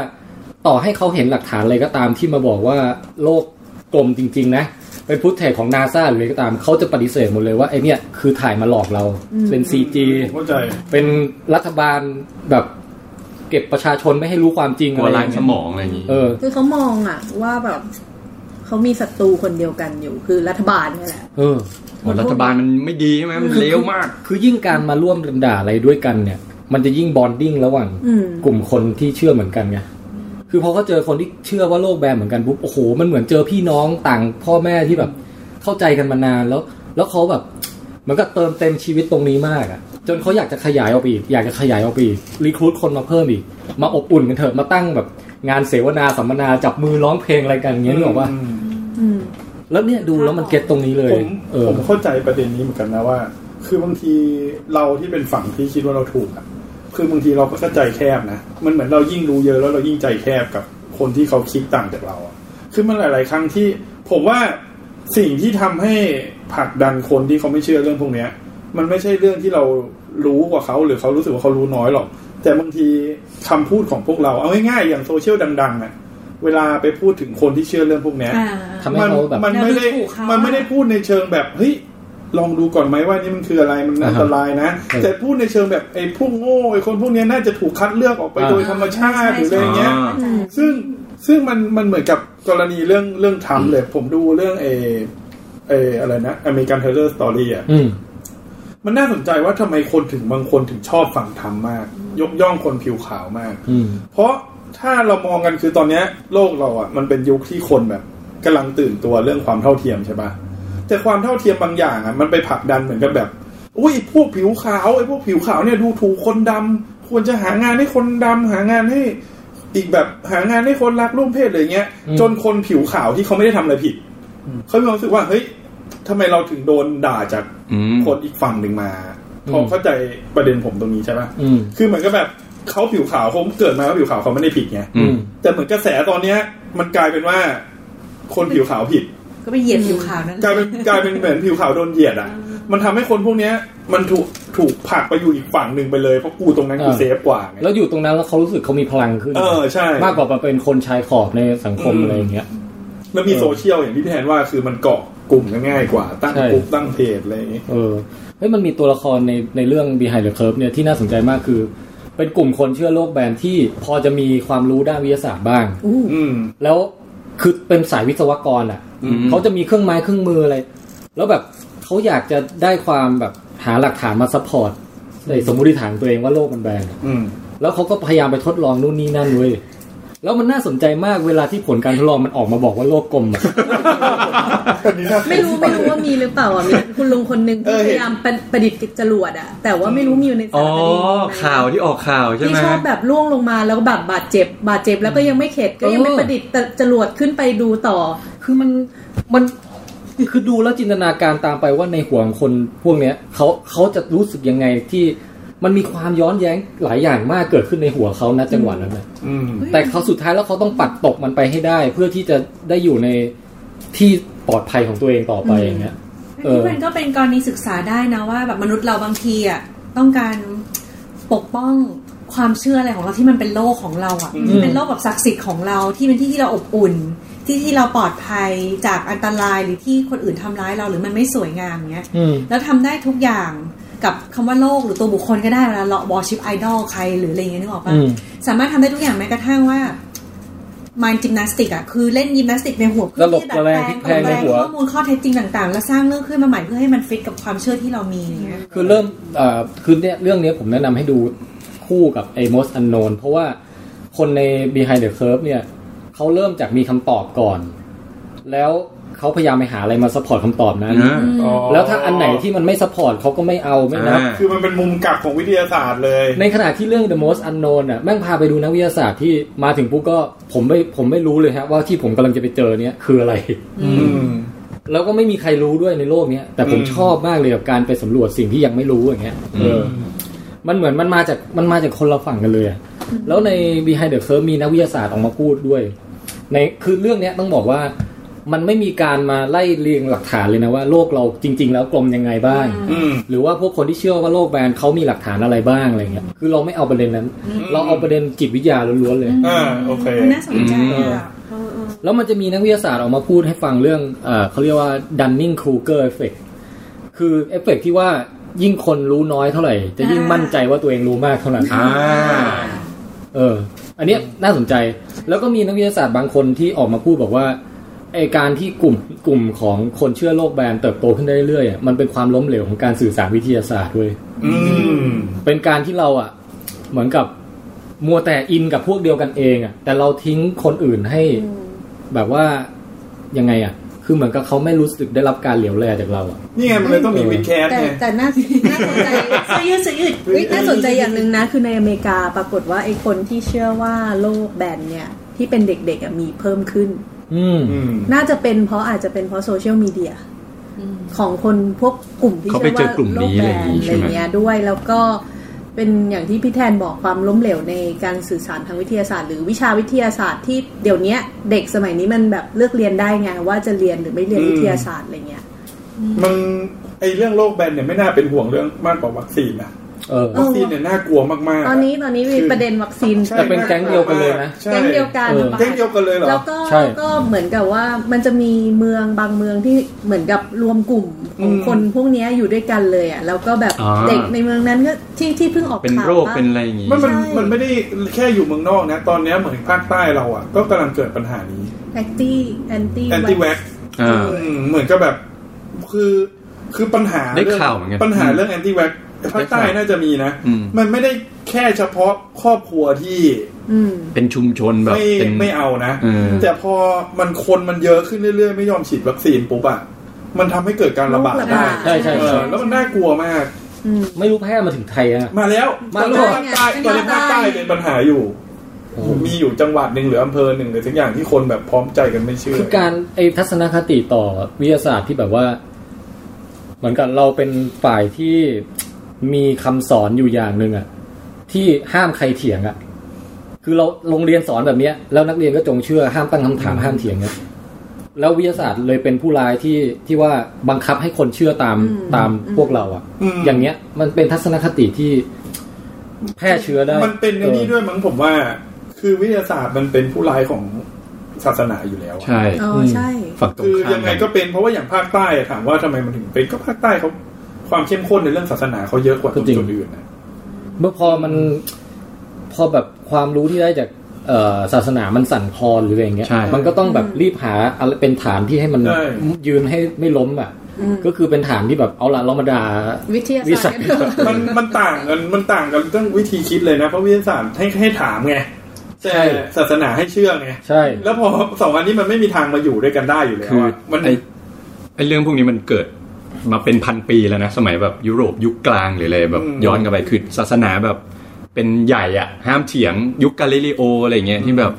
ต่อให้เขาเห็นหลักฐานอะไรก็ตามที่มาบอกว่าโลกกลมจริง ๆ นะ เป็นพุทธเทจของนาซาหรืออะไรก็ตามเขาจะปฏิเสธหมดเลยว่าไอเนี่ยคือถ่ายมาหลอกเราเป็นซีจี
เข้าใจ
เป็นรัฐบาลแบบเก็บประชาชนไม่ให้รู้ความจริง
กลั
อะ
ว
ไรอ
ล้าง
ย่าง
ส
เงี้ย
มองอะไรอย่างงี้
เออ
คือเขามองอะว่าแบบเขามีศัตรูคนเดียวกันอยู่ คือรัฐบาลเนี่ยแหละ
เออ
โหรัฐบาลมันไม่ดีใช่ไหมมันเลวมาก
คือยิ่งการมาร่วมด่าอะไรด้วยกันเนี่ย มันจะยิ่งบอนดิ้งระหว่าง
อืม
กลุ่มคนที่เชื่อเหมือนกันไง คือพอเขาเจอคนที่เชื่อว่าโลกแบนเหมือนกันปุ๊บ โอ้โห มันเหมือนเจอพี่น้องต่างพ่อแม่ที่แบบเข้าใจกันมานานแล้ว แล้วเขาแบบเหมือนกับเติมเต็มชีวิตตรงนี้มากอะจนเขาอยากจะขยายออกไปอีก อยากจะขยายออกไปอีก รีครูทคนมาเพิ่มอีก มาอบอุ่นกันเถอะ มาตั้งแบบงานเสวนาสัมมนาจับมือร้องเพลงอะไรกันอย่างเงี้ยนึกออกว่า
อืม
แล้วเนี่ยดูแล้วมันเก็ตตรงนี้เลย
ผม
เออ
ผมเข้าใจประเด็นนี้เหมือนกันนะว่า คือบางทีเราที่เป็นฝั่งที่คิดว่าเราถูกอ่ะ คือบางทีเราก็เข้าใจแคบนะ มันเหมือนเรายิ่งรู้เยอะแล้วเรายิ่งใจแคบกับคนที่เขาคิดต่างจากเราอ่ะ คือมันหลาย ๆ ครั้งที่ผมว่าสิ่งที่ทำให้ผลักดันคนที่เขาไม่เชื่อเรื่องพวกเนี้ย มันไม่ใช่เรื่องที่เรารู้กว่าเขาหรือเขารู้สึกว่าเขารู้น้อยหรอก แต่บางทีคำพูดของพวกเราเอาง่ายๆอย่างโซเชียลดังๆอ่ะ เวลาไปพูดถึงคนที่เชื่อเรื่องพวกเนี้ย
อ่า
ทำให้เขาแบบ
มันไม่ได้
เราดูถูกเขาอะ
มันไม่ได้พูดในเชิงแบบเฮ้ยลองดูก่อนไหมว่านี่มันคืออะไรมันอันตรายนะ
อ่าฮะ
แต่พูดในเชิงแบบไอ้พวกโง่ไอ้คนพวกเนี้ยน่าจะถูกคัดเลือกออกไป
อ่า
โดยธรรมชาติหรืออะไรเงี้ย
อ่า
ซึ่งซึ่งมันมันเหมือนกับกรณีเรื่องเรื่องทรัมป์เลย ผมดูเรื่องเอเออะไรนะอเมริกันเทเลอร์สตอรี่อ่ะ
อืม
มันน่าสนใจว่าทำไมคนถึงบางคนถึงชอบฝั่งทำมาก ยกย่องคนผิวขาวมาก
อืม
เพราะถ้าเรามองกันคือตอนเนี้ยโลกเราอ่ะมันเป็นยุคที่คนแบบกำลังตื่นตัวเรื่องความเท่าเทียมใช่ปะแต่ความเท่าเทียมบางอย่างอ่ะมันไปผลักดันเหมือนกับแบบอุ้ยพวกผิวขาวไอ้พวกผิวขาวเนี่ยดูถูกคนดำควรจะหางานให้คนดำหางานให้อีกแบบหางานให้คนรักร่วมเพศเลยเงี้ย
อืม
จนคนผิวขาวที่เขาไม่ได้ทำอะไรผิดเขามีความรู้สึกว่าเฮ้ยทำไมเราถึงโดนด่าจาก
อืม
คนอีกฝั่งหนึ่งมาพอเข้าใจประเด็นผมตรงนี้ใช่ปะ
อืม
คือเหมือนกับแบบเขาผิวขาวเขาเกิดมาเขาผิวขาวเขาไม่ได้ผิดไง
อืม
แต่เหมือนกระแสตอนเนี้ย มันกลายเป็นว่า คนผิวขาวผิด
ก็ไปเหยียดผิวขาวนั่นแห
กลาย
ละ
เป็นกลายเป็นเหมือนผิวขาวโดนเหยียดอ่ะ มันทำให้คนพวกเนี้ย มันถูกถูกผลักไปอยู่อีกฝั่งหนึ่งไปเลยเพราะกูตรงนั้นกู
เออ
เซฟกว่าไง
แล้วอยู่ตรงนั้นแล้วเขารู้สึกเขามีพลังขึ้น
เออใช่
มากกว่ามาเป็นคนชายขอบในสังคม
อืม
อะไรอย่างเงี้ย
มันมีโซเชียลอย่างที่พี่แทนว่าคือมันเกาะกลุ่มกันง่ายกว่าตั้ง
ใช่
กลุ่มตั้งเพจอะไรอย่างงี้
เออเฮ้ยมันมีตัวละครในในเรื่อง Behind the Curve เนี่ยที่น่าสนใจมากคือ เป็นกลุ่มคนเชื่อโลกแบนที่พอจะมีความรู้ด้านวิทยาศาสตร์บ้าง
อืม
แล้วคือเป็นสายวิศวกรอ่ะ
อืม
เขาจะมีเครื่องไม้เครื่องมืออะไร แล้วแบบเขาอยากจะได้ความแบบหาหลักฐานมาซัพพอร์ตในสมมติฐานตัวเองว่าโลกมันแบน
อืม
แล้วเขาก็พยายามไปทดลองนู่นนี่นั่นเว้ย แล้วมันน่าสนใจมากเวลาที่ผลการทดลองมันออกมาบอกว่าโลกกลมอะ
ไม่รู้ไม่รู้ว่ามีหรือเปล่าอ่ะมีคุณลุงคนหนึ่ง
เออ
ที่พ
เห็น
ยายามประดิษฐ์จรวดอ่ะ แต่ว่าไม่รู้มีอยู่ในสาร
อ๋อ
คดีไหม
ข่าวที่ออกข่าวใช่
ที่
ไหม
ชอบแบบล่วงลงมาแล้วก็แบบบาดเจ็บบาดเจ็บแล้วก็ยังไม่เข็ดก็ยังไม่
เออ
ประดิษฐ์จรวดขึ้นไปดูต่อ
คือมันมันคือดูแล้วจินตนาการตามไปว่าในหัวของคนพวกเนี้ยเขาเขาจะรู้สึกยังไงที่มันมีความย้อนแย้งหลายอย่างมากเกิดขึ้นในหัวเขาณจังหวะนั้นนะ
อืม
แต่เขาสุดท้ายแล้วเขาต้องปัดตกมันไปให้ได้ เพื่อที่จะได้อยู่ในที่ปลอดภัยของตัวเองต่อไปอย่างเงี้ย เออ
นี่มันก็เป็นกรณีศึกษาได้นะว่า แบบมนุษย์เราบางทีอ่ะต้องการปกป้องความเชื่ออะไรของเราที่มันเป็นโลกของเราอ่ะ
อืม
ที่เป็นโลกแบบศักดิ์สิทธิ์ของเราที่เป็นที่ที่เราอบอุ่น ที่ที่เราปลอดภัยจากอันตรายหรือที่คนอื่นทำร้ายเราหรือมันไม่สวยงามเงี้ย
อืม
แล้วทำได้ทุกอย่างกับคำว่าโลกหรือตัวบุคคลก็ได้เวลาเราบอชิปไอดอลใครหรืออะไรอย่างเงี้ยนึกออกปะ
อืม
สามารถทำได้ทุกอย่างแม้กระทั่งว่า mind gymnastic อะคือเล่นยิมนาสติกในหัว
ระบบ
ที่
ระแวงพลิกแพลงในหัว
ข้อมูลข้อเท็จจริงต่างๆ แล้วสร้างเรื่องขึ้นมาใหม่เพื่อให้มันฟิตกับความเชื่อที่เรามีอย่างเงี้ย
คือเริ่มเอ่อคือเนี่ยเรื่องเนี้ยผมแนะนำให้ดูคู่กับไอ้ most unknown เพราะว่าคนใน behind the curve เนี่ยเขาเริ่มจากมีคำตอบก่อน แล้วเขาพยายามไปหาอะไรมาซัพพอร์ตคำตอบนั้น
อ่า
อ๋อ
แล้วถ้าอันไหนที่มันไม่ซัพพอร์ตเขาก็ไม่เอาไม่นับ
อ่า
คือมันเป็นมุมกลับของวิทยาศาสตร์เลย
ในขณะที่เรื่อง the most unknown อ่ะแม่งพาไปดูนักวิทยาศาสตร์ที่มาถึงปุ๊บก็ผมไม่ผมไม่รู้เลยฮะว่าที่ผมกำลังจะไปเจอเนี่ยคืออะไร
อืม
แล้วก็ไม่มีใครรู้ด้วยในโลกเนี้ยแต่ผม
อืม
ชอบมากเลยกับการไปสำรวจสิ่งที่ยังไม่รู้อย่างเงี้ยเออ มันเหมือนมันมาจากมันมาจากคนละฝั่งกันเลยอะแล้วใน Behind the Curve มีนักวิทยาศาสตร์ออกมาพูดด้วย ในคือเรื่องเนี้ยต้องบอกว่า มันไม่มีการมาไล่เรียงหลักฐานเลยนะว่าโลกเราจริง ๆ แล้วกลมยังไงบ้าง
อืม
หรือว่าพวกคนที่เชื่อว่าโลกแบนเขามีหลักฐานอะไรบ้างอะไรเงี้ยคือเราไม่เอาประเด็นนั้น เราเอาประเด็นจิตวิทยาล้วนๆเลย
อ่า โอเค
น่าสนใจอะเออเออ
แล้วมันจะมีนักวิทยาศาสตร์ออกมาพูดให้ฟังเรื่องเอ่อเขาเรียกว่า Dunning Kruger effect คือเอฟเฟกต์ที่ว่ายิ่งคนรู้น้อยเท่าไหร่ จะยิ่งมั่นใจว่าตัวเองรู้มากเท่านั้น
อ่า
เออ อันเนี้ยน่าสนใจ แล้วก็มีนักวิทยาศาสตร์บางคนที่ออกมาพูดบอกว่าไอการที่กลุ่มกลุ่มของคนเชื่อโลกแบนเติบโตขึ้นได้เรื่อยๆอ่ะมันเป็นความล้มเหลวของการสื่อสารวิทยาศาสตร์เว้ย
อืม
เป็นการที่เราอ่ะ เหมือนกับมัวแต่อินกับพวกเดียวกันเองอ่ะ แต่เราทิ้งคนอื่นให้แบบว่ายังไงอ่ะ คือเหมือนกับเขาไม่รู้สึกได้รับการเหลียวแลจากเราอ่ะ
นี่ไงมันเลยต้องมีวิดแคส
แต่
ไง
แต่น่าน่าสน ใจ
เสื้อยืดเสื้อยืด
เฮ้ยน่าสนใจอย่างหนึ่งนะ คือในอเมริกาปรากฏว่าไอ้คนที่เชื่อว่าโลกแบนเนี่ย ที่เป็นเด็กๆอะมีเพิ่มขึ้น
อืม
อืม
น่าจะเป็นเพราะอาจจะเป็นเพราะโซเชียลมีเดีย
อืม
ของคนพวกกลุ่มที่
เขาไปเจอกลุ่มนี้
เชื่อ
อะไรอย่า
ว่า
งนี้
โลกแบนอะไร
ใช่ไหม
เงี้ยด้วยแล้วก็เป็นอย่างที่พี่แทนบอกความล้มเหลวในการสื่อสารทางวิทยาศาสตร์ หรือวิชาวิทยาศาสตร์ที่เดี๋ยวเนี้ยเด็กสมัยนี้มันแบบเลือกเรียนได้ไงว่าจะเรียนหรือไม่เรียนวิทยาศาสตร์อะไรเงี้ย
มันไอเรื่องโรคแบนเนี่ยไม่น่าเป็นห่วงเรื่องมากกว่าวัคซีนนะ
เออ
วัคซีนเนี่ยน่ากลัวมากๆ
ตอนนี้ตอนนี้มีประเด็นวัคซีน
ใช่
แต่เป็นแก๊งเดียวกันเลยนะ
ใช่
แก๊งเดียวกัน
เออ
แก๊งเดียวกันเลยเหรอ
แล้วก็
ใช่
แล้วก็เหมือนกับว่ามันจะมีเมืองบางเมืองที่เหมือนกับรวมกลุ่มของ
อืม
คนพวกเนี้ยอยู่ด้วยกันเลยอ่ะแล้วก็แบบ
อ่า
เด็กในเมืองนั้นก็ที่ที่เพิ่งออก
เป็น
ข่าว
โรค
ว่า
เป็นอะไรอย่างงี้
มันมัน
ใช่
มันไม่ได้แค่อยู่เมืองนอกนะ ตอนเนี้ยเหมือนภาคใต้เราอ่ะ ก็กำลังเกิดปัญหานี้
anti anti
แอนตี้แว็ก
อ่า
เหมือนกับแบบ คือคือปัญหา
ได้
เรื่อง
ข่าวเหมือนกัน
ปัญหาเรื่องแอนตี้แว็กภาคใต้
ได้ข่าว
น่าจะมีนะ
อืม
มันไม่ได้แค่เฉพาะครอบครัวที่
อืม
เป็นชุมชนแบบ
ไม่
เป็น
ไม่เอานะ
เออ
แต่พอมันคนมันเยอะขึ้นเรื่อยๆ ไม่ยอมฉีดวัคซีนปุ๊บอะมันทำให้เกิดการระบาด
โค
ได้
ใช่ใช่
เออแล้วมันน่ากลัวมาก
อืม
ไม่รู้แพร่มาถึงไทยอ่ะ
มาแล้ว
มา
ตอน
แล้ว
นี้ภาคใต้ตอนนี้ภาคใต้เป็นปัญหาอยู่
โอ้โห
มีอยู่จังหวัดหนึ่งหรืออำเภอหนึ่งหรือทั้งอย่างที่คนแบบพร้อมใจกันไม่เชื่อ
คือการไอทัศนคติต่อวิทยาศาสตร์ที่แบบว่า เหมือนกับเราเป็นฝ่ายที่มีคำสอนอยู่อย่างหนึ่งอ่ะ ที่ห้ามใครเถียงอ่ะ คือเราโรงเรียนสอนแบบเนี้ยแล้วนักเรียนก็จงเชื่อห้ามตั้งคำถามห้ามเถียงเนี่ยแล้ววิทยาศาสตร์เลยเป็นผู้ร้ายที่ที่ว่าบังคับให้คนเชื่อตาม
อืม
ตามพวกเราอ่ะ
ม
อย่างเงี้ย มันเป็นทัศนคติที่แพร่เชื้อได้
มันเป็นในนี่ด้วยมั้งผมว่า คือวิทยาศาสตร์มันเป็นผู้ร้ายของ ศาสนาอยู่แล้วอะ
ใช่
อ๋อใช่
ฝั่งตรง
คือ
ข้าม
ยังไงก็เป็นเพราะว่าอย่างภาคใต้อะถามว่าทำไมมันถึงเป็นก็ภาคใต้เขาความเข้มข้นในเรื่องศาสนาเขาเยอะกว่า
ก็จริง
จุดอื่นนะ
เมื่อพอมันพอแบบความรู้ที่ได้จากเอ่อศาสนามันสั่นคลอนหรืออะไรอย่างเงี้ย
ใช่
มันก็ต้องแบบรีบหาอะไรเป็นฐานที่ให้มัน
ใช่
ยืนให้ไม่ล้มอ่ะก็คือเป็นฐานที่แบบเอาละเรามาด่า
วิทยา
วิสั
ศาส
ย
ตร์กันเถอะ
มันมันต่างกันมันต่างกันเรื่องวิธีคิดเลยนะเพราะวิทยาศาสตร์ให้ให้ถามไงแต่ศาสนาให้เชื่อไง
ใช่
แล้วพอสองอันนี้มันไม่มีทางมาอยู่ด้วยกันได้อยู่แล้ว
คือ
อะมัน
ไอ้ไอ้เรื่องพวกนี้มันเกิดมาเป็นพันปีแล้วนะ สมัยแบบยุโรปยุคกลางหรืออะไรแบบ
อืม
ย้อนกลับไปคือศาสนาแบบเป็นใหญ่อะห้ามเถียงยุคกาลิเลโออะไรเงี้ยที่แบบ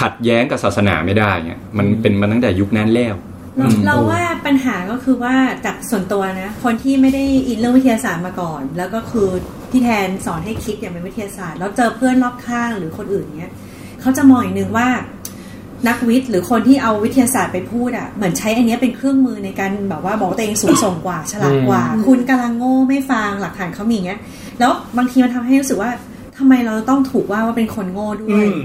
ขัดแย้งกับศาสนาไม่ได้เงี้ยมันเป็นมาตั้งแต่ยุคนั้นแล้ว
เราเราว่าปัญหาก็คือว่าจากส่วนตัวนะ คนที่ไม่ได้อินเรื่องวิทยาศาสตร์มาก่อน แล้วก็คือที่แทนสอนให้คิดอย่างเป็นวิทยาศาสตร์ แล้วเจอเพื่อนรอบข้างหรือคนอื่นเนี้ยเขาจะมองอีกหนึ่งว่า นักวิทย์หรือคนที่เอาวิทยาศาสตร์ไปพูดอะ่ะเหมือนใช้อันเนี้ยเป็นเครื่องมือในการแบบว่าบอกตัวเองสูงส่งกว่าฉลาดกว่า คุณกำลังโง่ไม่ฟังหลักฐานเขามีอย่างเงี้ย แล้วบางทีมันทำให้รู้สึกว่าทำไมเราต้องถูกว่าว่าเป็นคนโง่ด้
อื
วย
ม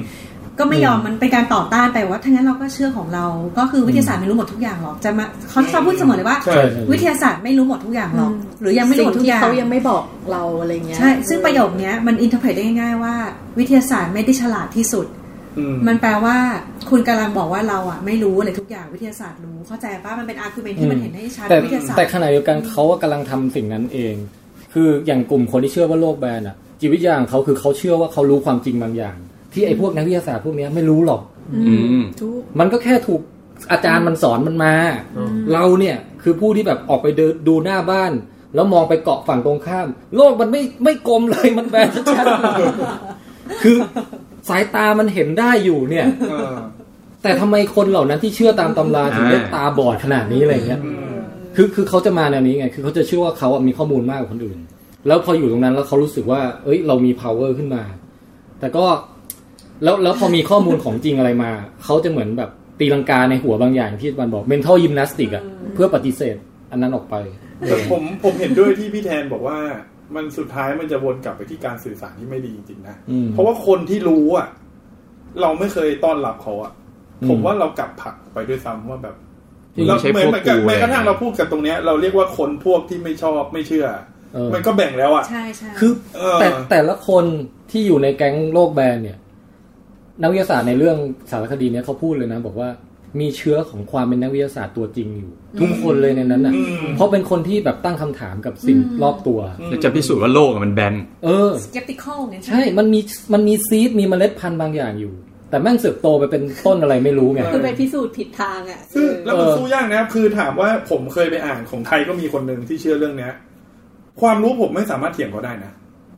ก็ไม่ยอมมันเป็นการต่อต้านไปว่าทั้างนั้นเราก็เชื่อของเรา ก็คือวิทยาศาสตร์ไม่รู้หมดทุกอย่างหรอกจะมาเขาชอบพูดเสมอเลยว่า
ใช่
วิทยาศาสตร์ไม่รู้หมดทุกอย่างหรอก หรือยังไม่รู้
สิ่
ห
ง
มดทุก
ที่
อย่าง
เขายังไม่บอกเราอะไรเงี้ย
ใช่ ซึ่งประโยคเนี้ยมันอินเทอร์เพตได้ง่ายๆว่า วิทยาศาสตร์ไม่ได้ฉลาดที่สุด
อืม
มันแปลว่าคุณกำลังบอกว่าเราอ่ะไม่รู้อะไรทุกอย่างวิทยาศาสตร์รู้เข้าใจป่ะมันเป็นอาร์กิวเมนที่มันเห็นได้ชัด
แต่
วิทยาศาสต
แต่
ร์
ขณะเดียวกันเขากำลังทำสิ่งนั้นเอง คืออย่างกลุ่มคนที่เชื่อว่าโลกแบนอ่ะ จิตวิทยาของเขาคือเขาเชื่อว่าเขารู้ความจริงบางอย่าง ที่ไอ้พวกนักวิทยาศาสตร์พวกเนี้ยไม่รู้หรอก
อืม
ทุก
มันก็แค่ถูกอาจารย์มันสอนมันมา เราเนี่ยคือผู้ที่แบบออกไปเดินดูหน้าบ้าน แล้วมองไปเกาะฝั่งตรงข้าม โลกมันไม่ไม่กลมเลยมันแบนชัด ๆคือสายตามันเห็นได้อยู่เนี่ย
เออ
แต่ทำไมคนเหล่านั้นที่เชื่อตามตำราถึงได้ตาบอดขนาดนี้อะไรเงี้ย คือคือเขาจะมาแนวนี้ไง คือเขาจะเชื่อว่าเขาอะมีข้อมูลมากกว่าคนอื่น แล้วพออยู่ตรงนั้นแล้วเขารู้สึกว่า เอ้ย เรามี power ขึ้นมา แต่ก็ แล้วแล้วพอมีข้อมูลของจริงอะไรมา เขาจะเหมือนแบบตีลังกาในหัวบางอย่างที่มันบอก mental gymnastic อะเพื่อปฏิเสธ อันนั้นออกไป
แต่ผมผมเห็นด้วยที่พี่แทนบอกว่า มันสุดท้ายมันจะวนกลับไปที่การสื่อสารที่ไม่ดีจริงๆนะ
อืม
เพราะว่าคนที่รู้อ่ะ เราไม่เคยต้อนรับเขาอ่ะ
อืม
ผมว่าเรากลับผลักไปด้วยซ้ำว่าแบบ
จริง
เรา
ใช้
เหมือนเหมือนกับ
พวกกู
แม้กระทั่ง
เลย
เราพูดกับตรงเนี้ย เราเรียกว่าคนพวกที่ไม่ชอบไม่เชื่อ
เออ
มันก็แบ่งแล้วอ่ะ
ใช่ใช่
คือ
เออ
แต่แต่ละคนที่อยู่ในแก๊งโลกแบนเนี่ย นักวิทยาศาสตร์ในเรื่องสารคดีเนี่ยเขาพูดเลยนะ บอกว่ามีเชื้อของความเป็นนักวิทยาศาสตร์ตัวจริงอยู่ ทุกคนเลยในนั้นอ่ะ
อืม
เพราะเป็นคนที่แบบตั้งคำถามกับสิ่งรอบตัว
แล้วจะพิสูจน์ว่าโลกอะมันแบน
เออ
เก็บติคอลเนี่ย
ใช่ มันมีมันมีซีดมีเมล็ดพันธุ์บางอย่างอยู่ แต่แม่งเสือกโตไปเป็นต้นอะไรไม่รู้ไง
คือไปพิสูจน์ผิดทางอ่ะ
ซึ่งแล้วมัน
เออ
สู้ยากนะครับคือถามว่าผมเคยไปอ่านของไทยก็มีคนหนึ่งที่เชื่อเรื่องเนี้ย ความรู้ผมไม่สามารถเถียงเขาได้นะ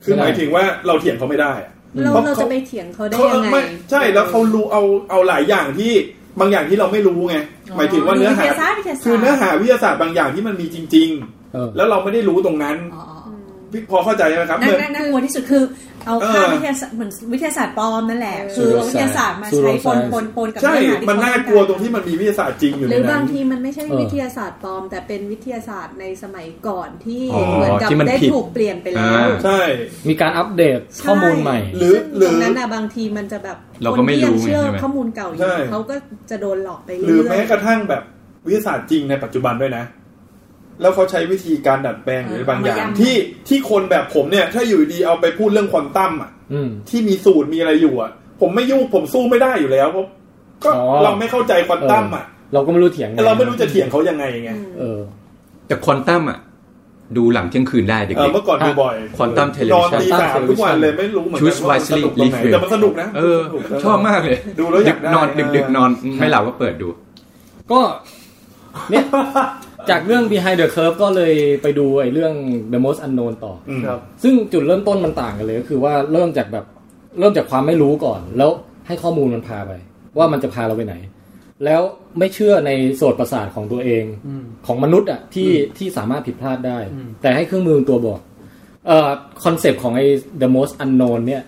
คือหมายถึงว่าเราเถียงเขาไม่ได้อะ
เรา
เพราะ
เราจะไปเถียงเขาได้
เขา
ยังไง
ไม่ใช่แล้วเขารู้เอาเอาหลายอย่างที่บางอย่างที่เราไม่รู้ไงหมายถึงว่าเนื้อหา
วิทยาศาสตร์วิทยาศาสตร์
คือเนื้อหาวิทยาศาสตร์บางอย่างที่มันมีจริง
เออ
ๆ แล้วเราไม่ได้รู้ตรงนั้น
อ๋ออ๋ออ๋อ
พอเข้าใจไหมครับเห
น่า
มือน
น่าน่ากลัวที่สุดคือเอา
เอ
ค่า
อ
วิทยาศาสตร์เหมือนวิทยาศาสตร์ปลอมนั่นแหละ คือเอาวิทยาศาสตร์มาใช้ปน
pseudoscience
ปนปนกับ
ใช่
เนื้อหาที่
มันน่ากลัวตรงที่มันมีวิทยาศาสตร์จริงอยู่
ห
ใน
รือบา
นั้
ง
น
ทีมันไม่ใช่
เออ
วิทยาศาสตร์ปลอม แต่เป็นวิทยาศาสตร์ในสมัยก่อนที่
อ๋อ
เหมือนกับ
ที่มัน
ได้
ผิด
ถูกเปลี่ยนไปแล้
อ่า
ว
ใช่
มีการอัปเดตข้อมูลใหม่
หรือ
ซึ่ง
หรื
ตร
อ
งนั้นน่ะบางทีมันจะแบบ
เราก็ไม่
คนที่ยัง
รู้ไง
เชื่อ
ใช่ไหม
ข้อมูลเก่าอ
ใช่
ยู่เขาก็จะโดนหลอกไป
หรื
เรื่
อ
อ
แม้
ย
กระทั่งแบบวิทยาศาสตร์จริงในปัจจุบันด้วยนะ แล้วเขาใช้วิธีการดัดแปลงหรือบางอย่าง ที่ที่คนแบบผมเนี่ย ถ้าอยู่ดีเอาไปพูดเรื่องควอนตัมอ่ะ
อืม
ที่มีสูตรมีอะไรอยู่อ่ะ ผมไม่ยุ่งผมสู้ไม่ได้อยู่แล้วเพราะก็
อ๋อ
เราไม่เข้าใจควอนตัมอ่ะ
เราก็ไม่รู้เถียงง
เราไม่รู้จะเถียงเขายังไงไง
เออ
แต่ควอนตัมอะดูหลังเที่ยงคืนได้เด็ก
เออเมื่อก่อนดูบ่อย
ควอนตัมเทเล
น
วิ
อน
ชั่น
ตีสามทุกวันเลยไม่รู้เหมือนกั
Choose
นว่ามันส
wisely
นุกตรงไหน
live well
แต่มันสนุกนะ
เออ
สนุกนะ
ชอบมากเลย
ดูแล้วอ
ดึ
ยาก
ก
ได้
นอนดึกดึกนอนไม่หลับก็เปิดดู
ก็เนี่ยจากเรื่อง behind the curve ก็เลยไปดูไอ้เรื่อง the most unknown ต่อ
อืม
ครับ
ซึ่งจุดเริ่มต้นมันต่างกันเลยก็คือว่าเริ่มจากแบบเริ่มจากความไม่รู้ก่อน แล้วให้ข้อมูลมันพาไป ว่ามันจะพาเราไปไหน แล้วไม่เชื่อในโสตประสาทของตัวเอง
อืม
ของมนุษย์อ่ะที่ที่สามารถผิดพลาดได้
อืม
แต่ให้เครื่องมือตัวบอกเอ่อคอนเซปต์ของไอ้ the most unknown เนี่ย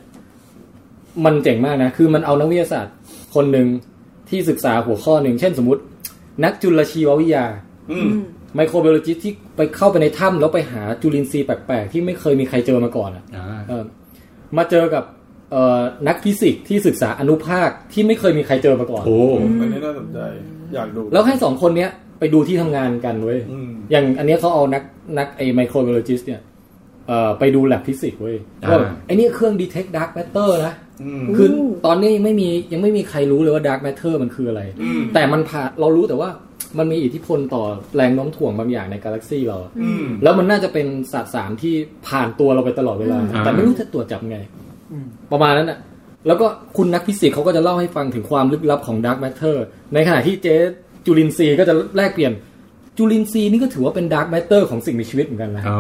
มันเจ๋งมากนะ คือมันเอานักวิทยาศาสตร์คนหนึ่งที่ศึกษาหัวข้อหนึ่ง เช่นสมมติ นักจุลชีววิทยา
อืม
ไมโครไบโอโลจิสต์ที่ไปเข้าไปในถ้ำแล้วไปหาจุลินทรีย์แปลก ๆ ที่ไม่เคยมีใครเจอมาก่อนอะ เออมาเจอกับ เอ่อนักฟิสิกส์ที่ศึกษาอนุภาคที่ไม่เคยมีใครเจอมาก่อน
โอ้
อันนี้น่าสนใจ อยากดู
แล้วให้สองคนเนี้ยไปดูที่ทำงานกันเว้ย
อืม
อย่างอันเนี้ยเขาเอานักนักไอไมโครบิโอโลจิสเนี่ยเอ่อไปดูแลบฟิสิกส์เว้ย
อ่า
ว่าแบบไอเนี่ยเครื่องดีเทคดักแมตเตอร์นะ
อืม
คือตอนนี้ยังไม่มียังไม่มีใครรู้เลยว่าดักแมตเตอร์มันคืออะไร
อืม
แต่มันผ่านเรารู้แต่ว่ามันมีอิทธิพลต่อแรงโน้มถ่วงบางอย่างในกาแล็กซี่เรา
อืม
แล้วมันน่าจะเป็นสสารที่ผ่านตัวเราไปตลอดเวลา
อืม
แต่ไม่รู้จะตรวจจับไง
อืม
ประมาณนั้นอ่ะ แล้วก็คุณนักฟิสิกส์เขาก็จะเล่าให้ฟังถึงความลึกลับของดาร์กแมทเทอร์ในขณะที่เจ๊จุลินทรีย์ก็จะแลกเปลี่ยน จุลินทรีย์นี่ก็ถือว่าเป็นดาร์กแมทเตอร์ของสิ่งมีชีวิตเหมือนกันนะ
อ๋อ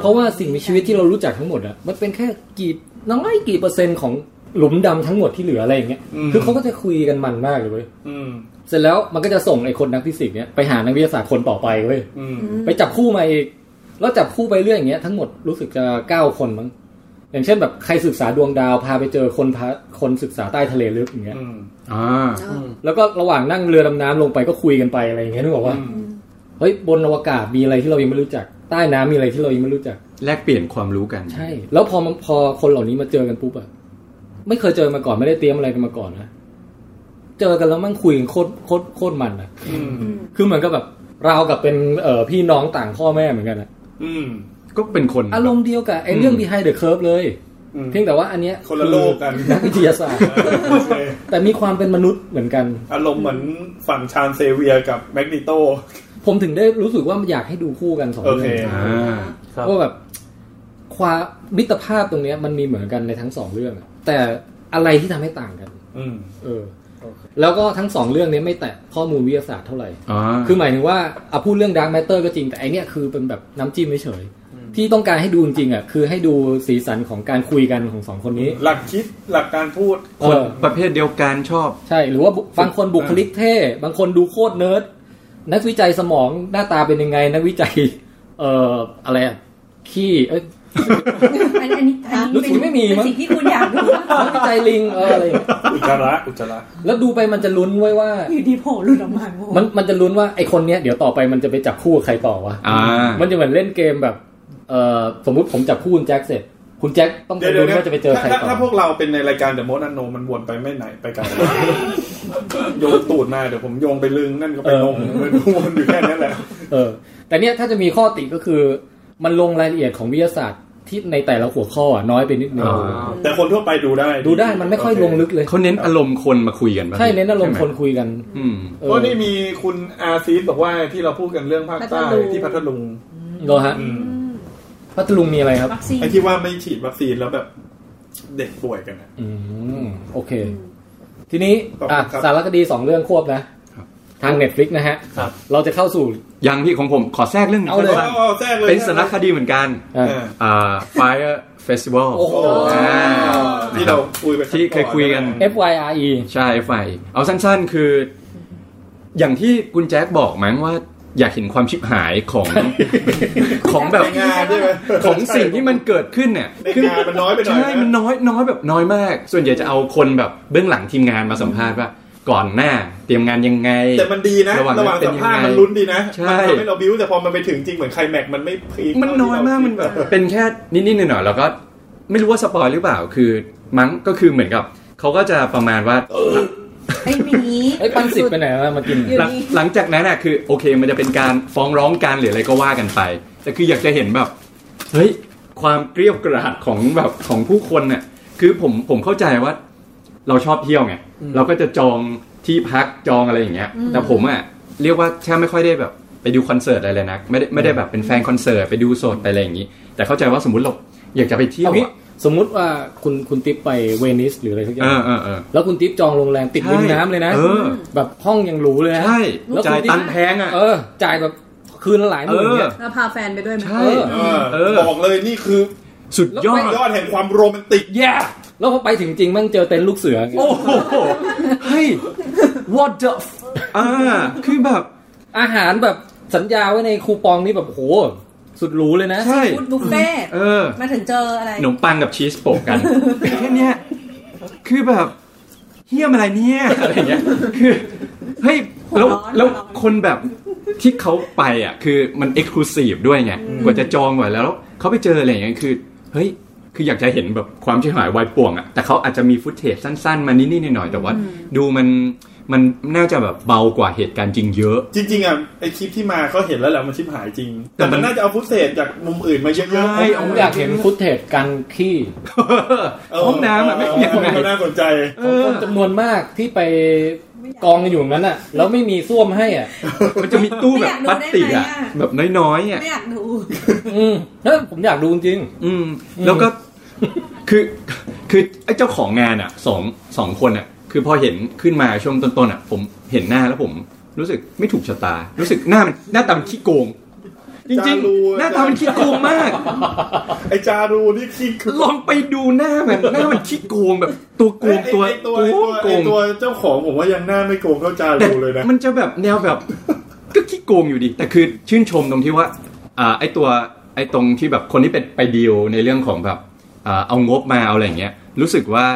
เพราะว่าสิ่งมีชีวิตที่เรารู้จักทั้งหมดอะมันเป็นแค่กี่น้อยกี่เปอร์เซ็นต์ของหลุมดำทั้งหมดที่เหลืออะไรอย่างเงี้ย
อืม
คือเขาก็จะคุยกันมันมากเลยเว้ย
อืม
เสร็จแล้วมันก็จะส่งไอ้คนนักฟิสิกส์เนี่ยไปหานักวิทยาศาสตร์คนต่อไปเว้ย
อืม
ไปจับคู่มาอีก แล้วจับคู่ไปเรื่อยอย่างเงี้ยทั้งหมดรู้สึกจะเก้าคนมั้ง อย่างเช่นแบบใครศึกษาดวงดาวพาไปเจอคนพาคนศึกษาใต้ทะเลลึกอย่างเงี้ย
อืม
อ่า
แล้วก็ระหว่างนั่งเรือดำน้ำลงไปก็คุยกันไปอะไรอย่างเงี้ยนึกบอกว่าเฮ้ยบนอวกาศมีอะไรที่เรายังไม่รู้จัก ใต้น้ำมีอะไรที่เรายังไม่รู้จัก
แลกเปลี่ยนความรู้กัน
ใช่ แล้วพอมันพอคนเหล่านี้มาเจอกันปุ๊บอะไม่เคยเจอมาก่อนไม่ได้เตรียมอะไรกันมาก่อนนะเจอกันแล้วมั่งคุยกันโคตรโคตรโคตรมันอะ
อืม
คือเหมือนกับแบบราวกับเป็นเอ่อพี่น้องต่างพ่อแม่เหมือนกันอะ
อืม
ก็เป็นคน
อารมณ์เดียวกับไอ้เรื่อง behind the curve เลย
อืม
เพียงแต่ว่าอันเนี้ย
คนละโลกกัน
อนักวิทยาศาสตร์
โอเค
แต่มีความเป็นมนุษย์เหมือนกัน
อารมณ์เหมือนฝั่งชานเซเวียกับแมกนิโต
ผมถึงได้รู้สึกว่าอยากให้ดูคู่กันสอง
โอ
เรื่
เค
อง
อ่า
ครับ
ว่าแบบความมิตรภาพตรงเนี้ยมันมีเหมือนกันในทั้งสองเรื่องอะแต่อะไรที่ทำให้ต่างกัน
อืม
เออ แล้วก็ทั้งสองเรื่องเนี้ยไม่แตะข้อมูลวิทยาศาสตร์เท่าไหร่
อ่า
คือหมายถึงว่าอ่ะพูดเรื่องด a r k กแมตเตอร์ก็จริงแต่ไอเนี้ยคือเป็นแบบน้ำจิ้มเฉยๆที่ต้องการให้ดูจริงๆอ่ะคือให้ดูสีสันของการคุยกันของสองคนนี้
หลักคิดหลักการพูด
คน
เออ
ประเภทเดียวกันชอบ
ใช่ หรือว่าบุบางคนบุคลิกเท่บางคนดูโคตรเนิร์ดนักวิจัยสมองหน้าตาเป็นยังไง นักวิจัย เอ่ออะไรอะขี้เอ้ย
อันอันนี้อัน
รู้
นี้
สึกไม่มี
เป็น
มั้ง
สิ่งที่คุณอยากดู
นักวิจัยลิงเอออะไรอย่างเงี้ย
อุจจาระอุจจาระ
แล้วดูไปมันจะลุ้นไว้ว่า
อยู่ดีโผล่หลุดออกมาโง่
มันมันจะลุ้นว่าไอคนเนี้ยเดี๋ยวต่อไปมันจะไปจับคู่กับใครต่อวะ
อ่า
มันจะเหมือนเล่นเกมแบบเอ่อสมมุติผมจับคู่คุณแจ็คเสร็จ คุณแจ็คต้องไป
เดี๋ยวเดี๋ย
ลุ้
วน เดี๋ยว
ว่าจะไปเจอใคร
ถ้า
ต่อ
ถ้าพวกเราเป็นในรายการเดอะโมนันโนมันวนไปไม่ไหนไปไกัน โยงตูดมาเดี๋ยวผมโยงไปลึงนั่นก็ไป ลงมันวนอยู่แค่นั้นแหละ
เออ แต่เนี้ยถ้าจะมีข้อติก็คือ มันลงรายละเอียดของวิทยาศาสตร์ที่ในแต่ละหัวข้ออะน้อยไปนิดนึง
อ่า
แต่คนทั่วไปดูได้
ดูได้มันไม่ค่อยลงลึกเลย
เขาเน้นอารมณ์คนมาคุยกันป่ะ
ใช่เน้นอารมณ์
ใช่ไห
คนคุยกัน
อืม
เอ
เพ
อ
ราะนี่มีคุณอาซีสบอกว่าที่เราพูดกันเรื่องภาคใต้ที่พัทลุง
เหรอฮะ
อืม
พัทลุงมีอะไรครับ
วัคซีน
ไอ้ที่ว่าไม่ฉีดวัคซีนแล้วแบบเด็กป่วยกันอะ
อืมโอเค ทีนี้
ขอบคุณ
อ่ะ
ครับ
สารคดีสองเรื่องควบนะ
ครับ
ทาง Netflix นะฮะ
ครับ
เราจะเข้าสู่
ยังพี่ของผมขอแทรกเรื่องหนึง
เอาเลย
สั้น
เอาแทรกเล
ๆ
ย
เป็นสารคดีเหมือนกัน
อ่ะ
เออ
อ่า Fire Festival
โอ้โห
อ่า
ที่เราคุยไป
ที่เคยคุยกัน
F Y R E
ใช่ไฟ เอาสั้นๆคือ อย่างที่คุณแจ็คบอกมั้งว่าอยากเห็นความชิบหายของ ของแบบ
ในงานใช่ไหม
ของสิ่งที่มันเกิดขึ้นเนี่ย
ใน
คือง
านมันน้อยไปหน่อย
ใช่มันน้อยน้อยแบบน้อยมาก ส่วนใหญ่จะเอาคนแบบเบื้องหลังทีมงานมาสัมภาษณ์ว่าก่อนหน้าเตรียมงานยังไง
แต่มันดีนะ
ระหว่าง
ระหว่าง
เป็น
สัมภาษณ์
ยังไง
มันลุ้นดีนะ
ใช่
มันทำให้เราบิ้วแต่พอมันไปถึงจริงเหมือนใครแม็กซ์มันไม่พีค
มันน้อยมาก
เท่ที่เร
มันแบบเป็นแค่นิดๆหน่อยๆแล้วก็ไม่รู้ว่าสปอยหรือเปล่าคือมั้งก็คือเหมือนกับเขาก็จะประมาณว่า
ไอ้หมี
ไอ้ยปันสิบไปไหนมามากิน
อยู่
หลัง
นี่
หลังจากนั้นน่ะคือโอเคมันจะเป็นการฟ้องร้องกันหรืออะไรก็ว่ากันไป แต่คืออยากจะเห็นแบบเฮ้ยความเกลียวกราดของแบบของผู้คนน่ะคือผมผมเข้าใจว่าเราชอบเที่ยวไงเราก็จะจองที่พักจองอะไรอย่างเงี้ยแต่ผมอ่ะเรียกว่าแทบไม่ค่อยได้แบบไปดูคอนเสิร์ตอะไรเลยนะไม่ได้ไม่ได้แบบเป็นแฟนคอนเสิร์ตไปดูสดไปอะไรอย่างงี้ แต่เข้าใจว่าสมมติเราอยากจะไปเที่ยว
เอางี้
อ่ะ
สมมุติว่าคุณคุณติ๊บไปเวนิสหรืออะไรสักอย่า
เอง อเออเออ
แล้วคุณติ๊บจองโรงแรมติดริมน้ำเลยนะ
เออ
แบบห้องยังหรูเลยนะ
ใช่
แล้วคุณ
จ่าย
ที่
ตังค์แพงอ่ะ
เออ จ่ายแบบคืนละหลายห
เอ
มื่น
อ
เนี่ย
แล้วพาแฟนไปด้วยไหม
ใช่
เ
เออ
เออ
บอกเลยนี่คือ
สุดยอด
ยอดแห่งความโรแมนติก
yeah
แล้วพอไปถึงจริงแม่งเจอเต็นท์ลูกเสือไง
โอ้โหเฮ้ย what the f อ่า คือแบบ
อาหารแบบสัญญาไว้ในคูปองนี่แบบโหสุดหรูเลยนะ
ใช่
ฟูดบุฟเฟ่ต์
เออ
มาถึงเจออะไร
ขนมปังกับชีสโปะกันแค่เนี้ยคือแบบเฮี้ยมอะไรเนี่ย อะไรเงี้ย คือ เฮ้ย แล้ว แล้วคนแบบที่เขาไปอ่ะ คือมันเอ็กซ์คลูซีฟด้วยไง กว่าจะจองไว้แล้ว เขาไปเจออะไรอย่างเงี้ย คือ เฮ้ย คืออยากจะเห็นแบบความชิบหายวายป่วงอะแต่เขาอาจจะมีฟุตเทจสั้นๆ มานิดๆหน่อยๆแต่ว่า ดูมันมันน่าจะแบบเบากว่าเหตุการณ์จริงเยอะ
จริงๆอ่ะไอคลิปที่มาเขาเห็นแล้วแหละมันชิบหายจริง แต่มันน่าจะเอาฟุตเศษจากมุมอื่นมาเยอะๆ
ใช่
ผมอยากเห็นฟุตเทจการขี้
ห้องน้ำอะไม่เกี่ยว
คน
ไง
ก็น่าสนใจ
ของคนจำนวนมากที่ไปกองกันอยู่นั้นอ่ะ แล้วไม่มีส้วมให้อ่ะ
มันจะมีตู้แบบพลาสติกอะ
ไม่อยากดูได้ไหมอะ
แบบน้อยๆอะ
ไม่อยากดู
อืมแล้วผมอยากดูจริง
อืม
อืม
แล้วก็คือคือไอ้เจ้าของงานอ่ะสองสองคนอ่ะ คือพอเห็นขึ้นมาช่วงต้นๆอ่ะ ผมเห็นหน้าแล้วผมรู้สึกไม่ถูกชะตา รู้สึกหน้ามันหน้าตามันขี้โกง จริง
จารู
ๆ หน้าตามันขี้โกงมาก
ไอจารูนี่คิดคือ
ลองไปดูหน้ามันหน้ามันขี้โกงแบบ ตัวโกงตัว
ไอ้ตัวไอ้ตัว
โก
ไอ้
ง
ตัวเจ้าของผมว่ายังหน้าไม่โกงเท่าจา
แต่
รูเลยนะ
มันจะแบบแนวแบบ ก็ขี้โกงอยู่ดี แต่คือชื่นชมตรงที่ว่า อ่า ไอ้ตัวไอ้ตรงที่แบบคนที่เป็นไปดีลในเรื่องของแบบอ่าเอางบมาเอาอะไรอย่างเงี้ยรู้สึกว่า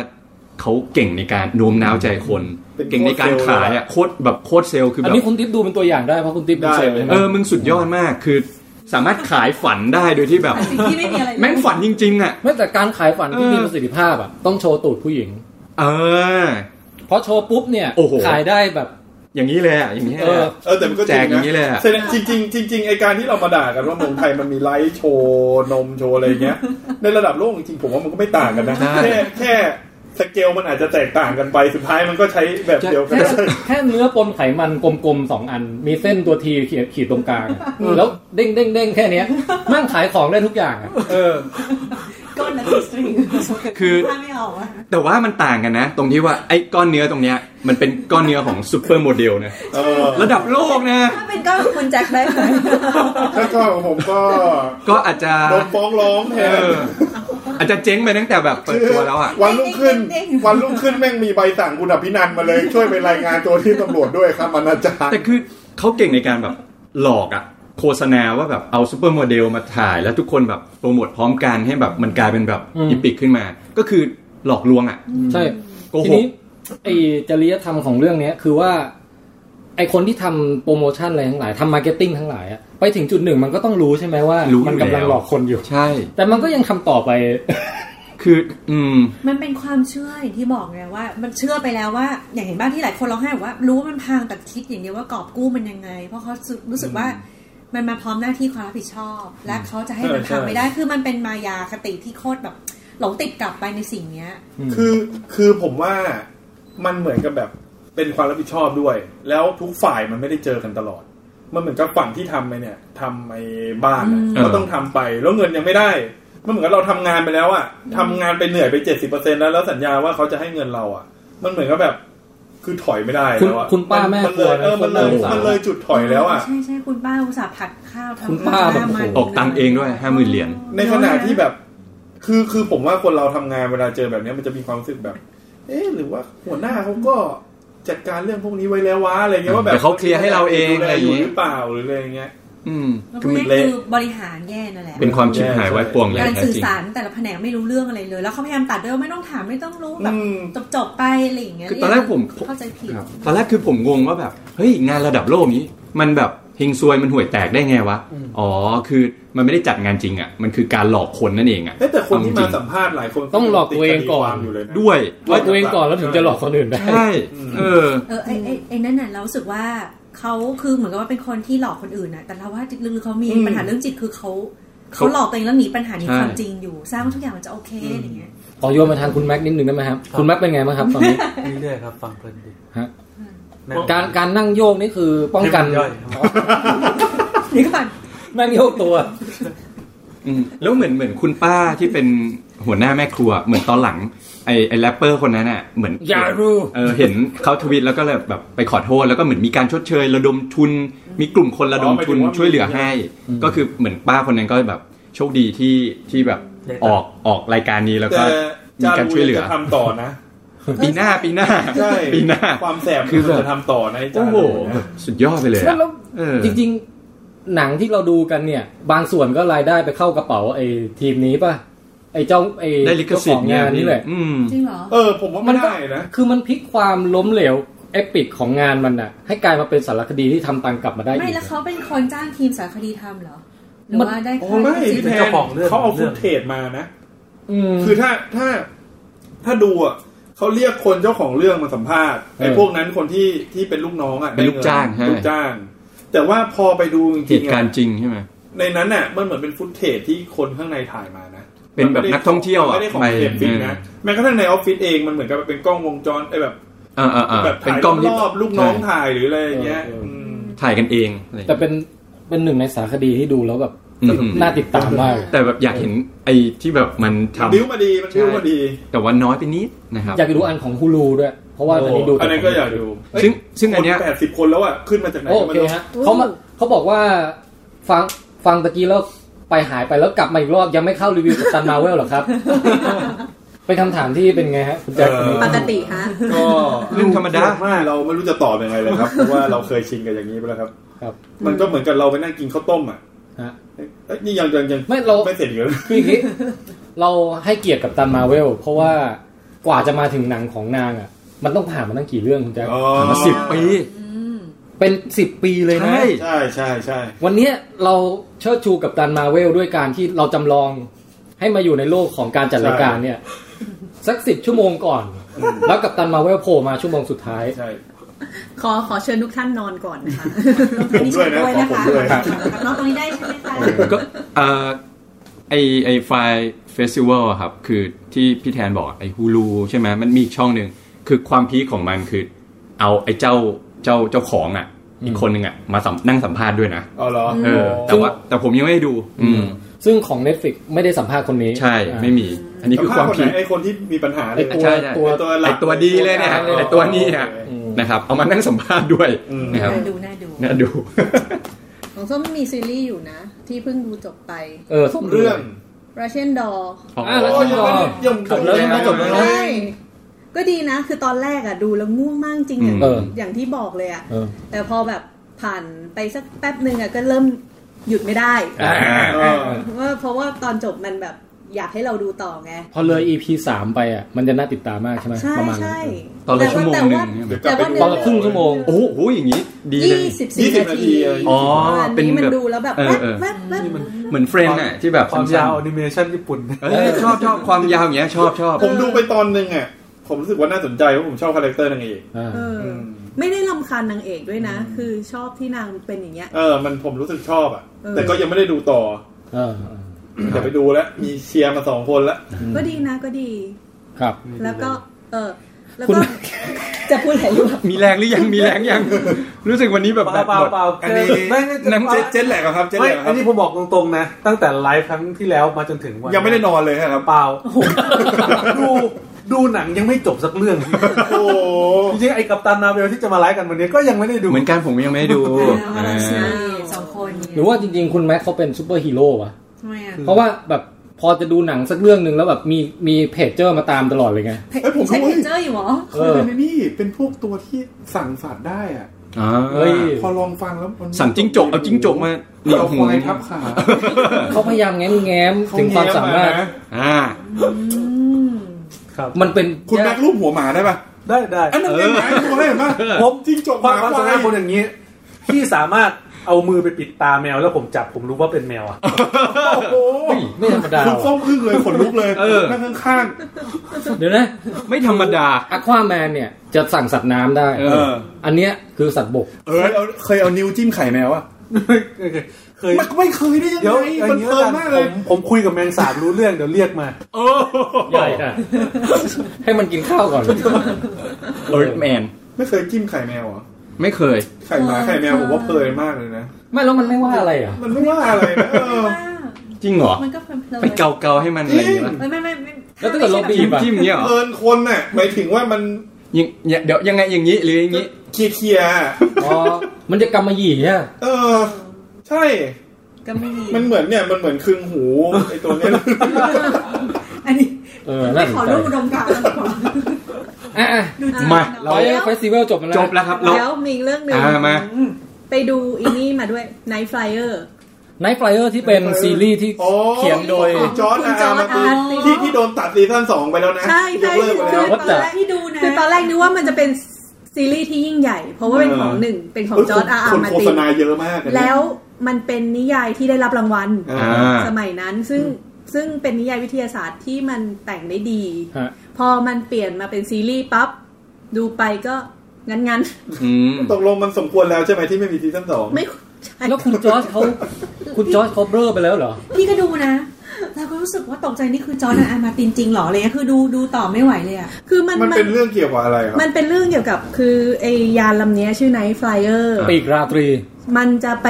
เขาเก่งในการโน้มน้าวใจคน
เป็น
เก่งในการ
โคตรเซลล์
ขาย
เลย
อ่ะ
อะ
โคตรแบบโคตรเซลล์คือ
ๆ อัน
แบบ
นี้คุณติ๊บดูเป็นตัวอย่างได้เพราะคุณติ๊บเป็นเซลล์ใช่ไหม
เออมึงสุดยอดมากคือ สามารถขายฝันได้โดยที่แบบ
สิ่งที่ไม่มีอะไรเลย
แม่งฝันจริงๆอ่ะ
ไม่แต่การขายฝันที่
เออ
มีประสิทธิภาพอ่ะต้องโชว์ตูดผู้หญิง
เออ
เพราะโชว์ปุ๊บเนี่ย
โอ้โห
ขายได้แบบ
อย่างนี้เลยอ่ะอย่างนี้
เอ
เล
อ
ยอะ
เออแต่มันก็จริ
แจก
ง
อย่างนี้เลย
นะ
อะ
แสดงจริง ๆ จริง ๆ ไอการที่เรามาด่ากันว่าเมืองไทยมันมีไลฟ์โชว์นมโชว์อะไรเงี้ย ในระดับโลกจริงๆผมว่ามันก็ไม่ต่างกันนะ
ใช่
แค่แค่สเกลมันอาจจะแตกต่างกันไปสุดท้ายมันก็ใช้แบบเดียวกัน
แค่
ได้
แค่เนื้อปนไขมันกลมๆสองอัน มีเส้นตัวทีขีดขีดตรงกลางอะแล้วเด้งเด้งเด้งแค่เนี้ยแมั่งขายของได้ทุกอย่างอะเออ
ก้อนนั้นสตริง
คือ
ถ้าไม่ออกอะ
แต่ว่ามันต่างกันนะ ตรงที่ว่าไอ้ก้อนเนื้อตรงเนี้ยมันเป็นก้อนเนื้อของซูเปอร์โมเดลนะ
เออ
ระดับโลกนะ
ถ้าเป็นก็คุณแจ็คได้ไหม
ถ้าก็ของผมก็
ก็อาจจะ
โดนฟ้องร้องแท
เอน ออาจจะเจ๊งไปตั้งแต่แบบเปิดตัวแล้วอ่ะ
วันรุ่ง ขึ้น วันรุ่งขึ้นแม่งมีใบสั่งคุณอภินันท์มาเลยช่วยไปรายงานตัวที่ตำรวจด้วยครับอนาจารย์
แต่คือเขาเก่งในการแบบหลอกอ่ะ โฆษณาว่าแบบเอาซูเปอร์โมเดลมาถ่ายแล้วทุกคนแบบโปรโมทพร้อมกันให้แบบมันกลายเป็นแบบ
อืม
อีพิกขึ้นมา ก็คือหลอกลวงอ่ะ
ใช่
โก
ที
หก
นี้ไอจริยธรรมของเรื่องเนี้ยคือว่า ไอคนที่ทำโปรโมชั่นอะไรทั้งหลายทำมาร์เก็ตติ้งทั้งหลายอะไปถึงจุดหนึ่งมันก็ต้องรู้ใช่ไหมว่า
รู้อยู่
มักำลัง
แล้ว
หลอกคนอยู่
ใช่
แต่มันก็ยังทำต่อไป
คืออืม
มันเป็นความเชื่ออย่างที่บอกไงว่า มันเชื่อไปแล้วว่า อย่างเห็นบ้านที่หลายคนร้องไห้บอกว่า รู้ว่ามันพังแต่คิดอย่างเดียวว่ากอบกู้มันยังไง เพราะเขารู้สึกว่ามันมาพร้อมหน้าที่ความรับผิดชอบ และเขาจะให้มันพังไม่ได้คือมันเป็นมายาคติที่โคตรแบบ หลงติดกลับไปในสิ่งเนี้ย
คือคือผมว่ามันเหมือนกับแบบเป็นความรับผิดชอบด้วย แล้วทุกฝ่ายมันไม่ได้เจอกันตลอด มันเหมือนกับฝั่งที่ทำไปเนี่ยทำไอ้บ้านอะ
อืม
ก็ต้องทำไปแล้วเงินยังไม่ได้ มันเหมือนกับเราทำงานไปแล้วอะทำงานไปเหนื่อยไปเจ็ดสิบเปอร์เซ็นแล้วแล้วสัญญาว่าเขาจะให้เงินเราอะมันเหมือนกับแบบคือถอยไม่ได้แล้วอะ
คุณคุณป้าแม่
นเลยเออมันเลย
ครัวนะ
มันเลยจุดถอยแล้วอะ
ใช่ใช่คุณป้าอุตส่าห์ผัดข้าวทำ
คุณป้าแบบ
ข้วมัน
ออกตังค์เองด้วยห้าหมื่นเหรียญ
ในขณะที่แบบ คือคือผมว่าคนเราทำงานเวลาเจอแบบเนี้ยมันจะมีความรู้สึกแบบ เอ๊ะหรือว่าหัวหน้าเขาก็จัดการเรื่องพวกนี้ไว้แล้ววะอะไรเงี้ยว่าแบ
เดี๋
บ
ยวเขาเคลียร์ให้เราเอง
ดูแล
อะไรอย่างงี้
หรือเปล่าหรืออะไรอย่างเงี้ย
อืม
แล้ว
คื
ก็
อมัน
นี่
เละ
คือบริหารแย่นั่นแหละ
เป็นความชิบหายวายป่วงอย่าง
การ
แท้
สื่อ
จริง
สารแต่ละแผนกไม่รู้เรื่องอะไรเลย แล้วเขาพยายามตัดด้วยว่าไม่ต้องถามไม่ต้องรู้แบบ
อืม
จบจบๆไปอะไรอย่างเงี้ย
คือตอนแรกผม
เข้าใจผิด
ครับตอนแรกคือผมงงว่าแบบ เฮ้ย งานระดับโลกนี้ มันแบบเฮงซวยมันห่วยแตกได้ไงวะ อ๋อ คือมันไม่ได้จัดงานจริงอ่ะ มันคือการหลอกคนนั่นเองอ่ะ
เอ๊ะแต่คนที่
เอ
มา
จริ
สัมภาษณ์หลายคน
ต้องหลอกตัวเองก่อน
ติดคดีความอยู่เลยนะ
ด้วย
หลอกตัวเองก่อนแล้วถึงจะหลอกคนอื่นได้
ใช่
อืม
เออ
เออไอ้ไอ้ไอ้นั่นน่ะเรารู้สึกว่าเขาคือเหมือนกับว่าเป็นคนที่หลอกคนอื่นน่ะแต่เราว่าลึกๆเขามี
อืม
ปัญหาเรื่องจิตคือเขา
เขา
เขาหลอกตัวเองแล้วหนีปัญหาหนี
ใช่
ความจริงอยู่สร้างว่าทุกอย่างมันจะโอเคอะไรอย่างเงี้ย
ขอโยนมาทางคุณแม็กนิดนึงได้ไหมครับ คุณแม็กเป็นไงบ้างครับตอนนี้
เรื่อยๆครับ ฟังเพลินดี
ฮะ
แนะนำ
การการนั่งโยกนี่คือป้องกัน
ให้มัย่อยครับ
เดี๋ยวก่อน
นั่งโยก ตัว
อืมแล้วเหมือนเหมือนคุณป้าที่เป็นหัวหน้าแม่ครัว เหมือนตอนหลัง ไอไอแรปเปอร์คนนั้นอ่ะ เหมือน
อย่ารู้
เออ เห็นเขาทวิตแล้วก็เลยแบบไปขอโทษ แล้วก็เหมือนมีการชดเชย ระดมทุน มีกลุ่มคนระดมทุนช่วยเหลือให้ ก็คือเหมือนป้าคนนั้นก็แบบโชคดีที่ที่แบบออกออกรายการนี้แล้วก็
แต่
มีการช่วยเหลือ
จารูจะทำต่อนะ
ปีหน้าปีหน้า
ใช่
ปีหน้า
ความแสบ
คื
คือ
อแบบ
จะทำต่อนะไอ้จา
โอ้โห
รูนะ
สุดยอดไปเลยอะ
แล้ว
เออ
จริงๆ หนังที่เราดูกันเนี่ย บางส่วนก็รายได้ไปเข้ากระเป๋าไอ้ทีมนี้ป่ะไอ้เจ้าไอ้
ได้ลิขสิทธิ์
เจ้าของงานนี่แหละ
อืม
จริงเหรอ
เออ ผมว่า
มั
ไม่
นก็
ได้นะ
คือมันพลิกความล้มเหลวเอปิกของงานมันน่ะ ให้กลายมาเป็นสารคดีที่ทำตังค์กลับมาได้
ไม่
อีก
แล้วเขาเป็นคนจ้างทีมสารคดีทำเหรอหรือว่าได้
โอ้
ค่า
ไม่
จริ
พี่
ง
แทนเขาเอาฟุตเทจมานะ
อืม
คือถ้าถ้าถ้าดูอ่ะเขาเรียกคนเจ้าของเรื่องมาสัมภาษณ์ไอ้
เออ
พวกนั้นคนที่ที่เป็นลูกน้องอ่ะ
เป็นลูกจ้างใช่
ลูกจ้าง แต่ว่าพอไปดูจ
เห
ริง
ตุ
ๆ
การ
อ่ะ
ณ์จริงใช่ไหม
ในนั้นน่ะมันเหมือนเป็นฟุตเทจที่คนข้างในถ่ายมานะ
เป็นแบบนักท่องเที่ยวอ่ะ
มันไม่ได้ของ
ไป
เทปฟิกนะ
เออ
แม้กระทั่งในออฟฟิศเองมันเหมือนกับเป็นกล้องวงจรไอ้แบบ
อ่าอ่า
แบบ
เป็น
ถ่าย
กล้องที่
รอบๆลูกน้องถ่ายหรืออะไรอย่างเงี้ย
เออเอออื
ม
ถ่ายกันเองอะไรอย่าง
แต่
เงี้ย
เป็นเป็นหนึ่งในสารคดีที่ดูแล้วแบบ
อืมอืม
น่าติดตามมาก
แต่แบบอยากเห็นไอ้ที่แบบมันทำ
บิ้วมาดีมันบิ้วมาดี
แต่ว่าน้อยไปนิดนะครับ
อยากดูอันของฮูลูด้วย เพราะว่าตอนนี้ดู
อันนี้ก็อยากดู
ซึ่งซึ่งอันเนี้ย
แปดสิบคน80 คนแล้วอ่ะ ขึ้นมาจากไหน
โอ
ก็
เค
ไม่รู้
ฮะเขามาเขาบอกว่าฟังฟังตะกี้แล้วไปหายไปแล้วกลับมาอีกรอบยังไม่เข้ารีวิวกับซันมาเวลหรอ ครับ เป็นคำถามที่เป็นไงฮะคุณแจ็คคุณ
ปกติฮะ
ก็
เรื่องธรรมดา
มากเราไม่รู้จะตอบยังไงเลย ครับ เพราะว่าเราเคยชินกับอย่างนี้ไปแล้วครับ
ครับ
มันก็เหมือนกับเราไปนั่งกินข้าวต้มอ่ะ
ฮะ
เอ้ยนี่ยังยังยัง
ไม่เรา
ไม่เสร็จเลย
คืออย่างนี้เราให้เกียรติกับตันมาเวลเพราะว่ากว่าจะมาถึงหนังของนางอ่ะ มันต้องผ่านมาตั้งกี่เรื่องคุณแจ็ค
ผ่านมาสิบปี
เป็นสิบปีเลยนะ
ใช่
ใช่ใช่ใช่
วันเนี้ยเราเชิดชูกับตันมาเวลด้วยการที่เราจำลองให้มาอยู่ในโลกของการจัดรายการเนี่ย สักสิบชั่วโมงก่อน แล้วกับตันมาเวลโผล่มาชั่วโมงสุดท้าย
ใช่
ขอขอเชิญทุกท่านนอนก่อนนะคะ
ผมด้วยนะขอผมด้วย
น้องตรงนี้ได้ใช่ไหมคะ
ก็เอ่อไอไอไฟเฟสติวัลครับ คือที่พี่แทนบอกไอฮูลูใช่ไหมมันมีอีกช่องหนึ่งคือความพีคของมันคือ เอาไอเจ้าเจ้าเจ้าของอ่ะ อีกคนหนึ่งอ่ะ มาสัมนั่งสัมภาษณ์ด้วยนะ
อ๋อเหรอ
เออ แต่ว่าแต่ผมยังไม่ได้ดู อืม
ซึ่งของ Netflix ไม่ได้สัมภาษณ์คนนี้
ใช่ไม่มี อันนี้คือ
สั
ความ
ภษณ์น
พี
ไห
คน
ไอ้คนที่มีปัญหา
ไอ
เนี่ย
ตัว
ใช่ใช่
ตัว
ตัวหลัก
ไอตัวดีเลยเนี่ย
ตัวหลัก
ไอตัวนี้เนี่ย
อืม
นะครับเอามานั่งสัมภาษณ์ด้วย
อืม
นะครับ
น่าดูน่าดู
น่าดู
ของส้มมีซีรีส์อยู่นะ ที่เพิ่งดูจบไป
เออทุก
เรื่อง
Russian Doll
อ่ะแล้ว
โอ้
ก็
ยยัง
รอ
ไม่
จบ
ได้ยัง
แล้วยังไม่จบแล้ว
ใช่ก็ดีนะ คือตอนแรกอะดูแล้วง่วงมากจริงอย่าง
เออ
อย่างที่บอกเลยอะ
เออ
แต่พอแบบผ่านไปสักแป๊บหนึ่งอะก็เริ่มหยุดไม่ได้
อ่า
เออ
ว่าเพราะว่าตอนจบมันแบบอยากให้เราดูต่อไง
พอเลย EP สามไปอ่ะมันจะน่าติดตามมากใช่ไหม
ใช่
ประมาณนั้น
ใช่
ตอนละ
แต่
ชั่วโมง
แต่
หนึ่ง
ว่า
ใช่ไหม
ต
แต่ว่า
อนละครึ่งชั่วโมง
โอ้โหอย่างนี้ดีเลย
ยี่สิบสี่
20
นาที
นาที
อ๋อ
อัน
เป็น
นี้มัน
แบบ
ดูแล้วแบบ
เออ
แว๊
บ เออ
แว๊บแว๊บ
เหมือนเฟรนด์อะที่แบบ
ความ
สั้น
ยาวแอนิเมชันญี่ปุ่น
ๆเอ้ยชอบชอบความยาวอย่างเงี้ยชอบชอบ
ผมดูไปตอนหนึ่งอ่ะผมรู้สึกว่าน่าสนใจเพราะผมชอบคาแรคเตอร์นางเอก
อ่า
เอออ
ม
ไม่ได้ลำคาญนางเอกด้วยนะ คือชอบที่นางเป็นอย่างเงี้ย
เออ มันผมรู้สึกชอบอ่ะ
เออ
แต่ก็ยังไม่ได้ดูต่อ
เออเออ
แต่ไปดูแล้ว มีเชียร์มาสองคนแล้ว
ก็ดีนะก็ดี
ครับ
แล้วก็ เออ แล้ว
คุณ
ก็ จะพูดอะไรอยู่
มีแรงหรือยังมีแรงยัง รู้สึกวันนี้แบบ
เป
แบ
ล่า
บ
เปล่า
หมด
เปล่า
อันนี้
ไม่ไม่
น้ำ
เจเจ๊แหลกอะครับ เจ๊แห
ไม่
ลกอะค
อั
รั
น
บ
นี้ผมบอกตรงๆนะ ตั้งแต่ไลฟ์ครั้งที่แล้วมาจนถึงวัน
ยังไม่ได้นอนเลยครับ
เปล่าดูดูหนังยังไม่จบสักเรื่อง
โอ้โห
จริงๆไอ้กัปตันนาเวลที่จะมาไลฟ์กันวันนี้ก็ยังไม่ได้ดู
เหมือนกันผมยังไม่ได้ดู
อ่า
อ่า
ใช่สองคน
หรือว่าจริง ๆ คุณแม็กเขาเป็นซูเปอร์ฮีโร่วะ
ทำไมอ่ะ
เพราะว่าแบบพอจะดูหนังสักเรื่องหนึ่งแล้วแบบมีมีเพจเจอร์มาตามตลอดเลยไง
เอ้ยผม
ใช้
รู้
เพ
เฮ้ย
จเจอร์อยู่เหรอ
เขาเป็นไอ้นี่เป็นพวกตัวที่สั่งสัตว์ได้อ่ะ
อ่า
เฮ้ย
พอลองฟังแล้วมัน
สั่งจิ้งจกเอาจิ้งจกมานี่
เอาควายทับขา
เขาพยายามแง้มแง้มถึงความสามารถ
อ่า
ครับ
มันเป็น
คุณแม็กรูปหัวหมาได้ปะ
ได้ได้
อันนั้นเป็นหมาตัวได้เห็นปะ
ผม
จิ้งจก
ความ
ห
ความสามารถคนอย่างนี้ ที่สามารถเอามือไปปิดตาแมวแล้วผมจับผมรู้ว่าเป็นแมวอ่ะ
โอ้โห
ไม่ธรรมดา
คุณส้มพึ่งเลยขนลุกเลย
เออ
นั่งข้าง
เดี๋ยวนะ
ไม่ธรรมดา
อควาแมนเนี่ยจะสั่งสัตว์น้ำได้
เอ
ๆเออ
อันเนี้ยคือสัตว์บก
เออเอาเคยเอานิ้วจิ้มไข่แมวอะ
เคย
มันไม่เคยได้ยัง
เดี๋ยว
ไง
อย่า
มัน
งนี้
เพลิ
แล้ว
น
กัน
มาก
ผ
เลย
มผมคุยกับแมงสาบรู้เรื่องเดี๋ยวเรียกมา
โอ้
ใหญ่อะ ให้มันกินข้าวก่อน
เอิร์ธแมน
ไม่เคยจิ้มไข่แมวเหรอ
ไม่เคย
ไข่หมาไข่แมวผมว่าเพลินมากเลยนะ
ไม่แล้วมันไม่ว่าอะไรอ่ะ
มันไม่ว่าอะไรนะเออ
จริงเหรอ
มันก็เพลินๆ
ไปเกาเกาๆให้มันอะไรอย่างเงี้ยปะ
เอ้ยไม่ไม่ไม่
แล้วถ้าเกิดเราบี
จิ้ม
บอะ
จิ้มอย่างเงี้ยเหรอ
เพลินคนน่ะหมายถึงว่ามัน
ยิงเนี่ยเดี๋ยวยังไงอย่างนี้หรืออย่างงี้
เคลียร์เคลียร์อะ
อ๋อ มันจะกำมะหยี่ใช่ไหม
เออ ใช่
ก็ไม่ดี
มันเหมือนเนี่ย มันเหมือนคึงหูไอตัว เนี้ย
อันนี้
เออน่าสน
ขอ
ใจ
รูปอุดมการณ์กันดีกว่า
อ่ะอ่ะ
ดูจริง
มา
เราเฟสติวัลจบแล้วนะ
จบแล้วครับเรา
แล้วมีอีกเรื่องหนึ่ง
อ่ามา
ไปดูอีนี่มาด้วย Night Flyer
ไนท์ไฟเออร์ที่เป็นซีรีส์ที่
อ๋อ
เขียนโดย
จอร์ดอาร์มาตีที่ที่โดนตัดซีซั่นสองไปแล้วนะ
ใช่ใช่
ยกเลิกไป
คื
แล้ว
อ
ว่า
ตอนแรก
ที่ดูนะ
คือตอนแรกนึกว่ามันจะเป็นซีรีส์ที่ยิ่งใหญ่ เพราะว่าเป็นของหนึ่งเป็นของจอร์ดอาร์
คน
มา
โฆ
ติ
ษณาเยอะมากอันนี้
แล้วมันเป็นนิยายที่ได้รับรางวัล
อ่า
อ่า
สมัยนั้นซึ่ง ซึ่งเป็นนิยายวิทยาศาสตร์ที่มันแต่งได้ดี
ฮะ
พอมันเปลี่ยนมาเป็นซีรีส์ปั๊บดูไปก็งั้นงั้น
อืม
ตกลงมันสมควรแล้วใช่ไหมที่ไม่มีซีซั่นสอง
ๆ ไม่ใช่
แล้วคุณจอร์จเขาคุณจอร์จเขาเบลอไปแล้วเหรอ
พี่ก็ดูนะเราก็รู้สึกว่าตกใจนี่คือจอร์แดนอาร์มาร์ตินจริงเหรออะไรเงี้ยคือดูดูต่อไม่ไหวเลยอะ
คือมัน
มัน
มั
เป็น นเรื่องเกี่ยวกับอะไรครับ
มันเป็นเรื่องเกี่ยวกับคือไอยานลำเนี้ยชื่อไนท์ฟลายเออร์
ปีกราตรี
มันจะไป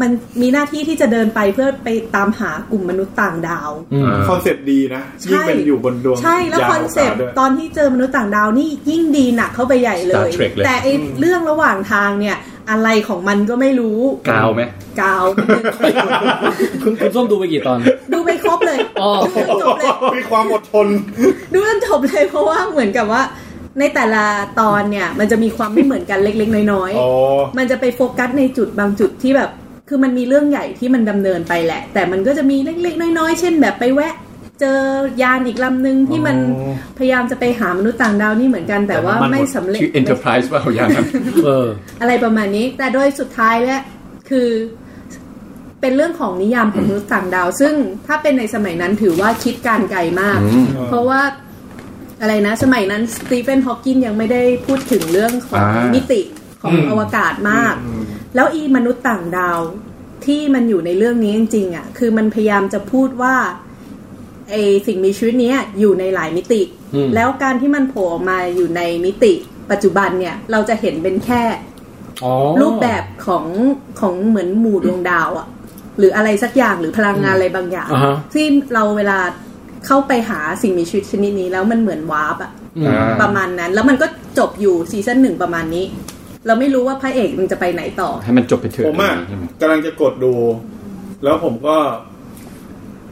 มันมีหน้าที่ที่จะเดินไปเพื่อไปตามหากลุ่มมนุษย์ต่างดาว
อืม
คอนเซปต์ดีนะยิ่งเป็นอยู่บนดวง
ใช่แล้ว
ยา
คอนเซป
ก
ต์
ว่าด้วย
ตอนที่เจอมนุษย์ต่างดาวนี่ยิ่งดีหนักเข้าไปใหญ่เล
Star
ย
Trek เลย
แต่ไอเรื่องระหว่างทางเนี่ย อะไรของมันก็ไม่รู้
กาวไหม
กาว
คุณคุณส้มดูไปกี่ตอน
ดูไปครบเลย
อ๋อ
ดูจนจบเลย
มีความอดทน
ดูจนจบเลยเพราะว่าเหมือนกับว่า ในแต่ละตอนเนี่ย มันจะมีความไม่เหมือนกันเล็ก ๆ น้อย
อ๋อ
ๆมันจะไปโฟกัสในจุดบางจุดที่แบบ คือมันมีเรื่องใหญ่ที่มันดำเนินไปแหละ แต่มันก็จะมีเล็ก ๆ น้อยๆ เช่นแบบไปแวะ เจอยานอีกลำหนึ่งที่มันพยายามจะไปหามนุษย์ต่างดาวนี่เหมือนกันแต่ว่าไม่สำเร็จ
ชื่อ Enterprise เปล่าอย่างนั้น
เออ
อะไรประมาณนี้ แต่โดยสุดท้ายแล้วคือเป็นเรื่องของนิยามของมนุษย์ต่างดาว ซึ่งถ้าเป็นในสมัยนั้นถือว่าคิดการไกลมาก
อืม
เพราะว่าอะไรนะ สมัยนั้นสตีเฟนฮอว์กินยังไม่ได้พูดถึงเรื่องของ
อ่ามิ
มิติของอวกาศมาก แล้วอีมนุษย์ต่างดาวที่มันอยู่ในเรื่องนี้จริงๆอ่ะคือมันพยายามจะพูดว่าไอสิ่งมีชีวิตเนี้ยอยู่ในหลายมิติ
อืม
แล้วการที่มันโผล่ออกมาอยู่ในมิติ ปัจจุบันเนี่ยเราจะเห็นเป็นแค่
อ๋อ
รูปแบบของของเหมือนหมู่ดวงดาวอะหรืออะไรสักอย่างหรือพลังงานอะไรบางอย่าง
อ่าฮะ
ที่เราเวลาเข้าไปหาสิ่งมีชีวิตชนิดนี้แล้วมันเหมือนวาร์ปอะ
อืม
อ่า
ประมาณนั้น แล้วมันก็จบอยู่ซีซั่นหนึ่งประมาณนี้ เราไม่รู้ว่าพระเอกมันจะไปไหนต่อ
ให้มันจบไปเถอะ
ผมอ่ะ
ใช่ไหม
กำลังจะกดดู แล้วผมก็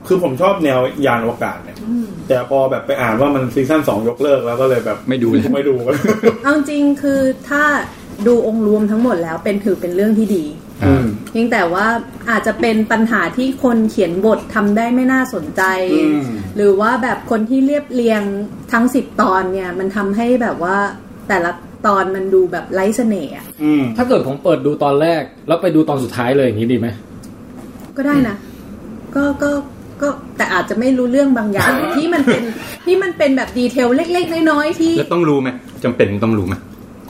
คือผมชอบแนวยานอวกาศเนี่ย แต่พอแบบไปอ่านว่ามันซีซั่นสองยกเลิกแล้วก็เลยแบบ
ไม่ดูเลย
ไม่ดู
เอาจริงๆคือถ้าดูองค์รวมทั้งหมดแล้วเป็นถือเป็นเรื่องที่ดี
อ่า
เพียงแต่ว่าอาจจะเป็นปัญหาที่คนเขียนบททำได้ไม่น่าสนใจ
อืม
หรือว่าแบบคนที่เรียบเรียงทั้งสิบตอนเนี่ย มันทำให้แบบว่าแต่ละตอนมันดูแบบไร้เสน่ห์อะ
อืม
ถ้าเกิดผมเปิดดูตอนแรก แล้วไปดูตอนสุดท้ายเลยอย่างนี้ดีไหม
ก็ได้นะ ก็ก็ก็แต่อาจจะไม่รู้เรื่องบางอย่าง ที่มันเป็นที่มันเป็นแบบดีเทลเล็ก ๆ น้อยๆที่
แล้วต้องรู้ไหมจำเป็นต้องรู้ไหม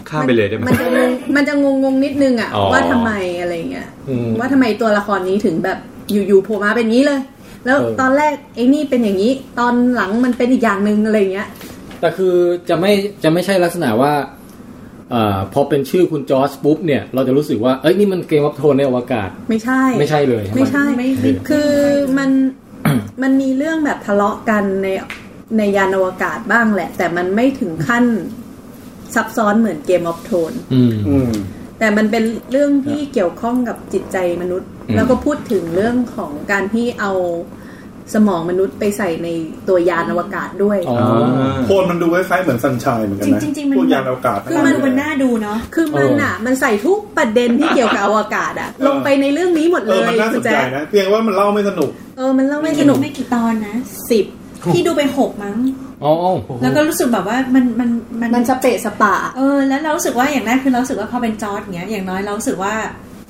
ข้ามไปเลยได้ไหม
มันจะงงมันจะงงงๆนิดนึงอะ
อ๋อ
ว่าทำไมอะไรเงี้ย
อืม
ว่าทำไมตัวละครนี้ถึงแบบอยู่ๆโผล่มาเป็นอย่างนี้เลย แล้ว
เออ
ตอนแรกไอ้นี่เป็นอย่างนี้ ตอนหลังมันเป็นอีกอย่างหนึ่งอะไรอย่างเงี้ย
แต่คือจะไม่จะไม่ใช่ลักษณะว่าเอ่อพอเป็นชื่อคุณจอร์จปุ๊บเนี่ย เราจะรู้สึกว่า เอ้ยนี่มันเกมวับโทนในอวกาศ
ไม่ใช่
ไม่ใช่เลยใช่ไหม
ไม่ใช่
ไม่ไม่
คือมัน มันมีเรื่องแบบทะเลาะกันในในยานอวกาศบ้างแหละ แต่มันไม่ถึงขั้นซับซ้อนเหมือนเกมออฟโทน
อืม
อืม
แต่มันเป็นเรื่องที่เกี่ยวข้องกับจิตใจมนุษย์
อืม
แล้วก็พูดถึงเรื่องของการที่เอาสมองมนุษย์ไปใส่ในตัวยานอวกาศด้วย
อ๋อ
อ่า
โทนมันดูคล้ายๆเหมือนสันชายเหมือนกันนะ
จริงจริงๆมัน
พวกยานอวกาศ
คือมันดูมันน่าดูเนาะ
คือมันอ่ะ มันใส่ทุกประเด็นที่เกี่ยวกับอวกาศอ่ะ ลงไปในเรื่องนี้หมด
เอ
เล
อย มันน่าส
คุ
น
ณ
ใจ
แจ๊ค
นะเพียงว่ามันเล่าไม่สนุก
เออ มันเล่าไม่
ไม่
ส
ส
นุ
นุ
ก
กไม่กี่ตอนนะ
สิบ
พี่ดูไปหกมั้ง
อ๋ออ๋อ
แล้วก็รู้สึกแบบว่ามันมันมัน
มันสเปะสปะ
เออแล้วเรารู้สึกว่าอย่างแรกคือเรารู้สึกว่าพอเป็นจอร์ดเงี้ยอย่างน้อยเรารู้สึกว่า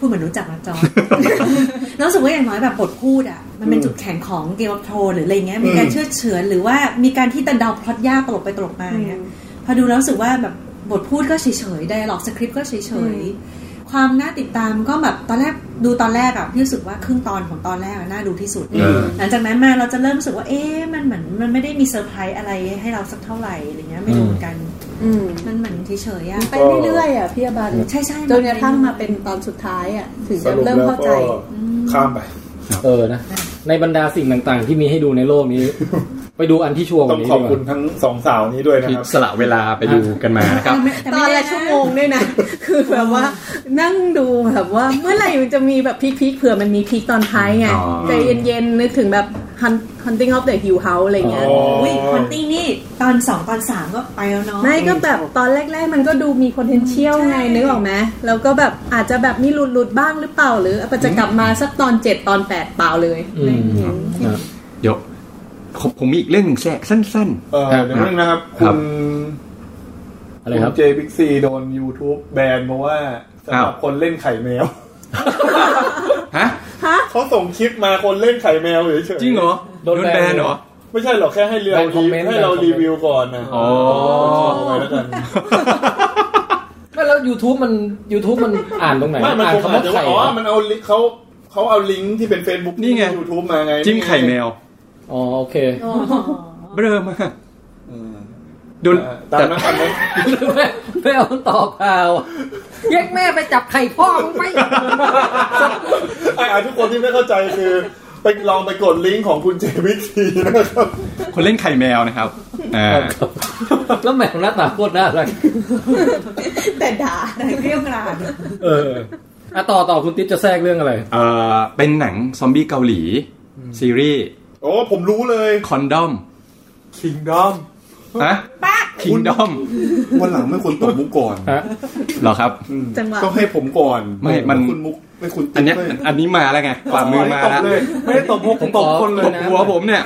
พูดเหมือนรู้จักนะจอร์ด เรารู้สึกว่าอย่างน้อยแบบบทพูดอ่ะมันเป็นจุดแข็งของเกมออฟโทนหรืออะไรเงี้ยมีการ
อืม
เชื่อดเฉือนหรือว่ามีการที่ตันเดาพล็อตยากตลกไปตลกมาเงี้ย พอดูแล้วรู้สึกว่าแบบบทพูดก็เฉยๆ ไดอะล็อกสคริปต์ก็เฉ
อื
ย
ม
ๆ ความน่าติดตามก็แบบตอนแรกดูตอนแรกอะพี่รู้สึกว่าครึ่งตอนของตอนแรกอะน่าดูที่สุด
อืม
หลังจากนั้นมาเราจะเริ่มรู้สึกว่าเอ๊ะมันเหมือนมันไม่ได้มีเซอร์ไพรส์อะไรให้เราสักเท่าไหร่อะไรเงี้ยไม่รู้เหมือนกัน
อืม
มันเหมือนเฉยๆอะ
ไปเรื่อยๆอ่ะพี่อบัน
ใช่ใช่
จนกระทั่งมาเป็นตอนสุดท้ายอ่ะ ถึง
ส
จะ
รุป
เริ่ม
แล้ว
เข้าใจ
ก็ข้ามไป
เออนะ ในบรรดาสิ่งต่างๆ ที่มีให้ดูในโลกนี้ ไปดูอันที่ชัวร์ก
ต้
ว่า
อง
นี้
ข
ดี
อบ
ก
คุณ
ว่า
ทั้งสองสาวนี้ด้วยนะ
ที่
ครับ
สละเวลาไปดูกันมานะครับ
แต่
ต
ไม่
อน
ได้
ละชั่วโมงด้วยนะ คือแบบว่านั่งดูแบบว่าเมื่อไหร่มันจะมีแบบพีคๆเผื่อมันมีพีคตอนท้ายไง
อ๋อ
ใจเย็นๆนึกถึงแบบ Hunt- hunting of the hill house อะไรเงี้ย
อ๋อ
อุ้ยคอนตี้นี่ตอนสองตอนสามก็ไปแล้วเนาะ
ไม่ก็แบบตอนแรก ๆ มันก็ดูมี potential
ใช่
ไงนึกออกไหมแล้วก็แบบอาจจะแบบมีหลุดหลุดๆบ้างหรือเปล่า หรืออาจจะกลับมาสักตอนเจ็ดตอนแปดเปล่าเลย
อืมนะ
เดี๋ยวผมผมมีอีกเรื่องหนึ่งแทรกสั้น
เออเดี๋ยวนึงนะครับ
ค
คุ
รับ
ณ
อะไรครับ
เจพิกซีโดน YouTube แบนเพราะว่าสำหรั
อ้า
บ
ว
คนเล่นไข่แมว
ๆ ฮะ
ฮะ
เขาส่งคลิปมาคนเล่นไข่แมวเฉยๆ
จริงเหรอ
โดน
โดน
แบ
แบ
น
น
เห
เห
ร
ร
อ
อ
ไม่ใช่หรอกแค่ให้เรือ
แบนคอมเมนต์
ให้เรา
แบนคอมเมนต์
รีวิวก่อนนะ
อ๋อ
เอาไว้แล้วกัน
ไม่แล้ว YouTube มัน YouTube มันอ่านตรงไหน
ไม่มัน
อ่า
คน ง
คำ
อาจ
ว่า
จะ
ไข่เห
ว่า
ร
อ๋อ
อ
มันเอาลิงก์เขาเขาเอาลิงก์ที่เป็น Facebook
นี่ไง
ยูทูบมาไง
จิ้มไข่แมว
อ๋อโอเค
อ๋อ
เบลอมาก
อืม
โดน
ตาม
แต่
นั้นตามนั้น
แม่แม่เอาต่อเป ล่าเรียกแม่ไปจับไข่พ่อมึงไป
อ่าทุกคนที่ไม่เข้าใจคือไปลองไปกดลิงก์ของคุณเจวิทีนะครับ
คนเล่นไข่แมวนะครับอ่า
แล้วแมวหน้าตาโคตรน่ารัก
แต่ด่า
แต่เรียวกราด
เอออ่ะต่อต่อคุณติ๊บจะแทรกเรื่องอะไร
เออเป็นหนังซอมบี้เกาหลี ซีรีส์
โอ้ผมรู้เลย
คอนดอม
คิงดอม
อะคิงดอม
วันหลังไม่ควรตบมุกก่อน
ฮะ
เหรอครับ
อืม
จังหวะ
ต้องให้ผมก่อน
ไม่มัน
คุณมุกไม่คุณ
อันเนี้ย
ด้วย
อันนี้มาแล้วไงกว่ามือมา
ตบ
แล้ว
เลย ไม่ได้ตบพวก
ผม
ตบ
ขอ
คนเลย
ตบหัวผมเนี่ย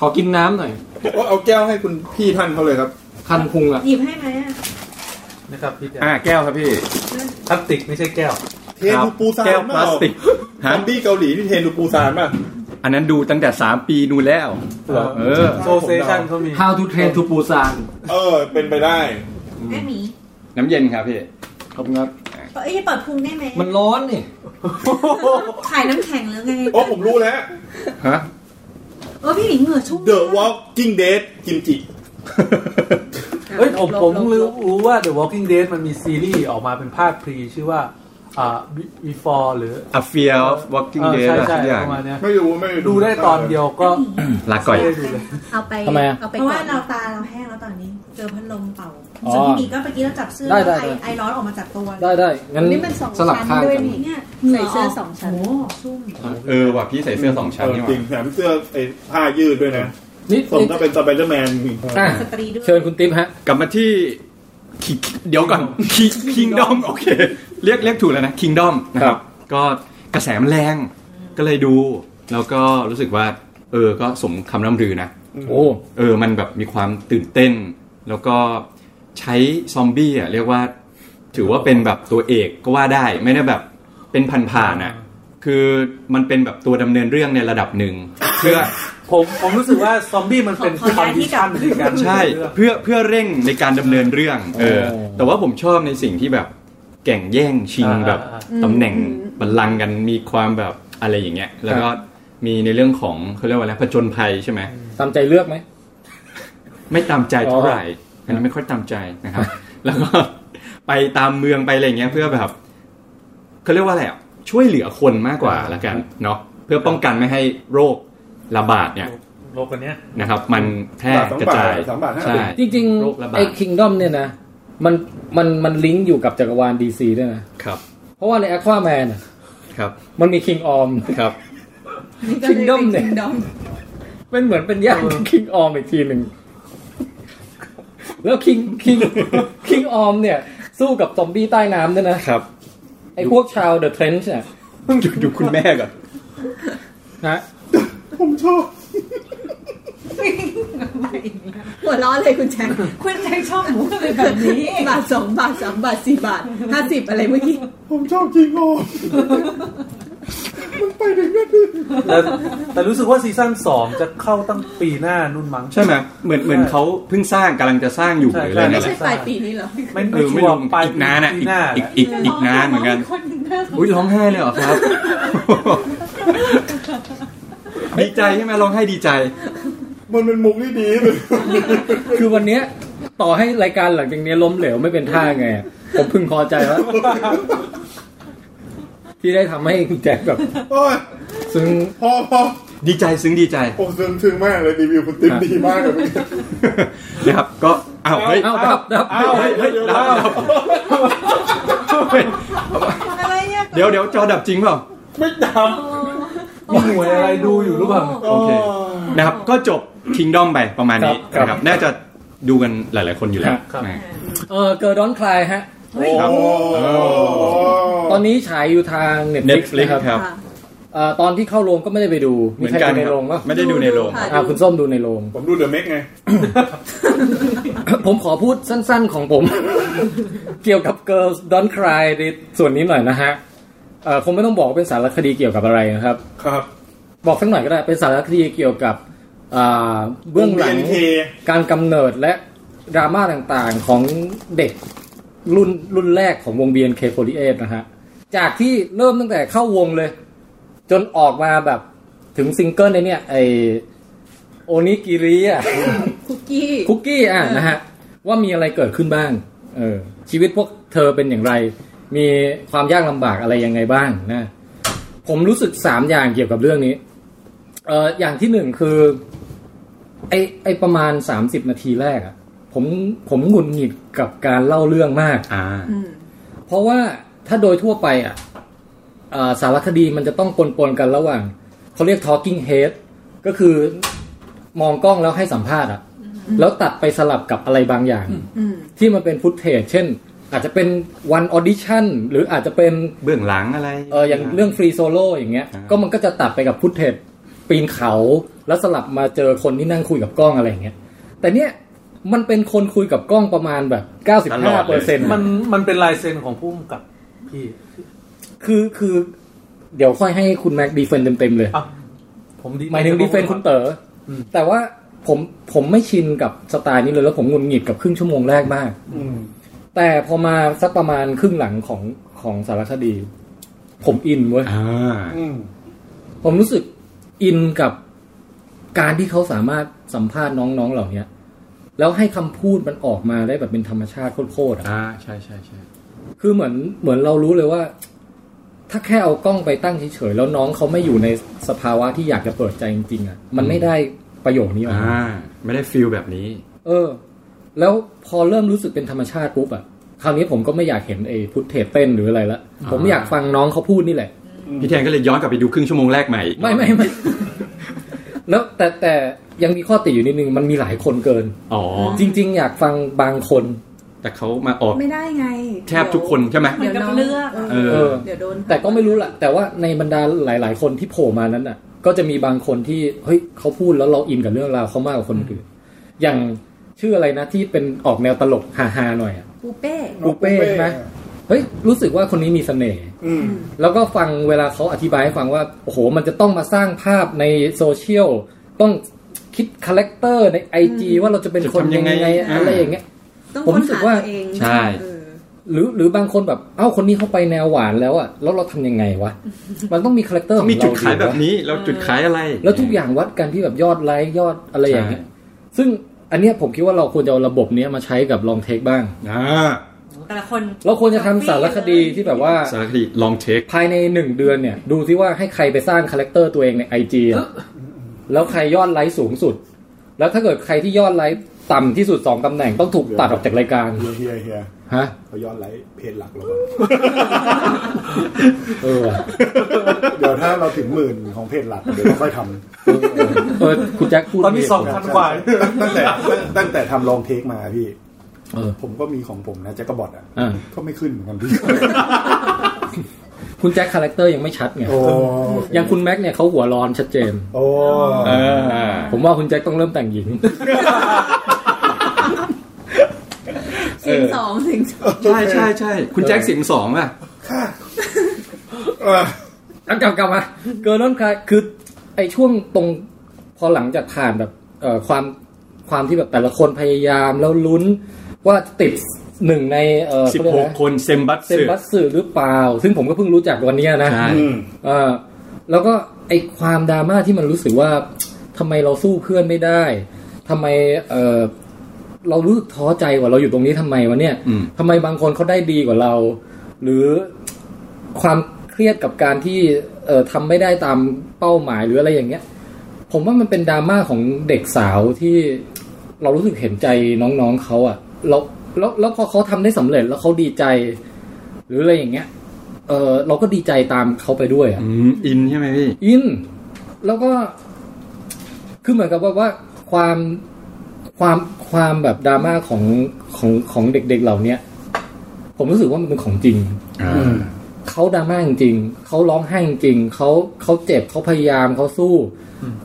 ขอกินน้ำหน่อย
โอ้เอาแก้วให้คุณพี่ท่านเขาเลยครับ
คันพุงอ่ะ
หยิบให้ไหมอ่ะ
นะครับพี่แจ๊ค
อ่าแก้วครับพี่
พลาสติกไม่ใช่แก้ว
เทนูปูซาน
แก้วพลาสติก
ซ
ฮะ
อมบี้เกาหลีที่เทนูปูซานป่ะ
อันนั้นดูตั้งแต่สามปีนู่นแล้ว
เหรอ
เออ
โซเซชันเขามี
How to Train to Busan
เออ เป็นไปได้
แม่หมี
น้ำเย็นครับพี่
ขอบคุณครับ
เอ้ยเปิดพุงได้ไหม
มันร้อนนี่
ขายน้ำแข็งหรือไง
โอ้ผมรู้แล้ว
ฮะ
เออพี่หมีเหงื่อชุ่ม
The Walking Dead กิมจิ
เฮ้ยผมผมรู้รู้ว่า The Walking Dead มันมีซีรีส์ออกมาเป็นภาคพรีชื่อว่าอ่า Before หรือ
A Fear of Walking
เออ
Dead
ใช่
อะไร
ใช่
สักอย่าง
ประมาณเนี้ย
ไม่รู้ไม่
ดูได้ตอนเดียวก็
ลาก่อย
ไม่ได้ดูเลย
เอาไป
ทำไมอะ
เอาไป
เพราะ
ก่อ
ว่าน เราตาเราแห้งแล้วตอนนี้ เจอพัดลมเป่า
อ๋อ
ส่วนพี่หมีก็เมื่อกี้เราจับเสื้อ
ได้ได้
ไอ
ได้
ไอร้อนออกมาจากตัวเลย
ได้ได้งั้น
นี่มันสอง
สลับ
ชั้น
ข้าง
ด้วย
กัน
นี่
เนี่ยเหงื่อ
ใส่เสื้อสองชั้น
โอ้ชุ่ม
เออว่ะพี่ใส่เสื้อสองชั้น
เออ
นี่ห
จริง
ว่า
แถมเสื้อไอ้ผ้ายืดด้วยนะ
นี่
สมก็เป็นสไปเดอร์แมน
อ่ะ
สตรีด้วย
เชิญคุณติ๊บฮะ
กลับมาที่ Ki- เดี๋ยวก่อน Ki- Kingdom โอเค เรียกเรียกถูกแล้วนะ Kingdom นะครับ ก็กระแสมันแรงก็เลยดู แล้วก็รู้สึกว่า เออ ก็สมคำร่ำรือนะ
โอ้
เออ มันแบบมีความตื่นเต้น แล้วก็ใช้ซอมบี้อ่ะเรียกว่า ถือว่าเป็นแบบตัวเอกก็ว่าได้ ไม่ได้แบบเป็นผ่านๆอ่ะ คือมันเป็นแบบตัวดำเนินเรื่องในระดับหนึ่งเพื่อ
ผมผมรู้สึกว่าซอมบี้มันเป็นคอนดิชันในการ
ใช่
เลือก
เพื่อเพื่อเร่งในการดำเนินเรื่องเออ
โอ้
แต่ว่าผมชอบในสิ่งที่แบบแก่งแย่งชิง
อ่า
แบบตำแหน่งบัลลังก์กันมีความแบบอะไรอย่างเงี้ยแล้วก็
ครับ
มีในเรื่องของเขาเรียกว่าอะไรผจญภัยใช่ไหม
ตามใจเลือกไหม
ไม่ตามใจเท่าไหร่อันนี้ไม่ค่อยตามใจนะครับ แล้วก็ไปตามเมืองไปอะไรอย่างเงี้ยเพื่อแบบเขาเรียกว่าอะไรอะช่วยเหลือคนมากกว่าละกันเนาะเพื่อป้องกันไม่ให้โรคระบาดเนี่ย
โลกอันเนี้ย
นะครับ มันแพร่
บาทสอง
กระ
บาท
จาย
สามบาทห้า
ใช่
บาท
จริง
โรคระบา
ๆ
ด
ไอ้คิงดอมเนี่ยนะ มันมันมันลิงก์อยู่กับจักรวาลดีซีด้วยนะ
ครับ
เพราะว่าใน Aquaman อะ
ครับ
มันมีคิงออม
ครับ
คิงดอมเนี่ยเป็นเหมือนเป็นย่างคิงออมอีกทีหนึ่ง แล้วคิงคิงคิงออมเนี่ย สู้กับซอมบี้ใต้น้ำด้วยนะ
ครับ
ไอ้พวกชาวเดอะเทรนช์เนี่ย
ดูดูคุณแม่ก่อน
ฮะ
ผมชอบ
หัวล้อเลยคุณแจ็ค
คุณแจ็คชอบหมูเลยแบบนี้
บาทสองบาทสามบาทสี่บาทห้าสิบอะไรเมื่อกี้
ผมชอบจริงโอ้มันไปถึงนั่นเลย
แต่แต่รู้สึกว่าซีซั่นสองจะเข้าตั้งปีหน้านุ่นมั้ง
ใช่ไหมเหมือนเหมือนเขาเพิ่งสร้างกำลังจะสร้างอยู่หรืออะไร
ไม่
เนี่ยแห
ใช่
ละ
ปลายปีนี้เหรอ
ไม่
เออ
ไม่ชั
ไม่
ว
รู้
ร์ปลาย
อีก
ปี
นานอ่ะ
ปี
อี
หน้าก
อีกอีกอีกนานเหมือนกัน
คนหนึ่งน่าสง
อุ้ยร้องไห้เลยเหรอครับ ดีใจใช่ไหมร้องไห้ดีใจ
มันเป็นมุกที่ดีเลย
คือวันเนี้ย ต่อให้รายการหลังจากนี้ล้มเหลวไม่เป็นท่าไงอะผมพึงพอใจแล้ว ที่ได้ทำให้คุณแจ็คแบบ
โอ้ย
ซึ้ง
พอพอ
ดีใจซึ้งดีใจ
โอ้ซึ้งซึ้งมากเลยรีวิวคุณติ๊บดีมากเลยเมื่อกี้
นะครับก็อ้าวเฮ้ย
เอ้าดับดับ
อ้าวเฮ้ยเฮ้ยดับดับเฮ้ย
อะไรเนี่ย
เดี๋ยวเดี๋ยวจอดับจริงเปล่า
ไม่ด
มีหน่วยอะไรดูอยู่หรือเปล่า
ำ
โอเค นะครับ ก็จบ Kingdom ไปประมาณนี้
ครับ
นะครับ น่าจะดูกันหลาย ๆ คนอยู่แล้ว
ครับ
นะ
เออเกิร์ดอนคลายฮะ
โอ้
ครับ
โห
ตอนนี้ฉายอยู่ทางเน็ตฟลิก
Netflix
นะครับ
ครับ
เอ่อตอนที่เข้าโรงก็ไม่ได้ไปดู
เหมือน
ใคร
กัน
ดูใน
ครับ
โรงปะ
ไม่ได้ดูในโรง
ดูค่ะ
อ่ะคุณส้มดูในโรง
ผมดูเดอะเม็กไง
ผมขอพูดสั้นๆของผม เกี่ยวกับ Girls Don't Cry ในส่วนนี้หน่อยนะฮะเอ่อคงไม่ต้องบอกว่าเป็นสารคดีเกี่ยวกับอะไรนะครับ
ครับ
บอกสักหน่อยก็ได้ เป็นสารคดีเกี่ยวกับอ่าเบื้องหลัง
BNK
การกำเนิดและดราม่าต่างๆของเด็กรุ่นรุ่นแรกของวง BNK48 นะฮะ จากที่เริ่มตั้งแต่เข้าวงเลย จนออกมาแบบถึงซิงเกิลในเนี่ย ไอโอนิกิริอ่ะ
คุกกี้
คุกกี้อ่ะนะฮะ ว่ามีอะไรเกิดขึ้นบ้าง เออ ชีวิตพวกเธอเป็นอย่างไร มีความยากลำบากอะไรยังไงบ้างนะ ผมรู้สึกสามอย่างเกี่ยวกับเรื่องนี้ เอออย่างที่หนึ่งคือ ไอไอประมาณสามสิบนาทีแรกอะผมผมหงุดหงิดกับการเล่าเรื่องมาก
อ่า
เพราะว่าถ้าโดยทั่วไปอ่ะเอ่อสารคดีมันจะต้องปนๆกันระหว่างเขาเรียก talking head ก็คือมองกล้องแล้วให้สัมภาษณ์อ่ะ แล้วตัดไปสลับกับอะไรบางอย่าง ที่มันเป็นฟุตเทจเช่น อาจจะเป็นวันออดิชั่นหรืออาจจะเป็น
เบื้องหลังอะไร
เอออย่างเรื่องฟรีโซโล่อย่างเงี้ย
อ่า
ก็มันก็จะตัดไปกับพุทเทจปีนเขาแล้วสลับมาเจอคนที่นั่งคุยกับกล้องอะไรอย่างเงี้ย แต่เนี้ยมันเป็นคนคุยกับกล้องประมาณแบบ 95เปอร์เซ็นต์
มันมันเป็นลายเซ็นของผู้กำกับพี่
คือคือ เดี๋ยวค่อยให้คุณแม็กดีเฟนเต็มๆเลย
อ่ะผมดี
หมายถึงดีเฟนคุณเต๋ออแต่ว่าผมผมไม่ชินกับสไตล์นี้เลยแล้วผมหงุนหงิดกับครึ่งชั่วโมงแรกมาก
อืม
แต่พอมาสักประมาณครึ่งหลังของของสารคดี ผมอินเว้ย
อ่า
อืม
ผมรู้สึกอินกับการที่เขาสามารถสัมภาษณ์น้องๆเหล่าเนี้ย แล้วให้คำพูดมันออกมาได้แบบเป็นธรรมชาติโคตรๆอะ
อ่า ใช่ใช่ใช่
คือเหมือนเหมือนเรารู้เลยว่า ถ้าแค่เอากล้องไปตั้งเฉยๆแล้วน้องเขาไม่อยู่ในสภาวะที่อยากจะเปิดใจจริงๆอ่ะมันไม่ได้ประโยคนี้ออกมา
อ่า ไม่ได้ฟิลแบบนี้
เออ แล้วพอเริ่มรู้สึกเป็นธรรมชาติปุ๊บอะคราวนี้ผมก็ไม่อยากเห็นไอ้พุทเทปเต้นหรืออะไรละ
อ่า
ผมอยากฟังน้องเขาพูดนี่แหละ
พี่แทนก็เลยย้อนกลับไปดูครึ่งชั่วโมงแรกใหม่อีก
ไม่ไม่ไม่ แล้วแต่แต่ยังมีข้อติอยู่นิดนึงมันมีหลายคนเกิน
อ๋อ
จริง ๆ อยากฟังบางคน
แต่เขามาออก
ไม่ได้ไง
แทบทุกคนใช่ไหม
เดี๋ยวน้อง
เลือก
เออ
เอ
เอ
อ
อ
เดี๋ยวโดน
แต่ก็ไม่รู้ละแต่ว่าในบรรดาหลาย ๆ คนที่โผล่มานั้นน่ะ ก็จะมีบางคนที่เฮ้ยเขาพูดแล้วเราอินกับเรื่องราวเขามากกว่าคนอื่นอย่างชื่ออะไรนะที่เป็นออกแนวตลกฮาๆหน่อยอะ
ปูเป้
ปูเป้ใช่ไหม เฮ้ยรู้สึกว่าคนนี้มีเสน่ห์
อืม
แล้วก็ฟังเวลาเขาอธิบายให้ฟังว่า โอ้โห มันจะต้องมาสร้างภาพในโซเชียล ต้องคิดคาแรคเตอร์ในไอจว่าเราจะเป็นคน
จะทำยั
ยังง
ไง
ไง
อ่า
อะไรอย่างเงี้ย
ต้อง
ผม
ค้น
รู้สึ
หาก
ว่า
ตัวเอง
ใช่
เออ
หรือหรือบางคนแบบเอ้าคนนี้เขาไปแนวหวานแล้วอะแล้วเราทำยังไงวะ มันต้องมีคาแรคเตอร์ข
ต้อ
อง ง
มี
เรา
จุดขายแบบ
วะ
นี้ เราจุดขายอะไร
แล้วทุกอย่างวัดกันที่แบบยอดไลค์ยอดอะไรอย่างเงี้ย ซึ่งอันเนี้ยผมคิดว่าเราควรจะเอาระบบเนี้ยมาใช้กับลองเทคบ้าง
อ่า
แต่ละคน
เราควรจะทำสารคดีที่แบบว่า
สารคดีลองเทค
ภายในหนึ่งเดือนเนี่ย ดูซิว่าให้ใครไปสร้างคาแรคเตอร์ตัวเองในไอจี แล้วใครยอดไลค์สูงสุด แล้วถ้าเกิดใครที่ยอดไลค์ต่ำที่สุดสองตำแหน่งต้องถูกตัดออกจากรายการ
เฮียเฮียเฮีย
ฮะ
เขาย้อนไลฟ์เพจหลักเรา
เออว่ะ
เดี๋ยวถ้าเราถึงหมื่นของเพจหลักเดี๋ยวเราค่อยท
เออเออเออคุณแจ็คพูด
ตอนนี้
มี
สอง
ำ
พันกว่า
ตั้ง แต่ตั้งแต่ทำลองเทคมาพี่
เออ
ผมก็มีของผมนะแจ็คกะบอทอ่ะ
อ่ะ
ก็ไม่ขึ้นเหมือนกันพี่
คุณแจ็คคาแรคเตอร์ยังไม่ชัดไง
โอ้
อย่างคุณแม็กเนี่ยเขาหัวร้อนชัดเจน
โอ้
เออ
ผมว่าคุณแจ็คต้องเริ่มแต่งหญิง
เสียงสองเสียงสอง
ใช่ใช่ใช่คุณแจ็คเสียงสองอ่ะ
เออ
อันกลับกลับมาเกิร์ลนอนคลายคือไอช่วงตรงพอหลังจากผ่านแบบเอ่อความความที่แบบแต่ละคนพยายามแล้วลุ้นว่าติดหนึ่งในเอ่อ
สิบ
เขาเรีย
ห
กอะ
ก
ไรนะ
คนเซมบัต
เซม
สึ
บัสสือหรือเปล่า ซึ่งผมก็เพิ่งรู้จักวันเนี้ยนะ
ใช่
อืม
เออแล้วก็ไอความดราม่าที่มันรู้สึกว่าทำไมเราสู้เพื่อนไม่ได้ทำไมเออเรารู้สึกท้อใจว่าเราอยู่ตรงนี้ทำไมวะเนี่ย
อืม
ทำไมบางคนเขาได้ดีกว่าเรา หรือความเครียดกับการที่เอ่อทำไม่ได้ตามเป้าหมายหรืออะไรอย่างเงี้ย ผมว่ามันเป็นดราม่าของเด็กสาวที่เรารู้สึกเห็นใจน้องๆเขาอะแล้วแล้วแล้วพอเขาทำได้สำเร็จแล้วเขาดีใจ หรืออะไรอย่างเงี้ย เออเราก็ดีใจตามเขาไปด้วยอะ
อืมอินใช่ไหมพี่
อิน แล้วก็คือเหมือนกับว่าว่าความความความแบบดราม่าของของของเด็กๆเหล่าเนี้ยผมรู้สึกว่ามันเป็นของจริง
อ่า
เขาดราม่าจริงๆเขาร้องไห้จริงๆเขาเขาเจ็บเขาพยายามเขาสู้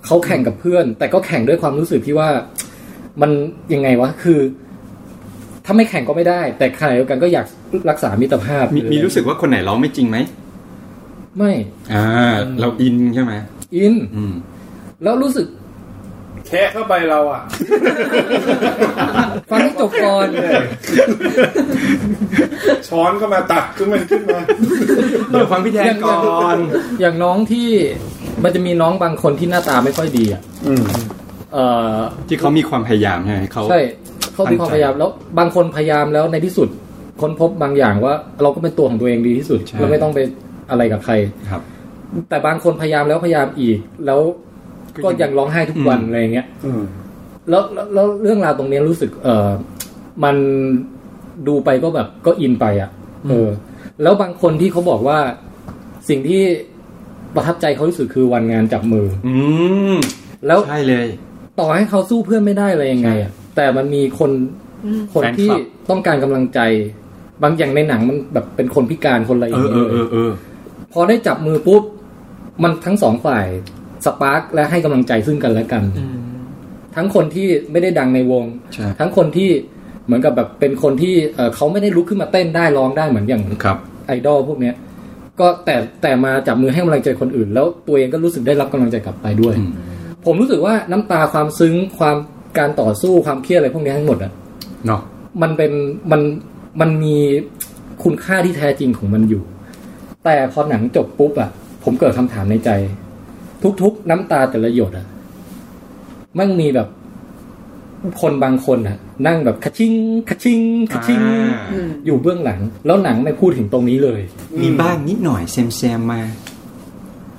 เขาแข่งกับเพื่อน แต่ก็แข่งด้วยความรู้สึกที่ว่า มันยังไงวะ คือ ถ้าไม่แข่งก็ไม่ได้ แต่ขณะเดียวกันก็อยากรักษามิตรภาพ
มีมีรู้สึกว่าคนไหนร้องไม่จริงไหม
ไม่
อ่า เราอินใช่ไหม
อิน
อืม
แล้วรู้สึก
แคะเข้าไปเราอ่ะ
ฟังให้จบ ก่อน
ช้อนเข้ามาตักขึ้นมันขึ้นมา
เดี๋ยวฟังพี่แทนก่อน
อย่างน้องที่มันจะมีน้องบางคนที่หน้าตาไม่ค่อยดีอ่ะเออ
ที่เขามีความพยายามใช่ไหมเขา
ใช่เขามีความพยายามแล้วบางคนพยายามแล้วในที่สุดค้นพบบางอย่างว่า เราก็เป็นตัวของตัวเองดีที่สุด
ใช่
เราไม่ต้องไปอะไรกับใคร
ครับ
แต่บางคนพยายามแล้วพยายามอีก แล้ว
ก็
ก็
ยัง
ยังร้องไห้ทุกวันอะไรอย่างเงี้ยแล้วแล้วแล้วเรื่องราวตรงเนี้ยรู้สึก เออมันดูไปก็แบบก็อินไปอ่ะเออ แล้วบางคนที่เขาบอกว่าสิ่งที่ประทับใจเขาที่สุดคือวันงานจับมือ
อืม
แล้ว
ใช่เลย
ต่อให้เขาสู้เพื่อนไม่ได้อะไรยังไงอ่ะแต่มันมีคนคน
แฟนคลับ
ที่ต้องการกำลังใจ บางอย่างในหนังมันแบบเป็นคนพิการคนอะไรอ
เอย่าง อเอ
เงี้
อยเออเออ
พอได้จับมือปุ๊บมันทั้งสองฝ่ายสปาร์กและให้กำลังใจซึ่งกันและกัน ทั้งคนที่ไม่ได้ดังในวง
ใช่
ทั้งคนที่เหมือนกับแบบเป็นคนที่เอ่อเขาไม่ได้ลุกขึ้นมาเต้นได้ร้องได้เหมือนอย่าง
ครับ
ไอดอลพวกเนี้ย ก็แต่แต่มาจับมือให้กำลังใจคนอื่น แล้วตัวเองก็รู้สึกได้รับกำลังใจกลับไปด้วย
อืม
ผมรู้สึกว่าน้ำตาความซึ้งความการต่อสู้ความเครียดอะไรพวกเนี้ยทั้งหมดอ่ะ
เนาะ
มันเป็นมันมันมีคุณค่าที่แท้จริงของมันอยู่ แต่พอหนังจบปุ๊บอ่ะ ผมเกิดคำถามในใจ ทุกๆ น้ำตาแต่ละหยดอ่ะมันมีแบบคนบางคนอ่ะ นั่งแบบคะชิงคะชิงคะชิง
อ่า
อยู่เบื้องหลัง แล้วหนังไม่พูดถึงตรงนี้เลย
มีบ้างนิดหน่อยเซมแซมมา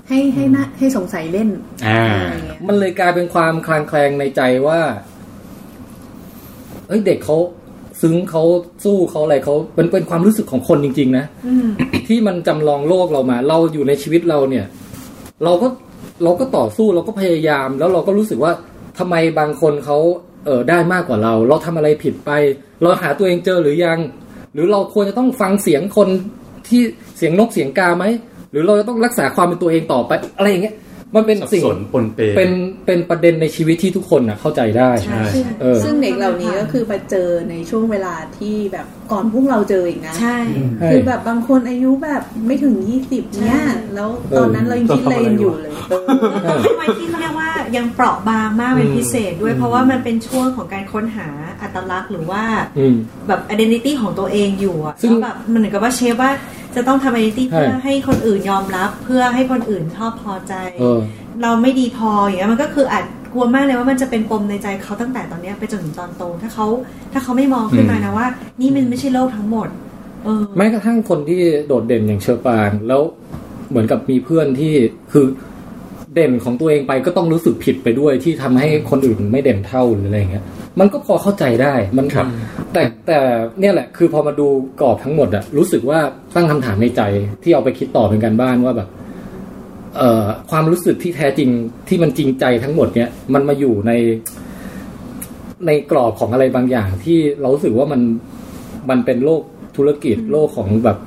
ให้ให้น่าให้สงสัยเล่น
อ่า
อะไรเงี้ย
มันเลยกลายเป็นความคลางแคลงในใจว่า เอ้ยเด็กเขาซึ้งเขาสู้เขาอะไรเขาเป็นเป็นความรู้สึกของคนจริง ๆ นะที่มันจำลองโลกเรามา เราอยู่ในชีวิตเราเนี่ย เราก็เราก็ต่อสู้เราก็พยายาม แล้วเราก็รู้สึกว่าทำไมบางคนเขาเออได้มากกว่าเรา เราทำอะไรผิดไป เราหาตัวเองเจอหรือยัง หรือเราควรจะต้องฟังเสียงคนที่เสียงนกเสียงกาไหมหรือเราจะต้องรักษาความเป็นตัวเองต่อไป อะไรอย่างเงี้ย มันเป็น
สับ
สิ่ง
สนปนเป
เป็นเป็นประเด็นในชีวิตที่ทุกคนนะเข้าใจได้
ใช่
ซึ่ง
เออ
ซึ่งเด็กเหล่านี้ก็คือไปเจอในช่วงเวลาที่แบบก่อนพวกเราเจออีกนะ
ใช่
คือแบบบางคนอายุแบบไม่ถึงยี่สิบเนี่ย แล้วตอนนั้นเรายังคิดเลนอยู่เลยเออ
เออ
เป็นวัยที่เขาเรียกว่ายังเปราะบางมากเป็นพิเศษ ด้วยเพราะว่ามันเป็นช่วงของการค้นหาอัตลักษณ์หรือว่า
อืม
แบบ identity ของตัวเองอยู่อะ
ซึ่ง
แล้วแบบมันเหมือนกับว่าเชฟว่าจะต้องทำ identity
ใช่
เพื่อให้คนอื่นยอมรับ เพื่อให้คนอื่นชอบพอใจ
เออ
เราไม่ดีพออย่างเงี้ยมันก็คืออาจกลัวมากเลยว่ามันจะเป็นปมในใจเขาตั้งแต่ตอนเนี้ยไปจนถึงตอนโต ถ้าเขาถ้าเขาไม่มองขึ้นมานะว่า นี่มันไม่ใช่โลกทั้งหมด เออ
แม้กระทั่งคนที่โดดเด่นอย่างเชอปาง แล้วเหมือนกับมีเพื่อนที่คือเด่นของตัวเองไปก็ต้องรู้สึกผิดไปด้วยที่ทำให้คนอื่นไม่เด่นเท่าหรืออะไรอย่างเงี้ย มันก็พอเข้าใจได้มัน
ครับ
แต่แต่เนี่ยแหละ คือพอมาดูกรอบทั้งหมดอะรู้สึกว่าตั้งคำถามในใจที่เอาไปคิดต่อเป็นการบ้านว่าแบบ เอ่อความรู้สึกที่แท้จริงที่มันจริงใจทั้งหมดเนี่ย มันมาอยู่ใน ในกรอบของอะไรบางอย่างที่เรารู้สึกว่ามันมันเป็นโลกธุรกิจโลกของแบบ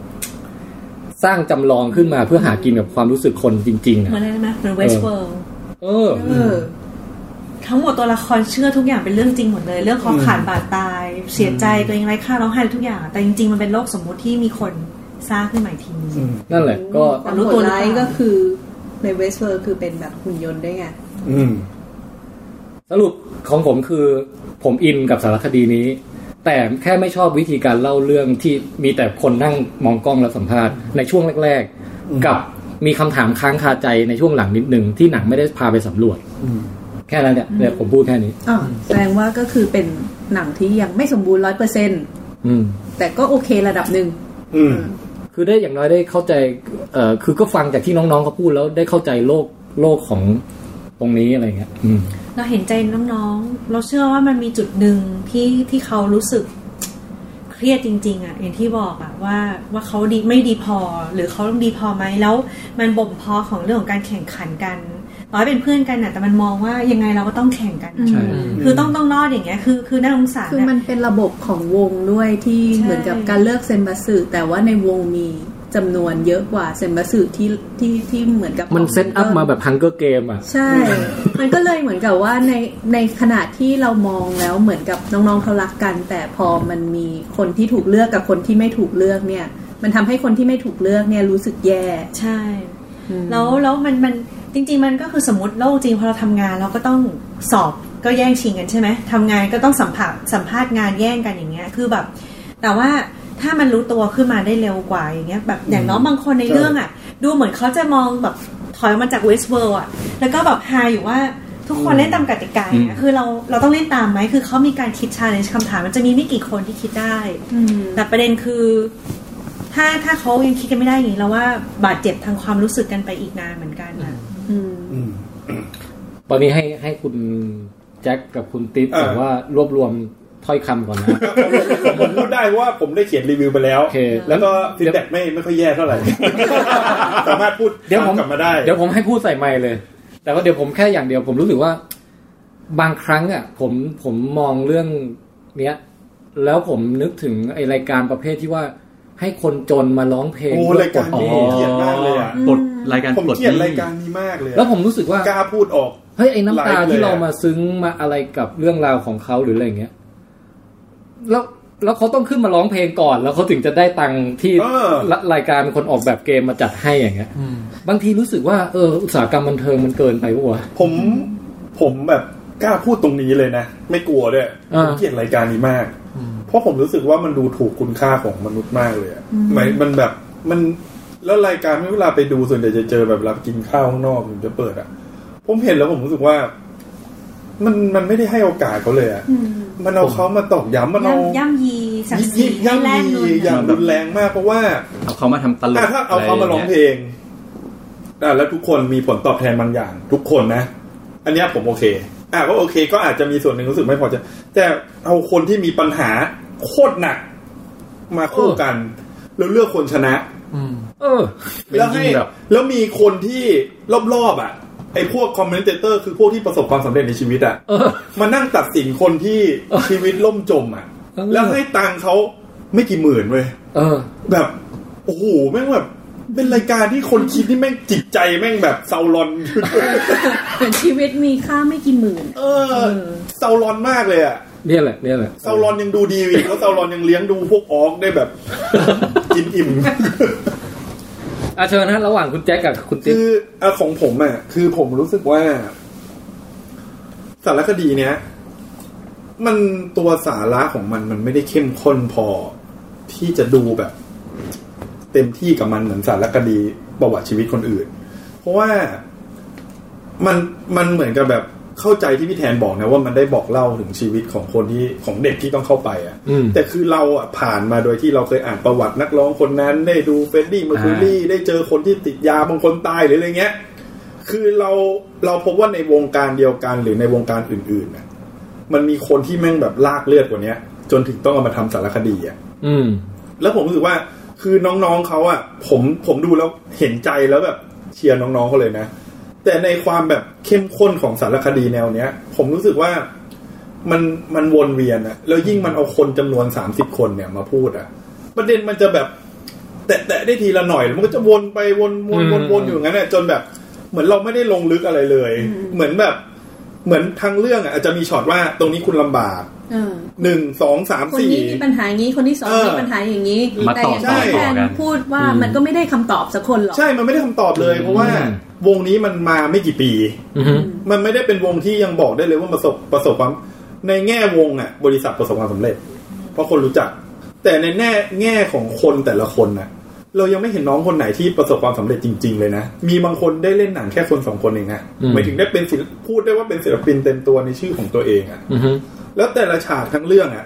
สร้างจำลองขึ้นมาเพื่อหากินกับความรู้สึกคนจริง ๆ
เหมือ
อะ
นอะไรไหมเหมือนเวสเวิร์
เออ
เออทั้งหมดตัวละครเชื่อทุกอย่างเป็นเรื่องจริงหมดเลย เรื่องคอขาดบาดตาย เสียใจตัวเองไร้ค่าร้องไห้ทุกอย่าง แต่จริงๆมันเป็นโลกสมมุติที่มีคนสร้างขึ้นใหม่ทีนี้
นั่นแหละ ก็
แต่รู้ตัวร้ายก็คือในเวสเวอร์คือเป็นแบบหุ่นยนต์ด้วยไง
อืม
สรุปของผมคือผมอินกับสารคดีนี้ แต่แค่ไม่ชอบวิธีการเล่าเรื่องที่มีแต่คนนั่งมองกล้องแล้วสัมภาษณ์ในช่วงแรก ๆ กับมีคำถามค้างคาใจในช่วงหลังนิดนึงที่หนังไม่ได้พาไปสำรวจแค่นั้นเนี่ยเนี่ยผมพูดแค่นี้
อ๋อแสดงว่าก็คือเป็นหนังที่ยังไม่สมบูรณ์ร้อยเปอร์เซ็น
อืม
แต่ก็โอเคระดับหนึ่ง
อืม
คือได้อย่างน้อยได้เข้าใจเอ่อคือก็ฟังจากที่น้องๆเขาพูดแล้วได้เข้าใจโลกโลกของตรงนี้อะไรเงี้ยอืม
เราเห็นใจน้องๆ เราเชื่อว่ามันมีจุดหนึ่งที่ที่เขารู้สึกเครียดจริง ๆอะอย่างที่บอกอะว่าว่าเขาดีไม่ดีพอ หรือเขาต้องดีพอไหมแล้ว มันบ่มเพาะของเรื่องของการแข่งขันกันร้อยเป็นเพื่อนกันอะแต่มันมองว่ายังไงเราก็ต้องแข่งกัน
ใช่
คือต้องต้องรอดอย่างเงี้ยคือคือน่าสงสาร
คือ
อะ
มันเป็นระบบของวงด้วยที่
ใช่
เหมือนกับการเลือกเซมบัสสึแต่ว่าในวงมีจำนวนเยอะกว่าเซมบัสสึที่ที่ที่เหมือนกับ
มันเซตอัพมาแบบฮังเกอร์เกมอ่ะ
ใช่ มันก็เลยเหมือนกับว่าในในขณะที่เรามองแล้วเหมือนกับน้องๆเขารักกัน แต่พอมันมีคนที่ถูกเลือกกับคนที่ไม่ถูกเลือกเนี่ย มันทำให้คนที่ไม่ถูกเลือกเนี่ยรู้สึกแย่
ใช่ แล้วแล้วมันมันจ จริง ๆ มันก็คือสมมติโลกจริงพอเราทำงานเราก็ต้องสอบก็แย่งชิงกันใช่ไหมทำงานก็ต้องสัมผัสสัมภาษณ์งานแย่งกันอย่างเงี้ยคือแบบ แต่ว่าถ้ามันรู้ตัวขึ้นมาได้เร็วกว่าอย่างเงี้ยแบบอย่างน้องบางคนในเรื่องอ่ะ ดูเหมือนเขาจะมองแบบถอยออกมาจากเวสเวิร์อ่ะ แล้วก็แบบไฮอยู่ว่าทุกคนเล่นตามกติกาอย่างเงี้ยคือเราเราต้องเล่นตามไหมคือเขามีการคิดชาเลนจ์คำถามมันจะมีไม่กี่คนที่คิดได้ แต่ประเด็นคือ ถ้าถ้าเขายังคิดกันไม่ได้อย่างนี้เราว่าบาดเจ็บทางความรู้สึกกันไปอีกนานเหมือนกันนะอืม
ตอนนี้ให้ให้คุณแจ็คกับคุณติ๊บ
เออ
แบบว่ารวบรวมถ้อยคำก่อนนะ
ผมพูดได้เพราะว่าผมได้เขียนรีวิวไปแล้ว
โอเค
แล้วก็ฟีดแบ็กไม่ไม่ค่อยแย่เท่าไหร่ สามารถพูด
เดี๋ยวผม
กลับมาได้
เดี๋ยวผมให้พูดใส่ไมค์เลย แต่ว่าเดี๋ยวผมแค่อย่างเดียวผมรู้สึกว่า บางครั้งอ่ะ ผมผมมองเรื่องเนี้ย แล้วผมนึกถึงไอรายการประเภทที่ว่า ให้คนจนมาร้องเพลง
โอ้
พื่
รายการนี้
ปลด
เกลียดมากเลยอ่ะ
ปลดรายการ
ผม
ปลด
เกลียด
หนี้
รายการนี้มากเลยอะ
แล้วผมรู้สึกว่า
กล้าพูดออก
เฮ้ยไอ้น้ำตา
ไลฟ์เลยอะ
ที่เรามาซึ้งมาอะไรกับเรื่องราวของเขาหรืออะไรอย่างเงี้ย แล้วแล้วเขาต้องขึ้นมาร้องเพลงก่อน แล้วเขาถึงจะได้ตังค์ที่
เออ
ละรายการเป็นคนออกแบบเกมมาจัดให้อย่างเงี้ยบางทีรู้สึกว่าเอออุตสาหกรรมบันเทิงมันเกินไปปะวะ
ผมผมแบบกล้าพูดตรงนี้เลยนะ ไม่กลัวด้วย
อ่า
ผมเกลียดรายการนี้มาก เพราะผมรู้สึกว่ามันดูถูกคุณค่าของมนุษย์มากเลยอะหมายมันแบบมันแล้วรายการเวลาไปดูส่วนใหญ่จะเจอแบบรับกินข้าวข้างนอกถึงจะเปิดอะผมเห็นแล้วผมรู้สึกว่า มันมันไม่ได้ให้โอกาสเขาเลยอะมันเอาเขามาตอกย้ำมันเอา
ย่ำย่ำยีศักดิ์ศรี
ยิ่งย่ำ
ให้แล
ยี
กเงิน
อย่างรุนแรงมากเพราะว่า
เอาเขามาทำตลก
อ่ะถ้าเอาเขามาร้องเพลงอ่ะแล้วทุกคนมีผลตอบแทนบางอย่าง ทุกคนนะ อันเนี้ยผมโอเค อ่ะก็โอเค ก็อาจจะมีส่วนหนึ่งรู้สึกไม่พอใจแต่เอาคนที่มีปัญหาโคตรหนักมาคู่กัน แล้วเลือกคนชนะ
เออ
เป็น
แล้ว
จริ
ให้
งแบบ
แล้วมีคนที่รอบๆอ่ะไอ้พวกคอมเมนเตอร์คือพวกที่ประสบความสำเร็จในชีวิตอ่ะ
เออ
มานั่งตัดสินคนที่
เออ
ชีวิตล่มจมอ่ะ
เออ
แล้วให้ตังค์เขาไม่กี่หมื่นเว้ย
เออ
แบบโอ้โหแม่งแบบเป็นรายการที่คนคิดนี่แม่งจิตใจแม่งแบบเซาลอน
เหมือนชีวิตมีค่าไม่กี่หมื่น
เออเซาลอนมากเลยอะ
เนี่ยแหละเนี่ยแหละ
เซาลอนยังดูดีอีกแล้วเซาลอนยังเลี้ยงดูพวกออกได้แบบ กินอิ่ม
อ่ะเชิญนะระหว่างคุณแจ็คกับคุณติ๊
คื
ก
ออะของผมอะคือผมรู้สึกว่า สารคดีเนี้ย มันตัวสาระของมันมันไม่ได้เข้มข้นพอที่จะดูแบบ เต็มที่กับมันเหมือนสารคดีประวัติชีวิตคนอื่น เพราะว่ามันมันเหมือนกับแบบเข้าใจที่พี่แทนบอกนะว่ามันได้บอกเล่าถึงชีวิตของคนที่ของเด็กที่ต้องเข้าไปอะ
อืม
แต่คือเราอ่ะผ่านมาโดยที่เราเคยอ่านประวัตินักร้องคนนั้นได้ดูเฟรดดี้เมอร์คิวรี่ได้เจอคนที่ติดยาบางคนตายหรืออะไรเงี้ย คือเราเราพบว่าในวงการเดียวกันหรือในวงการอื่นๆน่ะมันมีคนที่แม่งแบบลากเลือดกว่าเนี้ย จนถึงต้องเอามาทำสารคดีอ่ะ
อืม
แล้วผมรู้สึกว่าคือน้องๆเขาอ่ะ ผมผมดูแล้วเห็นใจแล้วแบบเชียร์น้องๆเขาเลยนะ แต่ในความแบบเข้มข้นของสารคดีแนวเนี้ย ผมรู้สึกว่ามันมันวนเวียนอะแล้วยิ่งมันเอาคนจำนวนสามสิบคนเนี่ยมาพูดอะประเด็นมันจะแบบ แตะแตะได้ทีละหน่อยแล้วมันก็จะวนไปวนวนวนวนอยู่อย่างนั้นอะจนแบบ เหมือนเราไม่ได้ลงลึกอะไรเลย เหมือนแบบ เหมือนทางเรื่องอะอาจจะมีช็อตว่าตรงนี้คุณลำบาก
เออ
หนึ่งสองสาม
คน
สี่
นี้มีปัญหาอย่างนี้ คนที่สอง
เออ
มีปัญหาอย่างนี้
มา
แต่
ต่อ
อย่าง
ต่อ
ที่
ต่
แท
อน กัน
พูดว่า
อืม
มันก็ไม่ได้คำตอบสักคนหรอก
ใช่ มันไม่ได้คำตอบเลย เพราะว่า
อืม
วงนี้มันมาไม่กี่ปี
อืม
มันไม่ได้เป็นวงที่ยังบอกได้เลยว่าประสบประสบความในแง่วงอ่ะ บริษัทประสบความสำเร็จ เพราะคนรู้จัก แต่ในแง่แง่ของคนแต่ละคนน่ะ เรายังไม่เห็นน้องคนไหนที่ประสบความสำเร็จจริง ๆ เลยนะ มีบางคนได้เล่นหนังแค่คนสองคนเองนะหมายถึงได้เป็นศิลปพูดได้ว่าเป็นศิลปินเต็มตัวในชื่อของตัวเองอ่ะ
อืม
แล้วแต่ละฉากทั้งเรื่องอ่ะ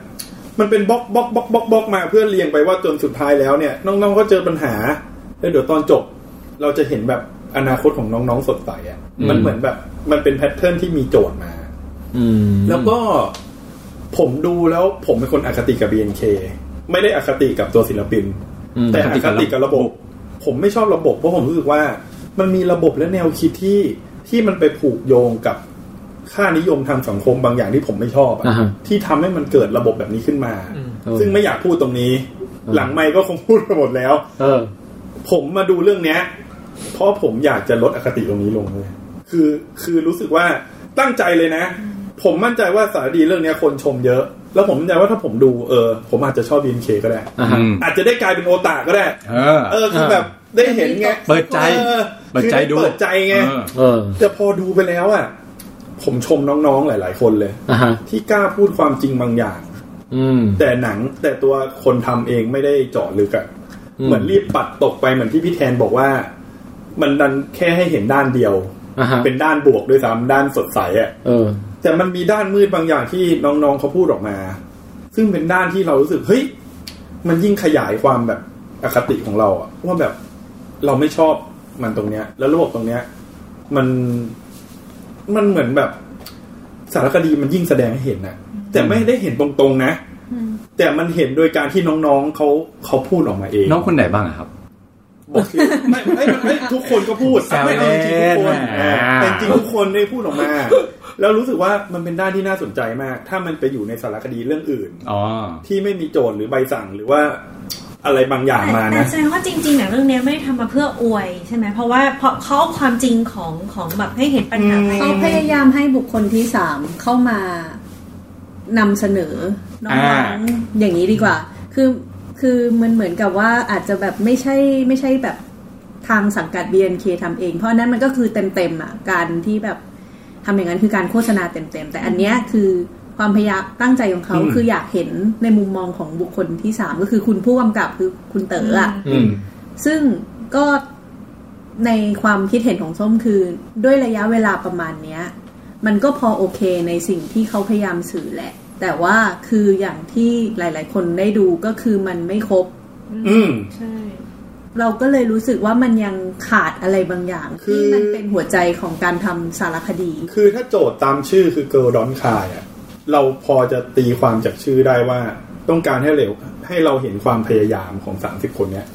มันเป็นบล็อกบล็อกบล็อกบล็อกบล็อกมาเพื่อเรียงไปว่าจนสุดท้ายแล้วเนี่ย น้องๆก็เจอปัญหา แล้วเดี๋ยวตอนจบ เราจะเห็นแบบอนาคตของน้องๆสดใสอ่ะ มันเหมือนแบบ มันเป็นแพทเทิร์นที่มีโจทย์มา
อืม
แล้วก็ผมดูแล้วผมเป็นคนอคติกับ BNK ไม่ได้อคติกับตัวศิลปิน
อืม
แต่อคติกับระบบ ผมไม่ชอบระบบ เพราะผมรู้สึกว่ามันมีระบบและแนวคิดที่ที่มันไปผูกโยงกับค่านิยมทางสังคมบางอย่างที่ผมไม่ชอบอะ
อ่าฮะ
ที่ทำให้มันเกิดระบบแบบนี้ขึ้นมา
เออ
ซึ่งไม่อยากพูดตรงนี้ หลังไม่ก็คงพูดไปหมดแล้ว
เออ
ผมมาดูเรื่องเนี้ย เพราะผมอยากจะลดอคติตรงนี้ลงเลย คือคือรู้สึกว่าตั้งใจเลยนะ ผมมั่นใจว่าสารดีเรื่องเนี้ยคนชมเยอะ แล้วผมมั่นใจว่าถ้าผมดูเออ ผมอาจจะชอบบีนเคก็ได้
อ่าฮะ
อาจจะได้กลายเป็นโอตาก็ได้
เออ
เออคือแบบ
ได้เห็นไง
เปิดใจ
ออ
เปิดใจดู
คือไเปิดใจไง
เออ
เออ
แต่พอดูไปแล้วอ่ะ ผมชมน้องๆหลาย ๆ คนเลย
อ่ะฮะ
ที่กล้าพูดความจริงบางอย่าง
อืม
แต่หนังแต่ตัวคนทำเองไม่ได้เจาะลึกอะ
อืม
เหมือนรีบปัดตกไปเหมือนที่พี่แทนบอกว่า มันดันแค่ให้เห็นด้านเดียว
อ่ะฮะ
เป็นด้านบวกด้วยซ้ำด้านสดใสอะ
เออ
แต่มันมีด้านมืดบางอย่างที่น้องๆเขาพูดออกมา ซึ่งเป็นด้านที่เรารู้สึกเฮ้ยมันยิ่งขยายความแบบอคติของเราอะว่าแบบเราไม่ชอบมันตรงเนี้ย แล้วโลกตรงเนี้ย มันมันเหมือนแบบ สารคดีมันยิ่งแสดงให้เห็นนะแต่ไม่ได้เห็นตรงๆนะ แต่มันเห็นโดยการที่น้องๆเขาเขาพูดออกมาเอง
น้องคนไหนบ้างอะครับ
บอกชื่อไม่ไม่ไม่ทุกคนก็พูด
แซว
ไม่เอาจริงๆทุกค
เล่
น
น
อ่า
อ่า
แต่จริงทุกคนได้พูดออกมา แล้วรู้สึกว่ามันเป็นด้านที่น่าสนใจมาก ถ้ามันไปอยู่ในสารคดีเรื่องอื่น
อ๋อ
ที่ไม่มีโจทย์หรือใบสั่งหรือว่าอะไรบางอย่างมา
แต่
นะ
แสดงว่าจริงๆหนังเรื่องเนี้ยไม่ได้ทำมาเพื่ออวยใช่ไหมเพราะว่าเพราะเขาเอาความจริงของของแบบให้เห็นปัญหาภายใน
เขาพยายามให้บุคคลที่สามเข้ามานำเสนอน้
อ่า
องๆอย่างนี้ดีกว่า คือคือมันเหมือนกับว่าอาจจะแบบไม่ใช่ไม่ใช่แบบทางสังกัด BNK ทำเอง เพราะอันนั้นมันก็คือเต็มๆอ่ะการที่แบบทำอย่างนั้นคือการโฆษณาเต็มๆ แต่อันเนี้ยคือความพยายามตั้งใจของเขา
อืม
คืออยากเห็นในมุมมองของบุคคลที่สามก็คือคุณผู้กำกับคือคุณเต๋ออ่ะ
อืม
ซึ่งก็ในความคิดเห็นของส้มคือ ด้วยระยะเวลาประมาณเนี้ย มันก็พอโอเคในสิ่งที่เขาพยายามสื่อแหละ แต่ว่าคืออย่างที่หลาย ๆ คนได้ดูก็คือมันไม่ครบ
อืม
ใช่
เราก็เลยรู้สึกว่ามันยังขาดอะไรบางอย่าง
คือ
ที่มันเป็นหัวใจของการทำสารคดี
คือถ้าโจทย์ตามชื่อคือ Girl Don't Cry อะเราพอจะตีความจากชื่อได้ว่า ต้องการให้เร็วให้เราเห็นความพยายามของสามสิบคนเนี้ย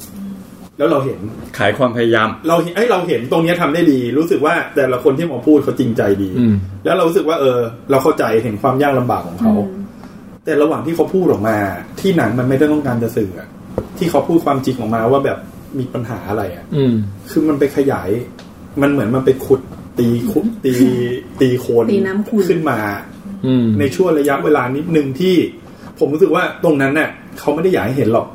แล้วเราเห็น
ขายความพยายาม
เราเห็นไอ้ยเราเห็นตรงเนี้ยทำได้ดี รู้สึกว่าแต่ละคนที่มาพูดเขาจริงใจดี
อืม
แล้วเรารู้สึกว่าเออ เราเข้าใจเห็นความยากลำบากของเขา แต่ระหว่างที่เขาพูดออกมา ที่หนังมันไม่ได้ต้องการจะสื่ออะที่เขาพูดความจริงออกมาว่าแบบมีปัญหาอะไรอ่ะ
อืม
คือมันไปขยาย มันเหมือนมันไปขุดตีขุด ตีตีโคน
ตีน้ำขุ่น
ขึ้นมา
อืม
ในช่วงระยะเวลานิดนึงที่ ผมรู้สึกว่าตรงนั้นน่ะเขาไม่ได้อยากให้เห็นหรอก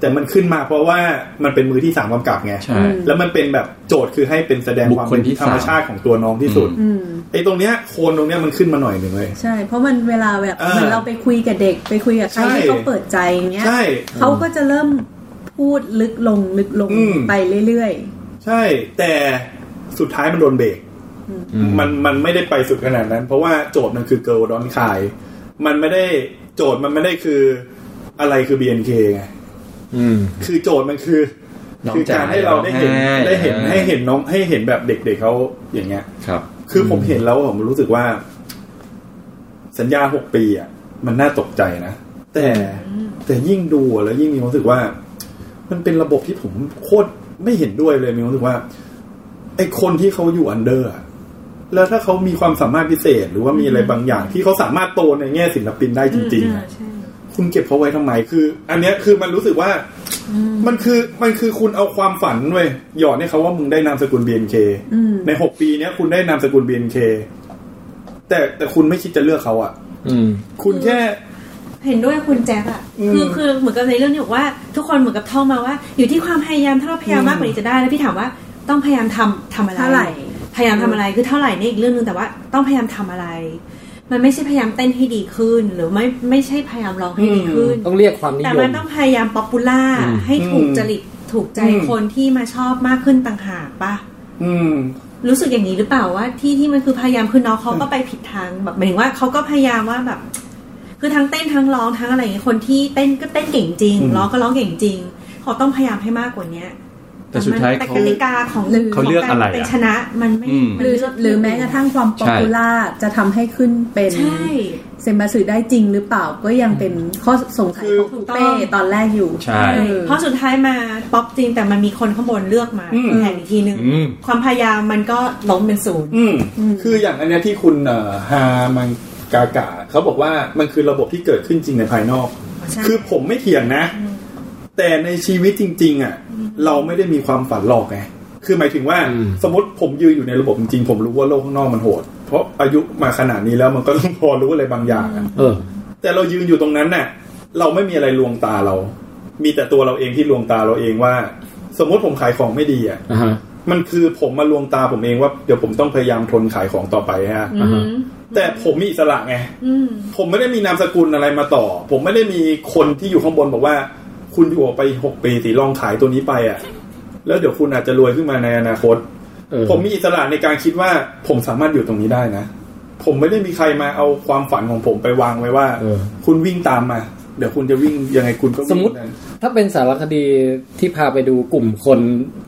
แต่มันขึ้นมาเพราะว่ามันเป็นมือที่สามกำกับไง
ใช่
แล้วมันเป็นแบบโจทย์คือให้เป็นแสดง
บุ
ควา
ค
ม
คล
เป็น
ที่
ธรร
สา
ม
ม
ชาติของตัวน้องที่สุด
อืม
ไอ้ตรงเนี้ยโคนตรงเนี้ยมันขึ้นมาหน่อยหนึ่งเลย
ใช่ เพราะมันเวลาแบบ
เออ
เหมือนเราไปคุยกับเด็ก ไปคุยกับใคร
ใช่
ที่เขาเปิดใจอย่างเงี้ย
ใช่
เขาก็จะเริ่มพูดลึกลงลึกลง
อืม
ไปเรื่อย
ใช่ แต่สุดท้ายมันโดนเบรก
อืม
มันมันไม่ได้ไปสุดขนาดนั้น เพราะว่าโจทย์มันคือเกิ d ดอนคาย มันไม่ได้โจทย์มันไม่ได้คืออะไรคือ BNK ไง
อืม
คือโจทย์มันคือ
น้อง
คืการให้เราได้เห็น
จ่าย
ได้เห็น
อ่า
ให้เห็นน้องให้เห็นแบบเด็กๆเขาอย่างเงี้ย
ครับ
คือผมเห็นแล้วผมรู้สึกว่า สัญญาหกปีอ่ะมันน่าตกใจนะ แต่แต่ยิ่งดูอะแล้วยิ่งมีความรู้สึกว่า มันเป็นระบบที่ผมโคตรไม่เห็นด้วยเลยมีความรู้สึกว่า ไอคนที่เขาอยู่อันเดอร์อะแล้วถ้าเขามีความสามารถพิเศษ หรือว่ามีอะไรบางอย่าง ที่เขาสามารถโตในแง่ศิลปินได้จริง ๆอะ
ใช่
คุณเก็บเขาไว้ทำไม คือ อันเนี้ยคือมันรู้สึกว่า มันคือมันคือคุณเอาความฝันเว้ยหยอดให้เขาว่ามึงได้นามสกุล BNK
ๆ อืม
ในหกปีเนี้ยคุณได้นามสกุล BNK แต่แต่คุณไม่คิดจะเลือกเขาอะ่ะ
อืม
คุณแค่
เห็นด้วยคุณแจ๊คอะ
อืม
คือคือเหมือนกับในเรื่องที่บอกว่า ทุกคนเหมือนกับท่องมาว่า อยู่ที่ความพยายามถ้าเราพยายามมากกว่านี้จะได้แล้วพี่ถามว่าต้องพยายามทำทำอะไร
เท่าไหร่
พยายามทำอะไรคือเท่าไหร่เนี่ยอีกเรื่องนึงแต่ว่าต้องพยายามทำอะไร มันไม่ใช่พยายามเต้นให้ดีขึ้น หรือไม่ไม่ใช่พยายามร้องให้ดีขึ้น
ต้องเรียกความนิ
แต่
ย
มัน
ม
ต้องพยายามป๊อปปูล่า
อืม
ให้ถูกจริตถูกใจ
อืม
คนที่มาชอบมากขึ้นต่างหากปะ
อืม
รู้สึกอย่างนี้หรือเปล่าว่าที่ที่มันคือพยายามคือน้องเขาก็ไปผิดทางแบบหมายถึงว่าเขาก็พยายามว่าแบบ คือทั้งเต้นทั้งร้องทั้งอะไรอย่างเงี้ยคนที่เต้นก็เต้นเก่งจริง
อืม
ร้องก็ร้องเก่งจริงเขาต้องพยายามให้มากกว่าเนี้ย
แต่สุดท้าย
แต่
เขา
กติกาของ
เขาเลือก
ขง
อะไรอะ
เป็นชนะมันไม่
อืม
มั
ห
น
รือ
ไม่ลด
หรือแม้กระทั่งความป๊อปปูล่าจะทำให้ขึ้นเป็น
ใช่
เซมบาสึได้จริงหรือเปล่าก็ยังเป็นข้อสงสัยของ
ถู
คุณ
กต้อง
เป้ตอนแรกอยู่
ใช่
ใช่เพราะสุดท้ายมาป๊อปจริงแต่มันมีคนข้างบนเลือกมา
อืม
แทนอีกทีนึง
อืม
ความพยายามมันก็ล้มเป็นศูนย์
อืม คืออย่างอันเนี้ยที่คุณเอ่อฮามังกากาเขาบอกว่ามันคือระบบที่เกิดขึ้นจริงในภายนอก
ใช่
คือผมไม่เถียงนะ
อืม
แต่ในชีวิตจริง ๆ อ่ะ เราไม่ได้มีความฝันหรอกไงคือหมายถึงว่า
อืม
สมมติผมยืนอยู่ในระบบจริงๆผมรู้ว่าโลกข้างนอกมันโหด เพราะอายุมาขนาดนี้แล้วมันก็ต้องพอรู้อะไรบางอย่างอะ
เออ
แต่เรายืนอยู่ตรงนั้นน่ะ เราไม่มีอะไรลวงตาเรา มีแต่ตัวเราเองที่ลวงตาเราเองว่า สมมติผมขายของไม่ดีอ่ะ
อ่าฮะ
มันคือผมมาลวงตาผมเองว่าเดี๋ยวผมต้องพยายามทนขายของต่อไปฮะ
อ่าฮะ
แต่ผมมีอิสระไง
อืม
ผมไม่ได้มีนามสกุลอะไรมาต่อ ผมไม่ได้มีคนที่อยู่ข้างบนบอกว่า คุณอยู่ออกไปหกปีสีลองขายตัวนี้ไปอ่ะ แล้วเดี๋ยวคุณอาจจะรวยขึ้นมาในอนาคต
เออ
ผมมีอิสระในการคิดว่าผมสามารถอยู่ตรงนี้ได้นะ ผมไม่ได้มีใครมาเอาความฝันของผมไปวางไว้ว่า
เออ
คุณวิ่งตามมา เดี๋ยวคุณจะวิ่งยังไงคุณก็วิ่ง
สมมติ
นั้น
ถ้าเป็นสารคดีที่พาไปดูกลุ่มคน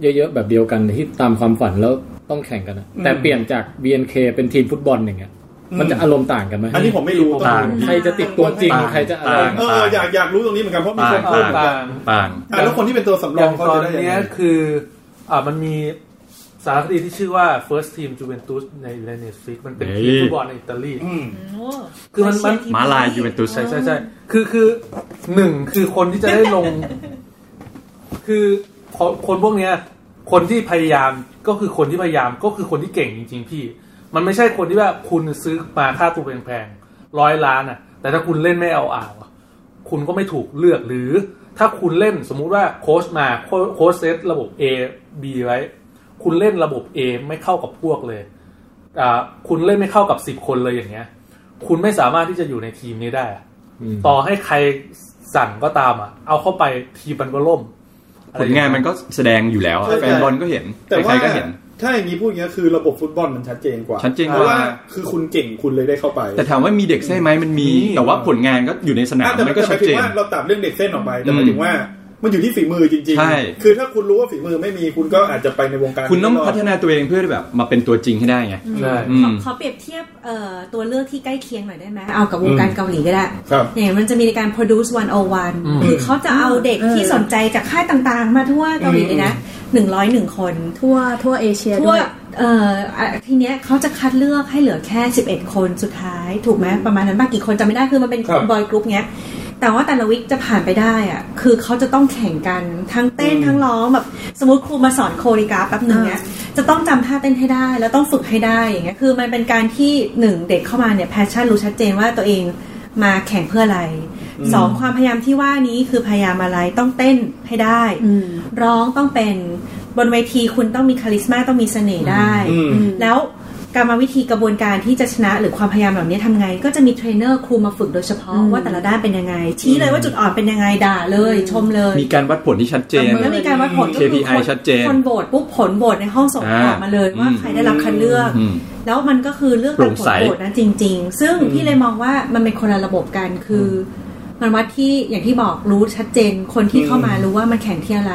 เยอะๆ แบบเดียวกันที่ตามความฝันแล้วต้องแข่งกันนะแต่เปลี่ยนจาก BNK เป็นทีมฟุตบอลอย่างเงี้ยมันจะอารมณ์ต่างกันไหม
อันนี้ผมไม่รู้ต้อง
ต่าง
ดู
ใครจะติดตัวจริง ใครจะอะไร
ต่าง
เอออยากอยากรู้ตรงนี้เหมือนกันเพราะมีคน
ต่าง
พูด
ต่า
ต่าง ง
ต่าง
อ่ะแล้วคนที่เป็นตัวสำร
อ
อง
ย่าง
เขา
ตอ
จะ
น
ได้ยัง
เนี้
ไง
ยคือ อ่ามันมีสารคดีที่ชื่อว่า first team Juventus ในใน Netflix มันเป็นทีม
เฮ้ย
ฟุตบอลในอิตาลี
อืม
คือมันมัน
มาลายยูเวนตุส
ใช่ใช่ใช่คือคือหนึ่งคือคนที่จะได้ลง คือคนคนพวกเนี้ย คนที่พยายามก็คือคนที่พยายามก็คือคนที่เก่งจริง ๆ พี่ มันไม่ใช่คนที่ว่าคุณซื้อมาค่าตัวแพงๆร้อยล้านอ่ะ แต่ถ้าคุณเล่นไม่เอาอ่าวอะคุณก็ไม่ถูกเลือกหรือ ถ้าคุณเล่นสมมุติว่าโค้ชมาโค้ชโค้ชเซตระบบ A B ไว้ คุณเล่นระบบ A ไม่เข้ากับพวกเลยอ่าคุณเล่นไม่เข้ากับสิบคนเลยอย่างเงี้ย คุณไม่สามารถที่จะอยู่ในทีมนี้ได้อะ
อืม
ต่อให้ใครสั่งก็ตามอ่ะ เอาเข้าไปทีมมันก็ล่ม
ผลงานมันก็แสดงอยู่แล้วอะแฟนบอลก็เห็น
แต่
ใค
ว่าร
ๆก็เห็น
ถ้าอย่างนี้พูดอย่างเงี้ยคือระบบฟุตบอลมันชัดเจนกว่า
ชัดเจนกว่า
เพราะว่าคือคุณเก่งคุณเลยได้เข้าไป
แต่ถามว่ามีเด็กใช่ไหมมันมี แต่ว่าผลงานก็อยู่ในสนาม
อ่ะแต่
มั
มัน น
ก็
ก็
ชั
ชั
ด
ด
เจ
เจ
น
นว่าเราตัดเรื่องเด็กเส้นออกไป แต่หมายถึ
อื
ง
ม
ว่า มันอยู่ที่ฝีมือจริง
ใช่
ๆ คือถ้าคุณรู้ว่าฝีมือไม่มีคุณก็อาจจะไปในวงการ
คุณต้อง
ไม่รด
พัฒนาตัวเองเพื่อแบบมาเป็นตัวจริงให้ได้ไง
ใช่
อื
ขอ
ม
ขอเปรียบเทียบเอ่อตัวเลือกที่ใกล้เคียงหน่อยได้ไหมเอากับวงการเกาหลีก็ได้
ครับ
อย่างมันจะมีในการ produce 101คือเขาจะเอาเด็กที่สนใจจากค่ายต่างๆ มาทั่วเกาหลีเลยนะ 101 คน
ทั่วทั่วเอเชีย
ทั่
ด้
ว
วย
เอ่ออ่ะทีเนี้ยเขาจะคัดเลือกให้เหลือแค่ 11 คนสุดท้าย ถูกไหมประมาณนั้นบางกี่คนจำไม่ได้คือมันเป็น
ครับ
บอยกรุ๊ปเงี้ย แต่ว่าแต่ละวิกจะผ่านไปได้อ่ะคือเขาจะต้องแข่งกันทั้งเต้นทั้งร้องแบบสมมติครูมาสอนโคริกราฟแป๊บหนึ่งเนี้ยจะต้องจำท่าเต้นให้ได้ แล้วต้องฝึกให้ได้อย่างเงี้ยคือมันเป็นการที่หนึ่งเด็กเข้ามาเนี่ยแพชชั่นรู้ชัดเจนว่าตัวเองมาแข่งเพื่ออะไรสองความพยายามที่ว่านี้คือพยายามอะไรต้องเต้นให้ได้
อืม
ร้องต้องเป็นบนเวทีคุณต้องมีคาลิสมาต้องมีเสน่ห์ได้
อืม
แล้วกรรมวิธีกระบวนการที่จะชนะหรือความพยายามเหล่านี้ทำไง ก็จะมีเทรนเนอร์ครูมาฝึกโดยเฉพาะ
อืม
ว่าแต่ละด้านเป็นยังไง ชี้เลยว่าจุดอ่อนเป็นยังไงด่าเลยชมเลย
มีการวัดผลที่ชัดเจน
แล้วมีการวัดผลก็คือ
KPI
คน
ชัดเจน
คนโบตปุ๊บผลโบตในห้องส่ง
อ่า
ออกมาเลยว่า
อืม
ใครได้รับคัดเลือก
อืม
แล้วมันก็คือเลือก
โปร่
ตาม
ง
ผล
ใส
โหวตนะจริง ๆ ซึ่งพี่เลยมองว่ามันเป็นคนละระบบกันคืออมันวัดที่อย่างที่บอกรู้ชัดเจนคนที่เข้ามารู้ว่ามันแข่งที่อะไร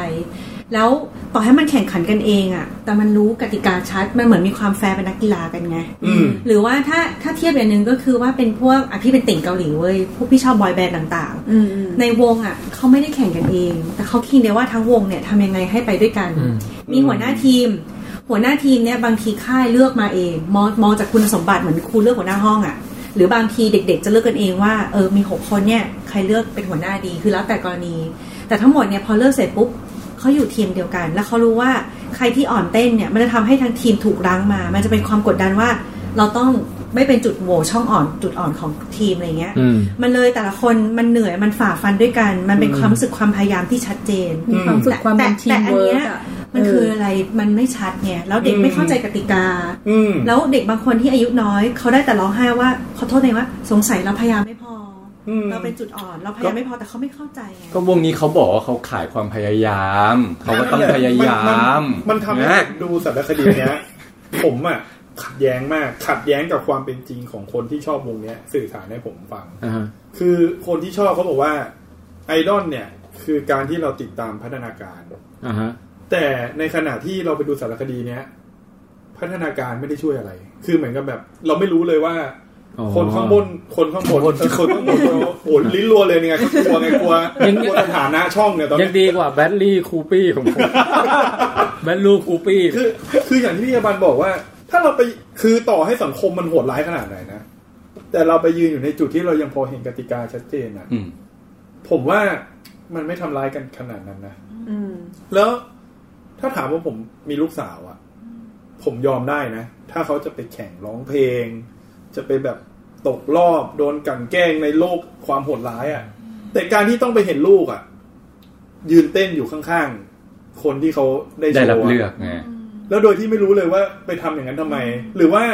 แล้วต่อให้มันแข่งขันกันเองอะแต่มันรู้กติกาชัดมันเหมือนมีความแฟร์เป็นนักกีฬากันไง
อืม
หรือว่าถ้าถ้าเทียบอย่างหนึ่งก็คือว่าเป็นพวกอ่ะพี่เป็นติ่งเกาหลีเว้ยพวกพี่ชอบบอยแบนด์ต่าง
อืมอืม
ๆ ในวงอะเขาไม่ได้แข่งกันเอง แต่เขาคิดได้ว่าทั้งวงเนี่ยทำยังไงให้ไปด้วยกัน
อืม
มีหัวหน้าทีม หัวหน้าทีมเนี่ยบางทีค่ายเลือกมาเอง มองมองจากคุณสมบัติเหมือนครูเลือกหัวหน้าห้องอะ่ะ หรือบางทีเด็กๆ จะเลือกกันเองว่าเออมีหกคนเนี่ยใครเลือกเป็นหัวหน้าดีคือแล้วแต่กรณี แต่ทั้งหมดเนี่ยพอเลือกเสร็จปุ๊บเขาอยู่ทีมเดียวกัน แล้วเขารู้ว่าใครที่อ่อนเต้นเนี่ยมันจะทำให้ทั้งทีมถูกรั้งมา มันจะเป็นความกดดันว่า เราต้องไม่เป็นจุดโหวช่องอ่อนจุดอ่อนของทีมอะไรเงี้ย
อืม
มันเลยแต่ละคนมันเหนื่อยมันฝ่าฟันด้วยกัน มันเป็นความรู้สึกความพยายามที่ชัดเจน
มีความฝึกความเป็นทีมเวิร์ก
แต่แต่อันเนี้
อะ
ย มัน
เออ
คืออะไร มันไม่ชัดไง แล้วเด็ก
อืม
ไม่เข้าใจกติกา
อืม
แล้วเด็กบางคนที่อายุน้อย เขาได้แต่ร้องไห้ว่าขอโทษเลยว่าสงสัยเราพยายามไม่พออ
ม
เราเป็นจุดอ่อน เราพยายามไม่พอแต่เขาไม่เข้าใจไง
ก็วงนี้เขาบอกว่าเขาขายความพยายาม เขาก็ต้องพยายาม
นมันทำให้ผมดูสารคดีเนี้ย ผมอ่ะขัดแย้งมาก ขัดแย้งกับความเป็นจริงของคนที่ชอบวงเนี้ย สื่อสารให้ผมฟัง
อ่าฮะ
คือคนที่ชอบเขาบอกว่าไอดอลเนี่ย คือการที่เราติดตามพัฒนาการ
อ่าฮะ
แต่ในขณะที่เราไปดูสารคดีเนี้ย พัฒนาการไม่ได้ช่วยอะไร คือเหมือนกับแบบ เราไม่รู้เลยว่า
อ๋อ
คนข้างบน คนข้างบนเออคนข้างบนเราโอ้ลิ้นรัวเลยเนี่ยไงเขากลัวไงกลัวกลัวสถานะช่องเนี่ยตอน
ยั
เนี้
ง
ย
ดีกว่าแบดลี่คูปี้ของผมแบดลูคูปี้
คือ คืออย่างที่พี่ยาบันบอกว่า ถ้าเราไปคือต่อให้สังคมมันโหดร้ายขนาดไหนนะ แต่เราไปยืนอยู่ในจุดที่เรายังพอเห็นกติกาชัดเจนอ่ะ
อืม
ผมว่ามันไม่ทำร้ายกันขนาดนั้นนะ
อืม
แล้วถ้าถามว่าผมมีลูกสาวอะผมยอมได้นะ ถ้าเขาจะไปแข่งร้องเพลง จะไปแบบตกรอบโดนกลันแกล้งในโลกความโหดร้ายอะแต่การที่ต้องไปเห็นลูกอะยืนเต้นอยู่ข้างๆ คนที่เขาได้โช
ได้
ว์
รับ
อะ
เลือกไง
แล้วโดยที่ไม่รู้เลยว่าไปทำอย่างนั้นทำไม หรือว่า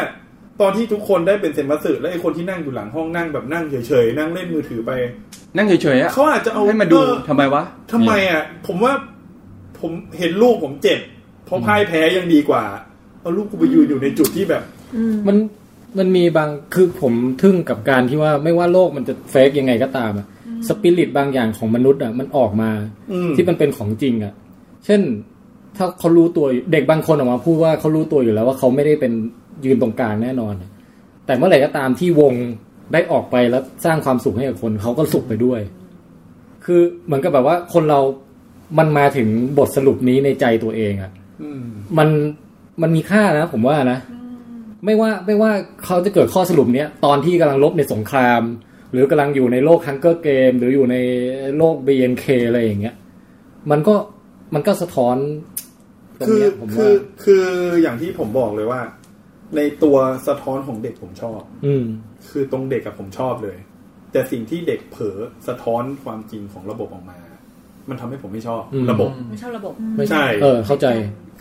ตอนที่ทุกคนได้เป็นเซนมัตสึและไอ้คนที่นั่งอยู่หลังห้องนั่งแบบนั่งเฉยๆนั่งเล่นมือถือไป
นั่งเฉยๆอะ
เขาอาจจะเอา
ให้มาดู
เออ
ทำไมวะ
ทำไมอ่ะ ผมว่าผมเห็นลูกผมเจ็บเพราะพ่ายแพ้ยังดีกว่าเอาลูกกูไปยืนอยู่ในจุดที่แบบ
มันมันมีบางคือผมทึ่งกับการที่ว่าไม่ว่าโลกมันจะเฟกยังไงก็ตามอะสปิริตบางอย่างของมนุษย์อะมันออกมา
อืม
ที่มันเป็นของจริงอะเช่น ถ้าเขารู้ตัวอยู่เด็กบางคนออกมาพูดว่าเขารู้ตัวอยู่แล้วว่าเขาไม่ได้เป็นยืนตรงกลางแน่นอน แต่เมื่อไหร่ก็ตามที่วงได้ออกไปแล้วสร้างความสุขให้กับคนเขาก็สุขไปด้วย คือเหมือนกับแบบว่าคนเรามันมาถึงบทสรุปนี้ในใจตัวเองอะ
อืม
มันมันมีค่านะ ผมว่านะ ไม่ว่าไม่ว่าเขาจะเกิดข้อสรุปเนี้ยตอนที่กำลังลบในสงคราม หรือกำลังอยู่ในโลกฮังเกอร์เกม หรืออยู่ในโลก BNK อะไรอย่างเงี้ย มันก็มันก็สะท้อนตรง
คือ
เนี้ยผม
คื
ว่า
อคืออย่างที่ผมบอกเลยว่า ในตัวสะท้อนของเด็กผมชอบ
อืม
คือตรงเด็กกับผมชอบเลย แต่สิ่งที่เด็กเผลอสะท้อนความจริงของระบบออกมา มันทำให้ผมไม่ชอบ
อืม
ระบบ
ไม่ชอบระบบ
ไม่
ใช่
เออ เข้าใจ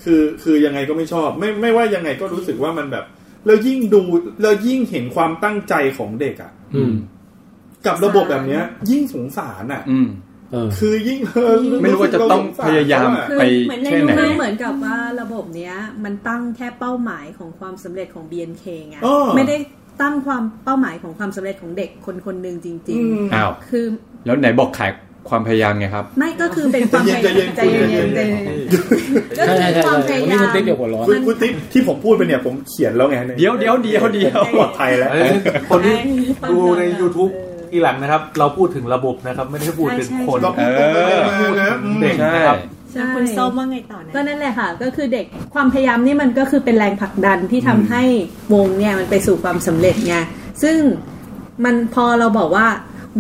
คือคือยังไงก็ไม่ชอบ ไม่ไม่ว่ายังไงก็รู้สึกว่ามันแบบ แล้วยิ่งดูแล้วยิ่งเห็นความตั้งใจของเด็กอะ่ะ
อืม
กับระบบแบบเนี้ย ยิ่งสงสารอะ่ะ
อืม
เออ
คือยิ่ง
ไม่รู้ว่าจะต้องพยายาม
เขอะ
ไป
เหมือนใน
แค่
ดู
ไหน
มันเหมือนกับว่าระบบเนี้ย มันตั้งแค่เป้าหมายของความสำเร็จของ BNK ไง
อ้อ
ไม่ได้ตั้งความเป้าหมายของความสำเร็จของเด็กคนคนๆหนึ่งจริง
อืม
อ้าว
ๆ คือ
แล้วไหนบอกขายความพยายามไงครับ
ไม่ก็คือเป็นความ
ใจเย็น
ใจ
ใจ
เย็
เย็
น
น
ใจเย็น
ใจเย็น
ก็
ใช่
คื
ใช่ใช่
อความพ
ใช่
ยา
วัน
ยา
นี้คุณ
ม
ติ๊กเดี๋ยวหัวร้อน
คุณคุณติ๊บที่ผมพูดไปเนี่ยผมเขียนแล้วไงใน
เดี๋ยวเดี๋ยวเดี๋ยวเดี๋ยว
ปลอดภัยแล้ว
คนที่
ฟัง
ดูใน
ได้นะ
YouTube ทีหลังนะครับ เราพูดถึงระบบนะครับ ไม่ได้พูดถึงคน
ใช่ใช่
เราพูดถึงเด็ก
ใช่
นะครับ
ใช่
คุณส้มว่าไงต่อนะ
ก็นั่นแหละค่ะ ก็คือเด็กความพยายามนี่มันก็คือเป็นแรงผลักดันที่ทำให้วงเนี่ยมันไปสู่ความสำเร็จไงซึ่งมันพอเราบอกว่า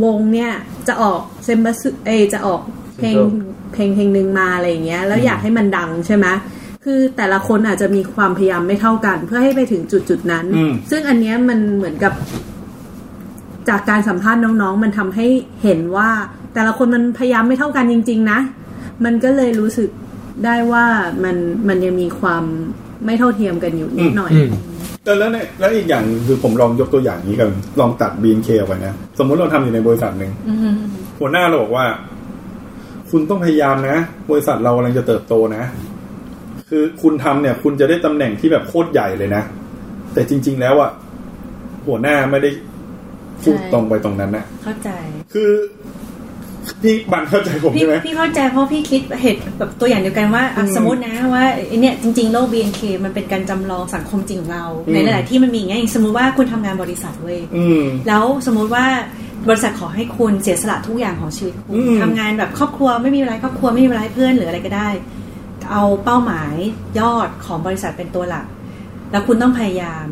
วงเนี่ยจะออกเซมบัสเอยจะออกเพลง
Single
เพลงเพลงหนึ่งมาอะไรอย่างเงี้ยแล้วอยากให้มันดังใช่ไหมคือแต่ละคนอาจจะมีความพยายามไม่เท่ากัน เพื่อให้ไปถึงจุดจุดๆนั้น
อืม
ซึ่งอันเนี้ยมันเหมือนกับ จากการสัมภาษณ์น้องๆ มันทำให้เห็นว่า แต่ละคนมันพยายามไม่เท่ากันจริง ๆ นะ มันก็เลยรู้สึกได้ว่ามันมันยังมีความไม่เท่าเทียมกันอยู่นิดหน่อย
อืม
แต่แล้วเนี่ยแล้วอีกอย่างคือผมลองยกตัวอย่างนี้กันลองตัด BNK ออกไปนะ สมมุติเราทำอยู่ในบริษัทหนึ่งหัวหน้าเราบอกว่า คุณต้องพยายามนะ บริษัทเรากำลังจะเติบโตนะ คือคุณทำเนี่ย คุณจะได้ตำแหน่งที่แบบโคตรใหญ่เลยนะ แต่จริง ๆ แล้วอะหัวหน้าไม่ได้พูด
ใช่
ตรงไปตรงนั้นนะ
เข้าใจ
คือพี่บันเข้าใจผม
พี่
ใช่ไหม
พี่เข้าใจเพราะพี่คิดเหตุแบบตัวอย่างเดียวกันว่าอ่ะ
อืม
สมมตินะว่าไอ้เนี่ยจริงๆโลก BNK มันเป็นการจำลองสังคมจริงของเรา
อืม
ในหลายๆที่มันมีอย่างเงี้ยอย่างสมมติว่าคุณทำงานบริษัทเว้ย
อืม
แล้วสมมติว่าบริษัทขอให้คุณเสียสละทุกอย่างของชีวิตคุ
อื
ณ
ม
ทำงานแบบครอบครัวไม่มีเวลาให้ครอบครัวไม่มีเวลาให้เพื่อนหรืออะไรก็ได้ เอาเป้าหมายยอดของบริษัทเป็นตัวหลัก แล้วคุณต้องพยายาม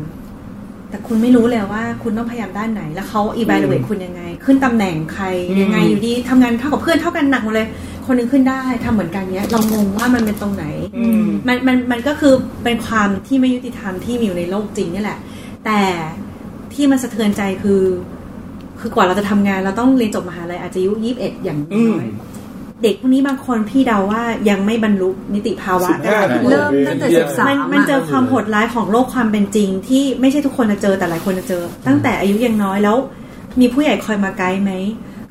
แต่คุณไม่รู้เลยว่าคุณต้องพยายามด้านไหน แล้วเขา evaluate คุณยังไง ขึ้นตำแหน่งใครยังไง
อืม
อยู่ดีทำงานเท่ากับเพื่อนเท่ากันหนักหมดเลย คนหนึงขึ้นได้ทำเหมือนกันเนี้ย เรางงว่ามันเป็นตรงไหน
อืม
มันมันมันก็คือเป็นความที่ไม่ยุติธรรมที่มีอยู่ในโลกจริงนี่แหละ แต่ที่มันสะเทือนใจคือ คือกว่าเราจะทำงานเราต้องเรียนจบมหาลัยอาจจะอายุยี่สิบเอ็ดอย่าง
อื
น้
ม
อยเด็กพวกนี้บางคนพี่เดาว่ายังไม่บรรลุนิติภาวะ
สิบห้าถึงหก
เริ่ม
ดือน
ตั้งแต่สิบสา
มั
ม
นมันเจอความโหดร้ายของโลกความเป็นจริง ที่ไม่ใช่ทุกคนจะเจอแต่หลายคนจะเจอ ตั้งแต่อายุยังน้อยแล้ว มีผู้ใหญ่คอยมาไกด์ไหม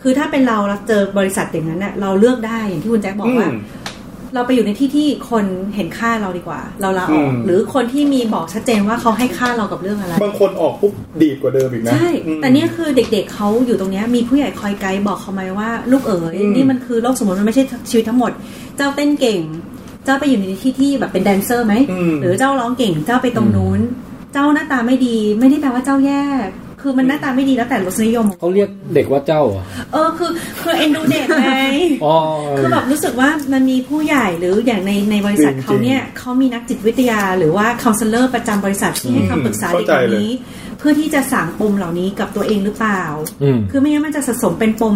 คือถ้าเป็นเราเราเจอบริษัทอย่างนั้นน่ะเราเลือกได้อย่างที่คุณแจ็คบอกว่า
อืม
เราไปอยู่ในที่ที่คนเห็นค่าเราดีกว่า เราลาออก
อืม
หรือคนที่มีบอกชัดเจนว่าเขาให้ค่าเรากับเรื่องอะไร
บางคนออกปุ๊บดีดกว่าเดิมอีกนะ
ใช่
อืม
แต่เนี่ยคือเด็กๆเขาอยู่ตรงเนี้ยมีผู้ใหญ่คอยไกด์บอกเขาไหมว่าลูกเอ๋ย
อืม
นี่มันคือโลกสมมติมันไม่ใช่ชีวิตทั้งหมด เจ้าเต้นเก่ง เจ้าไปอยู่ในที่ที่แบบเป็นแดนเซอร์ไหม
อืม
หรือเจ้าร้องเก่งเจ้าไปตรงนู้น เจ้าหน้าตาไม่ดี ไม่ได้แปลว่าเจ้าแย่ คือมันหน้าตาไม่ดีแล้วแต่รสนิยมของ
เขาเรียกเด็กว่าเจ้าเหรอ
เออคือคือเอ็นดูเด็กไง
อ๋อ
คือแบบรู้สึกว่ามันมีผู้ใหญ่หรืออย่างในในบริษัทเขาเนี่ยเขามีนักจิตวิทยาหรือว่าค o นเซลเลอร์ประจำบริษัทที่ให้คำปรึกษาเด็กเหล่านี้ เพื่อที่จะสางปมเหล่านี้กับตัวเองหรือเปล่า
อืม
คือไม่งั้นมันจะสะสมเป็นปม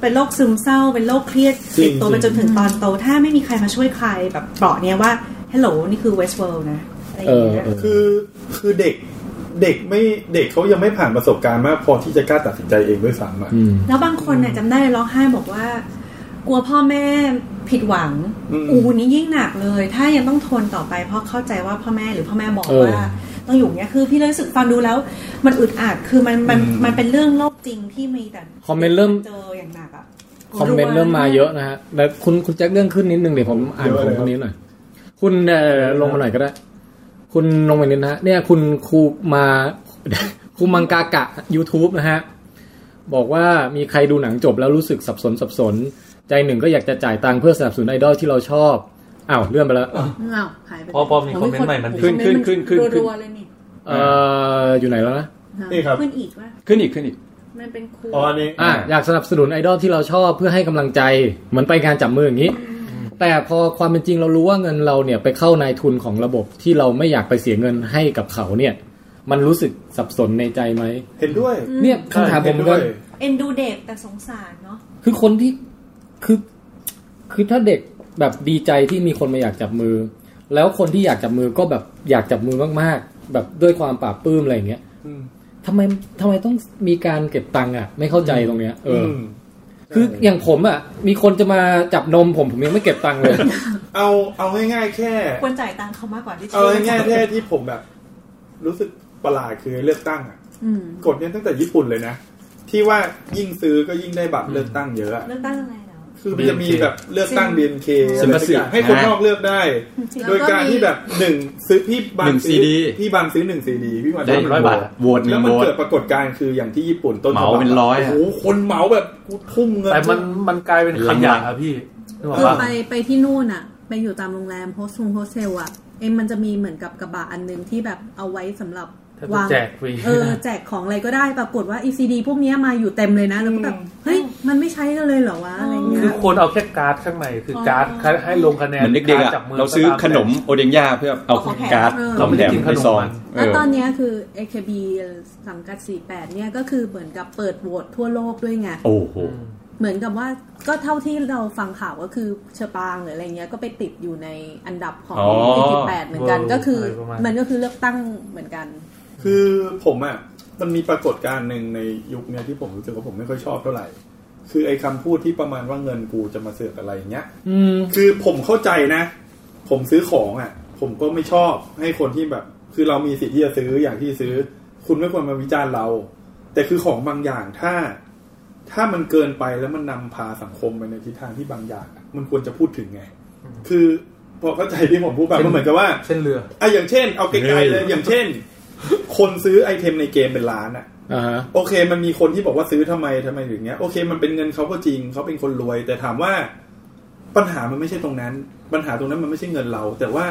เป็นโรคซึมเศร้า เป็นโรคเครียด
จริ
ติ
ง
ดตัวไป
จ
จ
ริ
น
ง
ถึงตอนโต ถ้าไม่มีใครมาช่วยใครแบบเปราะเนี่ยว่าฮัลโหลนี่คือเวสเวิลด์นะอะไรอย่างเงี้ย
เออเออ
คือคือเด็กเด็กไม่เด็กเขายังไม่ผ่านประสบการณ์มากพอที่จะกล้าตัดสินใจเองด้วยซ้ำอ่ะ
อืม
แล้วบางคนเนี่ยจำได้ร้องไห้บอกว่า กลัวพ่อแม่ ผิดหวัง
อืม
อูนี่ยิ่งหนักเลย ถ้ายังต้องทนต่อไปเพราะเข้าใจว่าพ่อแม่หรือพ่อแม่บอก
เออ
ว่า ต้องอยู่อย่างเนี้ยคือพี่เลยรู้สึกฟังดูแล้ว มันอึดอัดคือมันมันมันเป็นเรื่องโลกจริงที่มีแต่
คอมเมนต์เริ่ม
เจออย่างหนักอะ
คอมเมนต์เริ่มมาเยอะนะฮะแต่คุณคุณแจ็คเรื่องขึ้นนิดนึงเดี๋ยวผมอ่าน
เยอะ
ข
เล
อง
ย
คนนี้หน่อยคุณเอ่อลงมาหน่อยก็ได้ คุณลงมานิดนะฮะเนี่ยคุณครูมา ครูมังกากะ YouTube นะฮะ บอกว่ามีใครดูหนังจบแล้วรู้สึกสับสนสับสน ใจหนึ่งก็อยากจะจ่ายตังค์เพื่อสนับสนุนไอดอลที่เราชอบอ้าวเลื่อนไปแล้ว
เงาหายไป
พอพอมีคอมเมนต์ใหม่มันดี
ขึ้นขึ้นขึ้นขึ้นขึ้น
รัวๆเลยนี่
เอ่ออยู่ไหนแล้วนะ
นี่ครับ
ขึ้นอีกว่า
ขึ้นอีกขึ้นอีก
มันเป็นครู
อ๋ออันนี้
อ่ะอยากสนับสนุนไอดอลที่เราชอบเพื่อให้กำลังใจเหมือนไปงานจับมืออย่างนี้ แต่พอความเป็นจริงเรารู้ว่าเงินเราเนี่ยไปเข้านายทุนของระบบที่เราไม่อยากไปเสียเงินให้กับเขาเนี่ย มันรู้สึกสับสนในใจไหม
เห็นด้วย
เนี่ยคำถามผม
เห็น
ก็
ด้วย
เอ็นดูเด็กแต่สงสารเนาะ
คือคนที่คือคือถ้าเด็กแบบดีใจที่มีคนมาอยากจับมือ แล้วคนที่อยากจับมือก็แบบอยากจับมือมากๆ แบบด้วยความปราบปลื้มอะไรอย่างเงี้ย
อืม
ทำไมทำไมต้องมีการเก็บตังค์อ่ะ ไม่เข้าใจตรงเนี้ยเอออ
ม
คืออย่างผมอ่ะ มีคนจะมาจับนมผมผมยังไม่เก็บตังค์ เลย
เอาเอาง่ายๆแค่
ควรจ่ายตังค์เขามากกว่าที่จะ
เอาง่ายๆแค่ที่ผมแบบ รู้สึกประหลาดคือเลือกตั้งอ่ะกฎเนี้ยตั้งแต่ญี่ปุ่นเลยนะ ที่ว่ายิ่งซื้อก็ยิ่งได้บัตรเลือกตั้งเยอะอะ
เลือกตั้งอะไรแล้ว
คือมันจะมีแบบเลือกตั้ง BNK
ซิม
อะไร
บั
สั
ส
ก
สิ
อย่างให้คน
อ่าน
นอกเลือกได้ โดยการที่แบบหนึ่งซื้อพี่บั
หนึ่
น
ง
ซื้อ
CD
พี่บันซื้อหนึ่งซีดีพี่บัน
ได้
ซื้หนึ่ง
ร้อยบาทโหวตหนึ่
แล้
ง
ว
โห
มั
ว
น
ต
เกิดปรากฏการณ์คืออย่างที่ญี่ปุ่นต้น
เหมาเป็นร้อยอะ
โอ้โหคนเหมาแบบกูทุ่มเงิน
แต่มันมันกลายเป็นขยะอะพี่นึกออกปะ
ไปไปที่นู่นอ่ะ ไปอยู่ตามโรงแรมโฮสต์โฮสเทลอ่ะเอ็มมันจะมีเหมือนกับกระบะอันนึงที่แบบเอาไว้สำหรับ
ถ้าว
าง
แจกฟรี
เอ อแจกของอะไรก็ได้ปรากฏว่า ECD พวกเนี้ยมาอยู่เต็มเลยนะ แล้วก็แบบ เฮ้ย มันไม่ใช้กันเลยเหรอวะ อะไรเงี้ย
คือคนเอาแค่การ์ดข้างในคือการ์ดให้ลงคะแน
เห
น
มือนเด็กๆอ่ะ
จับมื
เราซื้อ
ก็ตม
ขนมโอเดงย่าเพื่อเอาการ์ด
เราไม่ได้กินขนมมัน
ซองเอ
แล้ว
อ
ตอนเนี้ยคือ AKB สังกัด 48 เนี่ย ก็คือเหมือนกับเปิดโหวตทั่วโลกด้วยไง
โอ้โห
เหมือนกับว่าก็เท่าที่เราฟังข่าวก็คือเชอปางหรืออะไรเงี้ยก็ไปติดอยู่ในอันดับของ
อ๋อ
48 เหมือนกัน
World
ก็คือ
อะไรประมาณ
มันก็คือเลือกตั้งเหมือนกัน
คือผมอะ่ะมันมีปรากฏการณ์หนึ่งในยุคเนี้ยที่ผมรู้สึกว่าผมไม่ค่อยชอบเท่าไหร่ คือไอ้คำพูดที่ประมาณว่าเงินกูจะมาเสือกอะไรอย่างเงี้ย
อืม
คือผมเข้าใจนะ ผมซื้อของอะ่ะ ผมก็ไม่ชอบให้คนที่แบบ คือเรามีสิทธิ์ที่จะซื้ออย่างที่ซื้อ คุณไม่ควรมาวิจารณ์เรา แต่คือของบางอย่างถ้า ถ้ามันเกินไปแล้วมันนำพาสังคมไปในทิศทางที่บางอย่างอะมันควรจะพูดถึงไง คือพอเข้าใจที่ผมพูดแบบมันเหมือนกับว่า
เส้นเรือ
อะอย่างเช่นเอาไกลๆเลยอย่างเช่น คนซื้อไอเทมในเกมเป็นล้านอะ
อ่าฮะ
โอเค มันมีคนที่บอกว่าซื้อทำไมทำไมถึงเงี้ยโอเค มันเป็นเงินเขาก็จริงเขาเป็นคนรวย แต่ถามว่าปัญหามันไม่ใช่ตรงนั้น ปัญหาตรงนั้นมันไม่ใช่เงินเรา แต่ว่า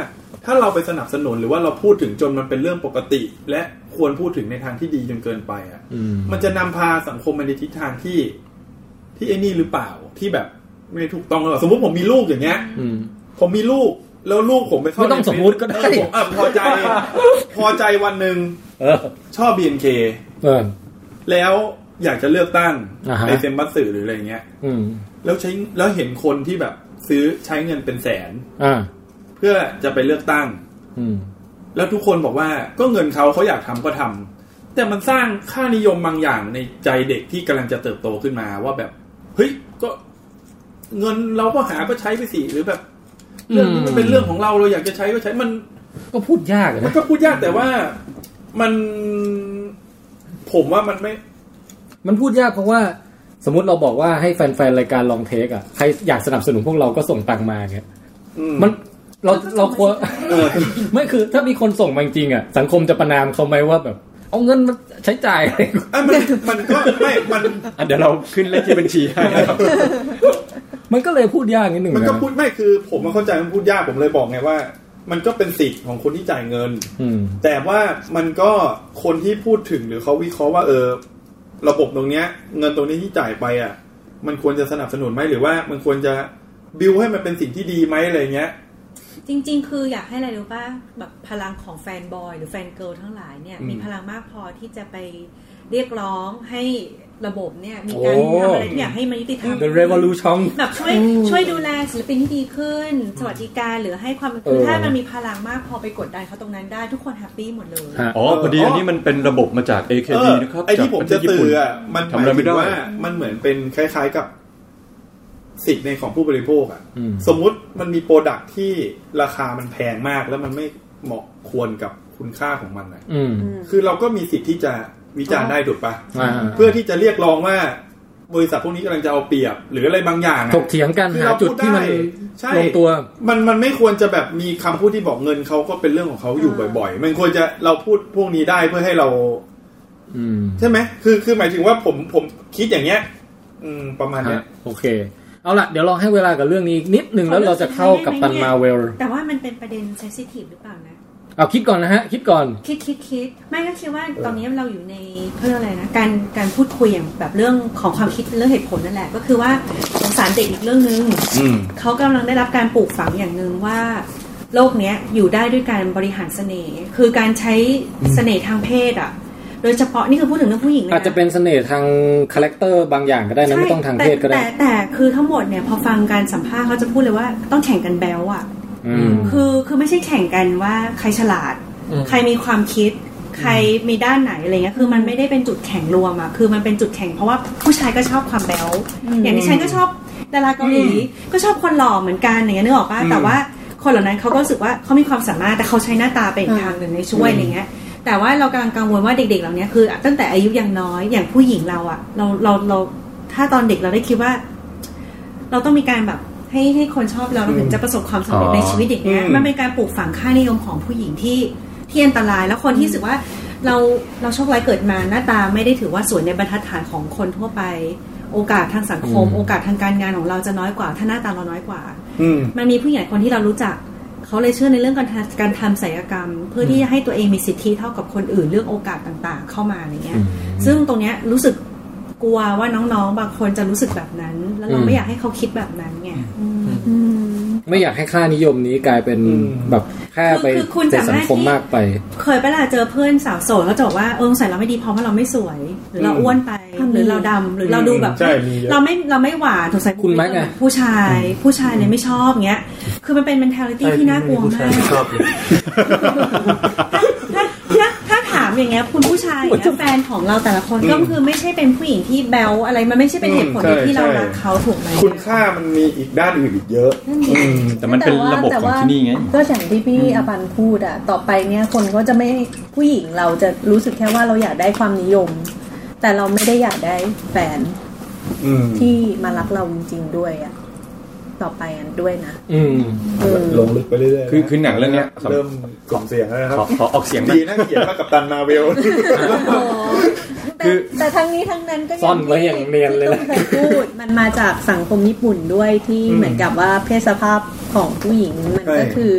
ถ้าเราไปสนับสนุนหรือว่าเราพูดถึงจนมันเป็นเรื่องปกติ และควรพูดถึงในทางที่ดีจนเกินไปอะ
อืม
มันจะนำพาสังคมไปในทิศทางที่ ที่ไอ้นี่หรือเปล่าที่แบบไม่ถูกต้องหรือเปล่าสมมติผมมีลูกอย่างเงี้ย
อืม
ผมมีลูกแล้วลูกผมไปเข้า
ไม่ต้อง
ใน
สมมุติก็ได้
Facebook เออผมอ่ะพอใจ พอใจวันหนึ่ง
เออ
ชอบ BNK
เออ
แล้วอยากจะเลือกตั้ง
อ่าฮะ
ในเซมบัสสื่อหรืออะไรเงี้ย
อืม
แล้วใช้แล้วเห็นคนที่แบบซื้อใช้เงินเป็นแสน
อ่า
เพื่อจะไปเลือกตั้ง
อืม
แล้วทุกคนบอกว่าก็เงินเขาเขาอยากทำก็ทำแต่มันสร้างค่านิยมบางอย่างในใจเด็กที่กำลังจะเติบโตขึ้นมาว่าแบบ เฮ้ยก็ เงินเราก็หาก็ใช้ไปสิหรือแบบเรื่องนี้มันเป็นเรื่องของเราเราอยากจะใช้ก็ใช้มัน
ก็พูดยากอะ
มัน
นะ
ก็พูดยากแต่ว่ามันผมว่ามันไม่
มันพูดยากเพราะว่า สมมติเราบอกว่าให้แฟนๆ รายการลองเทคอ่ะ ใครอยากสนับสนุนพวกเราก็ส่งตังค์มาเงี้ย
อืม
มันเราเราควรไม่คือ ถ้ามีคนส่งมาจริงๆอ่ะ สังคมจะประนามเขาไหมว่าแบบ เอาเงินมาใช้จ่าย อะไร
เอ้ยมันมันก็ไม่มัน
อ่ะเดี๋ยวเราขึ้นเลขที่บัญชีให้นะครับ
มันก็เลยพูดยากนิดหนึ่ง
มันก็
นะ
พูดไม่คือ ผมมันเข้าใจมันพูดยากผมเลยบอกไงว่า มันก็เป็นสิทธิ์ของคนที่จ่ายเงิน
อืม
แต่ว่ามันก็คนที่พูดถึงหรือเขาวิเคราะห์ว่าเออ ระบบตรงเนี้ย เงินตรงนี้ที่จ่ายไปอ่ะ มันควรจะสนับสนุนไหมหรือว่ามันควรจะบิวให้มันเป็นสิ่งที่ดีไหมอะไรเงี้ย
จริง ๆ คืออยากให้อะไรรู้ป่ะแบบพลังของแฟนบอยหรือแฟนเกิร์ลทั้งหลายเนี่ย
อืม
มีพลังมากพอที่จะไปเรียกร้องให้ระบบเนี่ยมีการ
โอ้
ทำอะไรที่อยากให้มันยุติธรรม
The Revolution
แบบช่วยช่วยดูแลศิลปินที่ดีขึ้น สวัสดิการหรือให้ความคือถ้ามันมีพลังมากพอไปกดดันเขาตรงนั้นได้ทุกคนแฮปปี้หมดเลย
ฮะ
อ๋อพอดีอันนี้มันเป็นระบบมาจาก
เอ
AKB
อ
นะครับ
ไอที่ผมจะ
จากปรเทศญี่
เตื
ปุ่น
ออะมันห
ทำ
มา
อะ
ย
ไรไม่
ถึง
ได้
ว่ามันเหมือนเป็นคล้าย ๆกับ สิทธิ์ในของผู้บริโภคอะ
อืม
สมมุติมันมีโปรดักที่ราคามันแพงมากแล้วมันไม่เหมาะควรกับคุณค่าของมันนะ
อืม
คือเราก็มีสิทธิ์ที่จะวิจารณ์ได้ถูกปะ
อ่า
เพื่อที่จะเรียกร้องว่า บริษัทพวกนี้กำลังจะเอาเปรียบ หรืออะไรบางอย่างอะ
ถกเถียงกัน
คือ
หา
เรา
จุด
พูไ
ที่มัน
ใช่
ลงตัว
มันมันไม่ควรจะแบบมีคำพูดที่บอกเงินเขาก็เป็นเรื่องของเขาอยู่บ่อย ๆ มันควรจะเราพูดพวกนี้ได้เพื่อให้เรา
อืม
ใช่ไหมคือคือหมายถึงว่าผมผมคิดอย่างเงี้ย อืมประมาณเนี้ย
ฮะโอเค เอาละเดี๋ยวลองให้เวลากับเรื่องนี้นิดหนึ่งแล้วเราจะเข้ากับ ตันมาเวล
แต่ว่ามันเป็นประเด็นเซนซิทีฟหรือเปล่านะ
เอาคิดก่อนนะฮะ คิดก่อน
คิดคิดคิดไม่ก็คิดว่าตอนนี้เราอยู่ในเรื่องอะไรนะการการพูดคุยอย่างแบบเรื่องของความคิดเรื่องเหตุผลนั่นแหละ ก็คือว่าสงสารเด็กอีกเรื่องหนึง
อืม
เขากำลังได้รับการปลูกฝังอย่างหนึ่งว่า โลกเนี้ยอยู่ได้ด้วยการบริหารเสน่ห์คือการใช้เสน่ห์ทางเพศอ่ะ โดยเฉพาะนี่คือพูดถึงเรื่องผู้หญิงเลย
อาจ
นะ
จะเป็นเสน่ห์ทางคาแรคเตอร์บางอย่างก็ได้นะ ไม่ต้องทางเพศก็ได้
แต่แต่คือทั้งหมดเนี่ยพอฟังการสัมภาษณ์เขาจะพูดเลยว่าต้องแข่งกันแบลอ่ะ
อืม
คือคือไม่ใช่แข่งกันว่าใครฉลาด
อืม
ใครมีความคิด ใครมีด้านไหนอะไรเงี้ยคือมันไม่ได้เป็นจุดแข่งรวมอะคือมันเป็นจุดแข่งเพราะว่าผู้ชายก็ชอบความแบลอย่างที่ฉันก็ชอบดาราเกาหลีก็ชอบคนหล่อเหมือนกันอย่างเงี้ยนึกออกปะแต่ว่าคนเหล่านั้นเขาก็รู้สึกว่าเขามีความสามารถแต่เขาใช้หน้าตาเป็นอีกทางหนึ่งในช่วยอะไรเงี้ย แต่ว่าเรากำลังกังวลว่าเด็ก ๆ เหล่านี้คือตั้งแต่อายุยังน้อยอย่างผู้หญิงเราอะเราเราเราถ้าตอนเด็กเราได้คิดว่า เราต้องมีการแบบให้ให้คนชอบเราเราถึงจะประสบความสำเร็จในชีวิตอย่างเงี้ย
อืม
มันเป็นการปลูกฝังค่านิยมของผู้หญิงที่ที่อันตราย แล้วคนที่รู้สึกว่าเราเราโชคร้ายเกิดมาหน้าตาไม่ได้ถือว่าสวยในบรรทัดฐานของคนทั่วไป โอกาสทางสังคม
อืม
โอกาสทางการงานของเราจะน้อยกว่า ถ้าหน้าตาเราน้อยกว่า
อืม
มันมีผู้ใหญ่คนที่เรารู้จัก เขาเลยเชื่อในเรื่องการทำการทำศัลยกรรม เพื่อที่จะให้ตัวเองมีสิทธิเท่ากับคนอื่นเรื่องโอกาสต่างๆ เข้ามาอะไรเงี้ย ซึ่งตรงเนี้ยรู้สึกกลัวว่าน้องๆ บางคนจะรู้สึกแบบนั้น แล้วเรา
อืม
ไม่อยากให้เขาคิดแบบนั้นไง
ไม่อยากให้ค่านิยมนี้กลายเป็น
อืม
แบบแค่ไป
คือคุณ
ใน
สา
สั
มาง รถ
คม
ที่
มากไป
เคยไปล่ะเจอเพื่อนสาวโสดแล้วจะบอกว่าเออสงสัยเราไม่ดีเพราะว่าเราไม่สวย หรือเราอ้วนไปหรือเราดำหรือเราดูแบบ
ใช่มีเยอะ
เราไม่เราไม่หวานสงสัย
คุณแม็กซ์ไง
เป็นผู้ชายผู้ชายเลยไม่ชอบเงี้ย คือมันเป็น mentality ที่น่ากลัว
ผู้ชาม
าย ก
ไม่ชอบเลย
ถ้าถ้าถ้าถามอย่างเงี้ยคุณผู้ชายเนี่ยแฟนของเราแต่ละคนก็คือไม่ใช่เป็นผู้หญิงที่แบลอะไรมันไม่ใช่เป็นเหตุผล
อืมใช่
ที่เรา
ใช่
รักเขาถูกไหม
คุณค่ามันมีอีกด้านอื่นอีกเยอะ
นั่นไง
อืม
แต่มันเป็นระบบ
แต่
ของ
ว่า
ที่นี่ไง
ก็อย่างที่พี่อปันพูดอะต่อไปเนี่ยคนก็จะไม่ผู้หญิงเราจะรู้สึกแค่ว่าเราอยากได้ความนิยม แต่เราไม่ได้อยากได้แฟน
อืม
ที่มารักเราจริงๆด้วยอะต่อไปอันด้วยนะ
อืม
เออ
ลงลึกไปเรื่อย
คือคือหนังเรื่องเนี้ย
เริ่มกล่องเสียงแล้วนะครั
ขอบ ขอออกเสียงนะ
ดีนะเขียนว่ากับตันนาเวล
แต่
คือ
แต่ทั้งนี้ทั้งนั้นก็
ซ่อนไว้อย่างเนียนเลยนะ
ที่ตุ้มเคยพูดมันมาจากสังคมญี่ปุ่นด้วยที่
อืม
เหมือนกับว่าเพศสภาพของผู้หญิงมัน
ใช่
ก็คือ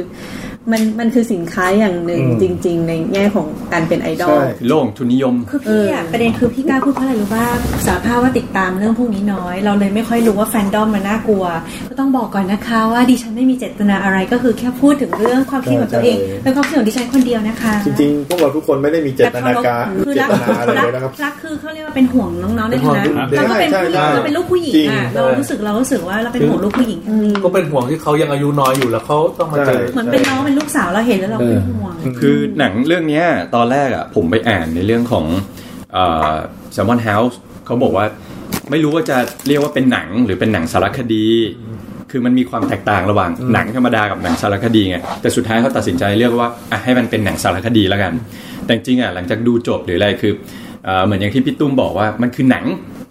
มันมันคือสินค้าอย่างหนึ่ง
อืม
จริง ๆ ในแง่ของการเป็นไอดอล
ใช่
โล่งทุนนิยม
คือพี่อะประเด็นคือพี่กล้าพูดเพราะอะไรรู้ว่าสารภาพว่าติดตามเรื่องพวกนี้น้อย เราเลยไม่ค่อยรู้ว่าแฟนดอมมันน่ากลัว ก็ต้องบอกก่อนนะคะ ว่าดิฉันไม่มีเจตนาอะไรก็คือแค่พูดถึงเรื่องความคิดของตัวเอง
ใช่
เป็นความคิดของดิฉันคนเดียวนะคะ
จริงๆ พวกเราทุกคนไม่ได้มีเจตนาการ
คือ
เจ
รัก
ตนาอะไร
รัก
เลยนะครับ
รักคือเขาเรียกว่าเป็นห่วงน้องๆในฐานะ
เป็นห่วง
เราก็เป็นผู้หญิง
ใช่ใช่
เราเป็นลูกผู้หญิงอ่ะเรารู้สึกเรารู้สึกว่าเราเป็นห่วงลูกผู้หญิง
ก็เป็นห่วงที่เขายังอายุน้อยอยู่แล้วเขาต้องมาเจอ
เหมือนเป็นน้องเป็นลูกสาวเราเห็นแล้วเราเป็นห่วง
คือหนังเรื่องเนี้ยตอนแรกอ่ะผมไปอ่านในเรื่องของแซมมอนเฮาส์เขาบอกว่าไม่รู้ว่าจะเรียกว่าเป็นหนังหรือเป็นหนังสารคดี คือมันมีความแตกต่างระหว่างหนังธรรมดากับหนังสารคดีไงแต่สุดท้ายเขาตัดสินใจเรียกว่าอ่ะให้มันเป็นหนังสารคดีแล้วกัน แต่จริงๆอ่ะหลังจากดูจบหรืออะไรคือเอ่อเหมือนอย่างที่พี่ตุ้มบอกว่ามันคือหนัง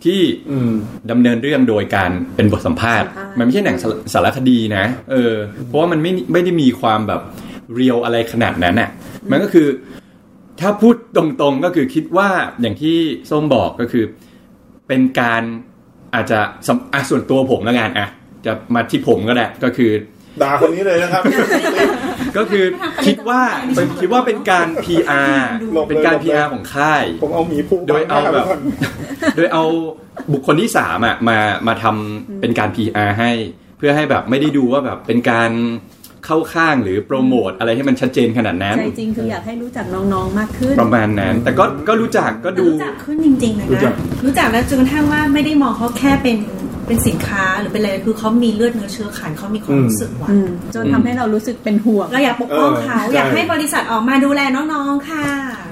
ที่
อืม
ดำเนินเรื่องโดยการเป็นบทสัมภาษณ์ มันไม่ใช่หนังสารสารคดีนะ เออ เพราะว่ามันไม่ไม่ได้มีความแบบเรียวอะไรขนาดนั้นน่ะ มันก็คือ ถ้าพูดตรงๆก็คือคิดว่าอย่างที่ส้มบอกก็คือเป็นการอาจจะสำอ่ะส่วนตัวผมแล้วกันอ่ะ จะมาที่ผมก็ได้ก็คือ
ด่าคนนี้เลย นะครับ
ก็คือคิดว่าเป็นคิดว่าเป็นการ PR เป็นการ PR ของค่าย
ผมเอาหมีพุ่ง
โดยเอาแบบ
ไปก่น
โดยเอาบุคคลที่สามอ่ะมามาทำเป็นการ PR ให้ เพื่อให้แบบไม่ได้ดูว่าแบบเป็นการเข้าข้างหรือโปรโมทอะไรให้มันชัดเจนขนาดนั้น
ใจจริงคืออยากให้รู้จักน้องๆมากขึ้น
ประมาณนั้น แต่ก็ก็รู้จักก็ดู
รู้จักขึ้นจริงๆเลยนะ รู้จักแล้วจนกระทั่งว่าไม่ได้มองเขาแค่เป็นเป็นสินค้าหรือเป็นอะไร คือเขามีเลือดเนื้อเชื้อไขันเขามีความรู้สึกว่ะ
อืมจนทำให้เรารู้สึกเป็นห่วง
เราอยากปกป้องเขา
เออใช่
อยากให้บริษัทออกมาดูแลน้องๆค่ะ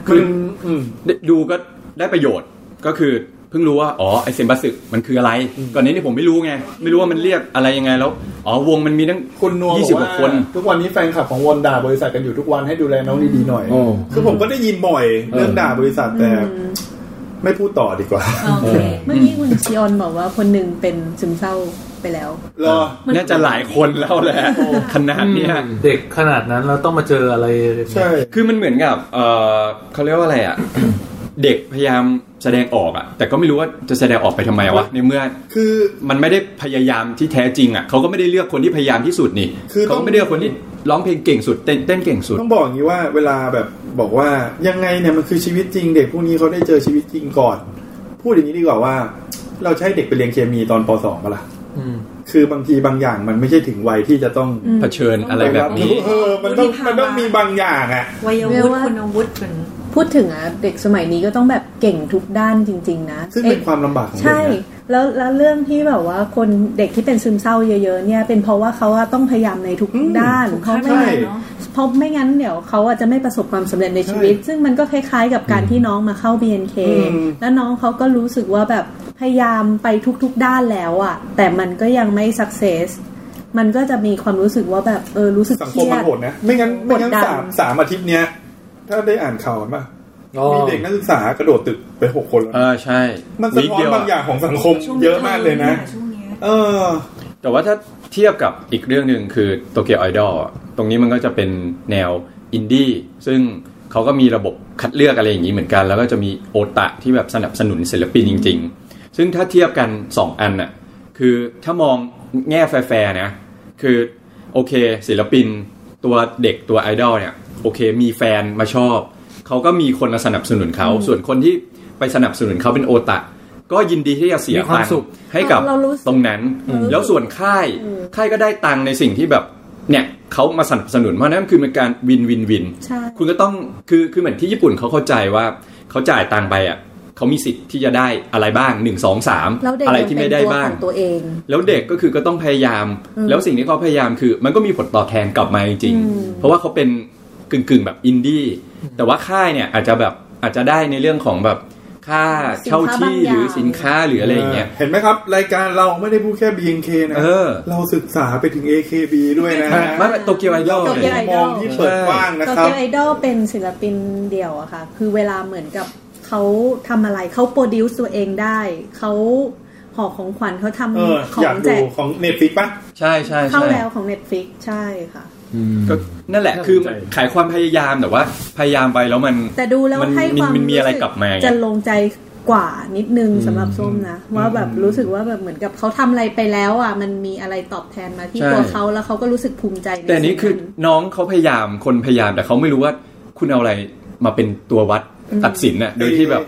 คือ
อืม
ดูก็ได้ประโยชน์ก็คือ เพิ่งรู้ว่าอ๋อไอเซนบัสึมันคืออะไร ก่อนนี้นี่ผมไม่รู้ไงไม่รู้ว่ามันเรียกอะไรยังไงแล้วอ๋อวงมันมีทั้ง
คุณนัว
ยี่สิบกว่าคน
ทุกวันนี้แฟนคลับของวนด่าบริษัทกันอยู่ทุกวันให้ดูแลน้องดีๆหน่อย
โอ้
คือผมก็ได้ยินบ่อยเรื่องด่าบริษัทแต่ ไม่พูดต่อดีกว่า
โอเค
เมื่อกี้คุณชิออนบอกว่าคนหนึ่งเป็นซึมเศร้าไปแล้ว
เหรอ
น่าจะหลายคนแล้วแหละขนาดเนี้ย
เด็กขนาดนั้นเราต้องมาเจออะไร
ใช่
คือมันเหมือนกับ เออเขาเรียกว่าอะไรอ่ะ เด็กพยายามแสดงออกอ่ะ แต่ก็ไม่รู้ว่าจะแสดงออกไปทำไมวะ ในเมื่อ
คือ
มันไม่ได้พยายามที่แท้จริงอ่ะ เขาก็ไม่ได้เลือกคนที่พยายามที่สุดนี่
คือต้
เขา
อง
ก็ไม่ได้เลือกคนที่ร้องเพลงเก่งสุดเต้นเต้นเก่งสุด
ต้องบอกอย่างนี้ว่าเวลาแบบบอกว่ายังไงเนี่ยมันคือชีวิตจริง เด็กพวกนี้เขาได้เจอชีวิตจริงก่อน พูดอย่างนี้ดีกว่าว่า เราจะใช้เด็กไปเรียนเคมีตอนปสองปะล่ะ
อืม
คือบางทีบางอย่างมันไม่ใช่ถึงวัยที่จะต้อง
เผชิญอะไรแบบนี้
เออมันต้องมันต้องมีบางอย่างอ่ะ
วัยวุฒิคุณวุฒิเหมือน
พูดถึงอะเด็กสมัยนี้ก็ต้องแบบเก่งทุกด้านจริง ๆ นะ
ซึ่งเป็น
เอ๊ะ
ความลำบากของเด็ก
ใช่
นะ
แล้วแล้วเรื่องที่แบบว่าคนเด็กที่เป็นซึมเศร้าเยอะ ๆ เนี่ย เป็นเพราะว่าเขาอะต้องพยายามในทุกด้านเพราะไม่
ใช่
งั้นเพราะไม่งั้นเดี๋ยวเขาอะจะไม่ประสบความสำเร็จในชีวิต ซึ่งมันก็คล้ายๆ กับการที่น้องมาเข้า BNK
อืม
แล้วน้องเขาก็รู้สึกว่าแบบพยายามไปทุก ๆ ด้านแล้วอะแต่มันก็ยังไม่สักเซสมันก็จะมีความรู้สึกว่าแบบเออรู้สึก
สัง
เค
คม
รีย
มัน
ด
โหดนะไม่งั้นไม่งั้น
กดดัน
สามสามอาทิตย์เนี้ยถ้าได้อ่านข่าวมา
อ๋อ
มีเด็กนักศึกษากระโดดตึกไปหกคนแล้ว
เออใช่
มันสะ
วีค
ท้อน
เดียว
บางอย่างของสังคม
ช่วงนี้
เยอะมากเลยนะ
ช่วงนี้
เออ
แต่ว่าถ้าเทียบกับอีกเรื่องหนึ่งคือโตเกียวไอดอลตรงนี้มันก็จะเป็นแนวอินดี้ซึ่งเขาก็มีระบบคัดเลือกอะไรอย่างนี้เหมือนกัน แล้วก็จะมีโอตะที่แบบสนับสนุนศิลปินจริง ๆ ซึ่งถ้าเทียบกัน 2 อันน่ะคือถ้ามองแง่แฟร์ๆนะคือโอเคศิลปินตัวเด็กตัวไอดอลเนี่ยโอเคมีแฟนมาชอบ เขาก็มีคนมาสนับสนุนเขาส่วนคนที่ไปสนับสนุนเขาเป็นโอตะก็ยินดีที่จะเสีย
มีความ
ตังค์
สุข
ให้กับ
เรารู้สึก
ตรงนั้นแล้วส่วนค่ายค่ายก็ได้ตังค์ในสิ่งที่แบบเนี่ยเขามาสนับสนุนเพราะนั้นคือเป็นการวินวินวิน
ใช่
คุณก็ต้องคือคือเหมือนที่ญี่ปุ่นเขาเข้าใจว่าเขาจ่ายตังค์ไปอ่ะเขามีสิทธิ์ที่จะได้อะไรบ้างหนึ่งสองสาม
แล้วเด็ก
อะไร
ยัง
ที่
เป็
ไม่
น
ได้
ตัว
บ้า
ข
ง
องตัวเอง
แล้วเด็กก็คือก็ต้องพยายาม
อืม
แล้วสิ่งที่เขาพยายามคือมันก็มีผลตอบแทนกลับมาจริง
อืม
ๆเพราะว่าเขาเป็นกึ่งกึ่งๆแบบอินดี้แต่ว่าค่ายเนี่ยอาจจะแบบอาจจะได้ในเรื่องของแบบค่าเช่าที่หรือสินค้าหรืออะไรอย่างเงี้ย
เห็นไหมครับ รายการเราไม่ได้พูดแค่ BNK นะ
เออ
ศึกษาไปถึง AKB ด้วยนะ
ไม่ไม่โตเกียวไอดอล
โตเกียวไอ
มองที่เปิดกว้างนะ
โต
ครับ
เกียวไอดอลเป็นศิลปินเดี่ยวอะค่ะ คือเวลาเหมือนกับเขาทำอะไรเขาโปรดิวซ์ตัวเองได้ เขาห่อของขวัญเขาทำ
เออ
ขอย
อาก
งแจ
ดู
ก
ของเน็ตฟิกปะ
ใช่ใช่
เข้า
ใช่
แล้วของ Netflix ใช่ค่ะ
อืม
ก็นั่นแหละ
น่าสนใจ
คือขายความพยายามแต่ว่าพยายามไปแล้วมัน
แต่ดูแล้ว
มัน
ให้ความ
มันมีอะไร
สึ
กลับมาไง
จะลงใจกว่านิดนึงสำหรับส้มนะ ว่าแบบรู้สึกว่าแบบเหมือนกับเขาทำอะไรไปแล้วอ่ะมันมีอะไรตอบแทนมาที่ตัวเขาแล้วเขาก็รู้สึกภูมิใจใ
แต่อันนี้คือ
สิ่ง
น้องเขาพยายามคนพยายามแต่เขาไม่รู้ว่าคุณเอาอะไรมาเป็นตัววัดตัดสินน่ะโดยที่แบบ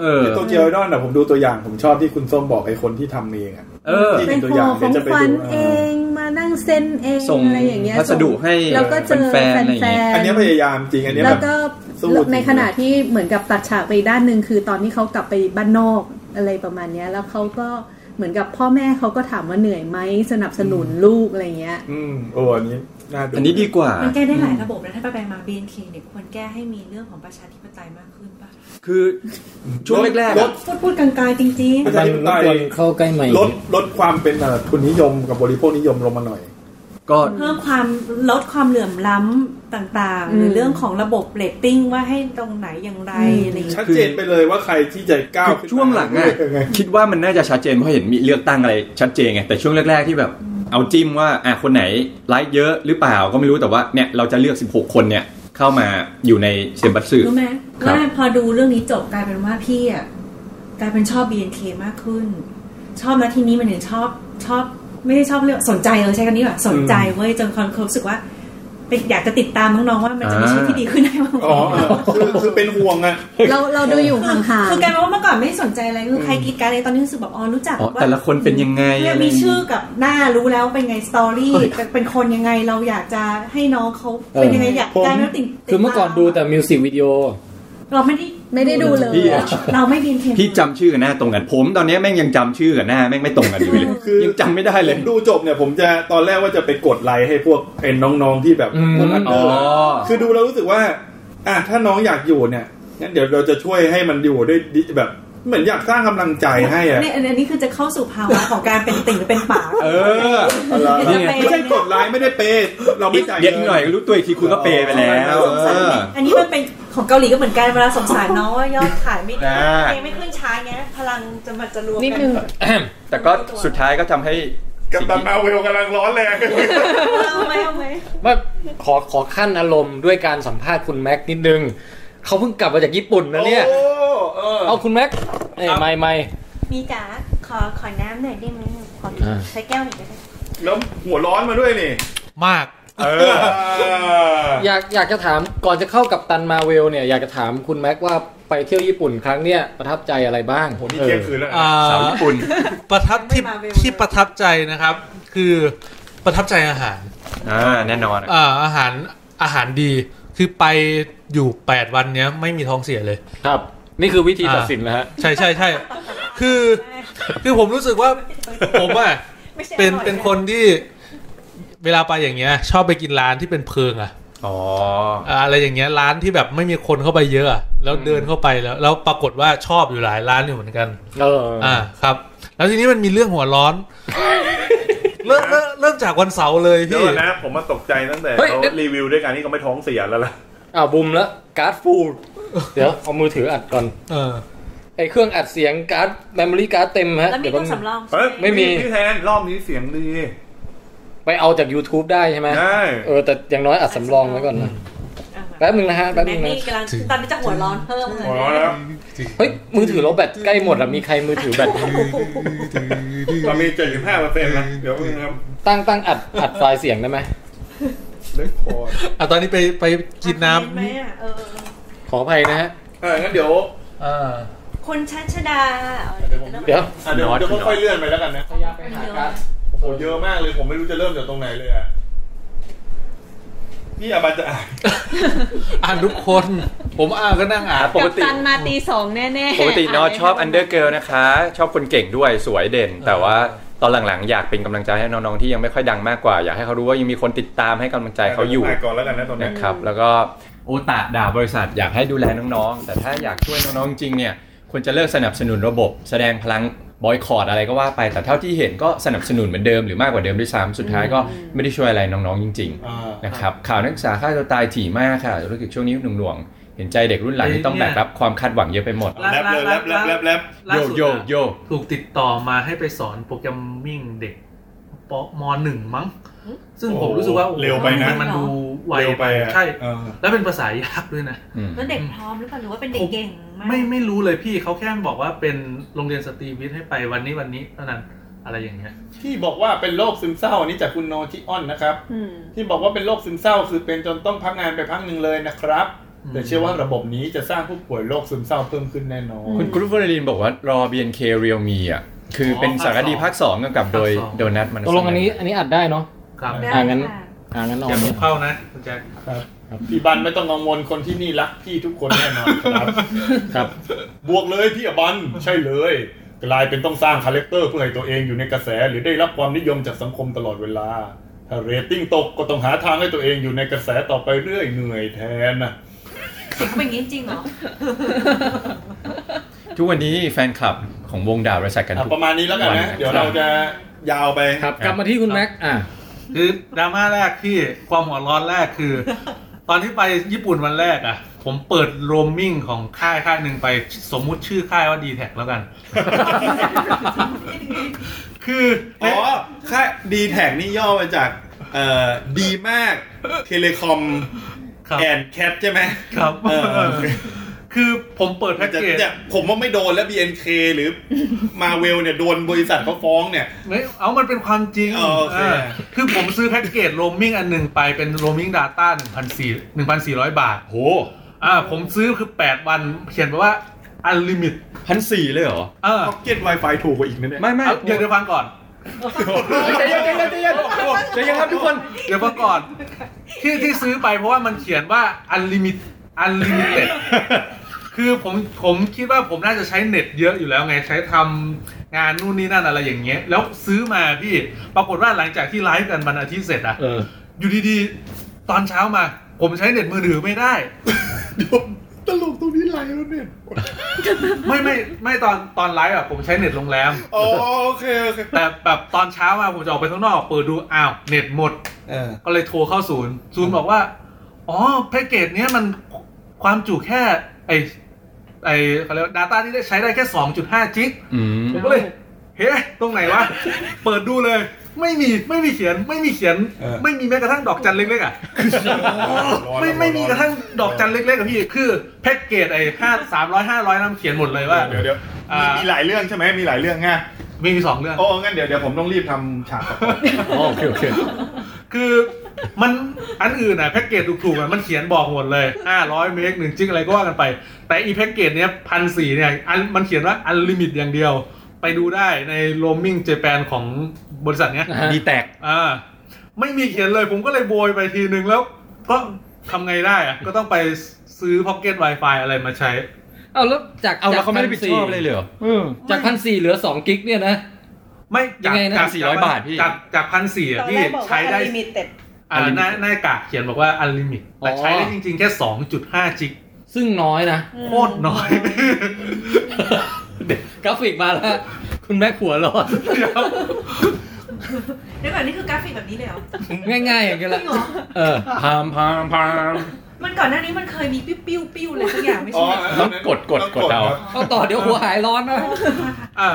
เออ
โตเกียวไอดอลน่ะผมดูตัวอย่างผมชอบที่คุณส้มบอกไอคนที่ทำเองอะ
เออ
ที่
ไป
เป็นตัว
ข
อ
อย่าง ข
เดี๋
อ
ยว
ง
จะไป
ขวัญ
ดู
เองมานั่งเซ็นเอง
ส่ง
อะไรอย่างเงี้ย
พัสดุให้
แล้วก็เจอ
แฟนๆอะไรอ
แฟ
ย่างเงี้ย
นๆ
อันเนี้ยพยายามจริงอันเนี้ย
แล้
แบ
ว
บ
ก็
สู้จริง
ในขณะที่เหมือนกับตัดฉากไปด้านหนึ่งคือตอนที่เขากลับไปบ้านนอกอะไรประมาณเนี้ย แล้วเขาก็เหมือนกับพ่อแม่เขาก็ถามว่าเหนื่อยไหมสนับสนุนลูกอะไรเงี้ย
อืมโอ้อันนี้น่าดู
อันนี้ดีกว่า
มันแก้ได้หลายระบบนะถ้าไปไปมา BNK เนี่ยควรแก้ให้มีเรื่องของประชาธิปไตยมากขึ้นป่ะ
คือช่วงแรกๆ
ล
อะ
ด
พูดพูดกลางๆจริง
ประ
มั
ชาน ธิป
ร
ไต
บ
ย
กวนเข้าใกล้ใหม่
ลดลดความเป็นเอ่อทุนนิยมกับบริโภคนิยมลงมาหน่อย
ก็
ๆ เพิ่มความลดความเหลื่อมล้ำต่าง
อื
ๆ
ม
หรือเรื่องของระบบเรตติ้งว่าให้ตรงไหนอย่างไรอะไรอย่างเงี้ย
ชัดเจนไปเลยว่าใครที่จะก้าว
คือ
ขึ้นมา
ช่วงหลังอะ
ยังไง
คิดว่ามันน่าจะชัดเจนเพราะเห็นมีเลือกตั้งอะไรชัดเจนไงแต่ช่วงแรกๆที่แบบเอาจิ้มว่าอ่ะคนไหนไลค์เยอะหรือเปล่าก็ไม่รู้แต่ว่าเนี่ยเราจะเลือก 16 คนเนี่ยเข้ามาอยู่ในเซมบัตสึ
รู้ไหม
ครับ
ว่าพอดูเรื่องนี้จบกลายเป็นว่าพี่อ่ะกลายเป็นชอบ BNK มากขึ้น ชอบแล้วทีนี้มันถึงชอบชอบไม่ได้ชอบเรื่องสนใจเลยใช้คำนี้ดีกว่าสนใจเว้ยจนความรู้สึกว่าเป็นอยากจะติดตามน้องๆว่ามันจะมีชีวิตที่ดีขึ้นได้บ้างไหม
อ๋อเออคือคือเป็นห่วงอะ
เราเราดูอยู่ห่าง
คือกลายเป็นว่าเมื่อก่อนไม่สนใจอะไรคือใครกรีดการดอะไรตอนนี้รู้สึกแบบอ๋อรู้จัก
อ๋อ
ว่า
แต่ละคนเป็นยังไง
เนี่
อะ
ย
ไร
มี
อย่าง
ชื่อ
งี้
กับหน้ารู้แล้วเป็นไงสตอรี่เป็นเป็นคนยังไงเราอยากจะให้น้องเขาเป็นยังไงอยาก
ผม
กลายเป็นว่าติดติด
คือเมื่อก่อนดูแต่มิวสิกวิดีโอ
เราไม่ได้
ๆ ไม่ได้ดูเลย
พี่อะ
เราไม่บินเทน
พี่จำชื่อกับหน้าตรงกัน ผมตอนเนี้ยแม่งยังจำชื่อกับหน้าแม่งไม่ตรงกันอยู่เลย
คือ
ยังจำไม่ได้
ผ
เลย
มดูจบเนี่ยผมจะตอนแรกว่าจะไปกดไลค์ให้พวกไอ้น้องๆที่แบบ
อืม
พวกอันเด
อ๋
อ
อ
ร์อะคือดูแล้วรู้สึกว่า อ่ะถ้าน้องอยากอยู่เนี่ยงั้นเดี๋ยวเราจะช่วยให้มันอยู่ด้วยดิแบบ เหมือนอยากสร้างกำลังใจให้อ่ะ
เนี่ยอันอันนี้คือจะเข้าสู่ภาวะของการเป็นติ่งหรือเป็นป่า
เออ
อะไร
นี่ไง
ไม่ใช่กดไลค์ไม่ได้เปย์เราไม่จ่าย
เดี๋ยวอี
เงิ
กหน่อยก็รู้ตัวอีกทีคุณก็เปย์ไปแล้วเออ
อันนี้มันเป็นของเกาหลีก็เหมือนกันเวลาสงสารน้องว่ายอดขายไม่ดี
อ่า
เพลงไม่ขึ้นช้าเงี้ยพลังจะมาจะรวม
นิด
กั
นึง
แต่ก็สุดท้ายก็ทำให้
กับตันมาเวลกำลังร้อนแรง
เอาไหมเอาไหม
ว่าขอขอขั้นอารมณ์ด้วยการสัมภาษณ์คุณแม็กซ์นิดนึงเขาเพิ่งกลับมาจากญี่ปุ่นนะเนี่ย
โอ้เออ
เอาคุณแม็กซ์เอ้ยไม่ไม่
มีจ๋าขอขอน้ำหน่อยได้ไหมขอ
อ่า
ใช้แก้วหน่อยได้ไหม
แล้วหัวร้อนมาด้วยนี่
มาก
เออ
อยากอยากจะถามก่อนจะเข้ากับตันมาเวลเนี่ยอยากจะถามคุณแม็กซ์ว่าไปเที่ยวญี่ปุ่นครั้งเนี้ยประทับใจอะไรบ้าง
โหนี่เที่ยงคืนแล้วนะ
อ่า
สาวญี่ปุ่น
ประทับที่ที่ประทับใจนะครับ คือประทับใจอาหาร
อ่าแน่นอนอะ
อ่าอาหารอาหารดีคือไปอยู่ 8 วันเนี้ยไม่มีท้องเสียเลย
ครับ นี่คือวิธีตัดสินนะฮะ
ใช่ใช่ใช่คือคือผมรู้สึกว่าผมอ่ะ
ไม่ใช่
เป็น
อร่อย
เป็นคนที่เวลาไปอย่างเงี้ย ชอบไปกินร้านที่เป็นเพิงอ่ะ
อ๋อ
อ่าอะไรอย่างเงี้ยร้านที่แบบไม่มีคนเข้าไปเยอะอะแล้วเดินเข้าไปแล้วแล้วปรากฏว่าชอบอยู่หลายร้านอยู่เหมือนกัน
เออ
อ่าครับ แล้วทีนี้มันมีเรื่องหัวร้อน เริ่มเริ่มเริ่มจากวันเสาร์เลย
เดี๋ยว
พี่
ก่อนนะ ผมมาตกใจตั้งแต่เขารีวิวด้วยการที่เขาไม่ท้องเสียแล้วล่ะ
อ่าบุมแล้วการ์ดฟูลเดี๋ยวเอามือถืออัดก่อน
เออ
ไอเครื่องอัดเสียงการ์ดเมมโมรี่การ์ดเต็มฮะ
แล้วมี
เดี๋ยว
ต้
ก็
องสำรอง
เฮ้ย
ไม่มี
พี่แทนรอบนี้เสียงดี
ไปเอาจาก YouTube ได้ใช่ไหม
ใช่
เออแต่อย่างน้อยอัดสำรองไว้ก่อนนะ
อ่ะมา
แป๊บนึงนะฮะแป๊บ
แม็
นึ
ก
งนะ
นี่กำลังตอนนี้จะหัวร้อนเพิ่มเลย
หัวร้อนแล้ว
เฮ้ยมือถือเราแบตใกล้หมดอะมีใครมือถือแบต
ตอนนี้เจ็ดสิบห้าเปอร์เซ็นต์นะเดี๋ยวมึงครับ
ตั้งตั้งอัดอัดไฟล์เสียงได้ไหม
เล็กพอร์ด
อ่ะตอนนี้ไปไปกินน้
เห็ไหมอ่ะเออ
ขออภัยนะฮะ
เอองั้นเดี๋ยว
ำอ่า
คุณชัชดา
เดี๋ยว
อ่ะเดี๋ยวเดี๋ยวค่อยๆเลื่อนไปแล้วกันนะ
พยายามไปหาการ
โอ้โหเยอะมากเลยผมไม่รู้จะเริ่มจากตรงไหนเลยอ่ะนี่อาบาจะอ่าน
อ่านทุกคน ผมอ่านก็นั่งอ่าน
ป
กั
ก
บ
ติ
ตันมาตีสองแน่ๆ
ปกตินอชอบอันเดอร์เกิลนะคะ ชอบคนเก่งด้วยสวยเด่น แต่ว่าตอนหลังๆ อยากเป็นกำลังใจให้น้องๆที่ยังไม่ค่อยดังมากกว่า อยากให้เขารู้ว่ายังมีคนติดตามให้กำลังใจเขาอยู่
นก่อนแล้วกันนะตอนนี้
นะครับแล้วก็โอตะด่าบริษัทอยากให้ดูแลน้องๆ แต่ถ้าอยากช่วยน้องๆจริงเนี่ยควรจะเลิกสนับสนุนระบบ แสดงพลังบอยคอรดอะไรก็ว่าไป แต่เท่าที่เห็นก็สนับสนุนเหมือนเดิมหรือมากกว่าเดิมด้วยซ้ำสุดท้ายก็ไม่ได้ช่วยอะไรน้องๆจริง
อ่า
ๆนะครับข่าวนักศึกษาฆ่าตัวตายถี่มากค่ะธุรกิจช่วงนี้หน่วงๆเห็นใจเด็กรุ่นหลังที่ต้องแบกรับความคาดหวังเยอะไปหมด
แรปเลยแรปแรปแรปแรป
ล่า
โย
สุด
โย
อะ
โย
ถูกติดต่อมาให้ไปสอนโปรแกรมมิ่งเด็กปมหนึ่งมั้ง ซึ่งผมรู้สึกว่าโอ้โห
เร็วไปนะ
มันดูไว
เร็วไปอ่ะ
ใช่
เออ
แล้วเป็นภาษายากด้วยนะ
อืม
แล้วเด็กพร้อมหรือเปล่าหรือว่าเป็นเด็กเก่งมาก
ไม่ไม่รู้เลยพี่เขาแค่บอกว่าเป็นโรงเรียนสตรีวิทย์ให้ไปวันนี้วันนี้เท่านั้นอะไรอย่างเงี้ย
ที่บอกว่าเป็นโรคซึมเศร้าอันนี้จากคุณโนชิออนนะครับ
อืม
ที่บอกว่าเป็นโรคซึมเศร้าคือเป็นจนต้องพักงานไปพักหนึ่งเลยนะครับ
อืม
แต่เชื่อว่าระบบนี้จะสร้างผู้ป่วยโรคซึมเศร้าเพิ่มขึ้นแน่นอน
คุณกรุฟเฟอร์ลินบอกว่ารอ BNK Real Me อ่ะคือเป็นสารคดีภาคสองกำกับโดยโดนัทมัน
ตกลงอันนี้อันนี้อัดได้เนาะ
ครับ
ได้
อ่ะงั้น
ค่ะ
อ่างั้นเอา
อ
อั
ย่า
น
เพิ่
นี้
งเข้านะคุณแจ็ค
พี่บันไม่ต้องกังวลคนที่นี่รักพี่ทุกคนแน่นอนครับ
ครับ
บวกเลยพี่อบันใช่เลย กลายเป็นต้องสร้างคาแรคเตอร์เพื่อให้ตัวเองอยู่ในกระแส หรือได้รับความนิยมจากสังคมตลอดเวลา ถ้าเรตติ้งตกก็ต้องหาทางให้ตัวเองอยู่ในกระแสต่อไปเรื่อยเหนื่อยแทนนะ
เสียงเขาเป็นอย่างนี้จริงเหรอ
ทุกวันนี้แฟนคลับของวงดาวบริษัทกัน
อ่ะ
ทุก
ประมาณนี้แล้วกันนะ เดี๋ยวเราจะยาวไป
ครับ กลับมาที่คุณแม็กซ์อ่ะ
คือดราม่าแรกพี่ความหัวร้อนแรกคือ ตอนที่ไปญี่ปุ่นวันแรกอ่ะ ผมเปิดโรมมิ่งของค่ายค่ายหนึ่งไปสมมุติชื่อค่ายว่าดีแท็แล้วกัน คือ
อ๋อค่าดีแท็นี่ย่อมาจากเอ่อดีมากเทเลคอม
ครับ
แอนแคทใช่ไหม
ครับ
เออ โอเค
คือผมเปิดแพ็ก
จะ
เกจ
เนี่ยผมว่าไม่โดนแล้ว BNK หรือมาเวลเนี่ยโดนบริษัทเขาฟ้องเนี่ย
ไม่เอามันเป็นความจริง
อ๋อโอเค
เออคือผมซื้อแพ็กเกจโรมมิ่งอันหนึ่งไปเป็นโรมมิ่ง Data 1,400 1,400 บาท
โห
อ่าผมซื้อคือ 8 วันเขียนไปว่าอันลิมิต
พันสี่เลยเหรอ
เออ
พ็อกเก็ตไวไฟถูกกว่าอีกนะเนี่ย
ไม่ไม่
เอาเดี๋ยวเดี๋ยวฟังก่อน
ใจเย็นใจเย็นใจเย็นใจเย็นครับทุกคน
เดี๋ยวมาก่อนที่ที่ซื้อไปเพราะว่ามันเขียนว่า unlimit unlimited คือผมผมคิดว่าผมน่าจะใช้เน็ตเยอะอยู่แล้วไงใช้ทำงานนู่นนี่นั่นอะไรอย่างเงี้ย แล้วซื้อมาพี่ปรากฏว่าหลังจากที่ไลฟ์กันวันอาทิตย์เสร็จอะ
เออ
อยู่ดีๆ ตอนเช้ามา ผมใช้เน็ตมือถือไม่ได้
เดี๋ยวต
ลกตรงนี้ไรแล้วเนี่ย
ไม่ไม่ไม่ตอนตอนไลฟ์อะผมใช้เน็ตโรงแรม
อ๋อโอเคโอเค
แต่แบบตอนเช้ามาผมจะออกไปข้างนอกเปิดดูอ้าวเน็ตหมด
เออ
ก็เลยโทรเข้าศูนย์ ศูนย์บอกว่า อ๋อแพ็กเกจเนี้ยมันความจุแค่ ไอไอเขาเรียกดาต้าที่ได้ใช้ได้แค่ 2.5 จิก
อืม
ผมก็เลย เฮ้ยตรงไหนวะ เปิดดูเลย ไม่มีไม่มีเขียนไม่มีเขียน ไม่มีแม้กระทั่งดอกจันเล็กๆอ่ะ ไม่ไม่มีกระทั่งดอกจันเล็กๆกับพี่ คือแพ็กเกจไอ้ห้าสามร้อยห้าร้อยนั่นเขียนหมดเลยว่า
เดี๋ยวเดี๋ยว
อ่ามี
มีหลายเรื่องใช่ไหมมีหลายเรื่องไง
ไม่มีสองเรื่อง
โอ้งั้นเดี๋ยวเดี๋ยวผมต้องรีบทำฉากต่อไป
อ๋อโอเคโอเค
คือมันอันอื่นอ่ะแพ็กเกจถูกๆอ่ะมันเขียนบอกหมดเลยห้าร้อยเมกหนึ่งจิกอะไรก็ว่ากันไป แต่อีแพ็กเกจเนี้ยพันสี่เนี่ยอันมันเขียนว่าอันลิมิตอย่างเดียว ไปดูได้ในโรมมิ่งเจแปนของบริษัทเนี้ย
นะฮะ
ดีแตก
อ่าไม่มีเขียนเลยผมก็เลยโบยไปทีนึงแล้ว ก็ทำไงได้อะก็ต้องไปซื้อพ็อกเก็ต Wi-Fi อะไรมาใช้
เอาแล้วจาก
เอาแล้วเขาไม่ได้ผิดชอบ
1,400
เลยเหรอ
จากพันสี่เหลือสองกิกเนี่ยนะ
ไม่จาก
ยังไงนะ
จาก
400บาทพี่
จากจากพันสี่
ตอน
พี่
แรกบอก
ใช้
ว่า
ได้
ลิมิเต็ด
อ่าหน้าหน้ากากเขียนบอกว่าอันลิมิตแต่
อ๋อ
ใช้ได้จริงๆ แค่สองจุดห้าจิก
ซึ่งน้อยนะ
โคตรน้อย
เดี๋ยวกราฟิกมาแล้ว คุณแม่ขัวร้อน
เดี๋ยวก่อนนี่คือกราฟิกแบบนี้เลยเหรอ
ง่ายๆอย่างเงี้ย
จ
ละ
ริงเหรอ
เออ
พามพามพาม
มันก่อนหน้านี้มันเคยมีปิ้วปิ้วปิ้วอะไรสักอย่างไม่
อ๋อ
ใช่เหรอ
ต้องกดกดกดเอา
เอาต่อเดี๋ยวหัวหายร้อนนะ
อ่า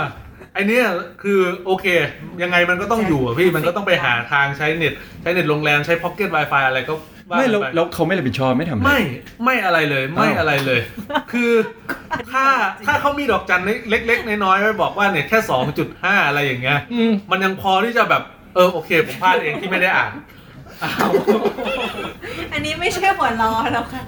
ไอเนี้ยคือโอเค ยังไงมันก็ต้องอยู่อะพี่มันก็ต้องไปหาทางใช้เน็ต ใช้เน็ตโรงแรมใช้พ็อกเก็ต Wi-Fi อะไรก็ว่า
ไม่
กัน
แล้ว
ป
แล้วเขาไม่รับผิดชอบไม่ทำอะไร
ไม่ไม่อะไรเลยไม่
อ้าว
อะไรเลย คือถ้าถ้าเขามีดอกจันเล็กๆ น้อยๆไว้บอกว่าเนี่ยแค่สองจุดห้าอะไรอย่างเงี้ย
อืม
มันยังพอที่จะแบบเออโอเค ผมพลาดเองที่ไม่ได้อ่านอ้าว
อันนี้ไม่ใช่หัวล้อแล้วค่ะ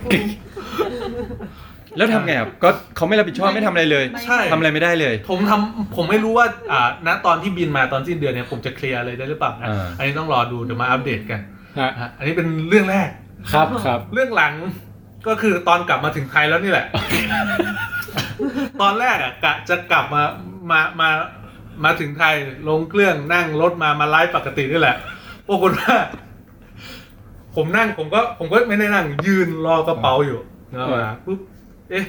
แล้วทำไงอ่ะก็เขาไม่รับผิดชอบไม่ทำอะไรเลย
ใช่
ทำอะไรไม่ได้เลย
ผมทำผมไม่รู้ว่าอ่าณตอนที่บินมาตอนสิ้นเดือนเนี่ยผมจะเคลียร์อะไรได้หรือเปล่านะอันนี้ต้องรอดูเดี๋ยวมาอัปเดตกัน
ฮะ
อ่ะอันนี้เป็นเรื่องแรก
ครับครับ
เรื่องหลังก็คือตอนกลับมาถึงไทยแล้วนี่แหละ ตอนแรกอ่ะกะจะกลับมามามามาถึงไทยลงเครื่องนั่งรถมามาไลฟ์ปกตินี่แหละปรากฏว่า ผมนั่งผมก็ ผมก็ไม่ได้นั่ง ยืนรอกระเป๋าอยู่นะมาปุ๊บเอ๊ะ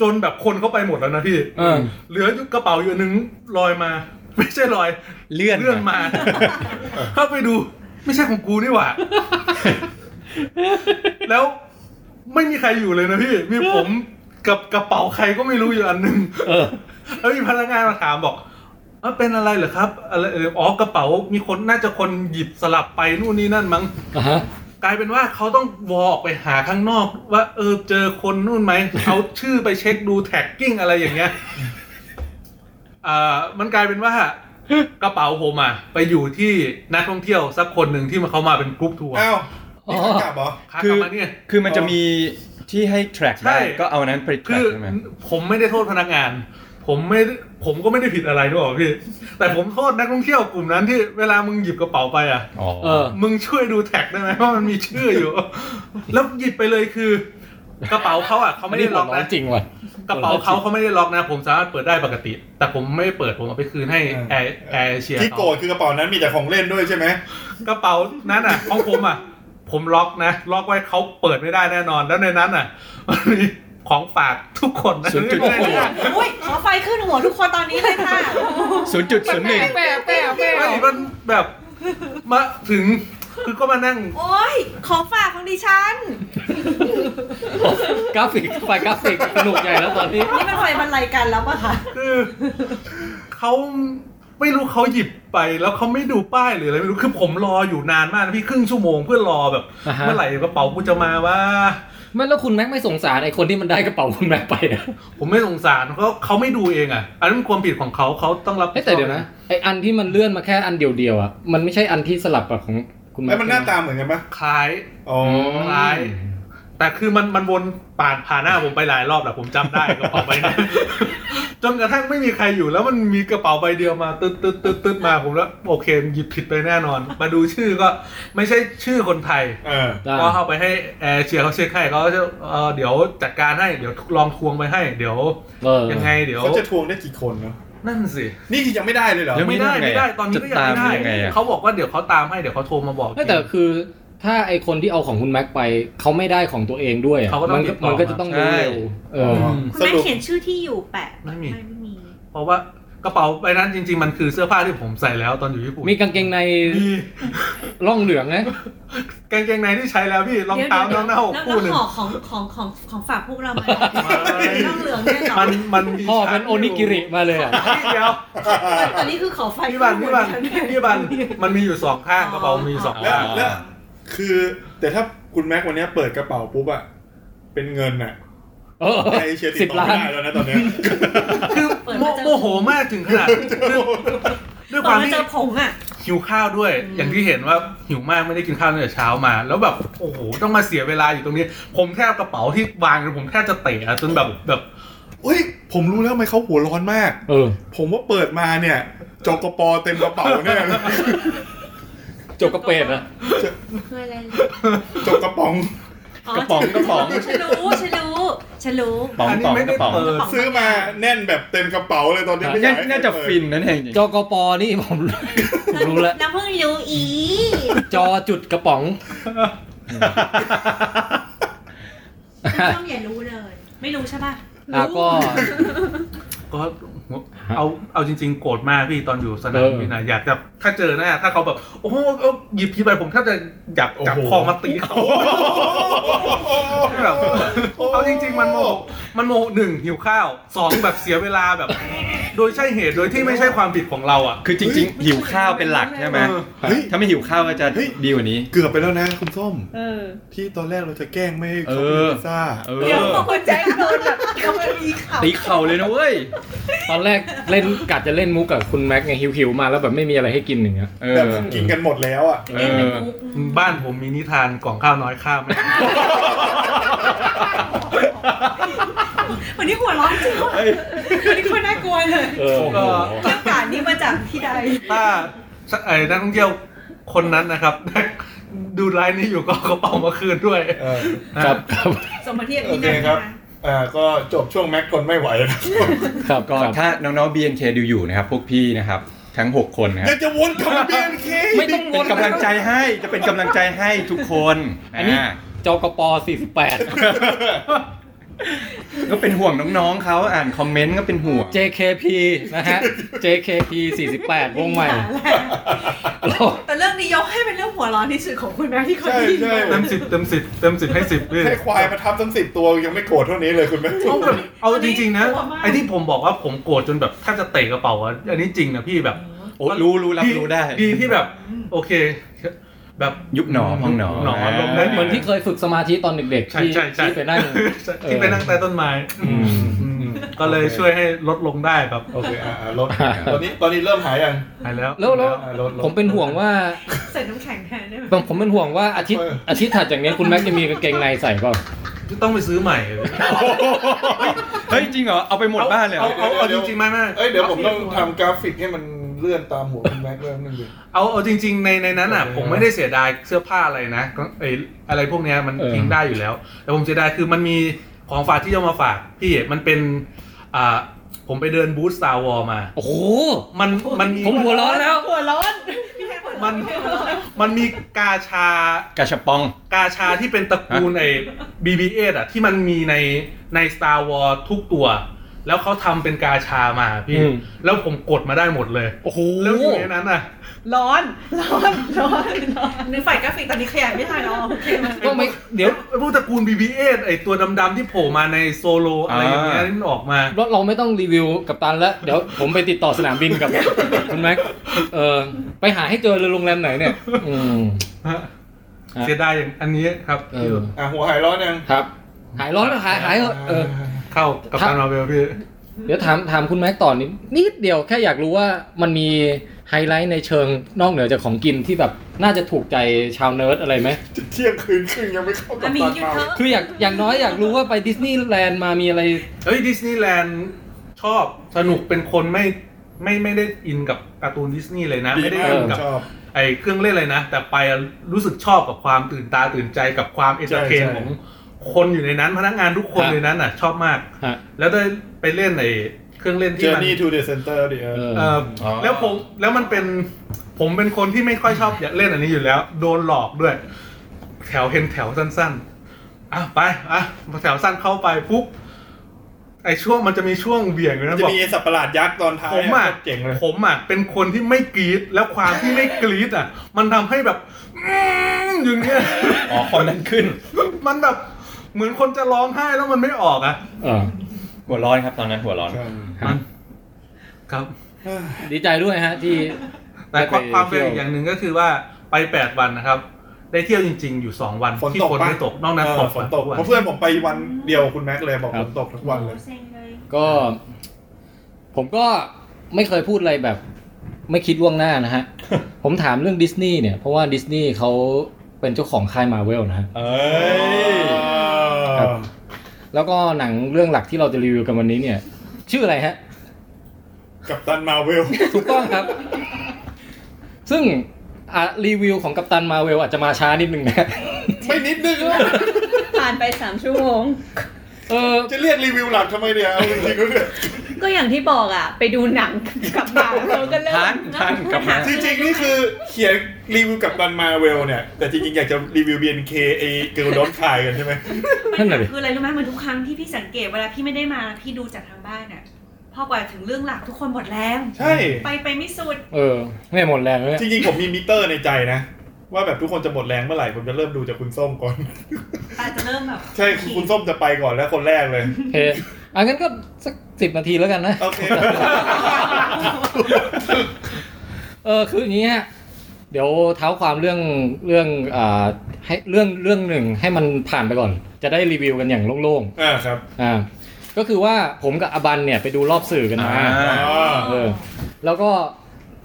จนแบบคนเข้าไปหมดแล้วนะพี่
เออ
เหลืออยู่กระเป๋าอยู่อันหนึงลอยมา ไม่ใช่ลอย
เลื่อน
เลื่อนมา เข้าไปดู ไม่ใช่ของกูนี่หว่า แล้วไม่มีใครอยู่เลยนะพี่ มีผมกับกระเป๋าใครก็ไม่รู้อยู่อันหนึงแล้วมีพนักงานมาถามบอกเอ้าเป็นอะไรเหรอครับอะไรเอ่ยอ๋อกระเป๋ามีคนน่าจะคนหยิบสลับไปนู่นนี่นั่นมั้ง
อ่ะฮะ
กลายเป็นว่าเขาต้องวอออกไปหาข้างนอก ว่าเออเจอคนนู่นไหม เอาชื่อไปเช็คดูแท็กกิ้งอะไรอย่างเงี้ยอ่ามันกลายเป็นว่ากระเป๋าผมอ่ะไปอยู่ที่นักท่องเที่ยวสักคนหนึ่งที่มันเขามาเป็นกรุ๊ปทัวร์
อ้าว
อ๋อ
นี่ขากลับเหรอ
พา
คื
กลั
อบ
มาเนี่ย
คือมันจะมีที่ให้ track
ใช่
ได้ก็เอาอันนั้นไป
คื
track
อ
ใช่ไหม
ผมไม่ได้โทษพนักงาน ผมไม่ผมก็ไม่ได้ผิดอะไรด้วยหรอกพี่ แต่ผมโทษนักท่องเที่ยวกลุ่มนั้นที่เวลามึงหยิบกระเป๋าไปอ่ะ
อ๋อ
เออ
มึงช่วยดูแท็กได้ไหมว่ามันมีชื่ออยู่ แล้วหยิบไปเลยคือกระเป๋าเขาอ่ะเขาไม่ได้ล็อก
นี่หัวร้
นะ
นจริงว่ะ
กระเป๋าเขาเขาไม่ได้ล็อกนะ ผมสามารถเปิดได้ปกติ แต่ผมไม่เปิดผมเอาไปคืนให้แอร์แอร์เชีย
ที่โกรธคือกระเป๋านั้นมีแต่ของเล่นด้วยใช่ไหม
กระเป๋านั้นอ่ะของผมอ่ะ ผมล็อกนะ ล็อกไว้เขาเปิดไม่ได้แน่นอน แล้วในนั้นอ่ะมันมีของฝากทุกคนนะ
ศูนย์จุด
ไม่ได้
อุ้ยขอไฟขึ้นหัวทุกคนตอนนี้เลยค่ะ
ศูนย์จุดศูนย์หนึ่ง
แปะแปะแปะ
ไม่มันแบบมาถึงคือก็มานั่ง
โอ้ยของฝากของดิฉัน
กราฟิกไฟกราฟิกสนุกใหญ่แล้วตอนนี้
นี่มันไฟบรรลัยกันแล้วป่ะคะ
คือเขาไม่รู้เขาหยิบไปแล้วเขาไม่ดูป้ายหรืออะไรไม่รู้คือผมรออยู่นานมากนะพี่ครึ่งชั่วโมงเพื่อรอแบบ
อ่าฮะ
เมื่อไหร่กระเป๋ากูจะมาว่า
ไม่แล้วคุณแม็กไม่สงสารไอ้คนที่มันได้กระเป๋าคุณแม็กไปอะ
ผมไม่สงสารเพราะเขาไม่ดูเองอ่ะ อันนั้นความผิดของเขาเขาต้องรับผิ
เฮ้ยแต่เดี๋ยวนะ ไอ้อันที่มันเลื่อนมาแค่อันเดียวๆอ่ะ มันไม่ใช่อันที่สลับกับของคุณแม็
แล้
ก
วมันหน้าตาเหมือนกันปะ
คล้าย
อ๋อ
คล้าย แต่คือมันมันวนผ่านผ่านหน้าผมไปหลายรอบแหละผมจำได้กระเป๋าใบนั้น จนกระทั่งไม่มีใครอยู่ แล้วมันมีกระเป๋าใบเดียวมาตึ๊ดตึ๊ดตึ๊ดตึ๊ดมาผมแล้วโอเคหยิบผิดไปแน่นอน มาดูชื่อก็ไม่ใช่ชื่อคนไทย
เออ
ได้
ก็เข้าไปให้แอร์เชียร์เขาเช็คให้เขาจะเอ่อเดี๋ยวจัดการให้เดี๋ยวลองทวงไปให้ เดี๋ยว
เออ
ยังไงเดี๋ยว
เขาจะทวงได้กี่คนเนาะ
นั่นสิ
นี่คือยังไม่ได้เลยเหรอ
แล้ว
ไม่ได้ไม่ได้ตอนนี้
จะ
ก็ยัง
ตาม
ไม่ได้
ยังไงอ่ะ
เขาบอกว่าเดี๋ยวเขาตามให้เดี๋ยวเขาโทรมาบอก
ไม่แต่คือ ถ้าไอคนที่เอาของคุณแม็กไปเขาไม่ได้ของตัวเองด้วยอะ
เขาก็ต้
มั
อง
น
ติ
ก็
ดต่อ
มันก็จะต้องรู้
ใช่
เร็วเอออ
ม
คุณ
ส
แม่
รุป
เขียนชื่อที่อยู่แปะ
ไม่มี
ไม่มี
เพราะว่ากระเป๋าใบนั้นจริง ๆ มันคือเสื้อผ้าที่ผมใส่แล้วตอนอยู่ญี่ปุ่น
มีกางเกงใน
มี
ร่องเหลืองนะ
กางเกงในที่ใช้แล้วพี่รองเท้า
ดี๋ยวๆ
เน่า
แล้ว
ๆคู่หนึ่ง
แล้วห่อของของของของฝากพวกเรา มาช่องเหลืองเนี่ยเหรอ
มันมันมี
พ่อเป็นโอนิกิริมาเลยอะ
พี่เดียว
ตอนนี้คือขอไฟ
พี่บันพี่บันพี่บันมันมีอยู่สองข้างกระเป๋ามีสอง
แล้ว
ข้าง
แล้วคือแต่ถ้าคุณแม็กวันเนี้ยเปิดกระเป๋าปุ๊บอะเป็นเงิน อะ
เออ
ไอเชียร์ติ
สิ
ด
บ
ต่อ
ล้า
ไม่
น
ได้แล้วนะตอนเนี้ย
คือโมโมโหมากถึงข นาดคือด้วย
ต
ค
อ
วา
น
ม
มา
ที่
เจอผงอ่ะ
หิวข้าวด้วย อย่างที่เห็นว่าหิวมากไม่ได้กินข้าวตั้งแต่เช้ามา แล้วแบบโอ้โหต้องมาเสียเวลาอยู่ตรงนี้ ผมแทบกระเป๋าที่วางอยู่ผมแทบจะเตะอะจนแบบแบบ
เอ้ย ผมรู้แล้วทำไมเขาหัวร้อนมาก
เออ
ผมว่าเปิดมาเนี่ยจกปอเต็มกระเป๋าเนี่ย
จกกระเปดอะ
คืออะไรเลย
จกกระป๋อง
อ๋อก
ระป๋องกระป๋อง
ฉันรู้ฉันรู้ฉันรู้
ป๋อง
อันนี้
ป๋อง
ไม่
ก
ได้
ระป๋อง
เปิด
ซื้อมาแน่นแบบเต็มกระเป๋าเลยตอนนี้ไม่อยกให้ใคร
น่าจะ
เปิด
ฟินนั่นเอง
จกปนี่ผมผมรู้ แล้ว
น้ำเพิ่งรู้อี
จอจุดกระป๋อง
ช่องอย่ารู้เลย ไม่รู้ใช่ป่ะ
อ่ะก็
ก็เอาเอาจริง ๆ โกรธมากพี่ตอนอยู่สนามบินนะอยากจะถ้าเจอหน้าถ้าเขาแบบโอ้โหเอาหยิบทีไปผมแทบจะอยากจับคอมาตีเขาแบบเอาจริง ๆ มันโมโหมันโมโหหนึ่งหิวข้าวสองแบบเสียเวลาแบบ โดยใช่เหตุโดยที่ไม่ใช่ความผิดของเราอ่ะ
คือจริง ๆ หิวข้าวเป็นหลักใช่ไหม
เฮ้ย
ถ้าไม่หิวข้าวก็จะ
เฮ้ย
ดีกว่านี้
เกือบไปแล้วนะคุณส้ม
เออ
ที่ตอนแรกเราจะแกล้งไม่ให้เขา
เอ
กิน
อ
พิซซ่า
เออ
เดี๋ยวคนแจ็คโดนแบบโดนดีข่าว
ตีเข่าเลยนะเว้ย
ตอนแรกเล่นกัดจะเล่นมุกกับคุณแม็กไงหิวๆมาแล้วแบบไม่มีอะไรให้กินอย่างเงี้ย
เอ
แต่
อ
กินกันหมดแล้วอ่ะ
เล่นเป็นมุก
บ้านผมมีนิทานกล่องข้าวน้อยข้าวไหม
วันนี้หัวร้อนจริงวันนี้คนน่ากลัวเลย
เออ
ก็
เรื่องการนี้มาจากที่ใด
ถ้าไอ้นักท่องเที่ยวคนนั้นนะครับ ดูไลน์นี้อยู่ก็กระเป๋ามาคืนด้วย
เออ
ครับครับ
สมบัติที่
โอเค
นี่
ครั
นะ
บ อ่า ก็จบช่วงแม็กทนไม่ไหวแล้ว
ครับ
ก็
ครับ
ถ้าน้องๆ BNK ดูอยู่นะครับ พวกพี่นะครับ ทั้ง 6 คนนะค
ยั
รั
ง
บ
จะวนกลับมาเบนเค
ไม่ต้องว
เป็นนกำลังใจให้จะเป็นกำลังใจให้ทุกคน
อันนี้
า
จกป48
ก็เป็นห่วงน้องๆเขาอ่านคอมเมนต์ก็เป็นห่วง
JKP นะฮะ JKP 48วงใหม่เรา
แต่เรื่องนี้ยกให้เป็นเรื่องหัวร้อนที่สุดของคุณแม่ที่เขา
ใช่
ได้ยิน
ใช่
เต็มสิบเต็มสิบเต็มสิบให้สิบเลย
ให้ควายมาทับทั้งสิบตัวยังไม่โกรธเท่านี้เลยคุณแม็ก
เอาแบบเอาจริงๆนะไอ้ที่ผมบอกว่าผมโกรธจนแบบแทบจะเตะกระเป๋าอะอันนี้จริงนะพี่แบบ
โอ้รู้รู้รับรู้ได้
ดีที่แบบ โอเค แบบ
ยุบหนอห้องหนอ
หนอลง
เหมื
ได้
อนเหมือนที่เคยฝึกสมาธิตอนเด็กๆ
ใช่
ที่
ใช่ใช่
ที่ไปนั่ง
ที่ไปนั่งใต้ต้นไม้
อืม
อืมก็เลยช่วยให้ลดลงได้ครับ
โอเคอ่าอ่าลดตอนนี้ตอนนี้เริ่มหายยัง
หายแล้ว
แล้วแล้ว
อ่าลดลด
ผมเป็นห่วงว่า
ใส่น้ำแข็งแทนได้ไหม
ผมเป็นห่วงว่าอาทิตย์
เออ
อาทิตย์ถัดจากเนี้ยคุณแม็กจะมีกางเกงในใส่เปล่า
ต้องไปซื้อใหม่
เฮ้ยจริงเหรอ เอาไปหมดบ้านเลยเหร
เอา
อ
เอาเอาจริงๆไม่ไม่
เอ้ยเดี๋ยวผมต้องทำกราฟิกให้มันเลื่อนตามหัวคุณแม็กเรื่องนึงดิ
เอาเอาจริง ๆ ในในนั้นอ่ะ
โอเค
ผมไม่ได้เสียดายเสื้อผ้าอะไรนะก็ไออะไรพวกเนี้ยมันทิ้งได้อยู่แล้ว แต่ผมเสียดายคือมันมีของฝากที่จะมาฝากพี่มันเป็นอ่าผมไปเดินบูธสตาร์วอลมา
โอ้โห
มันมันมี
ผมหัวร้อนแล้ว
หัวร้อน
มันมันมีกาชา
กระชับปอง
กาชาที่เป็นตระกูลไอ้ BB8 อ่ะที่มันมีในใน Star Wars ทุกตัว แล้วเขาทำเป็นกาชามาพี่
อืม
แล้วผมกดมาได้หมดเลย
โอ้โห
แล้วอยู่ในนั้นอ่ะ
ร้อนร้อนร้อนร้อนนึกฝ่ายกราฟิกตอนนี้ขยายไม่ทันแล้วโอเคไหม
ต้องไม่เดี๋ยว
ไอ้พวกตระกูล BB8 ไอตัวดำๆที่โผล่มาในโซโลอะไรอย่างเงี้ย
อ่า
นี่มันออกมา
เราเราไม่ต้องรีวิวกับตันแล้ว เดี๋ยวผมไปติดต่อสนามบินกับ คุณแม็กเออไปหาให้เจอเลยโรงแรมไหนเนี่ย อืม ฮะ
เสียดายอย่างอันนี้ครับ
เออ
อ่ะหัวหายร้อนยัง
ครับ หายร้อนแล้วหายหายเถอะเออ
เข้ากับการมาเวลพี่
เดี๋ยวถามถามคุณแม็กต่อนิดนิดเดียวแค่อยากรู้ว่ามันมีไฮไลท์ในเชิงนอกเหนือจากของกินที่แบบน่าจะถูกใจชาวเนิร์ดอะไรไหม
จะเที่ยงคืนครึ่งยังไม่เข้ากับ
มันมี
ตอน
ยู
เมา
เทิร์
คืออยากอย่างน้อยอยากรู้ว่าไปดิสนีย์แลนด์มามีอะไร
เอ้ยดิสนีย์แลนด์ชอบสนุกเป็นคนไม่ไม่ไม่ได้อินกับการ์ตูนดิสนีย์เลยนะ
ดี
ไม่ได้
มาก
อิน
เ
กับ
ชอบ
ไอ้เครื่องเล่นอะไรนะ แต่ไปรู้สึกชอบกับความตื่นตาตื่นใจกับความเอนเตอร์เทน
ใช่ใช่
ของคนอยู่ในนั้นพนักงานทุกคน
ฮะ
ในนั้นอ่ะ ชอบมาก
ฮะ
แล้วได้ไปเล่นไอ้เครื่องเล่นที่มัน
Journey to the Center ดิเอ
เอ
อ
อ
เอ่ออแล้ว ผมแล้วมันเป็นผมเป็นคนที่ไม่ค่อยชอบอยากเล่นอันนี้อยู่แล้ว โดนหลอกด้วย ถวเห็นแถวสั้นๆอ่ะไปอ่ะแถวสั้นเข้าไปปุ๊บไอช่วงมันจะมีช่วงเบี่ยงอยู่
มัน
นะ
จะ
บอก
มีไอ้สัตว์ประหลาดยักษ์ตอนท้าย
ผมอ่ะ
เจ๋งเลย
ผมอ่ะเป็นคนที่ไม่กรี๊ดแล้วความที่ไม่กรี๊ดอ่ะ มันทำให้แบบอื้ออย่างเงี้ย
อ๋อความดันขึ้น
มันแบบเหมือนคนจะร้องไห้แล้วมันไม่ออกอ่ะ
อ่า
หัวร้อนครับตอนนั้นหัวร้อน
มันครับ
ดีใจด้วยฮะ ที่
แต่ความความเป็น
ได้
อีกอย่างหนึ่งก็คือว่าไปแปดวันนะครับ ได้เที่ยวจริง ๆ อยู่สองวัน
ฝน
ที่
ตก
ฝน
ปะ
ไม่ตกนอกนั้นตก
เฝนตก
ทุวั
เพราะเพื่อนผมไปวันเดียวคุณแม็กเลยบอกฝนตกทุกวันเลย
เซ็งเลย
ก็ ผมก็ไม่เคยพูดอะไรแบบ ไม่คิดล่วงหน้านะฮ ะ ผมถามเรื่องดิสนีย์เนี่ย เพราะว่าดิสนีย์เขาเป็นเจ้าของค่ายมาเวลนะฮะ
เอ้ย
ครับ แล้วก็หนังเรื่องหลักที่เราจะรีวิวกันวันนี้เนี่ย ชื่ออะไรฮะ
กับตันมาเวล
ถูกต้องครับ ซึ่งอ่ะรีวิวของกัปตันมาเวลอาจจะมาช้านิดนึงนะ
ไม่นิดนึงหรอก
ผ่านไปสามชั่วโมง
เออ
จะเรียกรีวิวหลักทำไมเนี่ยเอาจริงๆก็คือ
ก็อย่างที่บอกอ่ะ ไปดูหนังกลับมาแล้วก็เริ่ม
ทานทานกลับมา
จริงๆนี่คือเขียนรีวิวกับตันมาเวลเนี่ย แต่จริงๆอยากจะรีวิว BNK ไอ้เกิร์ลดอนคายกันใช่ไหม
นั่นน่ะดิ
คืออะไรรู้ไหมเหมือนทุกครั้งที่พี่สังเกตเวลาพี่ไม่ได้มาพี่ดูจากทางบ้านอ่ะพอกว่าถึงเรื่องหลักทุกคนหมดแรง
ใช่
ไปไปไม่สุด
เออไม่หมดแรงเลย
จริงๆผมมีมิเตอร์ในใจนะ ว่าแบบทุกคนจะหมดแรงเมื่อไหร่ผมจะเริ่มดูจากคุณส้มก่อน
อาจจะเริ่มแบบ
ใช่คุณส้มจะไปก่อนแล้วคนแรกเลย
โอเคอ่ะงั้นก็สักสิบนาทีแล้วกันนะ
โอเค
เออคืออย่างนี้ฮะเดี๋ยวเท้าความเรื่องเรื่องอ่าให้เรื่องเรื่องหนึ่งให้มันผ่านไปก่อน จะได้รีวิวกันอย่างโล่ง
อ่าครับ
ๆอ่าก็คือว่าผมกับอบันเนี่ยไปดูรอบสื่อกันมา
อ่า
เออแล้วก็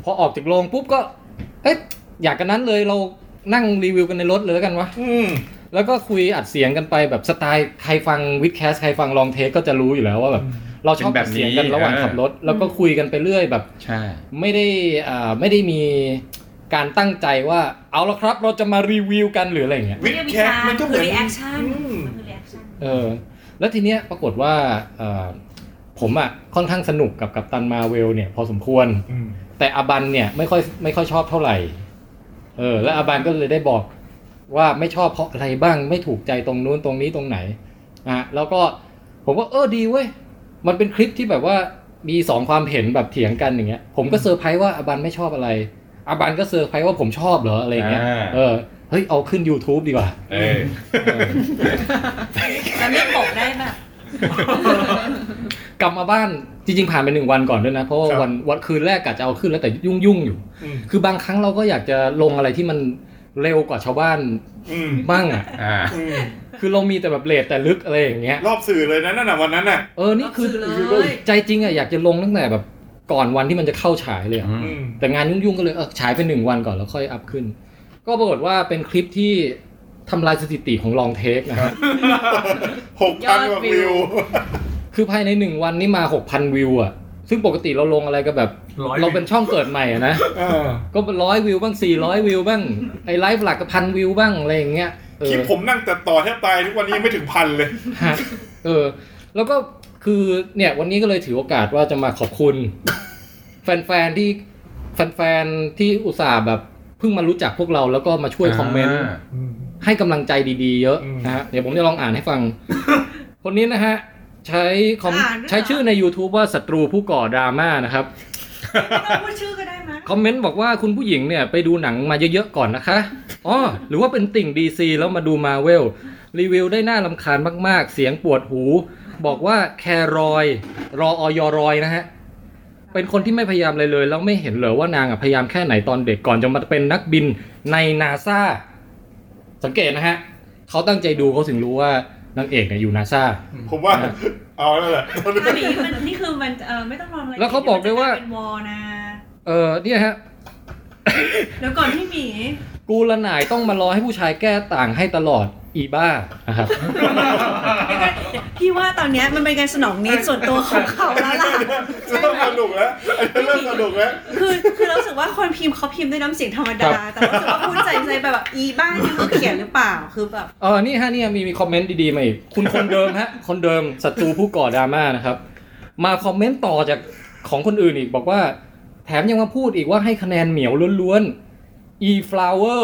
พอออกจากโรงปุ๊บก็ เอ๊ะอยากกันนั้นเลยเรานั่งรีวิวกันในรถเลยแล้วกันวะ
อืม
แล้วก็คุยอัดเสียงกันไปแบบสไตล์ใครฟังวิดแคสใครฟังลองเทคก็จะรู้อยู่แล้วว่าแบบ เราชอบอัดเสียงกันระหว่างขับรถ แล้วก็คุยกันไปเรื่อยแบบ
ใช่
ไม่ได้อ่าไม่ได้มีการตั้งใจว่าเอาละครับเราจะมารีวิวกันหรืออะไรอย่างเงี้ย
วิดแคสมันก็เหมือน
รีแอคชั่น
อืม
มันคือรีแอคชั่น
เออแล้วทีเนี้ยปรากฏว่าเอ่อผมอะค่อนข้างสนุกกับกัปตันมาเวลเนี่ยพอสมควร
อืม
แต่อาบันเนี่ยไม่ค่อยไม่ค่อยชอบเท่าไหร่ เออ แล้วอาบันก็เลยได้บอกว่าไม่ชอบเพราะอะไรบ้าง ไม่ถูกใจตรงนู้นตรงนี้ตรงไหนอ่ะแล้วก็ผมว่าเออดีเว้ยมันเป็นคลิปที่แบบว่ามีสองความเห็นแบบเถียงกันอย่างเงี้ย ผมก็เซอร์ไพรส์ว่าอาบันไม่ชอบอะไรอาบันก็เซอร์ไพรส์ว่าผมชอบเหรออะไรอย่างเงี้ยเออเฮ้ยเอาขึ้น YouTube ดีกว่า
เอ้ย
แล้วเรียกปกได้แบบ
กลับมาบ้านจริงๆ ผ่านไปหนึ่งวันก่อนด้วยนะ เพราะว่า
ครับ
วันวันคืนแรกกะจะเอาขึ้นแล้วแต่ยุ่งยุ่งๆอยู่
อืม
คือบางครั้งเราก็อยากจะลงอะไรที่มันเร็วกว่าชาวบ้าน
อืม
บ้างอ่ะ
อ่า
อืม
คือเรามีแต่แบบเลทแต่ลึกอะไรอย่างเงี้ย
รอบสื่อเลยนะนั่นน่ะวันนั้นน่ะ
เออนี่คือ
รอบสื่อเลย
ใจจริงอ่ะอยากจะลงตั้งแต่แบบก่อนวันที่มันจะเข้าฉายเลยอะ
อืม
อืม
แต่งานยุ่งๆก็เลยเออฉายไปหนึ่งวันก่อนแล้วค่อยอัพขึ้น ก็ปรากฏว่าเป็นคลิปที่ทำลายสถิติของลองเทคนะฮะ
หกพันกว่าวิว
คือภายในหนึ่งวันนี่มาหกพันวิวอ่ะซึ่งปกติเราลงอะไรก็แบบ
ร้อย
เราเป็นช่องเกิดใหม่อะนะ
เออ
ก็ร้อยวิวบ้างสี่ร้อยวิวบ้าง ไอ้ไลฟ์หลักก็พันวิวบ้าง อะไรอย่างเงี้ยเออ
คลิปผมนั่งแต่ต่อแทบตายทุกวันนี้ยังไม่ถึงพันเลย
ฮะเออ แล้วก็คือเนี่ยวันนี้ก็เลยถือโอกาสว่าจะมาขอบคุณ แฟนๆที่แฟนๆที่อุตส่าห์แบบเพิ่งมารู้จักพวกเราแล้วก็มาช่วยคอมเมนต์
า
ให้กำลังใจดีๆเยอะ
อืม
นะฮะเดี๋ยวผมจะลองอ่านให้ฟัง คนนี้นะฮะ ใช้คอม
อ่านด้วยเหรอ
ใช้ชื่อใน YouTube ว่าศัตรูผู้ก่อดราม่านะครับ
ไม่ต้องพูดชื่อก็ได้มั้ย
คอมเมนต์บอกว่าคุณผู้หญิงเนี่ยไปดูหนังมาเยอะๆก่อนนะคะ อ๋อ หรือว่าเป็นติ่งดีซีแล้วมาดูมาเวล รีวิวได้น่าลำคาญมากๆ เสียงปวดหู บอกว่าแครอย รอออยรอยนะฮะ เป็นคนที่ไม่พยายามอะไรเลย แล้วไม่เห็นเหรอว่านางอะพยายามแค่ไหนตอนเด็กก่อนจะมาเป็นนักบินในนาซาสังเกตนะฮะ เขาตั้งใจดูเขาถึงรู้ว่านางเอกเนี่ยอยู่นาซา
ผมว่า เอาแล้วแหละ
อันนี้มันนี่คือมันเออไม่ต้องรออะไร
แล้วเขาบอกด้วยว่า
เป็นวอนะ
เออเนี่ยฮะ
เดี๋ยวก่อนพี่หมี
กูละหน่ายต้องมารอให้ผู้ชายแก้ต่างให้ตลอดอีบ้านะครับ
พี่ว่าตอนเนี้ยมันเป็นการสนองนิดส่วนตัวของเขาแล้วล่ะ
เริ่มสนุกแล้วอันนี้เริ่มสนุกแล้ว
คือคือเรารู้สึกว่าคนพิมพ์เขาพิมพ์ด้วยน้ำเสียงธรรมดา
ครับ
แต่รู้สึกว่าพูดใจใจไปแบบอีบ้านนี่เขาเขียนหรือเปล่าคือแบบ
เออนี่ฮะเนี่ยมีมีคอมเมนต์ดีๆมาอีก คุณคนเดิมฮะ คนเดิมศัตรูผู้ก่อดราม่านะครับ มาคอมเมนต์ต่อจากของคนอื่นอีกบอกว่า แถมยังมาพูดอีกว่าให้คะแนนเหมียวล้วนๆ e flower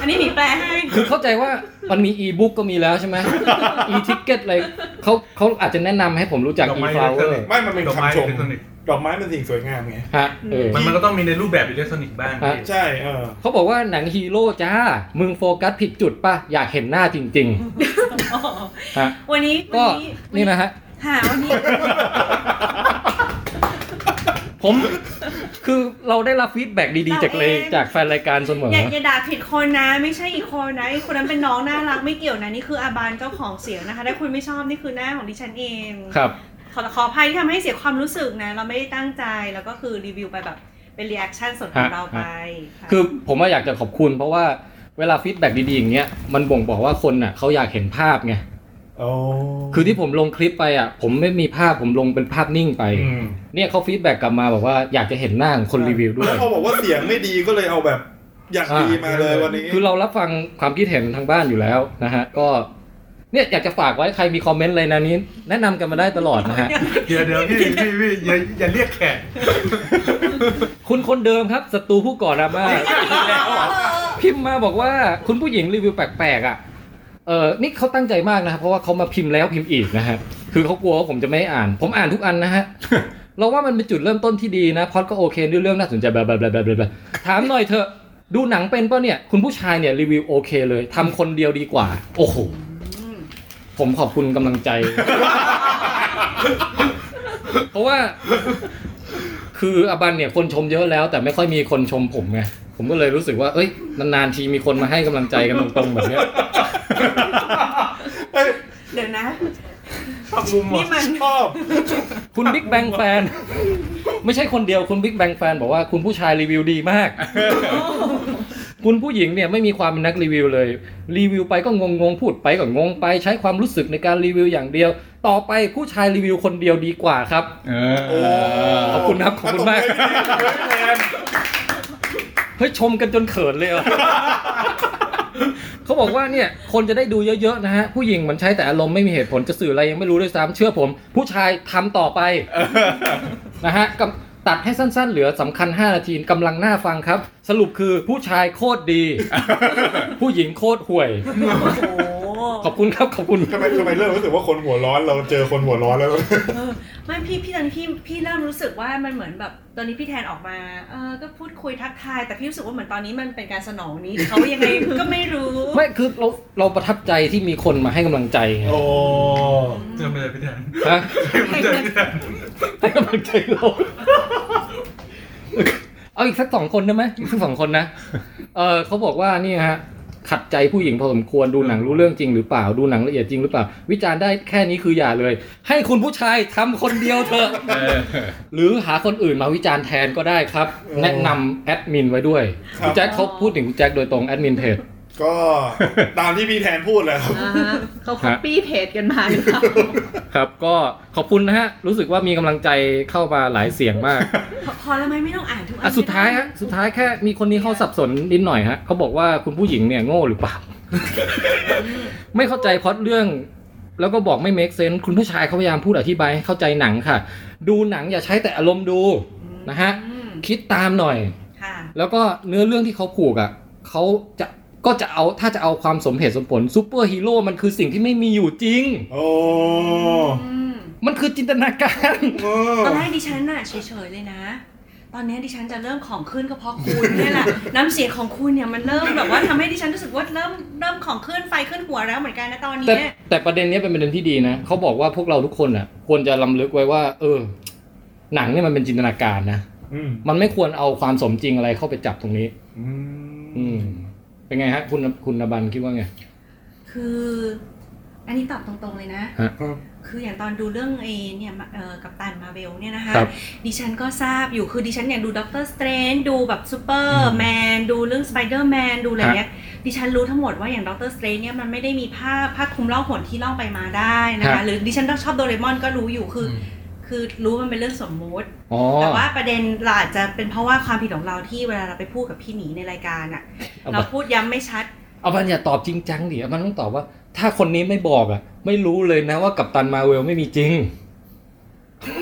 อันนี้หมีแปล ให้
คือเข้าใจว่ามันมีอีบุ๊กก็มีแล้วใช่ไหม อีทิกเก็ตอะไรเขาเขาอาจจะแนะนำให้ผมรู้จัก
ดอก
อี
ไม้
ฟลาวเวอ
อิเล็
ร์
กทรอนิกส์
ไม่มันเป็น
ดอกไม้
คำชม
อิเล็กทรอนิกส์
ดอกไม้เป็นสิ่งสวยงามไง
ฮะเออ
มันมันก็ต้องมีในรูปแบบอิเล็กทรอนิกส์บ้าง
อ่ะ
พี่
ใช่เออ
เขาบอกว่าหนังฮีโร่จ้า มึงโฟกัสผิดจุดป่ะ อยากเห็นหน้าจริง
อ๋อ
ๆ ฮะ
วันนี้
ก็
วันนี้
นี่นะฮะ
หาวันนี้
ผมคือเราได้รับฟีดแบ็กดีๆ จากเลย
เราเอง
จากแฟนรายการเสมอ
อย่าอย่าด่าผิดคนนะ ไม่ใช่อีกคนนะอีกคนนั้นเป็นน้องน่ารักไม่เกี่ยวนะนี่คืออาบานเจ้าของเสียงนะคะถ้าคุณไม่ชอบนี่คือหน้าของดิฉันเอง
ครับ
ขอขออภัยที่ทำให้เสียความรู้สึกนะ เราไม่ได้ตั้งใจแล้วก็คือรีวิวไปแบบเป็นรีแอคชั่นส่วนของ
ฮะ
เราไปะ
คือผมว่าอยากจะขอบคุณ เพราะว่าเวลาฟีดแบ็กดีๆ อย่างเงี้ยมันบ่งบอกว่าคนน่ะเขาอยากเห็นภาพไง
โอ้
คือที่ผมลงคลิปไปอ่ะ ผมไม่มีภาพผมลงเป็นภาพนิ่งไป
ม
เนี่ยเขาฟีดแบ็กกลับมาบอกว่าอยากจะเห็นหน้าของคนรีวิวด้ว
แล้
ย
วพอบอกว่าเสียงไม่ดีก็เลยเอาแบบอย่างดีมาเลยวันนี้
คือเรารับฟังความคิดเห็นทางบ้านอยู่แล้วนะฮะ ก็เนี่ยอยากจะฝากไว้ใครมีคอมเมนต์อะไรนะนี้ แนะนำกันมาได้ตลอดนะฮะ
เดี๋ยวเดี๋ยวพี่พี่พี่อย่าอย่าเรียกแขก
คุณคนเดิมครับศัตรูผู้ก่อดราม่าพิมพ์มาบอกว่าคุณผู้หญิงรีวิวแปลกๆอ่ะเออนี่เขาตั้งใจมากนะครับเพราะว่าเขามาพิมพ์แล้วพิมพ์อีกนะฮะคือเขากลัวว่าผมจะไม่อ่าน ผมอ่านทุกอัน นะฮะ เราว่ามันเป็นจุดเริ่มต้นที่ดีนะพอดก็โอเคด้วยเรื่องน่าสนใจแบบแบบแบบแบบแบบถามหน่อยเถอะดูหนังเป็นป่ะเนี่ย คุณผู้ชายเนี่ยรีวิวโอเคเลยทำคนเดียวดีกว่า โอ้โหผมขอบคุณกำลังใจ เพราะว่า คืออบันเนี่ยคนชมเยอะแล้ว แต่ไม่ค่อยมีคนชมผมไงผมก็เลยรู้สึกว่า เอ้ยนานๆทีมีคนมาให้กำลังใจกันตรงๆแบบเนี้ย
เดี๋ยวนะ
ชอบมุม
นี่มัน
ชอบ
คุณบิ๊กแบงแฟน ไม่ใช่คนเดียวคุณบิ๊กแบงแฟนบอกว่าคุณผู้ชายรีวิวดี มาก คุณผู้หญิงเนี่ยไม่มีความเป็นนักรีวิวเลย รีวิวไปก็งงงๆพูดไปก็งงไปใช้ความรู้สึกในการรีวิวอย่างเดียว ต่อไปผู้ชายรีวิวคนเดียวดีกว่าครับ
เอ
โอ้
อ
ขอบคุณครับขอบคุณมาก
ตบอให้พี่แทน
เฮ้ยชมกันจนเขินเลยเหรอ เขาบอกว่าเนี่ยคนจะได้ดูเยอะๆนะฮะ ผู้หญิงมันใช้แต่อารมณ์ไม่มีเหตุผลจะสื่ออะไรยังไม่รู้ด้วยซ้ำเชื่อผม ผู้ชายทำต่อไป นะฮะกำตัดให้สั้นๆ เหลือสำคัญ 5 นาทีกำลังน่าฟังครับ สรุปคือผู้ชายโคตรดี ผู้หญิงโคตรห่วย
โอ้โห
ขอบคุณครับขอบคุณ
ทำไมทำไมเริ่มรู้สึกว่าคนหัวร้อนเราเจอคนหัวร้อนแล้ว
เออไม่พี่พี่ตอนนี้พี่พี่เริ่มรู้สึกว่ามันเหมือนแบบตอนนี้พี่แทนออกมาเออก็พูดคุยทักทาย แต่พี่รู้สึกว่าเหมือนตอนนี้มันเป็นการสนองนี้เขายังไงก็ไม่รู้
ไม่คือเราเราประทับใจที่มีคนมาให้กำลังใจไง
โอ้
จำเลยพี่แทน
ฮะ
จำเลยพี่แทน
ให้กำลังใจ เรา เอาอีกสักสองคนได้ไหมอีกสักสองคนนะ เออเขาบอกว่านี่ฮะ ขัดใจผู้หญิงพอสมควรดูหนังรู้เรื่องจริงหรือเปล่าดูหนังละเอียดจริงหรือเปล่า วิจารณ์ได้แค่นี้คืออย่าเลย ให้คุณผู้ชายทำคนเดียวเถ อะ
เออ
หรือหาคนอื่นมาวิจารณ์แทนก็ได้ครับ แนะนำแอดมินไว้ด้วย
ครับ
คุณแจ็คเขาพูดถึงคุณแจ็คโดยตรงแอดมินเพจ
ก็ตามที่พี่แทนพูดเลยครับ
อ่าฮะเขาคัปปี้เพจกันมาหรือเปล่า
ครับก็ขอบคุณนะฮะ รู้สึกว่ามีกำลังใจเข้ามาหลายเสียงมาก
พอพอแล้วไหมไม่ต้องอ่านทุกอั
อ่ะ
น
สุดท้ายฮะสุดท้ายแค่มีคนนี้เขาสับสนนิดหน่อยฮะเขาบอกว่าคุณผู้หญิงเนี่ยโง่หรือเปล่า ไม่เข้าใจพล็อดเรื่อง แล้วก็บอกไม่ make sense คุณผู้ชายเขาพยายามพูดอธิบายให้เข้าใจหนังค่ะ ดูหนังอย่าใช้แต่อารมณ์ดูนะฮะ
อืม
คิดตามหน่อย
ค่ะ
แล้วก็เนื้อเรื่องที่เขาผูกอ่ะเขาจะก็จะเอาถ้าจะเอาความสมเหตุสมผลซูเปอร์ฮีโร่มันคือสิ่งที่ไม่มีอยู่จริง
โอ้
อืม
มันคือจินตนาการ
เออ
ตอนแรกดิฉันน่ะเฉยๆเลยนะ ตอนนี้ดิฉันจะเริ่มของขึ้นก็เพราะคุณเนี่ยแหละ น้ำเสียงของคุณเนี่ยมันเริ่มแบบว่าทำให้ดิฉันรู้สึกว่าเริ่มเริ่มของขึ้นไฟขึ้นหัวแล้วเหมือนกันนะตอน
แต่
นี้
แต่ประเด็นเนี้ยเป็นประเด็นที่ดีนะเขาบอกว่าพวกเราทุกคนอ่ะ ควรจะลำลึกไว้ว่า เออ หนังเนี่ยมันเป็นจินตนาการนะ
อืม
มันไม่ควรเอาความสมจริงอะไรเข้าไปจับตรงนี้
อื
อื
ม
ม เป็นไงฮะ คุณคุณนบันคิดว่าไง
คือ อันนี้ตอบตรงๆเลยนะ
ครับ
คืออย่างตอนดูเรื่องเอเนี่ยมาเอ่อกับตันมาเวลเนี่ยนะคะ
ครับ
ดิฉันก็ทราบอยู่คือดิฉันอย่างดูด็อกเตอร์สเตรนดูแบบซูเปอร์แมนดูเรื่องสไปเดอร์แมนดูอะไรเงี้ยดิฉันรู้ทั้งหมดว่าอย่างด็อกเตอร์สเตรนเนี่ยมันไม่ได้มีผ้าผ้าคลุมล่องหนที่ล่องไปมาได้นะ
ครั
คะ
บ
หรือดิฉันชอบโดเรมอนก็รู้อยู่คืออคือรู้มันเป็นเรื่องสมมุติ
อ๋อ
แต่ว่าประเด็นเราอาจจะเป็นเพราะว่าความผิดของเราที่เวลาเราไปพูดกับพี่หมีในรายการอะ
เอาปะ
เราพูดย้ำไม่ชัด
เอาบันอย่าตอบจริงจังดิเอาบันต้องตอบว่า ถ้าคนนี้ไม่บอกอ่ะ ไม่รู้เลยนะว่ากัปตันมาเวลไม่มีจริง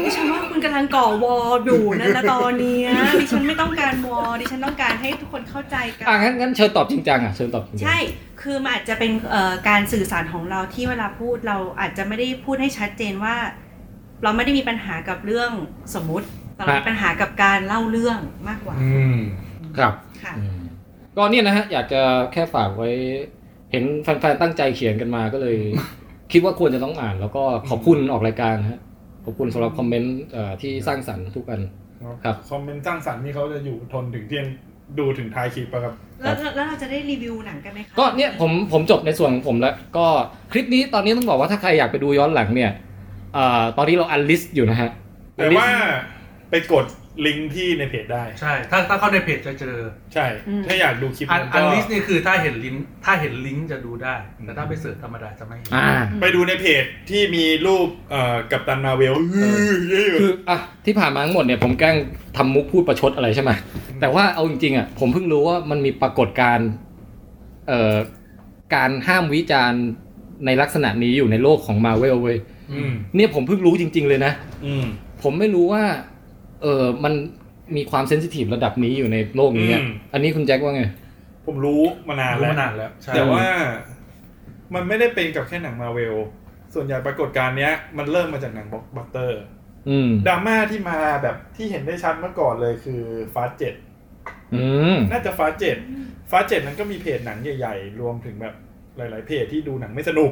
ดิฉันว่าคุณ กำลังก่อวอลอยู่นั่นนะตอนเนี้ยดิฉันไม่ต้องการวอลดิฉันต้องการให้ทุกคนเข้าใจกั
อ่ะ
น
งั้นงั้นเชิญตอบจริงจังอ่ะเชิญตอบจริงจัง
ใช่ คือมันอาจจะเป็นเอ่อการสื่อสารของเราที่เวลาพูดเราอาจจะไม่ได้พูดให้ชัดเจนว่า เราไม่ได้มีปัญหากับเรื่องสมมุติแต่เรามีปัญหากับการเล่าเรื่องมากกว่า
อืมครับ
ค่ะ
อืมก็เนี่ยนะฮะ อยากจะแค่ฝากไว้ เห็นแฟนๆตั้งใจเขียนกันมาก็เลย คิดว่าควรจะต้องอ่าน แล้วก็ขอบคุณออกรายการนะฮะ ขอบคุณสำหรับคอมเมนต์เอ่อที่สร้างสรรค์ทุกอัน ครับ
คอมเมนต์สร้างสรรค์นี่เขาจะอยู่ทนถึงเที่ยงดูถึงท้ายคลิปปะครับ
แล้วแล้วแล้วเราจะได้รีวิวหนังกันไหมคะ
ก็เนี่ยผมผมจบในส่วนของผมแล้ว ก็คลิปนี้ตอนนี้ต้องบอกว่าถ้าใครอยากไปดูย้อนหลังเนี่ยเอ่อตอนนี้เราอันลิสต์อยู่นะฮะ
แต่ว่าไปกดลิงก์ที่ในเพจได้
ใช่ ถ้าถ้าเข้าในเพจจะเจอ
ใช่ ถ้าอยากดูคลิป
อัน
นั้น
อั
ก็
นลิสต์นี่คือถ้าเห็นลิงก์ถ้าเห็นลิงก์จะดูได้ แต่ถ้าไปเสิร์ชธรรมดาจะไม่เห็น
อ่า
ไปดูในเพจที่มีรูปเอ่อกับตันมาเวล
คืออ่ะที่ผ่านมาทั้งหมดเนี่ยผมแกล้งทำมุกพูดประชดอะไรใช่ไหมแต่ว่าเอาจริงๆอ่ะผมเพิ่งรู้ว่ามันมีปรากฏการณ์เอ่อการห้ามวิจารณ์ในลักษณะนี้อยู่ในโลกของมาเวลเว้ย
อืม
เนี่ยผมเพิ่งรู้จริง ๆ เลยนะ
อืม
ผมไม่รู้ว่า เออมันมีความเซนซิทีฟระดับนี้อยู่ในโลกนี้อะอันนี้คุณแจ็คว่าไง
ผมรู้มานาน
รู้
แล้ว
มานานแล้วใช่
แต่ว่ามันไม่ได้เป็นกับแค่หนังมาเวล ส่วนใหญ่ปรากฏการณ์เนี้ย มันเริ่มมาจากหนังบล็อกบัตเตอร์
อืม
ดราม่าที่มาแบบที่เห็นได้ชัดเมื่อก่อนเลยคือฟาสเจ็ด
อืม
น่าจะฟ้าเจ็ดฟ้าเจ็ดนั้นก็มีเพจหนังใหญ่ๆ รวมถึงแบบหลาย ๆ เพจที่ดูหนังไม่สนุก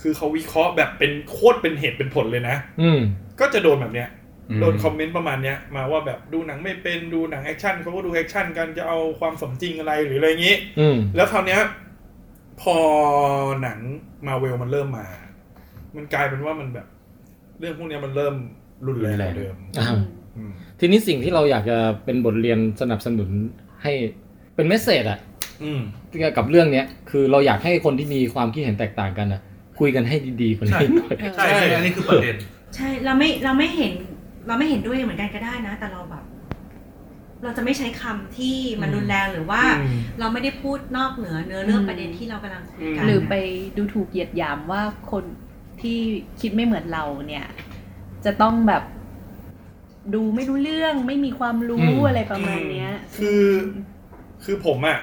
คือเขาวิเคราะห์แบบเป็นโคตรเป็นเหตุเป็นผลเลยนะ
อืม
ก็จะโดนแบบเนี้ย
อืม
โดนคอมเมนต์ประมาณเนี้ยมาว่าแบบดูหนังไม่เป็นดูหนังแอคชั่นเขาก็ดูแอคชั่นกันจะเอาความสมจริงอะไรหรืออะไรอย่างนี้
อืม
แล้วคราวเนี้ยพอหนังมาเวลมันเริ่มมา มันกลายเป็นว่ามันแบบ เรื่องพวกเนี้ยมันเริ่มรุนแรงกว่าเดิม
อ่า
อืม
ทีนี้สิ่งที่เราอยากจะเป็นบทเรียนสนับสนุนให้เป็นเมสเซจอะ
อืม
เกี่ยวกับเรื่องเนี้ยคือเราอยากให้คนที่มีความคิดเห็นแตกต่างกันนะคุยกันให้ดีๆกว่านี้หน่อย
ใช่ใช่อันนี้คือประเด็น
ใช่เราไม่เราไม่เห็นเราไม่เห็นด้วยเหมือนกันก็ได้นะ แต่เราแบบ เราจะไม่ใช้คำที่มันรุนแรงหรือว่า
อืม
เราไม่ได้พูดนอกเหนือเนื้อเรื่องประเด็นที่เรากำลังคุยกัน
หรือไปดูถูกเหยียดหยามว่าคนที่คิดไม่เหมือนเราเนี่ย จะต้องแบบดูไม่รู้เรื่องไม่มีความรู้อะไรประมาณเนี้ย
คือคือผมอะ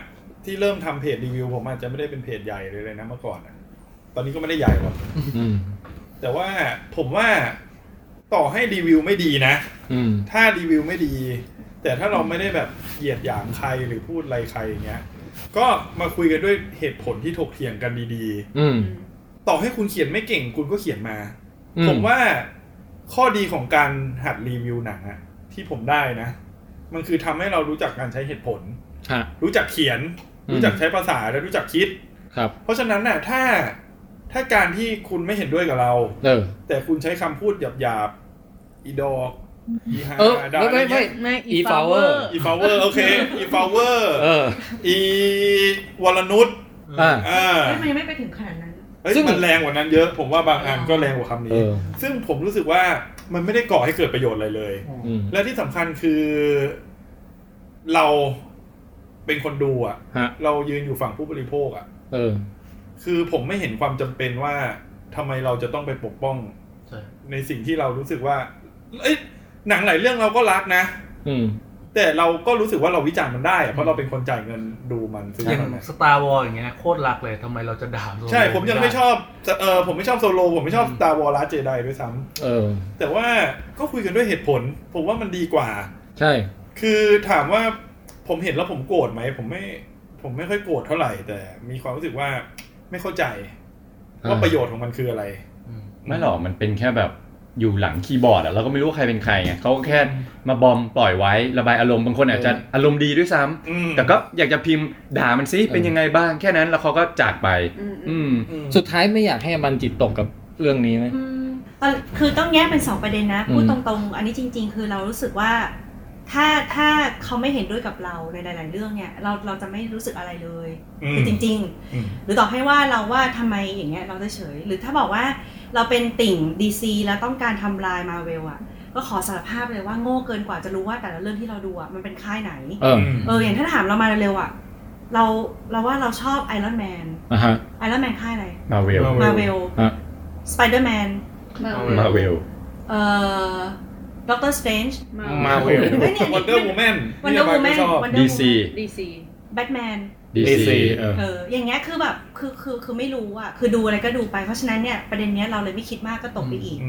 ที่เริ่มทำเพจรีวิว ผมอาจจะไม่ได้เป็นเพจใหญ่เลยเลยนะเมื่อก่อนอะตอนนี้ก็ไม่ได้ใหญ่หรอก
อืม
แต่ว่าผมว่าต่อให้รีวิวไม่ดีนะ
อืม
ถ้ารีวิวไม่ดี แต่ถ้าเราไม่ได้แบบเหยียดหยามใครหรือพูดอะไรใครอย่างเงี้ย ก็มาคุยกันด้วยเหตุผลที่ถกเถียงกันดี
อืม
ๆ ต่อให้คุณเขียนไม่เก่งคุณก็เขียนมา
อืม
ผมว่าข้อดีของการหัดรีวิวหนังอะที่ผมได้นะ มันคือทำให้เรารู้จักการใช้เหตุผล
ฮะ
รู้จักเขียน
อืม
รู้จักใช้ภาษาและรู้จักคิด
ครับ
เพราะฉะนั้นน่ะถ้าถ้าการที่คุณไม่เห็นด้วยกับเรา
เออ
แต่คุณใช้คำพูดหยาบๆอีดอกอีฮา
เออ
ดา
ไม่ไม่ไม่
ไม่
อีฟาวเวอ
flower
ร์
อีฟาวเวอร์โอเคอีฟาวเวอร์
เออ
อีวรนุช
อ่า
อ่า
เฮ้ยมันยังไม่ไปถึงขนาดนั้น
เฮ้ย
ซึ่ง
มันแรงกว่านั้นเยอะ ผมว่าบางอันก็แรงกว่าคำ
เอ
นี้
อ
ซึ่งผมรู้สึกว่ามันไม่ได้ก่อให้เกิดประโยชน์อะไรเลย
อืม
และที่สำคัญคือ เราเป็นคนดูอะ
ฮะ
เรายืนอยู่ฝั่งผู้บริโภคอะ
เออ
คือผมไม่เห็นความจำเป็นว่าทำไมเราจะต้องไปปกป้อง
ใช่
ในสิ่งที่เรารู้สึกว่า เอ้ยหนังหลายเรื่องเราก็รักนะ
อืม
แต่เราก็รู้สึกว่าเราวิจารณ์มันได้อะเพราะเราเป็นคนจ่ายเงินดูมันซื้อ
อย่าง
มันนะ
สตาร์วอลอย่างเงี้ยโคตรรักเลยทำไมเราจะด่าตัว
ใช่ ผมยังไม่ชอบเออผมไม่ชอบโซโล ผมไม่ชอบตาวอล s เจไดด้วยซ้ำ
เออ
แต่ว่าก็คุยกันด้วยเหตุผล ผมว่ามันดีกว่า
ใช่
คือถามว่าผมเห็นแล้วผมโกรธไหมผมไม่ ผมไม่ค่อยโกรธเท่าไหร่ แต่มีความรู้สึกว่าไม่เข้าใจว่าประโยชน์ของมันคืออะไร
ไม่หรอกมันเป็นแค่แบบอยู่หลังคีย์บอร์ดอะเราก็ไม่รู้ว่าใครเป็นใครไงเขาก็แค่มาบอมปล่อยไว้ระบายอารมณ์บางคนอาจจะอารมณ์ดีด้วยซ้ำ
อืม
แต่ก็อยากจะพิมพ์ด่ามันซิเป็นยังไงบ้างแค่นั้นแล้วเขาก็จากไป อืม
อืม
สุดท้ายไม่อยากให้มันจิตตกกับเรื่องนี้ไหม
อืมตอนคือต้องแยกเป็นสองประเด็นนะ
อืม
พูดตรงๆ อันนี้จริง ๆ คือเรารู้สึกว่า ถ้าถ้าเขาไม่เห็นด้วยกับเราในหลาย ๆ เรื่องเนี่ย เราเราจะไม่รู้สึกอะไรเลย
อืม
คือจริง
อืม
ๆ หรือต่อให้ว่าเราว่าทำไมอย่างเงี้ยเราจะเฉย หรือถ้าบอกว่าเราเป็นติ่งดีซีแล้วต้องการทำลายมาเวลอะก็ขอสารภาพเลยว่าโง่เกินกว่าจะรู้ว่าแต่ละเรื่องที่เราดูอะมันเป็นค่ายไหน
เออ
เอออย่างถ้าถามเรามาเร็วๆอะเราเราว่าเราชอบไอรอนแมน
อ่ะฮะ
ไอรอนแมนค่ายอะไร
มาเวล
มาเวล
ฮะ
สไปเดอร์แมน
มาเวล
เออ ด็อกเตอร์สเตนจ์
มาเวล
เฮ้ยเนี่ย
Wonder Woman
วันเดอร์วูแมน
ชอบ
วันเดอร์วู
DC
ดีซี
แบทแมน
DC เออ
เอออย่างเงี้ยคือแบบคือคือคือไม่รู้อะคือดูอะไรก็ดูไปเพราะฉะนั้นเนี่ยประเด็นเนี้ยเราเลยไม่คิดมากก็ตกไปอีก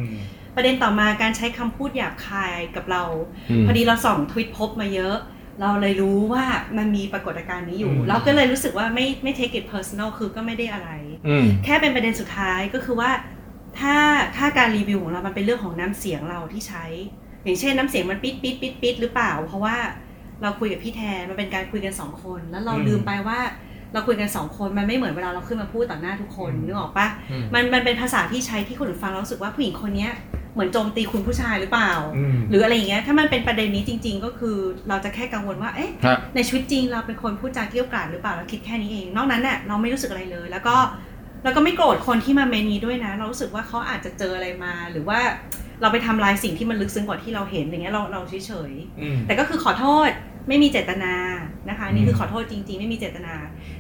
ประเด็นต่อมาการใช้คำพูดหยาบคายกับเรา
อืม
พอดีเราส่องทวิตพบมาเยอะ เราเลยรู้ว่ามันมีปรากฏการณ์นี้อยู่
อืม
เราก็เลยรู้สึกว่าไม่ไม่ take it personal คือก็ไม่ได้อะไร
อืม
แค่เป็นประเด็นสุดท้ายก็คือว่าถ้าถ้าการรีวิวของเรา มันเป็นเรื่องของน้ำเสียงเราที่ใช้ อย่างเช่นน้ำเสียงมันปิดปิดปิดปิดหรือเปล่า เพราะว่าเราคุยกับพี่แทนมันเป็นการคุยกันสองคน แล้วเรา
อืม
ลืมไปว่าเราคุยกันสองคนมันไม่เหมือนเวลาเราขึ้นมาพูดต่อหน้าทุกคนนึกออกปะ
อืม
มันมันเป็นภาษาที่ใช้ที่คนอื่นฟังแล้วรู้สึกว่าผู้หญิงคนเนี้ยเหมือนโจมตีคุณผู้ชายหรือเปล่า
อืม
หรืออะไรอย่างเงี้ยถ้ามันเป็นประเด็นนี้จริง ๆ ก็คือเราจะแค่กังวลว่าเอ๊ะ
ฮะ
ในชีวิตจริงเราเป็นคนพูดจาเกรี้ยวกราดหรือเปล่าเราคิดแค่นี้เอง นอกนั้นน่ะเราไม่รู้สึกอะไรเลย แล้วก็เราก็ไม่โกรธคนที่มาเมนนี้ด้วยนะ เรารู้สึกว่าเขาอาจจะเจออะไรมา หรือว่าเราไปทำลายสิ่งที่มันลึกซึ้งกว่าที่เราเห็นอย่างเงี้ยเราเราเฉย
อืม
ๆแต่ก็คือขอโทษไม่มีเจตนานะคะอันนี่คือขอโทษจริง ๆ ไม่มีเจตนา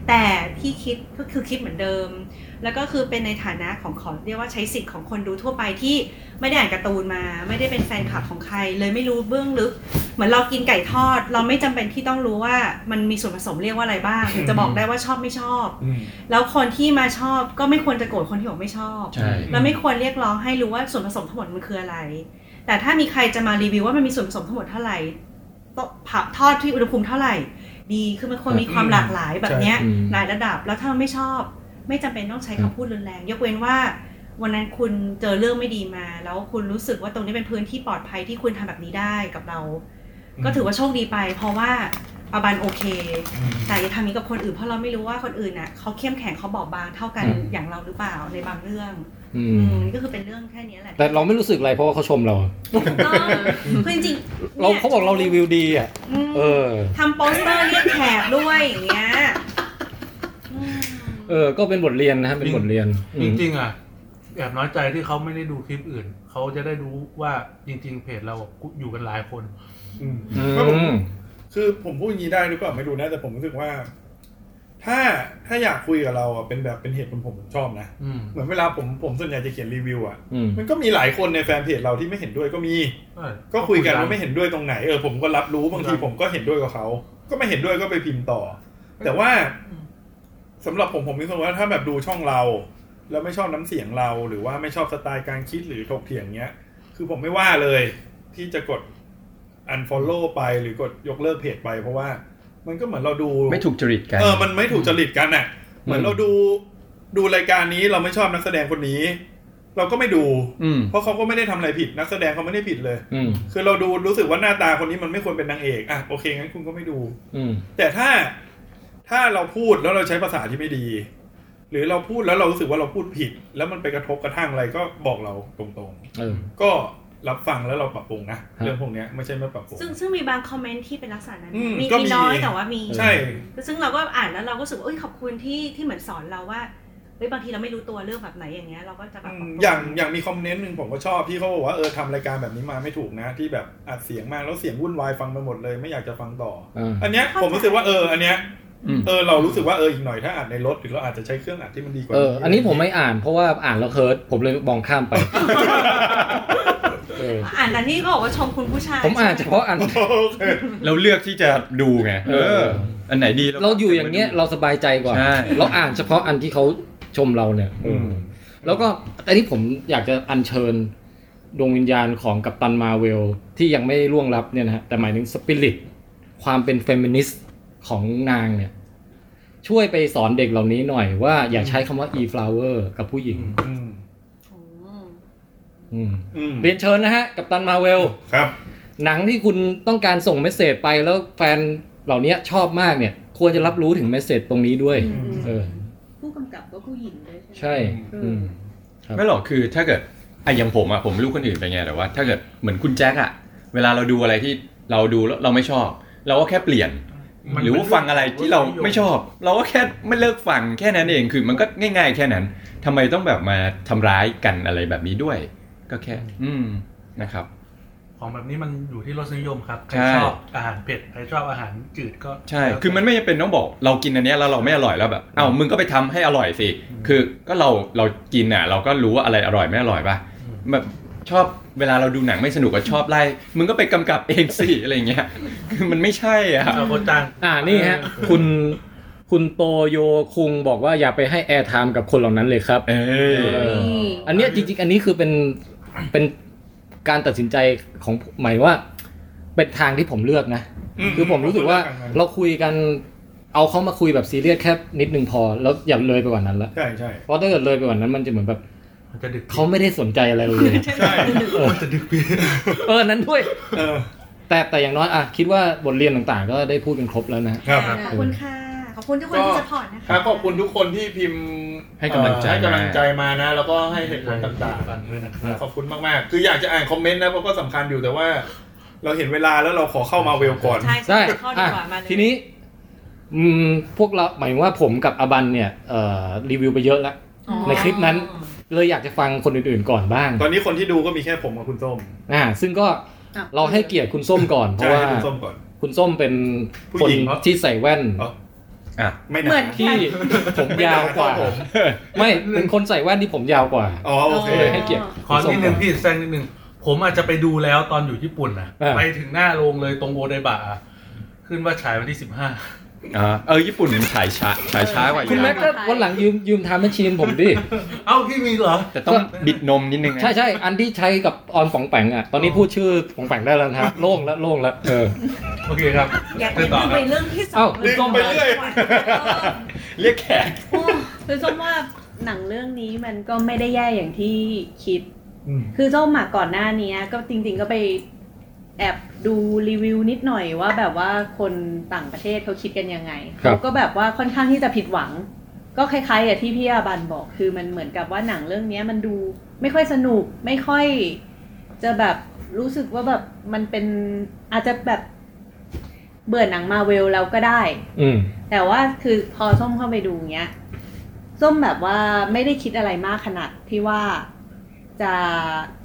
แต่ที่คิดก็คือคิดเหมือนเดิม แล้วก็คือเป็นในฐานะของขอเรียกว่าใช้สิทธิ์ของคนดูทั่วไปที่ไม่ได้อ่านการ์ตูนมา ไม่ได้เป็นแฟนคลับของใคร เลยไม่รู้เบื้องลึก เหมือนเรากินไก่ทอด เราไม่จำเป็นที่ต้องรู้ว่ามันมีส่วนผสมเรียกว่าอะไรบ้างถึงจะบอกได้ว่าชอบไม่ชอบ แล้วคนที่มาชอบก็ไม่ควรจะโกรธคนที่บอกไม่ชอบ
ใช่
แล้วไม่ควรเรียกร้องให้รู้ว่าส่วนผสมทั้งหมดมันคืออะไร แต่ถ้ามีใครจะมารีวิวว่ามันมีส่วนผสมทั้งหมดเท่าไหร่ต้องผักทอดที่อุณหภูมิเท่าไหร่ ดีคือมันควรมีความหลากหลายแบบเนี้ย
ใช่อืม
หลายระดับ แล้วถ้าเราไม่ชอบ ไม่จำเป็นต้องใช้คำพูดรุนแรง ยกเว้นว่า วันนั้นคุณเจอเรื่องไม่ดีมา แล้วคุณรู้สึกว่าตรงนี้เป็นพื้นที่ปลอดภัยที่คุณทำแบบนี้ได้กับเรา ก็ถือว่าโชคดีไป เพราะว่าอาบันโอเค แต่อย่าทำนี้กับคนอื่นเพราะเราไม่รู้ว่าคนอื่นน่ะเขาเข้มแข็งเขาบอบบางเท่ากัน
อืม
อย่างเราหรือเปล่าในบางเรื่อง
อื
อื
ม
มนี่ก็คือเป็นเรื่องแค่นี้แหละ
แต่เราไม่รู้สึกอะไรเพราะว่าเขาชมเรา
คือจริงๆ
เรา
นี่ย
เขาบอกเรารีวิวดีอ่ะ เออ
ทำโปสเตอร์เรียกแขกด้วยอย่างเงี้ย
เออ ก็เป็นบทเรียนนะฮะ เป็นบทเรียน
จริงๆอ่ะแอบน้อยใจที่เขาไม่ได้ดูคลิปอื่น เขาจะได้รู้ว่าจริง ๆ เพจเราอยู่กันหลายคน
ไม่ผมคือผมพูดอย่างนี้ได้หรือเปล่าไม่รู้นะ แต่ผมรู้สึกว่า ถ้าถ้าอยากคุยกับเราอ่ะเป็นแบบเป็นเหตุผลผมผมชอบนะ
อืม
เหมือนเวลาผมผมส่วนใหญ่จะเขียนรีวิวอ่ะ
อืม
มันก็มีหลายคนในแฟนเพจเราที่ไม่เห็นด้วยก็มี ก็คุยกันว่าไม่เห็นด้วยตรงไหนเออผมก็รับรู้บางทีผมก็เห็นด้วยกับเขา ก็ไม่เห็นด้วยก็ไปพิมพ์ต่อ แต่ว่าสำหรับผมผมมีความรู้สึกว่าถ้าแบบดูช่องเรา แล้วไม่ชอบน้ำเสียงเรา หรือว่าไม่ชอบสไตล์การคิดหรือถกเถียงเนี้ย คือผมไม่ว่าเลย ที่จะกด unfollow ไปหรือกดยกเลิกเพจไป เพราะว่า มันก็เหมือนเราดู
ไม่ถูกจริตกัน
เออ มันไม่ถูกจริตกันอ่ะ เหมือนเราดูดูรายการนี้เราไม่ชอบนักแสดงคนนี้ เราก็ไม่ดู
อืม
เพราะเขาก็ไม่ได้ทำอะไรผิดนักแสดงเขาไม่ได้ผิดเลย
อืม
คือเราดูรู้สึกว่าหน้าตาคนนี้มันไม่ควรเป็นนางเอกอ่ะโอเคงั้นคุณก็ไม่ดู
อืม
แต่ถ้าถ้าเราพูดแล้วเราใช้ภาษาที่ไม่ดี หรือเราพูดแล้วเรารู้สึกว่าเราพูดผิด แล้วมันไปกระทบกระทั่งอะไรก็บอกเราตรง
เออ
ๆ ก็รับฟังแล้วเราปรับปรุงนะเรื่องพวกเนี้ยไม่ใช่ไม่ปรับปรุง
ซึ่งซึ่งมีบางคอมเมนต์ที่เป็นลักษณะนั้น
อืม
มี
ก็มี
มีน้อยแต่ว่ามี
ใช่
ซึ่งเราก็อ่านแล้วเราก็รู้สึกว่าเอ้ยขอบคุณที่ที่เหมือนสอนเราว่าเฮ้ยบางทีเราไม่รู้ตัวเรื่องแบบไหนอย่างเงี้ยเราก็จะแบบปรับปรุ
อย่างอย่างมีคอมเมนต์หนึ่งผมก็ชอบที่เขาบอกว่าเออทำรายการแบบนี้มาไม่ถูกนะ ที่แบบอัดเสียงมากแล้วเสียงวุ่นวายฟังไปหมดเลยไม่อยากจะฟังต่ออ
ม
อันเนี้ยผมรู้สึกว่าเอออันเนี้ยเออเรารู้สึกว่าเอออีกหน่อยถ้าอัดในรถหรือเราอาจจะใช้เครื่องอัดที่มันดีกว่า
เออ อันนี้ผมไม่อ่านเพราะว่าอ่านแล้วเคิร์ดผมเลยมองข้ามไป เออ
อ่านแต่นี่ก็บอกว่าชมคุณผู้ชาย
ผมอ่านเฉพาะอัน
เราเลือกที่จะดูไงเอ
เอ
อ
อ
อันไหนดี
เราอยู่อย่างเงี้ยเราสบายใจกว่า
ใช่
เราอ่านเฉพาะอันที่เขาชมเราเนี่ย
อืม
แล้วก็อันนี้ผมอยากจะอัญเชิญดวงวิญญาณของกัปตันมาเวล ที่ยังไม่ล่วงลับเนี่ยนะฮะแต่หมายถึงสปิริตความเป็นเฟมินิสต์ของนางเนี่ย ช่วยไปสอนเด็กเหล่านี้หน่อยว่าอย่าใช้คำว่า e flower กับผู้หญิง อืมเรียนเชิญนะฮะ กัปตันมาเวล
ครับ
หนังที่คุณต้องการส่งเมสเซจไปแล้วแฟนเหล่านี้ชอบมากเนี่ย ควรจะรับรู้ถึงเมสเซจตรงนี้ด้วย เออ
ผู้กำกับก็ผู้หญิงด้วย
ใช่ อืม ครับ
ไม่หรอกคือถ้าเกิดไอ้อย่างผมอะผมไม่รู้คนอื่นเป็นไงแต่ว่า ถ้าเกิดเหมือนคุณแจ็คอะเวลาเราดูอะไรที่เราดูแล้วเราไม่ชอบ เราก็แค่เปลี่ยน หรือว่าฟังอะไรที่เราไม่ชอบ เราก็แค่ไม่เลิกฟังแค่นั้นเองคือมันก็ง่าย ๆ แค่นั้นทำไมต้องแบบมาทำร้ายกันอะไรแบบนี้ด้วย ก็แค่ อืมนะครับ
ของแบบนี้มันอยู่ที่รสนิยมครับ ใคร
ใช่
ชอบอาหารเผ็ด ใครชอบอาหารจืดก็
ใช่ คือมันไม่จำเป็นต้องบอกเรากินอันเนี้ยแล้วเราไม่อร่อยแล้วแบบ เอ้า มึงก็ไปทำให้อร่อยสิ คือก็เราเรากินอ่ะ เราก็รู้ว่าอะไรอร่อยไม่อร่อยป่ะแบบ ชอบเวลาเราดูหนังไม่สนุกก็ชอบไล่ มึงก็ไปกำกับเองสิ อะไรเงี้ย คือมันไม่ใช่อ่ะ
เอาคนจ้าง
อ่านี่ฮะ คุณคุณโตโยคุงบอกว่าอย่าไปให้แอร์ไทม์กับคนเหล่านั้นเลยครับ
เออ
เอออันเนี้ยจริงๆ อันนี้คือเป็นเป็นการตัดสินใจของหมายว่า เป็นทางที่ผมเลือกนะ
อืม
คือผมรู้สึกว่าเราคุยกันเอาเขามาคุยแบบซีเรียสแค่นิดนึงพอ แล้วอย่าเลยไปกว่านั้นละ
ใช่ใช่
เพราะถ้าเกิดเลยไปกว่านั้นมันจะเหมือนแบบ
มันจะดึก
เขาไม่ได้สนใจอะไรเราเลย
ใช่
มันจะดึกพี่
เออนั้นด้วย
เออ
แต่แต่อย่างน้อยอ่ะคิดว่าบทเรียนต่างๆ ก็ได้พูดกันครบแล้วนะ
ครับ
ขอบคุณค่ะ ขอบคุณทุกคนที่สปอร์ตนะคะ
ครับขอบคุณทุกคนที่พิมพ์
ให้กำลังใจ
เอ่อให้กำลังใจมานะ แล้วก็ให้เหตุผลต่าง
ฟังด้วยนะครั
ๆ
บ
ขอบคุณมากๆ คืออยากจะอ่านคอมเมนต์นะเพราะก็สำคัญอยู่แต่ว่า
เราเห็นเวลาแล้วเราขอเข้ามาเวลก่อน
ใช่
ใช่
ใช่ข้อดี
อ่ะ
กว่ามาเลย
ทีนี้ อืม พวกเราหมายถึงว่าผมกับอบันเนี่ยเอ่อรีวิวไปเยอะแล้ว
อ๋อ
ในคลิปนั้น เลยอยากจะฟังคนอื่นๆก่อนบ้าง
ตอนนี้คนที่ดูก็มีแค่ผมกับคุณส้ม
อ่า ซึ่งก็เราให้เกียรติคุณส้มก่อน เพ
ใช่
ราะว่า
ให้คุณส้มก่อน
คุณส้มเป็น
ผู้
คน
หญิงเหรอ
ที่ใส่แว่น
เอ้า
อ่ะ
ไม่
เหมือ
นะ
น
ที่ผมยาวกว่า ไม่เป็นคนใส่แว่นที่ผมยาวกว่า
อ๋อโอเค
เลยให้เกียรติ
ขอนิดนึง
คุณส้มก่
พี่แซงนิดนึงผมอาจจะไปดูแล้วตอนอยู่ญี่ปุ่นนะ
อ่า
ไปถึงหน้าโรงเลยตรงโอไดบะขึ้นว่าฉายวันที่สิบห้า
อ่าเออญี่ปุ่นมันฉายช้าฉายช้ากว่า
อน
อยู่
คุณแม็ก
นะ
ก็วันหลังยืมยืมทำแมชชีนผมดิ
เอ้าพี่มีเหรอ
แต่ต้องบิดนมนิดนึงนะ
ใช่ใช่อันที่ใช้กับออนปองแปงอ่ะ ตอนนี้พูดชื่อปองแปงได้แล้วนะครับโล่งแล้วโล่งแล้วเออ
โอเคครับ
อยาก
ไปต่อค
ไป
รับ
เรื่องที่สอ
เอ้าง ดึงไปเรื่อย
เรียกแขก
โอ้คือส้มว่าหนังเรื่องนี้มันก็ไม่ได้แย่อย่างที่คิด
อืม
คือส้มมาก่อนหน้านี้ก็จริง ๆก็ไปแอบดูรีวิวนิดหน่อยว่าแบบว่าคนต่างประเทศเขาคิดกันยังไง
ครับ
เขาก็แบบว่าค่อนข้างที่จะผิดหวัง ก็คล้ายๆกับที่พี่อาบันบอก คือมันเหมือนกับว่าหนังเรื่องนี้มันดูไม่ค่อยสนุกไม่ค่อย จะแบบรู้สึกว่าแบบมันเป็นอาจจะแบบเบื่อหนังมาเวลแล้วก็ได้
อืม
แต่ว่าคือพอส้มเข้าไปดูเงี้ยส้มแบบว่าไม่ได้คิดอะไรมากขนาดที่ว่าจะ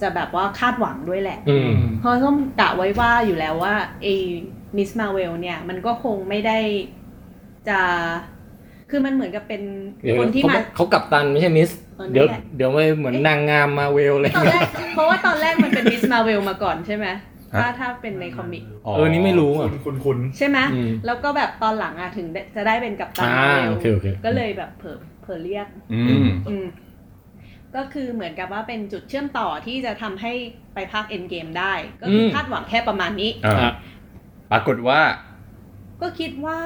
จะแบบว่าคาดหวังด้วยแหละ
อืม
เพราะส้มกะไว้ว่าอยู่แล้วว่าไอ้มิสมาเวลเนี่ย มันก็คงไม่ได้จะคือมันเหมือนกับเป็น
เดี๋ยว
คนที่
เขา
มา
เขากลับตันไม่ใช่มิส
ตอนนี้
เดี๋ยว
แหละ
เดี๋ยวไม่เหมือนนางงามมาเวลอะไร
ตอนแร
เงี้ย
กเพราะว่าตอนแรกมันเป็นมิสมาเวลมาก่อนใช่ไหมถ้าถ้าเป็นในคอมิก
เออนี่ไม่รู้อ่ะ
คุณคุณคุณ
ใช่ไหม
อืม
แล้วก็แบบตอนหลังอะถึงได้จะได้เป็นกัปตัน
อ่า
มาเวล
โอเคโอเค
ก็เลยแบบเผลอเผลอเรียก
อืม
อืม ก็คือเหมือนกับว่าเป็นจุดเชื่อมต่อที่จะทำให้ไปภาคเอ็นเกมได้ ก็คืออ
ม
คาดหวังแค่ประมาณนี้
อ่า
อ่ะ
ปรากฏว่า
ก็คิดว่า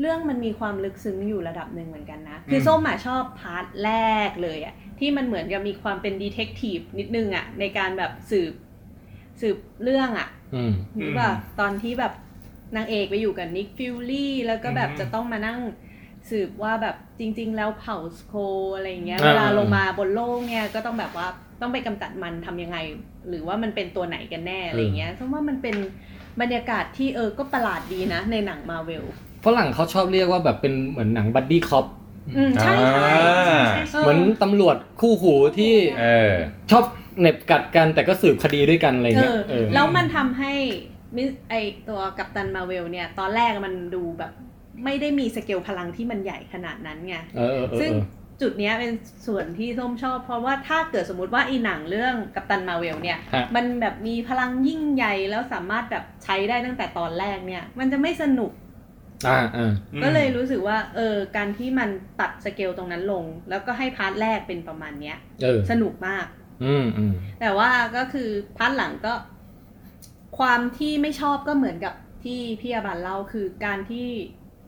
เรื่องมันมีความลึกซึ้งอยู่ระดับหนึ่งเหมือนกันนะ คือส้มอะชอบพาร์ทแรกเลยอะที่มันเหมือนกับมีความเป็นดีเทคทีฟนิดนึงอะในการแบบสืบสืบเรื่องอะ
อืม
หรือว่าตอนที่แบบนางเอกไปอยู่กับนิกฟิลลี่ แล้วก็แบบจะต้องมานั่งสืบว่าแบบจริง ๆ แล้วเผ่าสโคอะไรอย่างเงี้ย
อ่า
เวลาลงมาบนโลกเนี่ยก็ต้องแบบว่าต้องไปกำจัดมันทำยังไง หรือว่ามันเป็นตัวไหนกันแน่อะไรอย่างเงี้ยเพราะว่ามันเป็นบรรยากาศที่เออก็ประหลาดดีนะ ในหนังมาเวล
ฝรั่งเขาชอบเรียกว่าแบบเป็นเหมือนหนังบัดดี้คอป
อืมใช่ใช่
อ่า
เหมือนตำรวจคู่หูที่
เออ
ชอบเหน็บกัดกันแต่ก็สืบคดีด้วยกันอะไร
เอ
เงี้ย
อ
เออ
แล้วมันทำให้มิสไอตัวกัปตันมาเวลเนี่ย ตอนแรกมันดูแบบไม่ได้มีสเกลพลังที่มันใหญ่ขนาดนั้นไง
เออเออเออ
ซึ่ง
เออ
จุดเนี้ยเป็นส่วนที่ส้มชอบ เพราะว่าถ้าเกิดสมมติว่าอีหนังเรื่องกัปตันมาเวลเนี่ย
ฮะ
มันแบบมีพลังยิ่งใหญ่แล้วสามารถแบบใช้ได้ตั้งแต่ตอนแรกเนี่ย มันจะไม่สนุก
อ่าอ่า
ก็เลยรู้สึกว่าเออการที่มันตัดสเกลตรงนั้นลง แล้วก็ให้พาร์ทแรกเป็นประมาณเนี้ย
เออ
สนุกมาก
อืมอืม
แต่ว่าก็คือพาร์ทหลังก็ ความที่ไม่ชอบก็เหมือนกับที่พี่อาบันเล่าคือการที่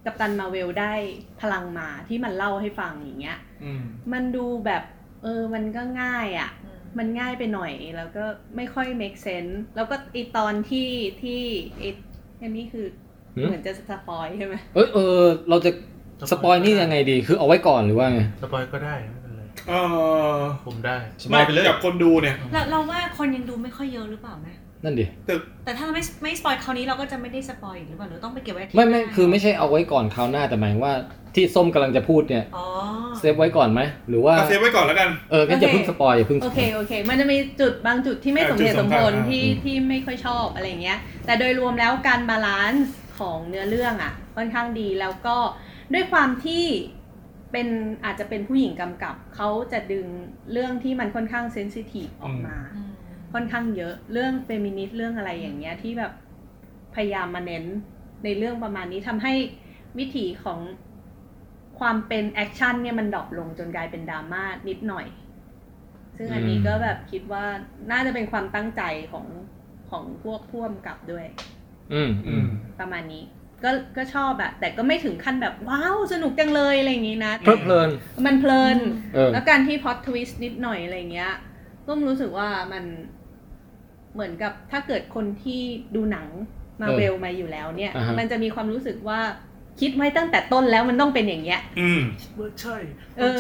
กัปตันมาเวลได้พลังมาที่มันเล่าให้ฟังอย่างเงี้ย
อืม
มันดูแบบ เออ มันก็ง่ายอะ่ะ มันง่ายไปหน่อย แล้วก็ไม่ค่อย make sense แล้วก็ไอีตอนที่ที่ไอีอันนี้คือ
หืม
เหมือนจะสปอยใช่ไหม
เออเออ เราจะสปอยนี่ยังไงดี คือเอาไว้ก่อนหรือว่าไง
สปอยก็ได้ไม่เป็นไร
เออ
ผมได้
ไม่กับคนดูเนี่ย
เราเราว่าคนยังดูไม่ค่อยเยอะหรือเปล่านะ
นั่นดิ
แต่ถ้าเราไม่ไม่สปอยคราวนี้เราก็จะไม่ได้สปอยอีกหรือเปล่าหรือต้องไปเก็บไว้าทิตย์
ไม่ไม่
หน้า
คือไม่ใช่เอาไว้ก่อนคราวหน้าแต่หมายว่าที่ส้มกำลังจะพูดเนี่ย
อ๋อ
เซฟไว้ก่อนไหมหรือว่า
ก็เซฟไว้ก่อนแล้วกัน
เอองั้นอย่าเพิ่งสปอยอย่าเพิ่ง
โอเค โอเค มันจะมีจุดบางจุดที่ไม่สมเหตุสม
อ่าจุดสำคั
ผ
ญ
ล
อ่า
ที่ที่ไม่ค่อยชอบอะไรเงี้ย แต่โดยรวมแล้วการบาลานซ์ของเนื้อเรื่องอ่ะ ค่อนข้างดีแล้วก็ด้วยความที่ เป็นอาจจะเป็นผู้หญิงกำกับ เขาจะดึงเรื่องที่มันค่อนข้างเซนซิทีฟออกมา ค่อนข้างเยอะเรื่องเฟมินิสต์เรื่องอะไรอย่างเงี้ยที่แบบพยายามมาเน้นในเรื่องประมาณนี้ทำให้วิถีของความเป็นแอคชั่นเนี่ยมันดรอปลงจนกลายเป็นดราม่านิดหน่อย ซึ่งอันนี้
อืม
ก็แบบคิดว่าน่าจะเป็นความตั้งใจของของพวกพ่วมกับด้วย
อืมอืม
ประมาณนี้ ก็ก็ชอบอะแต่ก็ไม่ถึงขั้นแบบว้าวสนุกจังเลยอะไรอย่างนี้นะ
เพลิดเพลิน
มันเพลิน
เออ
แล้วการที่พอดทวิสต์นิดหน่อยอะไรอย่างเงี้ยก็รู้สึกว่ามันเหมือนกับถ้าเกิดคนที่ดูหนังมาเวล
เออ
มาอยู่แล้วเนี่ย
อ่าฮะ
มันจะมีความรู้สึกว่าคิดไว้ตั้งแต่ต้นแล้วมันต้องเป็นอย่างเงี้ย
อืม
ใช่
เออ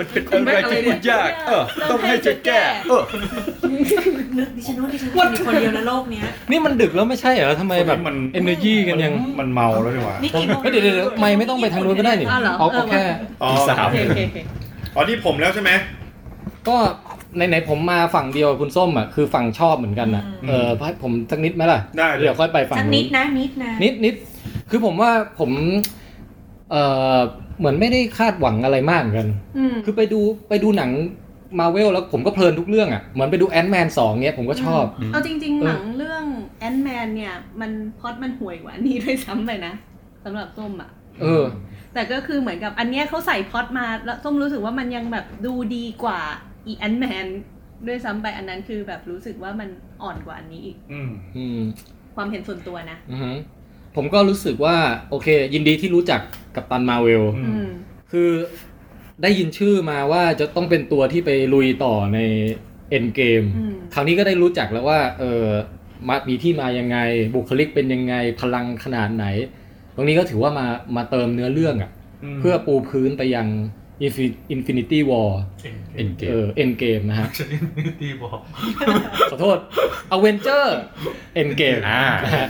มันเป็นอะไรที่พูดยาก เออ ต้องให้จะแก้ เออ
นึกดิฉันว่าดิฉันเป็นคนเดียวในโลกเนี้ย
นี่มันดึกแล้วไม่ใช่เหรอทำไมแบบเอเนอร์จีกันยัง
มันเมาแล้วดีกว่า
นี่กี่โมง
เฮ้ยเดี๋ยวเดี๋ยวเดี๋ยวไม่ไม่ต้องไปทางนู้นก็ได้นี่
อ้าวเหรอ
เอา
เอ
เอา
อ
แค่
อ๋อ
อีกสาม
โอเคโอเคโอเค
อ๋อที่ผมแล้วใช่ไหม
ก็ไหนไหนผมมาฝั่งเดียวกับคุณส้มอ่ะคือฝั่งชอบเหมือนกันนะ
อืม
เออให้ผมสักนิดไหมล่ะ
ได้เลย
เดี๋ยวค่อยไปฝั่ง
สักนิ
นู้
ด
น
นะนิดนะ
นิดนิดคือผมว่าผมเออเหมือนไม่ได้คาดหวังอะไรมากเหมือนกัน
อืม
คือไปดูไปดูหนังมาเวลแล้วผมก็เพลินทุกเรื่องอ่ะ เหมือนไปดูแอนด์แมนสองเนี้ยผมก็ชอบ
เอาจริง ๆ หนังเรื่องแอนด์แมนเนี่ย มันพล็อดมันห่วยกว่าอันนี้ด้วยซ้ำไปนะสำหรับส้มอะ
เออ
แต่ก็คือเหมือนกับอันเนี้ยเขาใส่พล็อตมาแล้วส้มรู้สึกว่ามันยังแบบดูดีกว่าอีแอนแมนด้วยซ้ำไปอันนั้นคือแบบรู้สึกว่ามันอ่อนกว่าอันนี้อีก
อืม
อืม
ความเห็นส่วนตัวนะ
อือฮึผมก็รู้สึกว่า โอเค ยินดีที่รู้จักกับตันมาเวล
อื
อืม
คือได้ยินชื่อมาว่าจะต้องเป็นตัวที่ไปลุยต่อในเอ็นเกม
อืม
คราวนี้ก็ได้รู้จักแล้วว่า เออมามีที่มายังไง บุคลิกเป็นยังไงพลังขนาดไหน ตรงนี้ก็ถือว่ามามาเติมเนื้อเรื่องอะ่ะ เพื่อปูพื้นไปยัง Infinity War
เอ็นเกม
เออเอ็นเกมนะฮะ
ฉันนี่ตีบอก
ขอโทษ Avenger End Game
อ่า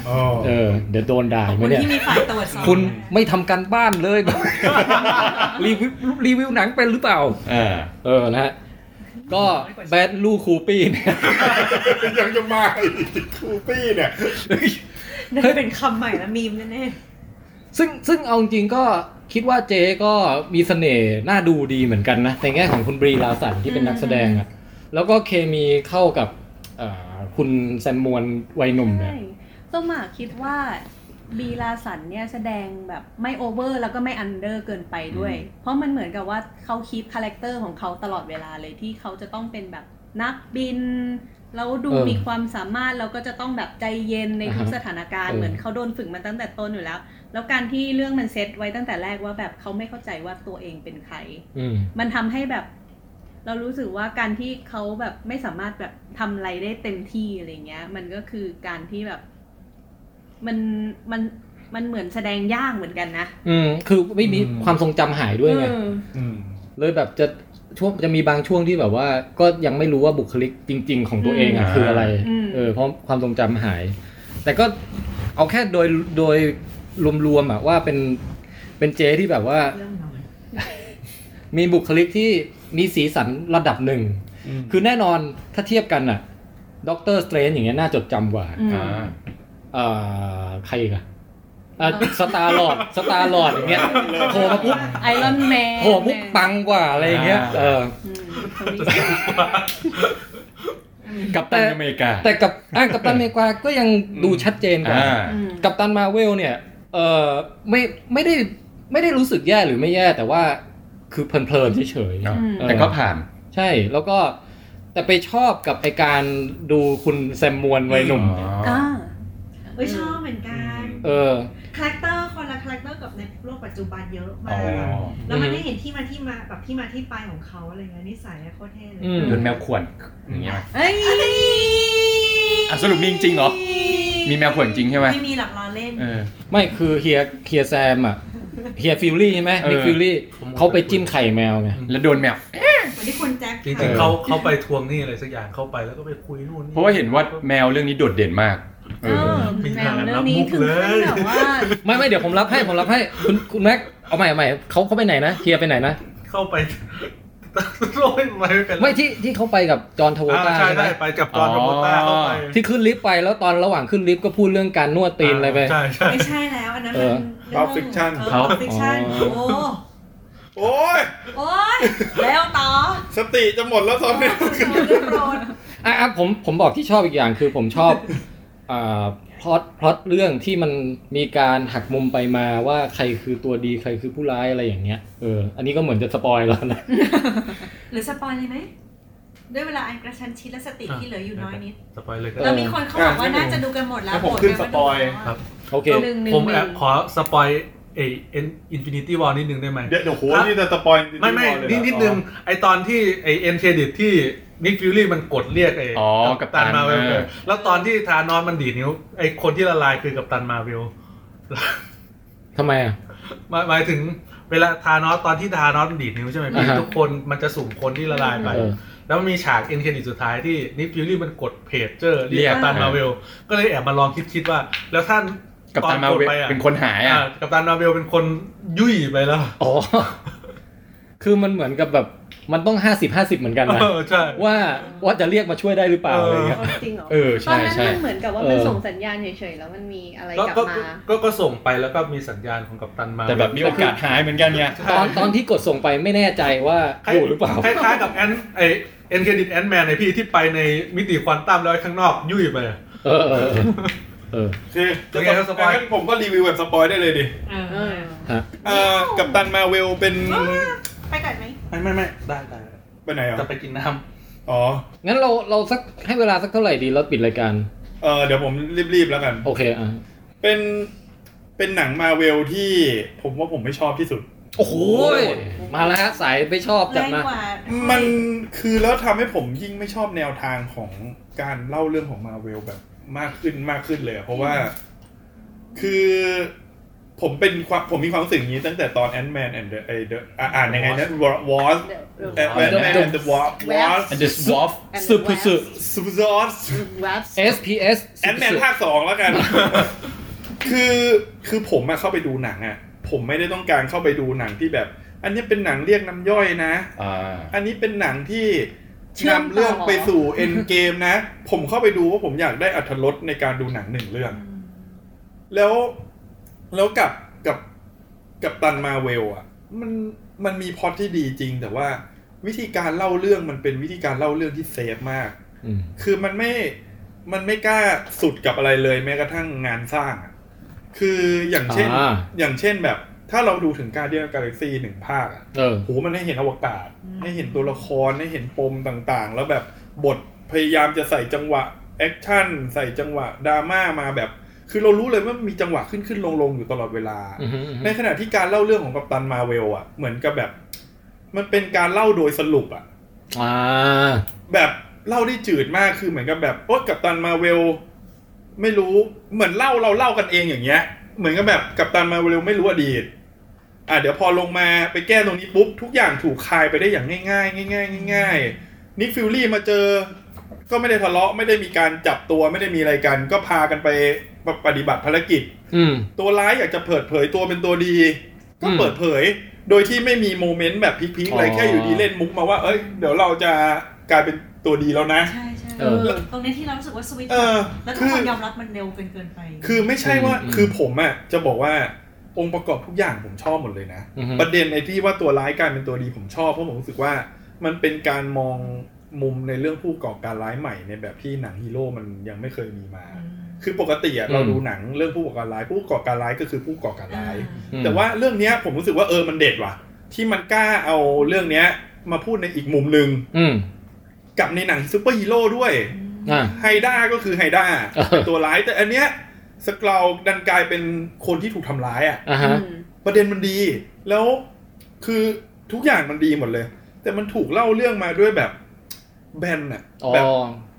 อ๋อ
เออเดี๋ยวโดนด่าอีกไหม
คน
เนี่ย
ที่มีฝ่ายตรวจสอบ
คุณไม่ทำการบ้าน เลย รีวิวรีวิวหนังเป็นหรือเปล่า
เออ
เออ นะฮะ ก็แบดลูคูปี้เนี่ย
ยังจะมาอีกคูปี้เนี่ย
นั่นเป็นคำใหม่ละมีมแน่
ซึ่งซึ่งเอาจริงๆก็คิดว่าเจก็มีเสน่ห์น่าดูดีเหมือนกันนะ ในแง่ของคุณบรีลาสันที่เป็นนักแสดงอะแล้วก็เคมีเข้ากับเอ่อคุณแซมมวนวัยหนุ่มเนี่ย
ใช่ส้มอะคิดว่าบีลาสันเนี่ยแสดงแบบไม่โอเวอร์แล้วก็ไม่อันเดอร์เกินไปด้วย เพราะมันเหมือนกับว่าเขาคีปคาแรคเตอร์ของเขาตลอดเวลาเลยที่เขาจะต้องเป็นแบบนักบิน แล้วดู
เออ
มีความสามารถแล้วก็จะต้องแบบใจเย็นในทุก
อ่าฮะ
สถานการณ์
เออ
เหมือนเขาโดนฝึกมาตั้งแต่ต้นอยู่แล้ว แล้วการที่เรื่องมันเซตไว้ตั้งแต่แรกว่าแบบเขาไม่เข้าใจว่าตัวเองเป็นใคร
อืม
มันทำให้แบบ เรารู้สึกว่าการที่เขาแบบไม่สามารถแบบทำอะไรได้เต็มที่อะไรเงี้ย มันก็คือการที่แบบ มันมันมันเหมือนแสดงยากเหมือนกันนะ
อืม คือไม่มีความทรงจำหายด้วยไง
เออ
อืม
เลยแบบจะช่วงจะมีบางช่วงที่แบบว่า ก็ยังไม่รู้ว่าบุคลิกจริง ๆ ของตัวเองอ่ะ
อืม
คืออะไร เออเพราะความทรงจำหาย แต่ก็เอาแค่โดยโดยรวมๆอ่ะว่าเป็นเป็นเจที่แบบว่า
ๆเรื่องน้อย
มีบุคลิกที่มีสีสันระดับหนึ่ง
อืม
คือแน่นอนถ้าเทียบกันอ่ะด็อกเตอร์สเตรนอย่างเงี้ยน่าจดจำกว่า
อืม
อ่า
เอ่อใครอีกันสตาร์ลอดสตาร์ลอดอย่างเงี้ยโผล่มาปุ๊บ
ไอรอนแมน
โผล่ปุ๊บปังกว่าอะไรอย่างเงี้ย
อ่า
เออ
อืมคนนี้
กัป
ตั
ตั
น
น
อเมริกา
แต่กับอ่ะกัปตันอเมริกาก็ยังดูชัดเจนกว่า
อ่า
อืม
กัปตันมาเวลเนี่ย เออไม่ไม่ได้ไม่ได้รู้สึกแย่หรือไม่แย่แต่ว่าคือเพลินๆเฉย
ครับ
อืม
แต่ก็ผ่าน
ๆใช่แล้วก็แต่ไปชอบกับไอการดูคุณแซมมวนวัยหนุ่ม
อ่า
เอ้ยชอบเหมือนกัน
เออ
คาแรคเตอร์คนละคาแรคเตอร์กับในโลกปัจจุบันเยอะมา
อ๋
ก
อ
แล้วมันได้เห็นที่มาที่มาแบบที่มาที่ไปของเขาอะไรเงี้ยนิสัยอะโคตรเท่เลย
อืม
โดนแมวข่วนอย่างเงี้ยไหม
เอ้ย
อ่ะสรุปมีจริงเหรอ มีแมวข่วนจริงใช่ไหม
ไม่มีหลักล้อเล่น
เออ
ไม่คือเฮียเฮียแซมอ่ะเฮียฟิลลี่ใช่ไหม
เออ
นิกฟิลลี่เขาไปจิ้มไข่แมวไง
แล้วโดนแมว
เหมือนที่คุณแจ็ค
จริ
ค่ะ
งๆเขาเขาไปทวงหนี่อะไรสักอย่างเข้าไปแล้วก็ไปคุยนู่นนี่
เพราะว่าเห็นว่าแมวเรื่องนี้โดดเด่นมาก เอ
เอ
อ
อแมวเรื่องนี้ถึงขั้นแบบว่า
ไม่ไม่เดี๋ยวผมรับให้ผมรับให้คุณคุณแม็กเอาใหม่เอาใหม่เขาเขาไปไหนนะเฮียไปไหนนะ
เข้าไป โรยไม่เป็น ไร
ไม่ที่ที่เขาไปกับจอห์นทาว
อ่า
ต้า
ใช่
ใช่ไหม
ได้ไปกับจอห์นโรโบต้าเข้าไป
ที่ขึ้นลิฟต์ไปแล้วตอนระหว่างขึ้นลิฟต์ก็พูดเรื่องการนวดตีนอะไรไป
ใช่ใช่
ไม่ใช่แล้วอันนั้น
เอ
มั
อ
นเรื่อง
Pulp Fiction
เออ Pulp Fiction
อ๋อ
โอ้
โอ้ย
โอ๊ยแล้วต่อ
สติจะหมดแล้วตอนเนี้ย
อ่ะอ่ะผมผมบอกที่ชอบอีกอย่างคือผมชอบ อ่าพล็อตพล็อตเรื่องที่มันมีการหักมุมไปมาว่าใครคือตัวดีใครคือผู้ร้ายอะไรอย่างเงี้ยเอออันนี้ก็เหมือนจะสปอยแล้วนะ
หรือสปอยเลยไหมด้วยเวลาอันกระชันชิดและสติที่เหลืออยู่น้อยนิด
สปอยเลยก็
ออ
แล้วมีคนเขาบอกว่าน่าจะดูกันหมดแล้ว
ถ้าผมขึ้น
โหวต
ส
กั
ปอย
ครับ
โอเค
หนึ่งหนึ่ง
ผ
ห
ม
นึ่ง
แอบขอสปอยเอเอ็นอินฟินิตี้วอลนิดนึงได้ไหม
เดี๋ยวเดี๋ยวโหนี่จะสปอย
ไม่ไม่
เลยเหร
นิ
อ
ดนิดนึงไอตอนที่ไอเอ็นเครดิตที่นิกฟิลลี่มันกดเรียกไอ
อ๋อกัปตัน
มาเวล
เออ
แล้วตอนที่ธานอสมันดีดนิ้วไอคนที่ละลายคือกัปตันมาเวล
ทำไมอ่ะ
หมายหมายถึงเวลาธานอสตอนที่ธานอสดีดนิ้วใช่ไหมพี่
อ่าฮะ
ทุกคนมันจะสุ่มคนที่ละลายไป
เออ
แล้วมันมีฉากเอ็นเครดิตสุดท้ายที่นิกฟิลลี่มันกดเพจเจอร์เรียกกัปตันมาเวลก็เลยแอบมาลองคิดคิดว่า แล้วท่าน
กับตันมา
อ
เวล
ไปอะ
เป็นคนหายอ่ะ
อ่ากัปตันมาเวลเป็นคนยุ่ยไปแล้ว
อ๋ อ คือมันเหมือนกับแบบมันต้องห้าสิบห้าสิบเหมือนกันนะ
เออใช่
ว่าว่าจะเรียกมาช่วยได้หรือเปล่าอะไรเงี้ย
เอาจริงเหรอ
เออ
ตอ
ใช่
นนั้น
ใช่
มันเหมือนกับว่ามัน
เออ
ส่งสัญญาณเฉยๆแล้วมันมีอะไร
ก็
กลับ
ก็
มา
ก็ก็ส่งไปแล้วก็มีสัญญาณของกัปตันมา
แต่แบบมีโอกาสหายเหมือนกันไง
ตอนตอนที่กดส่งไปไม่แน่ใจว่า
คล้า
อยู่หรือเปล่า
คล้ายๆกับแอนไอเอ็นเครดิตแอนแมนในพี่ที่ไปในมิติควอนตัมแล้วไอ้ข้างนอกยุ่ยไปอะ
เออเออเออเออ
โอเค
เป็นไงครับสปอย
งั้นผมก็รีวิวแบบสปอยได้เลยดิ
เอ
เอ
อ
อ
ฮะ
เอ่อกับตันมาเวลเป็น
ไปก่อนไหม
ไม่ไม่ไม่ได้ได้
ไปไหนอ่ะ
จะไปกินน้
อ๋อ
งั้นเราเราสักให้เวลาสักเท่าไหร่ดีแล้วปิดรายการ
เออเดี๋ยวผมรีบๆแล้วกัน
โอเคอ่ะ
เป็นเป็นหนังมาเวลที่ผมว่าผมไม่ชอบที่สุด
โอ้โหยมาแล้วฮะสายไม่ชอบจัด
แรง
มาก
ว่า มั
มันคือแล้วทำให้ผมยิ่งไม่ชอบแนวทางของการเล่าเรื่องของมาเวลแบบมากขึ้นมากขึ้นเลยอะเพราะว่าคือผมเป็นความผมมีความรู้สึกอย่างนี้ตั้งแต่ตอนแอนด์แมนแอนด์เดอะอ่านยังไงนะวอสแอนด์แมนแอนด์เดอะวอสวอส
and the swap
สืบสืบ
ซูซอส
SPS
แอนด์แมนภาคสองแล้วกัน คือคือผมมาเข้าไปดูหนังอ่ะ ผมไม่ได้ต้องการเข้าไปดูหนังที่แบบ อันนี้เป็นหนังเรียกน้ำย่อยนะ
อ่า
อันนี้เป็นหนังที่
เชื่อมต่อ
นำเรื่องไปสู่เอ็นเกมนะ ผมเข้าไปดูว่าผมอยากได้อัธรสในการดูหนังหนึ่งเรื่อง แล้วแล้วกับกับกับตันมาเวลอ่ะ มันมันมีพล็อตที่ดีจริง แต่ว่าวิธีการเล่าเรื่องมันเป็นวิธีการเล่าเรื่องที่เซฟมาก
อืม
คือมันไม่ มันไม่กล้าสุดกับอะไรเลยแม้กระทั่งงานสร้างอะคืออย่างเช่น
อ่า
อย่างเช่นแบบ ถ้าเราดูถึงการเดียกกาแล็กซีหนึ่งภาคอะ
เออ
โหมันให้เห็นอวกาศ ให้เห็นตัวละคร ให้เห็นปมต่างๆ แล้วแบบบทพยายามจะใส่จังหวะแอคชั่น ใส่จังหวะดราม่ามาแบบ คือเรารู้เลยว่ามีจังหวะขึ้นขึ้นลงลงๆอยู่ตลอดเวลา
อือฮึอือฮึ
ในขณะที่การเล่าเรื่องของกัปตันมาเวลอ่ะ เหมือนกับแบบ มันเป็นการเล่าโดยสรุปอ่ะ
อ่า
แบบเล่าได้จืดมากคือเหมือนกับแบบโอ๊ยกัปตันมาเวล ไม่รู้เหมือนเล่าเราเล่ากันเองอย่างเงี้ย เหมือนกับแบบกัปตันมาเวลไม่รู้อดีต อ่ะเดี๋ยวพอลงมาไปแก้ตรงนี้ปุ๊บทุกอย่างถูกคลายไปได้อย่างง่ายๆง่ายๆง่ายๆนิกฟิลลี่มาเจอ ก็ไม่ได้ทะเลาะไม่ได้มีการจับตัวไม่ได้มีอะไรกัน ก็พากันไปปฏิบัติภารกิจ
อืม
ตัวร้ายอยากจะเปิดเผยตัวเป็นตัวดี ก็
อืม
เปิดเผย โดยที่ไม่มีโมเมนต์แบบพีคๆอะไร
อ๋อ
แค่อยู่ดีเล่นมุกมาว่า เอ้ยเดี๋ยวเราจะกลายเป็นตัวดีแล้วนะ
ใช่ใช่
เออ
ตรงนี้ที่เรารู้สึกว่าสวิตช์
เออ
แล้วทุ
คื
ก
อ
คนยอมรับมันเร็วเกินเกินไป
คือไม่ใช่ว่า
อืม
คือผมอะจะบอกว่าองค์ประกอบทุกอย่างผมชอบหมดเลยนะ
อือฮึ
ประเด็นไอ้ที่ว่าตัวร้ายกลายเป็นตัวดีผมชอบเพราะผมรู้สึกว่ามันเป็นการมองมุมในเรื่องผู้ก่อการร้ายใหม่ในแบบที่หนังฮีโร่มันยังไม่เคยมีมา คือปกติอะเราดูหนังเรื่องผู้ก่อการร้าย ผู้ก่อการร้ายก็คือผู้ก่อการร้าย
อืม
แต่ว่าเรื่องเนี้ยผมรู้สึกว่าเออมันเด็ดว่ะ ที่มันกล้าเอาเรื่องเนี้ย มาพูดในอีกมุมหนึ่ง
อืม
กับในหนังซูเปอร์ฮีโร่ด้วย
อ่า
ไฮด้าก็คือไฮด้า
เออ
เป็นตัวร้ายแต่อันเนี้ยสกราวดันกลายเป็นคนที่ถูกทำร้ายอ่ะ
อ่าฮะ
ประเด็นมันดี แล้วคือทุกอย่างมันดีหมดเลย แต่มันถูกเล่าเรื่องมาด้วยแบบแบนอะ
อ๋อ
แบบ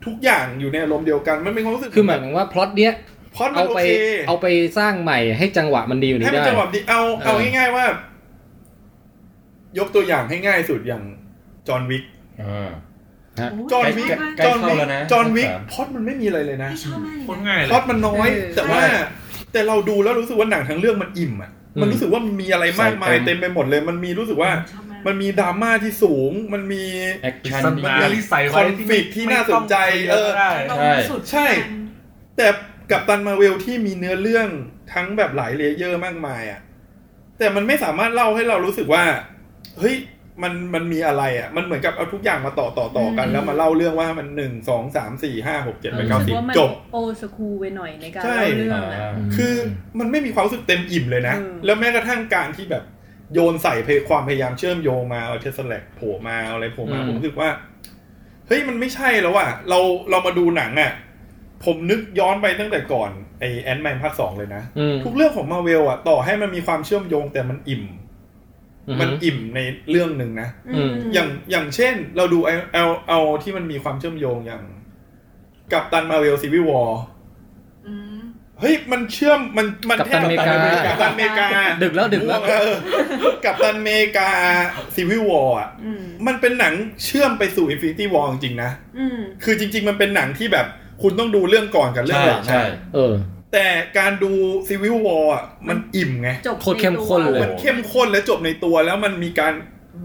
ทุกอย่างอยู่ในอารมณ์เดียวกันมันเป็นความรู้สึก
คือหมายถึงว่าพล็อตเนี้ย
พล็อดมั
เอา
นโอ
ไป
เค
เอาไปสร้างใหม่ให้จังหวะมันดีอยู่า
ให้
นี้
มัน
ได้
จังหวะดีเอา
เออ
เอาง่ายๆว่า ยกตัวอย่างให้ง่ายสุดอย่างจอห์นวิก
อ่า
จอห์นวิก
ใกล้ใกล้
จอห์น
เข้า
วิก
แล้วนะ
จอห์นวิกพล็อดมันไม่มีอะไรเลยนะ
ที่ชอบมากเลย
โคน
นะ
ง่ายเล
พล็อด
ย
มันน้อย แต่ว่า แต่เราดูแล้วรู้สึกว่าหนังทั้งเรื่องมันอิ่มอ่ะมันรู้สึกว่ามันมีอะไรมากมายเต็มไปหมดเลย มันมีรู้สึกว่า
ชอบมาก
มันมีดราม่าที่สูง มันมี
แอคชั่น
สัญญาลิสัย
ค
ไว้
อนฟ lict ที่น่าสนใจเออ
ได้
เรา
ใช่
สุด
ใช่ แต่กับตันมาเวลที่มีเนื้อเรื่องทั้งแบบหลายเลเยอร์มากมายอะ่ะ แต่มันไม่สามารถเล่าให้เรารู้สึกว่า เฮ้ยมันมันมีอะไรอ่ะ มันเหมือนกับเอาทุกอย่างมาต่อต่อต่อกัน แล้วมาเล่าเรื่องว่ามันหนึ่งสองสามสี่ห้าหกเจ็ดแปดเก้า
รู้สึ
สิ
ก
บ
ว่ามัน
จบ
โอสคูไปหน่อยในการ
ใช่
เล่าเรื่องอะ
คือมันไม่มีความรู้สึกเต็มอิ่มเลยนะ
อืม
แล้วแม้กระทั่งการที่แบบโยนใส่เพความพยายามเชื่อมโยงมาเอาเทสแลกโผล่มาอะไรโผล่มา
อืม
ผมรู้สึกว่า เฮ้ยมันไม่ใช่แล้วอ่ะเราเรามาดูหนังอ่ะ ผมนึกย้อนไปตั้งแต่ก่อนไอแอนแมนภาคสองเลยนะ
อืม
ทุกเรื่องของมาเวลอ่ะ ต่อให้มันมีความเชื่อมโยงแต่มันอิ่ม
อือฮึ
มันอิ่มในเรื่องหนึ่งนะ
อืม
อย่างอย่างเช่นเราดูเอาเอาเอาที่มันมีความเชื่อมโยงอย่างกับตันมาเวลซีวิวอลเฮ้ยมันเชื่อมมันมัน
กัปตันอเมริกา
กับตันอเมริกา
ดึกแล้วดึกแล้ว
เออกับตันอเมริกาซีวิวอลอ่ะ มันเป็นหนังเชื่อมไปสู่อินฟินิตี้วอลจริงๆนะ
อืม
คือจริง ๆ มันเป็นหนังที่แบบคุณต้องดูเรื่องก่อนกับเรื่องหลังนะ
เออ
แต่การดูซีวิวอลอ่ะมันอิ่มไง
จบ
โคตรเข้มข้นเลย
มันเข้มข้นและจบในตัวแล้วมันมีการ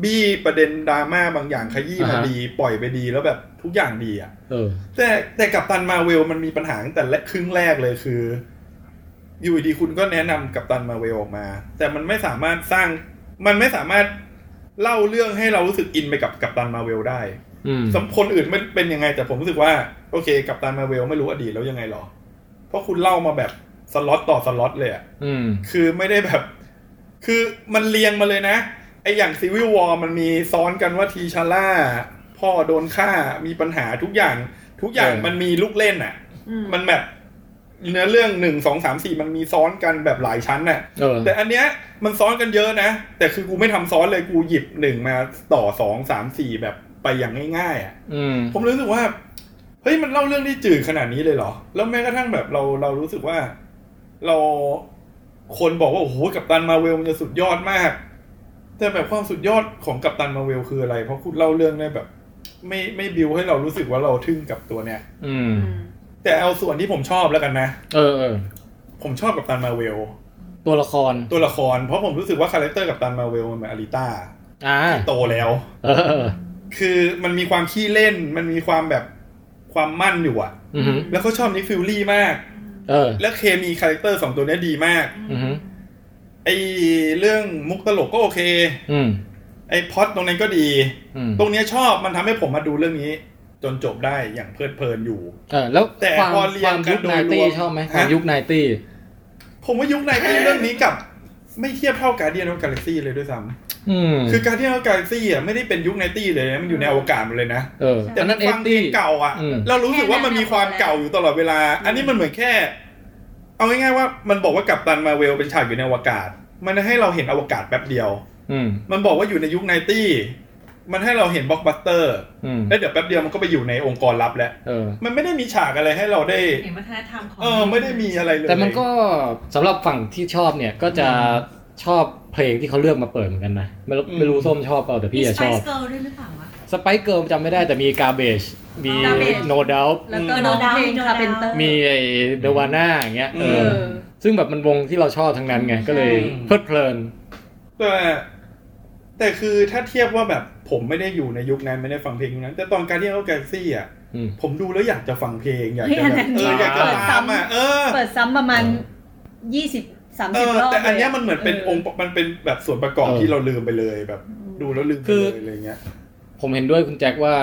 บี้ประเด็นดราม่าบางอย่างขยี้มา
อ่าฮะ
ดี ปล่อยไปดีแล้วแบบทุกอย่างดีอ่ะ
เออ
แต่แต่กับตันมาเวลมันมีปัญหาตั้งแต่แรกครึ่งแรกเลยคือ อยู่ดีๆคุณก็แนะนำกับตันมาเวลออกมา แต่มันไม่สามารถสร้าง มันไม่สามารถเล่าเรื่องให้เรารู้สึกอินไปกับกับตันมาเวลได้
อืม
สำคนอื่นไม่เป็นยังไง แต่ผมรู้สึกว่าโอเค กับตันมาเวลไม่รู้อดีตแล้วยังไงหรอ เพราะคุณเล่ามาแบบสล็อตต่อสล็อตเลยอะ
อืม
คือไม่ได้แบบ คือมันเรียงมาเลยนะ ไออย่างซีวิววอมันมีซ้อนกันว่าทีชาร่า พ่อโดนฆ่ามีปัญหาทุกอย่าง ทุกอย่าง
เออ
มันมีลูกเล่นอ่ะ มันแบบเนื้อเรื่องหนึ่งสองสามสี่มันมีซ้อนกันแบบหลายชั้นน่ะ
เออ
แต่อันเนี้ยมันซ้อนกันเยอะนะ แต่คือกูไม่ทำซ้อนเลยกูหยิบหนึ่งมาต่อสองสามสี่แบบไปอย่างง่ายๆอ่ะ
อืม
ผมรู้สึกว่า เฮ้ยมันเล่าเรื่องได้จืดขนาดนี้เลยเหรอ แล้วแม้กระทั่งแบบเราเรารู้สึกว่า เราคนบอกว่า โอ้โหกับตันมาเวลมันจะสุดยอดมาก แต่แบบความสุดยอดของกับตันมาเวลคืออะไร เพราะคุณเล่าเรื่องได้แบบ ไม่ไม่บิวให้เรารู้สึกว่าเราทึ่งกับตัวเนี่ย
อืม
แต่เอาส่วนที่ผมชอบแล้วกันนะ
เออเออ
ผมชอบกับตันมาเวล
ตัวละคร
ตัวละคร เพราะผมรู้สึกว่าคาแรคเตอร์กับตันมาเวลมันเหมือนอาริต้า
อ่า
โตแล้ว
เออเออ
คือมันมีความขี้เล่น มันมีความแบบความมั่นอยู่อะ
อือฮึ
แล้วก็ชอบนิกฟิลลี่มาก
เออ
แล้วเคมีคาแรคเตอร์สองตัวเนี้ยดีมาก
อืม
ไอเรื่องมุกตลกก็โอเค
อืม
ไอพล็อดตรงนั้นก็ดี
อืม
ตรงเนี้ยชอบมันทำให้ผมมาดูเรื่องนี้ จนจบได้อย่างเพลิดเพลินอยู่
เออ แล้ว
แต่
ความ
พอเรีย
ควาน ม
กัน
ยุค
โด
ไน
ยรวม
ตี้ชอบไหมความ
ฮะ
ยุคไนตี้
ผมว่ายุคในที่เรื่องนี้กับ ไม่เทียบเท่าการเดียนของกาแล็กซี่เลยด้วยซ้
อืม
ำคือการเดียนของกาแล็กซี่อ่ะไม่ได้เป็นยุคในตี้เลยนะมันอยู่ในอวกาศหมดเลยนะ
เออ
แต่
อัน
มั
นั้น นเอ
ฟังเพล
ตี้
งเก่าอ่ะ
อืม
เรารู้สึกว่ามันมีความเก่าอยู่ตลอดเวลา อันนี้มันเหมือนแค่ เอาง่ายๆว่ามันบอกว่ากับตันมาเวลเป็นฉากอยู่ในอวกาศ มันให้เราเห็นอวกาศแป๊บเดียว
อืม
มันบอกว่าอยู่ในยุคไนตี้มันให้เราเห็นบล็อกบัสเตอร์
อืม
แล้วเดี๋ยวแป๊บเดียวมันก็ไปอยู่ในองค์กรลับแล้ว
เออ
มันไม่ได้มีฉากอะไรให้เราได้
เห็นวัฒนธรรมของ
เออ ไม่ได้มีอะไรเลย
แต่มันก็สำหรับฝั่งที่ชอบเนี่ยก็จะชอบเพลงที่เขาเลือกมาเปิดเหมือนกันนะไม่รู้ไม่รู้ส้มชอบเปล่าแต่
มี
พี่อะ
สไป
ชอบ
ซ์เกิลด้วยหรือเปล่าวะ
สไปเกิร์ลจำไม่ได้แต่มีกาเบจมี
Garbage
no doubt
แล้วก็น้องเพลงคาเป็นเตอร์
มีไอเดวาน่าอย่างเงี้ยเออ
เออ
ซึ่งแบบมันวงที่เราชอบทั้งนั้นไง ก็เลยเพลิดเพลิน
แต่แต่คือถ้าเทียบว่าแบบผมไม่ได้อยู่ในยุคนั้นไม่ได้ฟังเพลงยุคนั้น แต่ตอนการที่เขาแกลซี่อ่ะ
อืม
ผมดูแล้วอยากจะฟังเพลงอยาก
เฮ้ย
จะ
อัน
แบ
นั้น
บเอออยากจะ
เปิดซ้ำ
ตามอ่ะเออ
เปิดซ้ำประมาณยี่สิบสาม
เอ
สิบ
อ
รอบ
แต่อันเนี้ย
ลยะ
มันเหมือนเป็นองค์ประมันเป็นแบบส่วนประกอบ
เออ
ที่เราลืมไปเลยแบบ ดูแล้วลืมไป
คือ
เลยอะไรเงี้ย
ผมเห็นด้วยคุณแจ็คว่า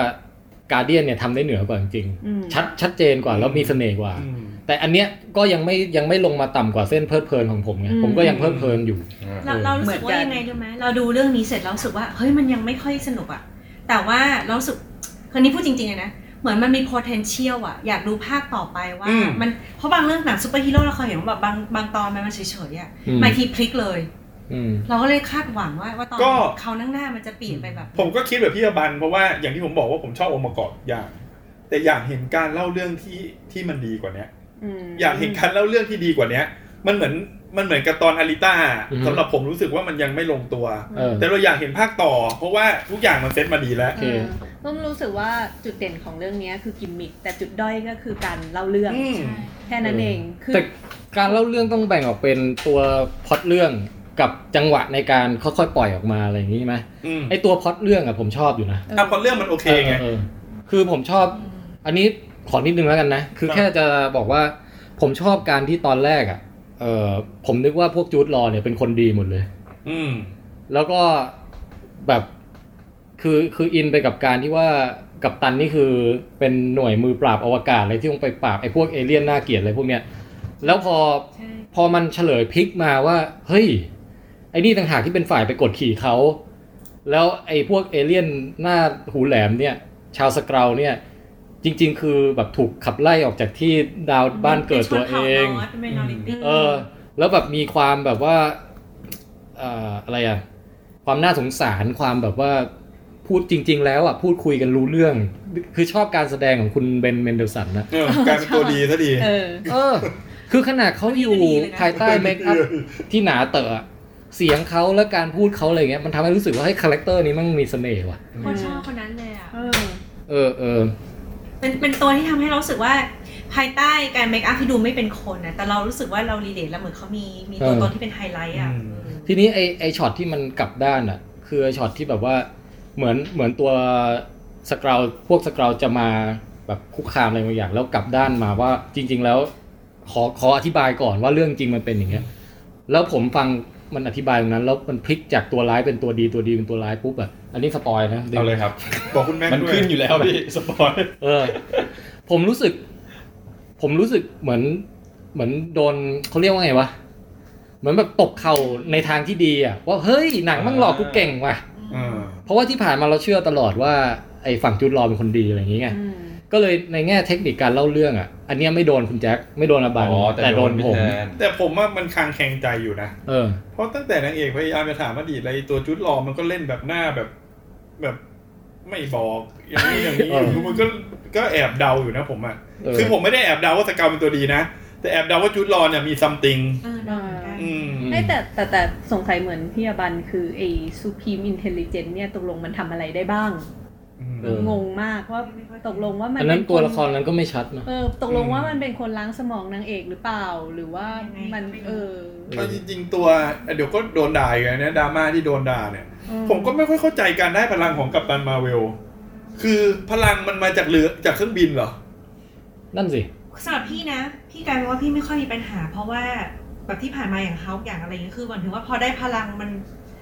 การเดียนเนี่ยทำได้เหนือกว่าจริงๆ
อืม
ชัดชัดเจนกว่าแล้วมีเสน่ห์กว่า
อืม
แต่อันเนี้ยก็ยังไม่ยังไม่ลงมาต่ำกว่าเส้นเพลิดเพลินของผมไง
อืม
ผมก็ยังเพลิดเพลินอยู่
เราเรารู้สึกว่ายังไงรู้ไหมเราดูเรื่องนี้เสร็จเรารู้สึกว่าเฮ้ยมันยังไม่ค่อยสนุกอะแต่ว่าเรารู้สึกคนนี้พูดจริงๆเลยนะ เหมือนมันมี potential อะอยากดูภาคต่อไปว่า
อืม
มันเพราะบางเรื่องหนังซูเปอร์ฮีโร่เราเคยเห็นว่าแบบบางบางตอนมันมันเฉยๆอะ
อืม
บางทีพลิกเลย
อืม
เราก็เลยคาดหวังว่าว่าตอน
ก็
เขานั่งหน้ามันจะเปลี่ยนไปแบบ
ผมก็คิดแบบพี่อบันเพราะว่าอย่างที่ผมบอกว่าผมชอบองค์ประกอบอย่าง แต่อยากเห็นการเล่าเรื่องที่ที่มันดีกว่าเนี้ย อยากเห็นการเล่าเรื่องที่ดีกว่าเนี้ย มันเหมือนมันเหมือนกับตอนอาริต้า
อือฮึ
สำหรับผมรู้สึกว่ามันยังไม่ลงตัว
เออ
แต่เราอยากเห็นภาคต่อ เพราะว่าทุกอย่างมันเซ็ตมาดีแล้ว
โอเค
ต้มรู้สึกว่าจุดเด่นของเรื่องเนี้ยคือกิมมิคแต่จุดด้อยก็คือการเล่าเรื่อง
อืม
แค่นั้นเองคือ
แต่การเล่าเรื่องต้องแบ่งออกเป็นตัวพล็อตเรื่องกับจังหวะในการค่อยๆปล่อยออกมาอะไรอย่างนี้ไหม
อืม
ไอตัวพล็อตเรื่องอะผมชอบอยู่นะ
อ่ะพอเรื่องมันโอเคไง
เออเออคือผมชอบ อันนี้ขอนิดนึงแล้วกันนะ คือ
ครับ
แค่จะบอกว่า ผมชอบการที่ตอนแรกอะเออผมนึกว่าพวกจูดลอเนี่ยเป็นคนดีหมดเลย
อืม
แล้วก็ แบบคือคืออินไปกับการที่ว่ากัปตันนี่คือเป็นหน่วยมือปราบอวกาศอะไรที่ลงไปปราบไอ้พวกเอเลี่ยนน่าเกลียดอะไรพวกเนี้ยแล้วพอพอมันเฉลยพลิกมาว่า เฮ้ย ไอ้นี่ต่างหากที่เป็นฝ่ายไปกดขี่เขา แล้วไอ้พวกเอเลี่ยนหน้าหูแหลมเนี่ย ชาวสเกราเนี่ย จริง ๆ คือแบบถูกขับไล่ออกจากที่ดาวบ้านเกิดตัวเอง
เป็น minority
เออ แล้วแบบมีความแบบว่าเอ่ออะไรอะความน่าสงสารความแบบว่าพูดจริง ๆ แล้วอะพูดคุยกันรู้เรื่อง คือชอบการแสดงของคุณเบนเมนเดลสันนะ
เออกลายเป็นตัวดีซะดี
เออ
เออ คือขนาดเขาอยู่ภายใต้เมคอัพที่หนาเตอะอะเสียงเขาและการพูดเขาอะไรเงี้ยมันทำให้รู้สึกว่าให้คาแรคเตอร์นี้มันมีเสน่ห์ว่ะ
โคตรชอบคนนั้นเลยอ่ะ
เออเออ
เป็นเป็นตัวที่ทำให้เรารู้สึกว่าภายใต้การเมคอัพที่ดูไม่เป็นคนนะแต่เรารู้สึกว่าเรารีเลทแล้วเหมือนเขามีมีตัว
เออ
ตนที่เป็นไฮไลท์อ่ะ
ทีนี้ไอไอช็อตที่มันกลับด้านอ่ะ คือไอช็อตที่แบบว่าเหมือนเหมือนตัวสเกราวพวกสเกราวจะมาแบบคุกคามอะไรบางอย่าง แล้วกลับด้านมาว่าจริง ๆ แล้ว ขอขออธิบายก่อนว่าเรื่องจริงมันเป็นอย่างเงี้ย แล้วผมฟังมันอธิบายตรงนั้น แล้วมันพลิกจากตัวร้ายเป็นตัวดีตัวดีเป็นตัวร้ายปุ๊บอ่ะอันนี้สปอยนะ
เอาเลยครับ
บอกคุณแม่
มัน
ด้วย
ขึ้นอยู่แล้วพี่สปอย
เออ ผมรู้สึก ผมรู้สึกเหมือน เหมือนโดนเขาเรียกว่าไงวะ เหมือนแบบตกเข่าในทางที่ดีอ่ะว่าเฮ้ยหนังมันหลอกกูเก่งว่ะ
อ่า
เพราะว่าที่ผ่านมาเราเชื่อตลอดว่าไอ้ฝั่งจุดรอเป็นคนดีอะไรอย่างงี้ไงก็เลยในแง่เทคนิคการเล่าเรื่องอ่ะ อันเนี้ยไม่โดนคุณแจ็คไม่โดนอาบัง
อ๋อแต่โดน
ผม
แทน
แต่ผมว่ามันคางแข็งใจอยู่นะ
เออ
เพราะตั้งแต่นางเอกพยายามจะถามอดีตอะไรตัวจุดหลอมันก็เล่นแบบหน้าแบบแบบไม่บอกอย่างนี้อย่างนี้
เออ
อยู่มันก็ก็แอบเดาอยู่นะผมอ่ะ
เออ
คือผมไม่ได้แอบเดาว่าสเกาวเป็นตัวดีนะ แต่แอบเดาว่าจุดหลอเนี่ยมีซัมติง
เออ
อืม
ไม่แต่แต่แต่สงสัยเหมือนพี่อบันคือไอ้ supreme intelligence เนี่ยตกลงมันทำอะไรได้บ้าง
เออ
งงมากว่าตกลงว่ามัน
อันนั้น
เป็
ตัว
ค
ละครนั้นก็ไม่ชัดนะ
เออตกลงว่ามันเป็นคนล้างสมองนางเอกหรือเปล่า หรือว่ามันเออ
เพราะจริงๆตัวเดี๋ยวก็โดนด่าอีกแล้วนะดราม่าที่โดนด่าเนี่ย ผมก็ไม่ค่อยเข้าใจการได้พลังของกัปตันมาร์เวล คือพลังมันมาจากเรือจากเครื่องบินเหรอ
นั่นสิ
สำหรับพี่นะ พี่กลายเป็นว่าพี่ไม่ค่อยมีปัญหา เพราะว่าแบบที่ผ่านมาอย่างเฮาอย่างอะไรเงี้ยคือเหมือนถึงว่าพอได้พลังมัน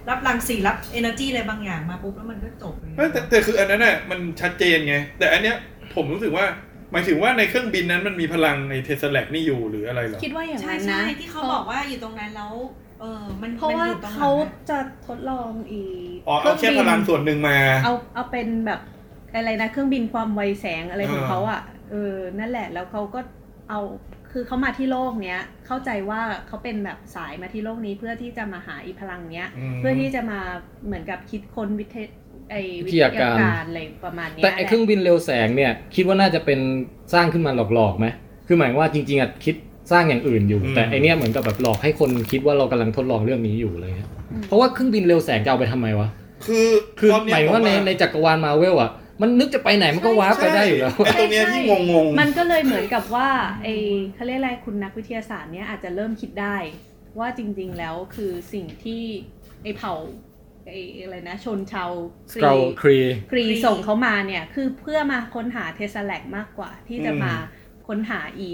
รับรังสีรับ energy อะไรบางอย่างมาปุ๊บแล้วมันก็จบเลย
ไม่แต่แต่คืออันนั้นน่ะมันชัดเจนไง แต่อันเนี้ยผมรู้สึกว่า หมายถึงว่าในเครื่องบินนั้นมันมีพลังในเทสแลกนี่อยู่หรืออะไรเหรอ
คิดว่าอย่าง
ใช่
นั้น
ใช่
นะ
ที่เขาบอกว่าอยู่ตรงนั้นแล้วเออมัน
เพราะ
มัน
ว่า
อยู่ตรงนั้น
เขา
น่ะ
จะทดลองอีก
อ๋อเอาแค่พลังส่วนหนึ่งมา
เอาเอาเป็นแบบอะไรนะเครื่องบินความไวแสงอะไรของ
อ่า
เขาอ่ะเออนั่นแหละแล้วเขาก็เอาคือเขามาที่โลกเนี้ยเข้าใจว่าเขาเป็นแบบสายมาที่โลกนี้เพื่อที่จะมาหาอีพลังเนี้ย
ม
เพื่อที่จะมาเหมือนกับคิดค้นวิทยไอ
วิทยาการ
วิทอะไรประมาณเนี้ย
แต่ไอเครื่องบินเร็วแสงเนี่ย คิดว่าน่าจะเป็นสร้างขึ้นมาหลอกๆไหมคือหมายว่าจริงๆอ่ะคิดสร้างอย่างอื่นอยู่
อืม
แต่ไอเนี้ยเหมือนกับแบบหลอกให้คนคิดว่าเรากำลังทดลองเรื่องนี้อยู่อะไรเงี้ยเพราะว่าเครื่องบินเร็วแสงจะเอาไปทำไมวะ
คือ
คือ
รบเนี้
หมายว่าในในจักรวาลมาเวลอ่ะ มันนึกจะไปไหนมันก็ว้าร์ปไปได้อยู่แล้ว
ไอ้ตัวเนี้ยที่งงงๆ
มันก็เลยเหมือนกับว่าไอเขาเรียกอะไรคุณนักวิทยาศาสตร์เนี้ยอาจจะเริ่มคิดได้ ว่าจริงๆแล้วคือสิ่งที่ไอเผ่าไออะไรนะชนชาวกรี
เราครี
กรีส่งเขามาเนี่ย คือเพื่อมาค้นหาเทสแลกมากกว่าที่จะมาค้นหาอี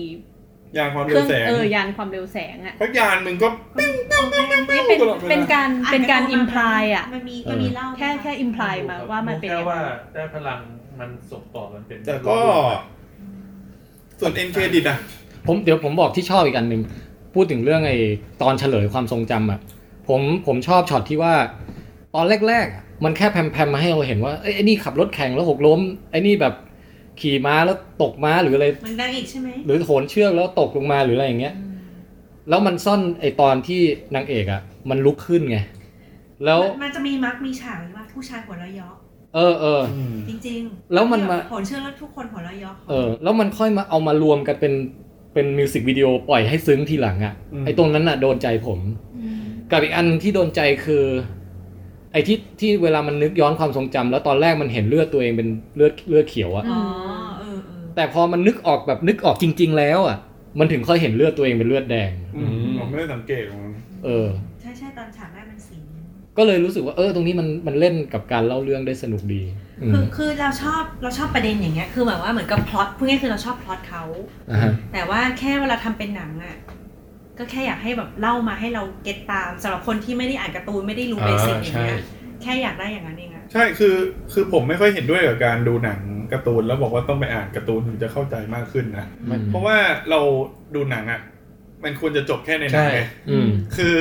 ยางความ
เค
เร็
รื่
ว
อง
แสง
เออยานความเร็วแสงอ่ะ
เพราะยานมึงก็ปิ้วปิ้วปิ้วปิ้วปิ้ว
เป็น
ตลอดวลา
เป็นการ
อ่ะ
เป็นการ
แต่
อิมพลาย
มัน
อ่ะ
มันมีมันมีเล่า
แค่แค่อิมพลายมาว่ามันเป็น
แค่
ยังไง
ว่าได้พลังมันส่งต่อมันเป็น
แต่ก็ ส่วนเอ็นเครดิตอ่ะ
ผมเดี๋ยวผมบอกที่ชอบอีกอันหนึ่งพูดถึงเรื่องไอตอนเฉลยความทรงจำอ่ะผมผมชอบช็อตที่ว่า ตอนแรกๆอ่ะมันแค่แพมๆมาให้เราเห็นว่าเอ้ยไอ้นี่ขับรถแข่งแล้วหกล้มไอ้นี่แบบขี่ม้าแล้วตกม้าหรืออะไร
มันนางเอกใช่ไหม
หรือโหนเชือกแล้วตกลงมาหรืออะไรอย่างเงี้ย แล้วมันซ่อนไอตอนที่นางเอกอะ่ะ มันลุกขึ้นไง แล้ว
มันจะมีมักมีฉากเลยว่าผู้ชายหัวเราะเยาะ
เออเออ
จริงๆ
แล้วมันมา
ผลเชื่อแล้วทุกคนหัวเราะเยาะ
เออ แล้วมันค่อยมาเอามารวมกันเป็นเป็นมิวสิกวิดีโอปล่อยให้ซึ้งทีหลังอะ่ะ
อืม
ไอตรงนั้นอะ่ะโดนใจผม กับอีกอันที่โดนใจคือ ไอที่ที่เวลามันนึกย้อนความทรงจำแล้วตอนแรกมันเห็นเลือดตัวเองเป็นเลือดเลือดเขียวอะ่ะ
อ๋อเออเออ
แต่พอมันนึกออกแบบนึกออกจริง ๆ แล้วอะ่ะ มันถึงค่อยเห็นเลือดตัวเองเป็นเลือดแดง
อืมผมไม่ได้สังเกตของมัน
เออ
ใช่ใช่ตอนฉากแรกมันสีนี้
ก็เลยรู้สึกว่าเออตรงนี้มันมันเล่นกับการเล่าเรื่องได้สนุกดีอืม
คือคือเราชอบเราชอบประเด็นอย่างเงี้ยคือแบบว่าเหมือนกับพล็อตพวกนี้คือเราชอบพล็อตเขา
อ่าฮะ
แต่ว่าแค่เวลาทำเป็นหนังอ่ะก็แค่อยากให้แบบเล่ามาให้เราเก็ตตามสำหรับคนที่ไม่ได้อ่านการ์ตูนไม่ได้รู้เบสิกอย่างเงี้ย แค่อยากได้อย่างนั้นเองอะ
ใช่คือคือผมไม่ค่อยเห็นด้วยกับการดูหนังการ์ตูนแล้วบอกว่าต้องไปอ่านการ์ตูนถึงจะเข้าใจมากขึ้นนะ
อืม
เพราะว่าเราดูหนังอ่ะมันควรจะจบแค่ในหนังไง
ใช่อืม
คือ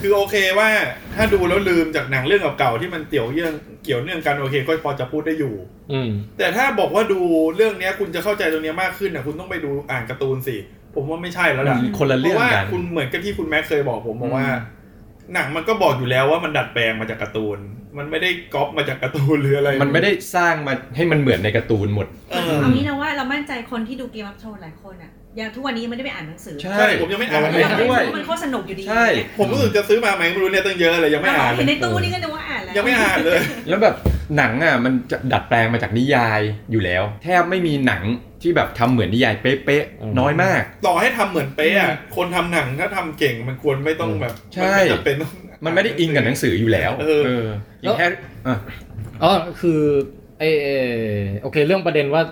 คือโอเคว่าถ้าดูแล้วลืมจากหนังเรื่องเก่าๆที่มันเกี่ยวเรื่องเกี่ยวเนื่องกันโอเค ก็พอจะพูดได้อยู่
อืม
แต่ถ้าบอกว่าดูเรื่องเนี้ยคุณจะเข้าใจตรงเนี้ยมากขึ้นนะคุณต้องไปดูอ่านการ์ตูนสิ ผมว่าไม่ใช่แล้วล่ะ
มันคนละเรื่องกัน
พาว่าคุณเหมือนกับที่คุณแม็กเคยบอกผมบอกว่า หนังมันก็บอกอยู่แล้วว่ามันดัดแปลงมาจากการ์ตูน มันไม่ได้ก๊อปมาจากการ์ตูนหรืออะไร
มันไม่ได้สร้างมาให้มันเหมือนในการ์ตูนหมด
เออ
เอางี้นะว่าเรามั่นใจคนที่ดูเกมอัพโชนหลายคนอะยังทุกวันนี้ยังไม่ได้ไปอ่านหนังสือ
ใช่
ใช่ผมยังไม่อ่าน
มัน
เลย
ไได้
เพราะมันโคตรสนุกอยู่ดี
ใช่
ผมรู้สึกจะซื้อมาไหมไม่รู้เนี่ยตั้งเยอะเลยยังไม่อ่านเล
เห็นใน
ย
ตู้นี่ก็นึกว่าอ่านแล้ว
ยังไม่อ่านเลย
แล้วแบบหนังอ่ะมันจะดัดแปลงมาจากนิยายอยู่แล้ว แทบไม่มีหนังที่แบบทำเหมือนนิยายเป๊ะ
อืม
ๆน้อยมาก
ต่อให้ทำเหมือนเป๊ะอะคนทำหนังถ้าทำเก่งมันควรไม่ต้องแบบ
ใช่
มันไม่จำเป็นต้อง
มันไม่ได้อิงกับหนังสืออยู่แล้ว
เออ
อีกแค่อ่ะ
อ๋อคือไอเอ่อโอเค เรื่องประเด็นว่า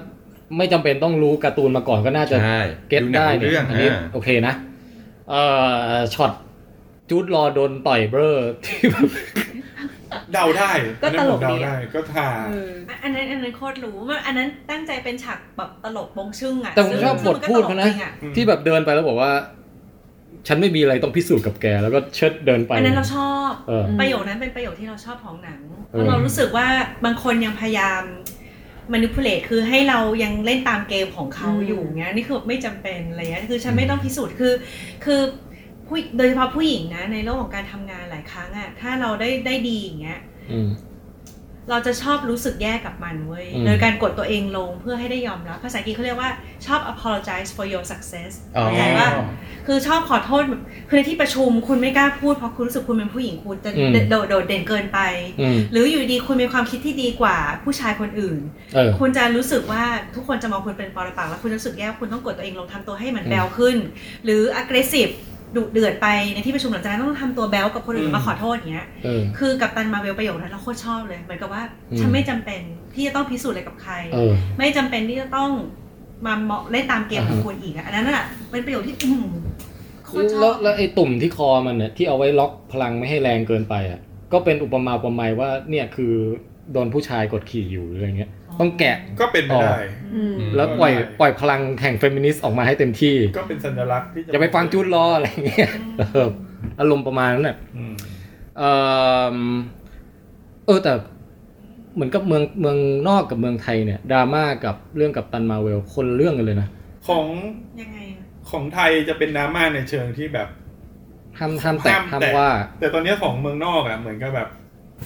ไม่จำเป็นต้องรู้การ์ตูนมาก่อนก็น่าจะ
ใช่
เก็ต
หนั
ได้
เรื่อง
อันนี้
อ่า
โอเคนะเอ่อช็อตจูดรอโดนต่อยเบอ ร์ที่แบบ
เดาได้
ก็ตลก
อันนั้นผม
ดี
เดา
อะ
ได้ก็ทา
อ่ะอันนั้นอันนั้นโคตรรู้ว่าอันนั้นตั้งใจเป็นฉากแบบตลกบงชึ่งอะ
แต่ผมชอบบทพูดเขานะ
ซึ่งมันก็ตลกจริงอ
อืม
ที่แบบเดินไปแล้วบอกว่า ฉันไม่มีอะไรต้องพิสูจน์กับแก แล้วก็เชิดเดินไป
อันนั้นเราชอบ
เออ
ประโยคนั้นเป็นประโยคที่เราชอบของหนังเพ
เออ
ราะเรารู้สึกว่าบางคนยังพยายาม manipulate คือให้เรายังเล่นตามเกมของเขาอยู่เงี้ยนี่คือไม่จำเป็นอะไรเงี้ยคือฉันไม่ต้องพิสูจน์คือ คือผู้โดยเฉพาะผู้หญิงนะ ในโลกของการทำงานหลายครั้งอะถ้าเราได้ได้ดีอย่างเงี้ย
อืม
เราจะชอบรู้สึกแย่กับมันเว้ย
อืม
โดยการกดตัวเองลงเพื่อให้ได้ยอมรับ ภาษาอังกฤษเขาเรียกว่าชอบ apologize for your success
อ๋อ
เข้าใจว่าคือชอบขอโทษคือในที่ประชุมคุณไม่กล้าพูดเพราะคุณรู้สึกคุณเป็นผู้หญิงคุณจะ
อืม
โดดโดดเด่นเกินไป
อืม
หรืออยู่ดีคุณมีความคิดที่ดีกว่าผู้ชายคนอื่น
เออ
คุณจะรู้สึกว่าทุกคนจะมองคุณเป็นปรปักษ์แล้วคุณจะรู้สึกแย่คุณต้องกดตัวเองลงทำตัวให้เหมือน
อืม
แบลขึ้น หรือ aggressive ดุเดือดไปในที่ประชุมหลังจากนั้นต้องทำตัวแบลกับคนอื่นมาขอโทษอย่างเงี้ย
เออ
คือกับตันมาเวลประโยคนั้นเราโคตรชอบเลยเหมือนกับว่า
อืม
ฉันไม่จำเป็นที่จะต้องพิสูจน์อะไรกับใคร
เออ
ไม่จำเป็นที่จะต้องมาเหมาะเล่นตามเกมของ
อ่าฮะ
คุณอีกอะอันนั้นน่ะเป็นประโยคที่อืมโคตรช
แล้
อ
ว
บ
แล้วไอ้ตุ่มที่คอมันเนี่ยที่เอาไว้ล็อกพลังไม่ให้แรงเกินไปอ่ะก็เป็นอุปมาอุปไมยว่าเนี่ยคือโดนผู้ชายกดขี่อยู่หรืออะไรเงี้ย ต้องแกะ
ก็เป็นไม่ได้
อืม
แล้วปล่อยปล่อยพลังแห่งเฟมินิสต์ออกมาให้เต็มที่
ก็เป็นสัญลักษณ์ที่
อย่าไปฟังจูดลออะไรเงี้ยเอออารมณ์ประมาณนั้นแหละ
อืม
เอิ่มเออแต่เหมือนกับเมืองเมืองนอกกับเมืองไทยเนี่ยดราม่ากับเรื่องกับตันมาเวลคนละเรื่องกันเลยนะ
ของ
ยังไงอะ
ของไทยจะเป็นดราม่าในเชิงที่แบบ
ห้ามห้ามแตะ
ห้าม
ห้าม
แตะ
ว่า
แต่ตอนเนี้ยของเมืองนอกอ่ะเหมือนกับแบบ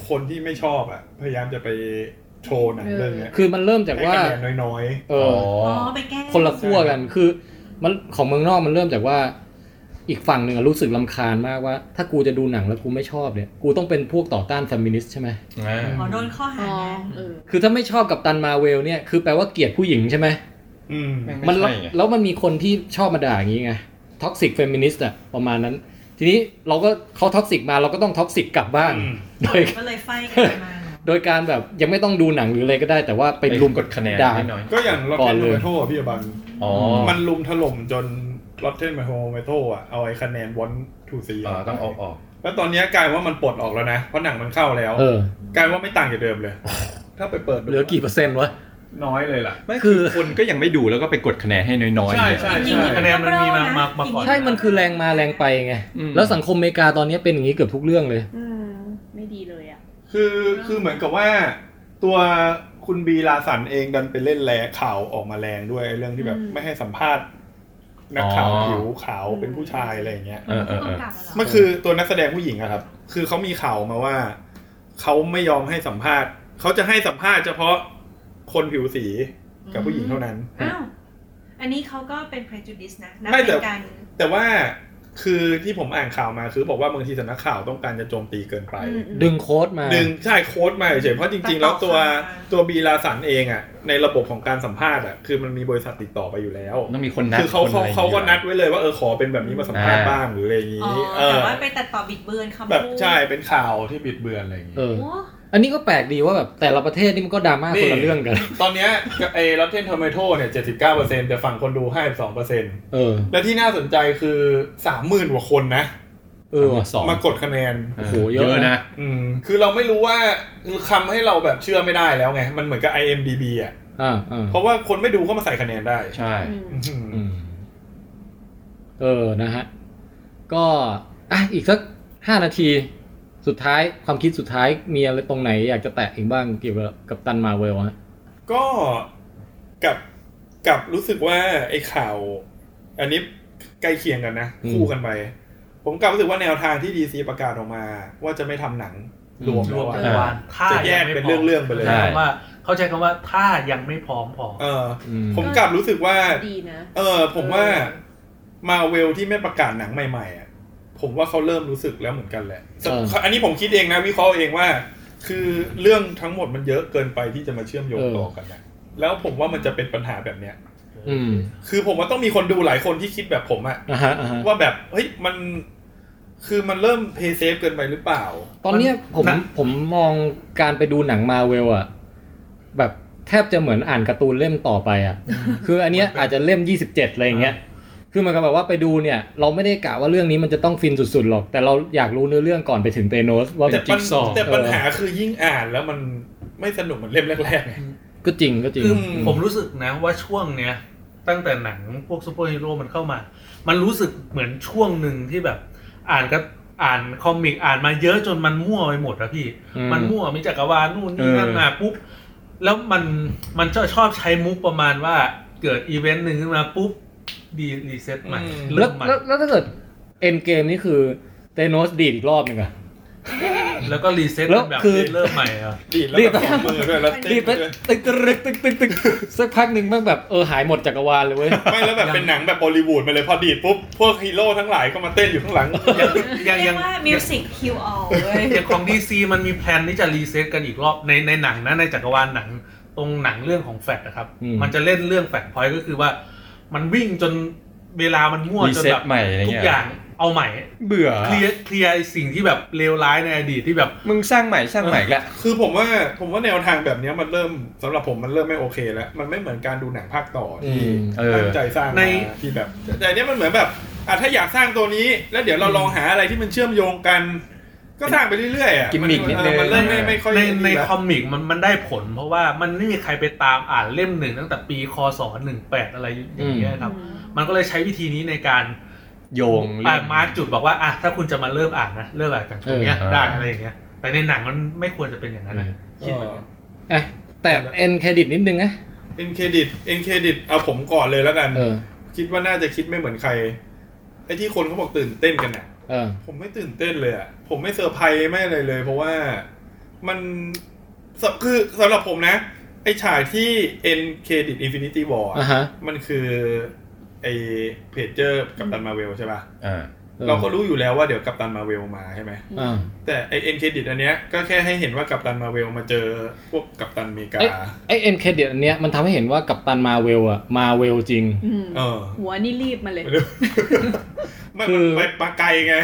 คนที่ไม่ชอบอ่ะ พยายามจะไปโชว์หนังเรื่องเนี้ย
คือมันเริ่มจากว่า
ให้คะแนนน้อย
เอ
อ๋
อ
อ
อ๋อไปแก้
คนละขั้วกันคือมันของเมืองนอกมันเริ่มจากว่า อีกฝั่งหนึ่งอะรู้สึกลำคาญมากว่า ถ้ากูจะดูหนังแล้วกูไม่ชอบเนี่ย กูต้องเป็นพวกต่อต้านเฟมินิสต์ใช่ไหม
อ่า
อ๋อโดนข้อหา
อ๋อ
ไง
เออ
คือถ้าไม่ชอบกับตันมาเวลเนี่ย คือแปลว่าเกลียดผู้หญิงใช่ไหม
ๆอืม
มัน
ไม่ใช่ไง
แล้วมันมีคนที่ชอบมาด่าอย่างนี้ไงท็อกซิกเฟมินิสต์อะประมาณนั้น ทีนี้เราก็เขาท็อกซิกมาเราก็ต้องท็อกซิกกลับบ้าง
อืม
โดย
ก็เลยไฟกันไปมา
โดยการแบบยังไม่ต้องดูหนังหรืออะไรก็ได้ แต่ว่าไป
ไป
รุ
รุ
ม
ม
ก
ก
ด
ดคะแนน
ด่า
ให้น้อย
ก็อย่างล็อต
ก่
เท
อน
น
เลย
โมโทอ่ะพี่อบัง
อ๋อ
มันลุมถล่มจนล็อตเทนโมโทอ่ะเอาไอ้คะแนนวันทูซี
อ่าต้องเอาออก
แล้วตอนเนี้ยกลายว่ามันปลดออกแล้วนะเพราะหนังมันเข้าแล้ว
เออก
ลายว่าไม่ต่างจากเดิมเลย ถ้าไปเปิดดู
เหลือกี่เปอร์เซ็นต์วะ
น้อยเลยล่ะ
ไม่
คื
คือ อคนก็ยังไม่ดูแล้วก็ไปกดคะแนนให้น้อยๆ
ใช่
เนี่ย
ใช่
จริงๆ
คะแนนมันมีมามามาก่อน
ใช่มันคือแรงมาแรงไปไง
อืม
แล้วสังคมอเมริกาตอนนี้เป็นอย่างนี้เกือบทุกเรื่องเลย
อืม ไม่ดีเลยอ่ะ
คือคือเหมือนกับว่า ตัวคุณบีลาสันเองดันไปเล่นแรข่าวออกมาแรงด้วยเรื่องที่แบบ
อืม
ไม่ให้สัมภาษณ์ นักข่าวผิวขาวเป็นผู้ชายอะไรอย่างเงี้ย
เออเออเออ
ลับมาเหรอ
มันคือตัวนักแสดงผู้หญิงอะครับ คือเขามีข่าวมาว่าเขาไม่ยอมให้สัมภาษณ์เขาจะให้สัมภาษณ์เฉพาะคนผิวสีกับผู้หญิงเท่านั้น
อ้าวอันนี้เขาก็เป็น prejudice นะนับ
ไม่แต่
เป็นการ
แต่ว่าคือที่ผมอ่านข่าวมาคือบอกว่าบางทีสำนักข่าวต้องการจะโจมตีเกินไป
อืม
ดึงโค้ดมา
ดึงใช่โค้ดมาเฉยๆเพราะจริงๆ แล้วตัวตัวบีลาสันเองอ่ะในระบบของการสัมภาษณ์อ่ะคือมันมีบริษัทติดต่อไปอยู่แล้ว
ต้องมีคนนัด
คือเขา
น
เขาเขา
อะไรอย่งงี้ย
ก็นัดไว้เลยว่าเออขอเป็นแบบนี้มาสัมภาษณ์
อ่า
บ้างหรืออะไรอย่าง
อ๋อ
นี้เอ
แต่
อ
ว่าไปตัดต่อบิดเบือนคำพูด
แบบใช่เป็นข่าวที่บิดเบือนอะไรอย่างนี้
เออ
โอ้
อันนี้ก็แปลกดีว่าแบบแต่ละประเทศนี่มันก็ดราม่าคนละเรื่องกัน
ตอนเนี้ยไอ้ลอตเทนทอมเมโตเนี่ยเจ็ดสิบเก้าเปอร์เซ็นต์แต่ฝั่งคนดูห้าสิบสองเปอร์เซ็นต์
เออ
และที่น่าสนใจคือสามหมื่นกว่าคนนะ
เออว่ะ
สอง
มากดคะแนน
โอ้โหเยอะนะ
อืมคือเราไม่รู้ว่าคำให้เราแบบเชื่อไม่ได้แล้วไง มันเหมือนกับ IMDB อ่ะ
อ่าอ่า
เพราะว่าคนไม่ดูเข้ามาใส่คะแนนได้
ใช่
อืม
อืมเออนะฮะ ก็อ่ะอีกสักห้านาที สุดท้ายความคิดสุดท้ายมีอะไรตรงไหนอยากจะแตะอีกบ้างเกี่ยวกับกับตันมาเวลฮะ
ก็กับกับรู้สึกว่าไอ้ข่าว อันนี้ใกล้เคียงกันนะ
อืม
คู่กันไป ผมกลับรู้สึกว่าแนวทางที่ดีซีประกาศออกมา ว่าจะไม่ทำหนัง
อืม
รวม
ร
แล้ว
ม
อะ
จักรวาลถ้า
จะแย
ง
ก
ไม่
เป็น
พ
เรื่องๆไปเลย
ใช่
ใช้คำว่าเขาใช้คำว่าถ้ายังไม่พร้อมพอ
เออ
อืม
ผมกลับรู้สึกว่า
ดีนะ
เออ ผมว่ามาเวลที่ไม่ประกาศหนังใหม่ๆอ่ะผมว่าเขาเริ่มรู้สึกแล้วเหมือนกันแหละ
เออ
อันนี้ผมคิดเองนะวิเคราะห์เองว่า คือเรื่องทั้งหมดมันเยอะเกินไปที่จะมาเชื่อมโยงต่อกันนะแล้วผมว่ามันจะเป็นปัญหาแบบเนี้ย
อืม
คือผมว่าต้องมีคนดูหลายคนที่คิดแบบผมอะ
อ่าฮะอ่าฮะ
ว่าแบบเฮ้ยมัน คือมันเริ่มเพย์เซฟเกินไปหรือเปล่า
ตอนเนี้ยผม
นะ
ผมมองการไปดูหนังมาเวลอะแบบแทบจะเหมือนอ่านการ์ตูนเล่มต่อไปอะ คืออันเนี้ยอาจจะเล่ม 27อะไรอย่างเงี้ย คือมันก็แบบว่าไปดูเนี่ย เราไม่ได้กะว่าเรื่องนี้มันจะต้องฟินสุดๆหรอก แต่เราอยากรู้เนื้อเรื่องก่อนไปถึงเตโนสว่า
แต่
แต่ปัญ
Jigsaw
แต่ปัญหาคือยิ่งอ่านแล้วมันไม่สนุกเหมือนเล่มแรกๆไง
ก็จริงก็จริง
คือ
อืม
ผมรู้สึกนะว่าช่วงเนี้ยตั้งแต่หนังพวกซูเปอร์ฮีโร่มันเข้ามา มันรู้สึกเหมือนช่วงหนึ่งที่แบบอ่านก็อ่านคอมิกอ่านมาเยอะจนมันมั่วไปหมดอะพี่
อืม
มันมั่วมีจักรวาลนู่นนี่นั่น
เออ
มาปุ๊บ แล้วมันมันชอบชอบใช้มุกประมาณว่าเกิดอีเวนต์หนึ่งขึ้นมาปุ๊บดีรีเซ็ตใหม่
อืม
แล้
เริ่
ว
มใหม่
แล้วแล้วถ้าเกิดเอ็นเกมนี่คือเตโนสดีดอีกรอบหนึ่งอะ
แล้วก็รีเซ็ต
แล้ว
แบบ
คือ
เริ่มใหม่ อะ
ดีดแล้วแบบสองมือด้วยแล้ว
ดี
ติ
ดไปตึกตึกตึกตึกตึกสักพักหนึ่งแมันแบบเออหายหมดจักรวาลเลยเว้ย
ไม่แล้วแบบเป็นหนังแบบบอลลีวูดมาเลยพอดีดปุ๊บ พวกฮีโร่ทั้งหลายก็มาเต้นอยู่ข้างหลัง
ยัง
เรีย
ยัง
กว่า music heal all เว้ย
อย่างของ DC มันมีแพลนที่จะรีเซ็ตกันอีกรอบในในหนังนะในจักรวาลหนังตรงหนังเรื่องของแฟดนะครับ
อืม
มันจะเล่นเรื่องแฟดพอยต์ก็คือว่า มันวิ่งจนเวลามันมั่ว
รี
จน
เซ็ต
แบบ
ใหม่อะไร
ทุก
เงี้ย
อย่างเอาใหม่
เบื่อ
เคลียร์เคลียร์ไอ้สิ่งที่แบบเลวร้ายในอดีตที่แบบ
มึงสร้างใหม่สร้างใหม่อีกและ
คือผมว่าผมว่าแนวทางแบบเนี้ยมันเริ่มสำหรับผมมันเริ่มไม่โอเคแล้ว มันไม่เหมือนการดูหนังภาคต่อที่
อืม
เออ
ตั้งใจสร้างมาที่แบบ แต่อันเนี้ยมันเหมือนแบบอ่ะถ้าอยากสร้างตัวนี้ แล้วเดี๋ยวเราลองหาอะไรที่มันเชื่อมโยงกัน ก็สร้างไปเรื่อยๆอ่ะ
กิมมิคนิดนึง
เออมันเริ่มไม่ไม่ค่อย
ในใน
ละ
คอมิกมันมันได้ผล เพราะว่ามันไม่มีใครไปตามอ่านเล่มหนึ่งตั้งแต่ปีคศ18อะไรอย่างเงี้ยครับ มันก็เลยใช้วิธีนี้ในการ
โยงเรื่
อ่ะ
อง
มาร์กจุดบอกว่าอ่ะถ้าคุณจะมาเริ่มอ่านนะเริ่มอ่านจากตรงเนี้ย
เออ
ได้อะไรอย่างเงี้ย แต่ในหนังมันไม่ควรจะเป็นอย่างนั้นนะคิดเหมือนกัน
อ่ะแต่เอ็นเครดิตนิดนึงนะ
เอ็นเครดิตเอ็นเครดิตเอาผมก่อนเลยแล้วกัน
เออ
คิดว่าน่าจะคิดไม่เหมือนใครไอ้ที่คนเขาบอกตื่นเต้นกันน่ะ
เออ
ผมไม่ตื่นเต้นเลยอ่ะผมไม่เซอร์ไพรส์ไม่อะไรเลย เพราะว่ามันสคือสำหรับผมนะ ไอ้ฉากที่ End Credit Infinity War อะ
อ่าฮะ
มันคือไอ้เพจเจอร์กับตันมาเวลใช่ป่ะ
อ่า
ออ
เราก็รู้อยู่แล้วว่าเดี๋ยวกับตันมาเวลมาใช่ไหม
อ่า
แต่ไอเอ็นเครดิตอันเนี้ยก็แค่ให้เห็นว่ากับตันมาเวลมาเจอพวกกับตันอเมริกา
เอ๊ะ ไอเอ็นเครดิตอันเนี้ยมันทำให้เห็นว่ากัปตันมาเวลอะมาเวลจริง
อืม
เออ
หัวนี่รีบมาเลย
ไม่
คื
มัน
อ
ไปปลาไกลไง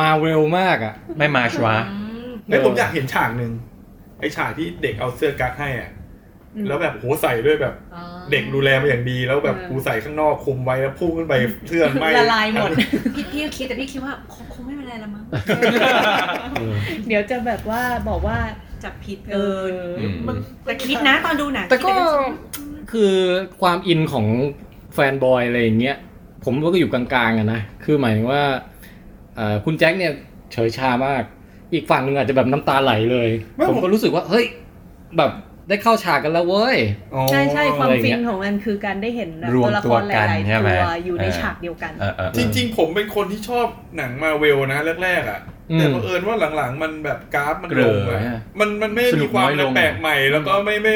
มาเวลมากอะ
ไม่มาชวะ
เฮ้ย
เออ
ผมอยากเห็นฉากหนึ่งไอฉากที่เด็กเอาเสื้อกั๊กให้อ่ะแล้วแบบโหใส่ด้วยแบบ เด็กดูแลมาอย่างดีแล้วแบบ
เออ
กูใส่ข้างนอกคุมไว้แล้วพุ่งขึ้นไปเสื้อไหม
ละลายหมด
พี่พี่คิดแต่พี่คิดว่าคงคงไม่เป็นไรละมั้ง
เดี๋ยวจะแบบว่าบอกว่า
จับผิด
เอ
เออ
อ
มัน
แต่คิดนะตอนดูหนัง
แต่ก็
คิดอะไร
คือความอินของแฟนบอยอะไรอย่างเงี้ย ผมว่าก็อยู่กลางๆอะนะ คือหมายถึงว่าเอ่อคุณแจ็คเนี่ยเฉยชามาก อีกฝั่งหนึ่งอาจจะแบบน้ำตาไหลเลย ผมก็รู้สึกว่า เฮ้ย แบบได้เข้าฉากกันแล้วเว้ย
อ๋อ
ใช่ใช่ความ
อะไรเงี้
ฟิ
ย
นของมันคือการได้เห็นแบบ
รว
ตั
ม
วละครหลาย
ตัวกัน
ๆ
ใช่ไหม
ตัวอยู่ใน
เออ
ฉากเดียวกัน
เออเออเออ
จริง ๆ ผมเป็นคนที่ชอบหนังมาเวลนะแรกๆอ่ะ
อืม
แต่บังเอิญว่าหลังๆ มันแบบกราฟมัน
เก
ล
ลื
ง
อ
อ่ะ
ฮะ
มันมันไม่
สนุ
มี
ก
ความ
น้อยลง
แปลกใหม่ แล้วก็ไม่ไม่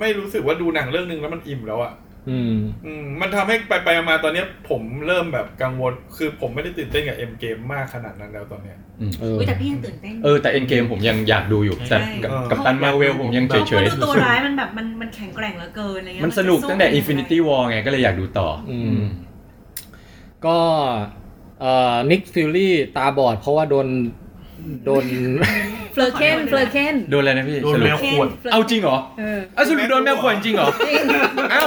ไม่รู้สึกว่าดูหนังเรื่องนึงแล้วมันอิ่มแล้วอ่ะ
อืม
อืมมันทำให้ไปไปมาตอนเนี้ยผมเริ่มแบบกังวล คือผมไม่ได้ตื่นเต้นกับเอ็มเกมมากขนาดนั้นแล้วตอนเนี้ย
เออ
อุ๊ยแต่พี่ยังตื่นเต้น
เออแต่เอ็นเกมผมยังอยากดูอยู่ แต่กับ
ใช่
กับตันมาเวลผมยังเฉย
พ
เฉ
ราะ
ย
ว่าดูตัวร้ายมันแบบมันมันแข็งแกร่งเหลือเกินอะไรเงี้ย
มันสนุก
จะ
ตั้งแต่
สู้
Infinity War ไงก็เลยอยากดูต่ออ
ม ก็นิกฟิลลี่อ Nick Fury ตาบอดเพราะว่าโดน โดน
ฟ ลอเคนเฟลอเคน
โดนอะไรนะพี่
โดน
สรุป
แมวขวด
เอาจริงเหรอ
เออ
เอาสรุปโดนแมวขวดจริงเหรอ
จริง
เอ้า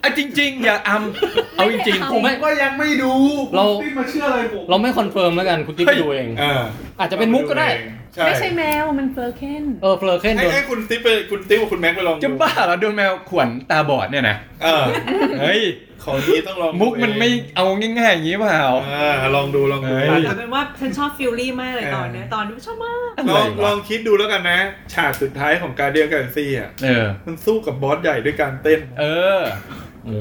เอาจริง ๆ อย่าอำเอาจริงๆ
ผม
ไม่
ก็ยังไม่ดู
เรา
ติ๊กมาเชื่ออะไรผม
เราไม่คอนเฟิร์มแล้วกันคุณกิ๊กไปดูเอง
เออ
อาจจะเป็นมุกก็ได้
ใช่
ไม่ใช่แมวมันเฟลอเคน
เออเฟลอเคน
ให้
โดน
ให้คุณติ๊บไปคุณติ๊บกับคุณแม็กไปลองดู
จะบ้าเหรอโดนแมวขวนตาบอดเนี่ยนะ
เออ
เฮ้ย
ของนี้ต้องลองดู
มุกมันไม่
เอง
เอาง่ายๆอย่างนี้เปล่า
อ่าลองดูลองดู
เฮ้ย
แต่เป็นว่าฉันชอบฟิลลี่มากเลยตอนเนี้ยตอนดูชอบมาก
อะไร
ลองล
วะ
องคิดดูแล้วกันนะ ฉากสุดท้ายของการเดียนกันซีอ่ะ
เออ
มันสู้กับบอสใหญ่ด้วยการเต้น
เออ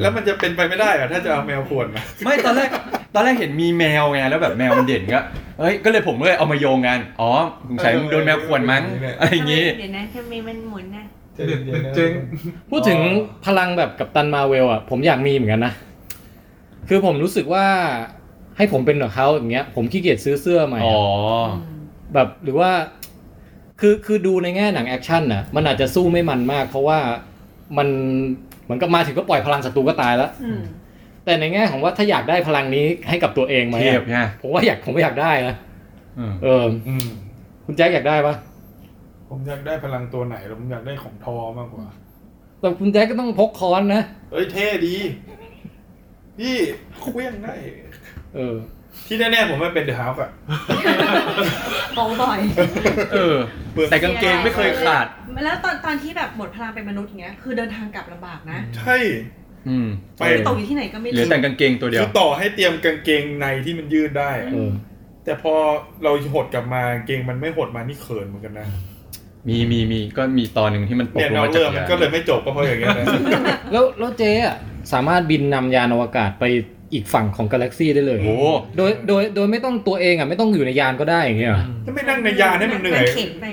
แล้วมันจะเป็นไปไม่ได้เหรอะถ้าจะเอาแมวขวนมา
ไม่ตอนแรกตอนแรกเห็นมีแมวไงแล้วแบบแมวมันเด่นก็เอ้ยก็เลยผมก็เลยเอามาโยงกันอ๋อสงสัยมึงโดนแมวข่วนมั้งอะไรอย่างงี้
เดี๋ยวนะทำไมมันหมุนน่ะ
เด็ดเด็ดเจ๊ง
พูดถึงพลังแบบกับตันมาเวลอ่ะ ผมอยากมีเหมือนกันนะ คือผมรู้สึกว่าให้ผมเป็นแบบเขาอย่างเงี้ย ผมขี้เกียจซื้อเสื้อใหม่
อ๋อ
อะแบบหรือว่า คือคือดูในแง่หนังแอคชั่นนะมันอาจจะสู้ไม่มันมาก เพราะว่ามันเหมือนกับมาถึงก็ปล่อยพลังศัตรูก็ตายแล้ว
อืม
แต่ในแง่ของว่าถ้าอยากได้พลังนี้ให้กับตัวเองไหมอะ
เทียบไง
ผมว่าอยากผมก็อยากได้นะ
อืม
เออ
อืม
คุณแจ็คอยากได้ปะ
ผมอยากได้พลังตัวไหนหรอผมอยากได้ของทอมากกว่า
แต่คุณแจ็คก็ต้องพกค้อนนะ
เอ้ยเท่ดี พี่เคลี้ยงได้
เออ
ที่แน่ๆผมไม่เป็นเดอะฮาวอะ
ของบ่อย
เออแต่กางเกงไม่เคยขาด
แล้วตอนตอนที่แบบหมดพลังเป็นมนุษย์อย่างเงี้ยคือเดินทางกลับลำบากนะ
ใช่
อืม
ไป
ตกอยู่ที่ไหนก็ไม่
เหลือ
รู้
แต่กางเกงตัวเดีย
คื
ว
อต่อให้เตรียมกางเกงในที่มันยืดได้อะ
เออ
แต่พอเราหดกลับมากางเกงมันไม่หดมานี่เขินเหมือนกันนะ
มีมีมีก็มีตอนหนึ่งที่มันตก
เนี่ย
ลง
เรา
มาจาก
เริ่มมันก็
ยาน
เลยไม่จบก็เพราะอย่างเงี้ยนะ
แล้วแล้วเจ๊อะสามารถบินนำยานอวกาศไปอีกฝั่งของกาแล็กซี่ได้เลย
โอ้โห
โดยโดยโดยไม่ต้องตัวเองอ่ะไม่ต้องอยู่ในยานก็ได้อย่างเงี้ยเหรอ
ถ้าไม่นั่งในยานให้มันเหนื่อย
เข็นไป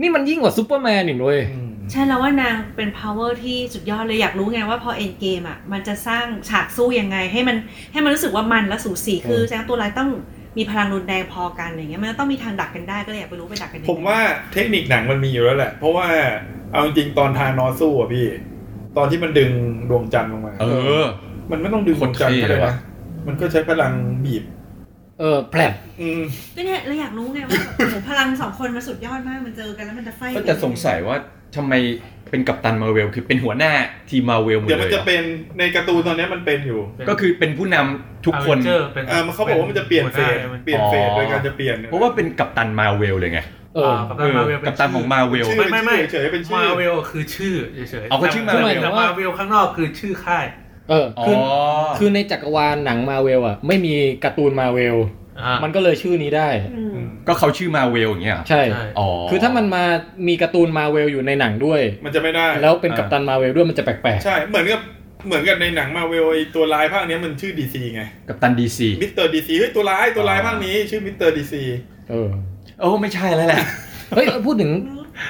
นี่มันยิ่งกว่าซูเปอร์แมนอีกเลย
อืม
ใช่แล้วว่านางเป็น power ที่สุดยอดเลยอยากรู้ไงว่าพอ end game อ่ะมันจะสร้างฉากสู้ยังไง ให้มันให้มันรู้สึกว่ามันและสูสีคือแสดงตัวร้ายต้องมีพลังรุนแรงพอกันอะไรเงี้ยมันต้องมีทางดักกันได้ก็เลยอยากไปรู้ไปดักกันยัง
ผ
ไง
มว่าเทคนิคหนังมันมีอยู่แล้วแหละ เพราะว่าเอาจริงๆตอนทานอสสู้อะพี่ ตอนที่มันดึงดวงจันทร์ลงมา
เออ
มันไม่ต้องดึงดวงจันทร์ก็ได้วะมันก็ใช้พลังบีบ
เออแผลบ
อืม
ก็เนี่ยเราอยากรู้ไงว่าแบบโอ้โหพลังสองคนมันสุดยอดมากมันเจอกันแล้วมันจะไฟ
ก็จะสงสัยว่าทำไมเป็นกัปตันมาร์เวลคือเป็นหัวหน้าทีมมาร์เวลหมด
เดี๋ยว
เล
มัน
ย
จะ
เหรอ
เป็นในการ์ตูนตอนเนี้ยมันเป็นอยู่
ก็คือเป็นผู้นำทุกคน
เป็น
อ่ามันเขาบอกว่ามันจะเปลี่ยนเฟสเปลี่ยนเฟส
อ๋อ
โดยการจะเปลี่ยนนี่ย
เพราะว่าเป็นกัปตันมาร์เวลเลยไง
เออ
กัป
เอ
ตั
อ
นมาเวล
กัปตันของมาร์เวล
ชื่อ
ไม่ไม่
เฉยๆเป็นชื่
มา
อ
เวลคือชื่อเฉยๆ
เอาเขาชื่อ Marvel
แต่มาเวลข้างนอกคือชื่อค่าย
เออ
อ๋อ
คือคือในจักรวาลหนังมาเวลอ่ะ ไม่มีการ์ตูนมาเวล
อ่า
มันก็เลยชื่อนี้ได้
อืม
ก็เขาชื่อมาร์เวลอย่างเงี้ยเหรอ
ใช่
ใช่
อ๋อ
คือถ้ามันมามีการ์ตูนมาเวลอยู่ในหนังด้วย
มันจะไม่ได้
แล้วเป็น
อ่า
กัปตันมาเวลด้วยมันจะแปลก
ใช่เหมือนกับเหมือนกับในหนังมาเวลไอตัวร้ายภาคเนี้ยมันชื่อดีซีไง
กัปตันดีซี
มิสเตอร์ดีซีเฮ้ยตัวร้ายตัวร้ายภาคนี้ชื่อมิสเตอร์ดีซี
ๆเออ
โอ้ไม่ใช่แล้วแหละ
เฮ้ยพูดถึง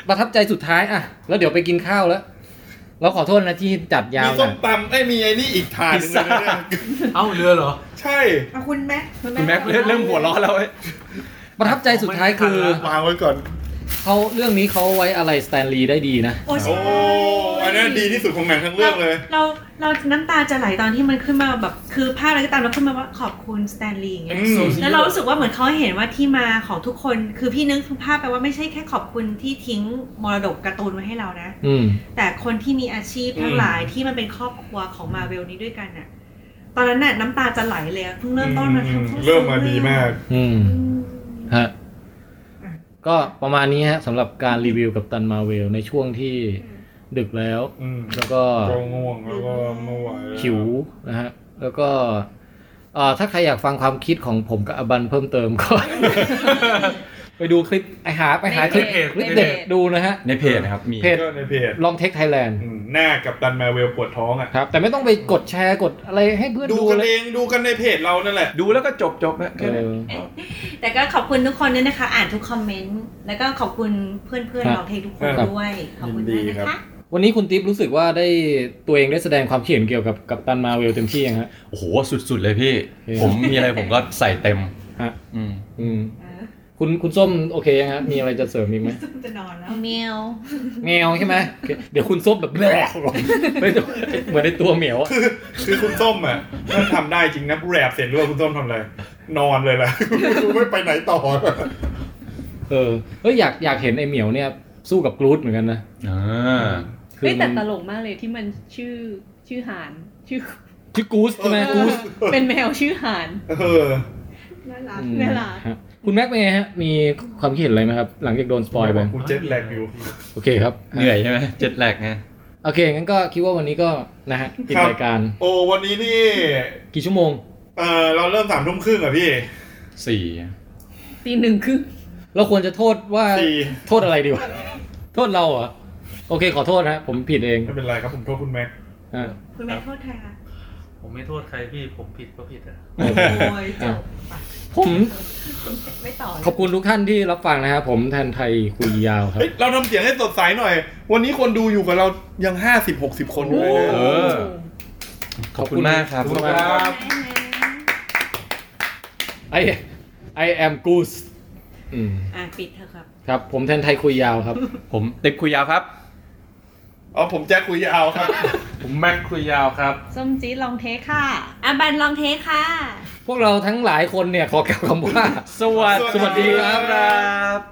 ประทับใจสุดท้ายอะแล้วเดี๋ยวไปกินข้าวแล้ว เราขอโทษนะที่จัดยา
มี
ว
ส้
นะ
มตำไอ้ยมีไอ้นี่อีกถาดหนึงเลยนะเนี่ย
เอ้าเรือเหรอ
ใช่
เอาคุณแม็กซ์คุณ
คุณแม็กซ์เริ่มหัวเร้อนแล้วเว้ย
ประทับใจสุดท้ายคือ
วางไว้ก่อน
เขาเรื่องนี้เขาไว้อะไรสแตนลีย์ได้ดีนะ
โอ้ใช่
โอ้อันนั้นดีที่สุดของหนังทั้งเรื่องเลย
เราเราน้ำตาจะไหลตอนที่มันขึ้นมาแบบคือภาพอะไรก็ตามแล้วขึ้นมาว่าขอบคุณสแตนลีย์อย่างเงี้ย
อืม
แล้วเรารู้สึกว่าเหมือนเขาเห็นว่าที่มาของทุกคน คือพี่นึกภาพไปว่าไม่ใช่แค่ขอบคุณที่ทิ้งมรดกการ์ตูนไว้ให้เรานะ
อืม
แต่คนที่มีอาชีพทั้งหลายที่มันเป็นครอบครัวของมาเวลนี้ด้วยกันน่ะ ตอนนั้นน่ะน้ำตาจะไหลเลยอะเพิ่งเริ่มต้นมาทำข้อ
เริ่มมาดีมาก
อืมฮะก็ประมาณนี้ฮะสำหรับการรีวิวกับตันมาเวลในช่วงที่ดึกแล้ว
อืม
แล้วก็
ก็ง่วงแล้วก็ไม่ไหวแล้ว
หิวนะฮะ แล้วก็เอ่อถ้าใครอยากฟังความคิดของผมกับอบันเพิ่มเติมก็ ไปดูคลิปไอหาไปหาคลิป
ในเพจ
คลิปเด็ดดูนะฮะ
ในเพจนะครับมี
เพจ
ก็ในเพจ
ลองเทคไทยแลนด์
อืมหน้ากับตันมาเวลปวดท้องอ่ะ
ครับ แต่ไม่ต้องไปกดแชร์กดอะไรให้เพื่อน
ดู
ดู
กัน
เลย
เองดูกันในเพจเรานั่นแหละ
ดูแล้วก็จบจบนะ
เอ
แค่นั้น
อ
แต่ก็ขอบคุณทุกคนด้วยนะคะ อ่านทุกคอมเมนต์แล้วก็ขอบคุณเพื่อนเพื่อน
ครับ
เราเทคทุกคน
ครับ
ด้วย ขอบคุณ
ยิ
ด้วน ย
ดี
นะครับ คะ
วันนี้คุณติ๊บรู้สึกว่าได้ตัวเองได้แสดงความคิดเห็นเกี่ยวกับกับตันมาเวลเต็มที่ยังฮะ
โอ้โห สุด ๆ เลยพี่
เออ
ผมมีอะไรผมก็ใส่เต็ม
ฮะ
อืม
อืม คุณคุณส้มโอเคยังฮะมีอะไรจะเสริมอีกไหม
จะนอนแล้ว
เมียว
แมวใช่ไหมโอเคเดี๋ยวคุณส้มแบบ แบลเหมือนในตัวเหมียวอะ
คือคุณส้มอ่ะถ้าทำได้จริงนะแรบเสร็จด้วยคุณส้มทำอะไร นอนเลยล่ะ ไม่ไปไหนต่อ
เออเอยอยากอยากเห็นไอ้เหมียวเนี่ย สู้กับกรูดเหมือนกันนะ
อ่า
คือ
เฮ้ยแต่
มัน
ตลกมากเลยที่มันชื่อชื่อหานชื่อ
ชื่อกูสใช่ไหมกูส
เป็นแมวชื่อหาน
เออ
น่ารัก
อืม
น่ารัก
ฮะคุณแม็กเป็นไงฮะ มีความคิดเห็นอะไรไหมครับ หลังจากโดนสปอยไป
กูเจ็ตแลกอยู่
โอเคครับ
เหนื่อยใช่ไหมเจ็ดแหลกไง
โอเค งั้นก็คิดว่าวันนี้ก็นะฮะปิด
ครับ
รายการ
โอ้วันนี้นี่
กี่ชั่วโมง
เออเราเริ่มสามทุ่มครึ่งอ่ะพี่
สี่
ตีหนึ่งครึ่ง
เราควรจะโทษว่า
สี่
โทษอะไรดีวะ โทษเราเหรอ โอเคขอโทษนะฮะผมผิดเอง
ไม่เป็นไรครับผมโทษคุณแม็ก
อ่า
คุณแม่โทษใครคะ
ผมไม่โทษใครพี่ผมผิดก็ผิดอะ
โอ้ยจบ ผม
ไม่ต่อ
ขอบคุณทุกท่านที่รับฟังนะครับผมแทนไทยคุยยาวครับ
เฮ้ยเราทำเสียงให้สดใสหน่อย วันนี้คนดูอยู่กับเรายังห้าสิบหกสิบคนอยู่เลยนะ
เออ ขอบคุณมากครับ
ขอบคุณมากครับ ไอไอแอมกูสอืม
อ่ะปิดเถอะครับ
ครับ ผมแทนไทยคุยยาวครับ
ผมติ๊บคุยยาวครับ
อ๋อผมแจ็คคุยยาวครับ
ผมแม็กคุยยาวครับ
ส้มจี๊ดลองเทคค่ะ
อ่ะบันลองเทสค่ะ
พวกเราทั้งหลายคนเนี่ยขอกล่าวคำว่า
สวัส
สวัสดี
ดี
ค
ค
รั
รับ บ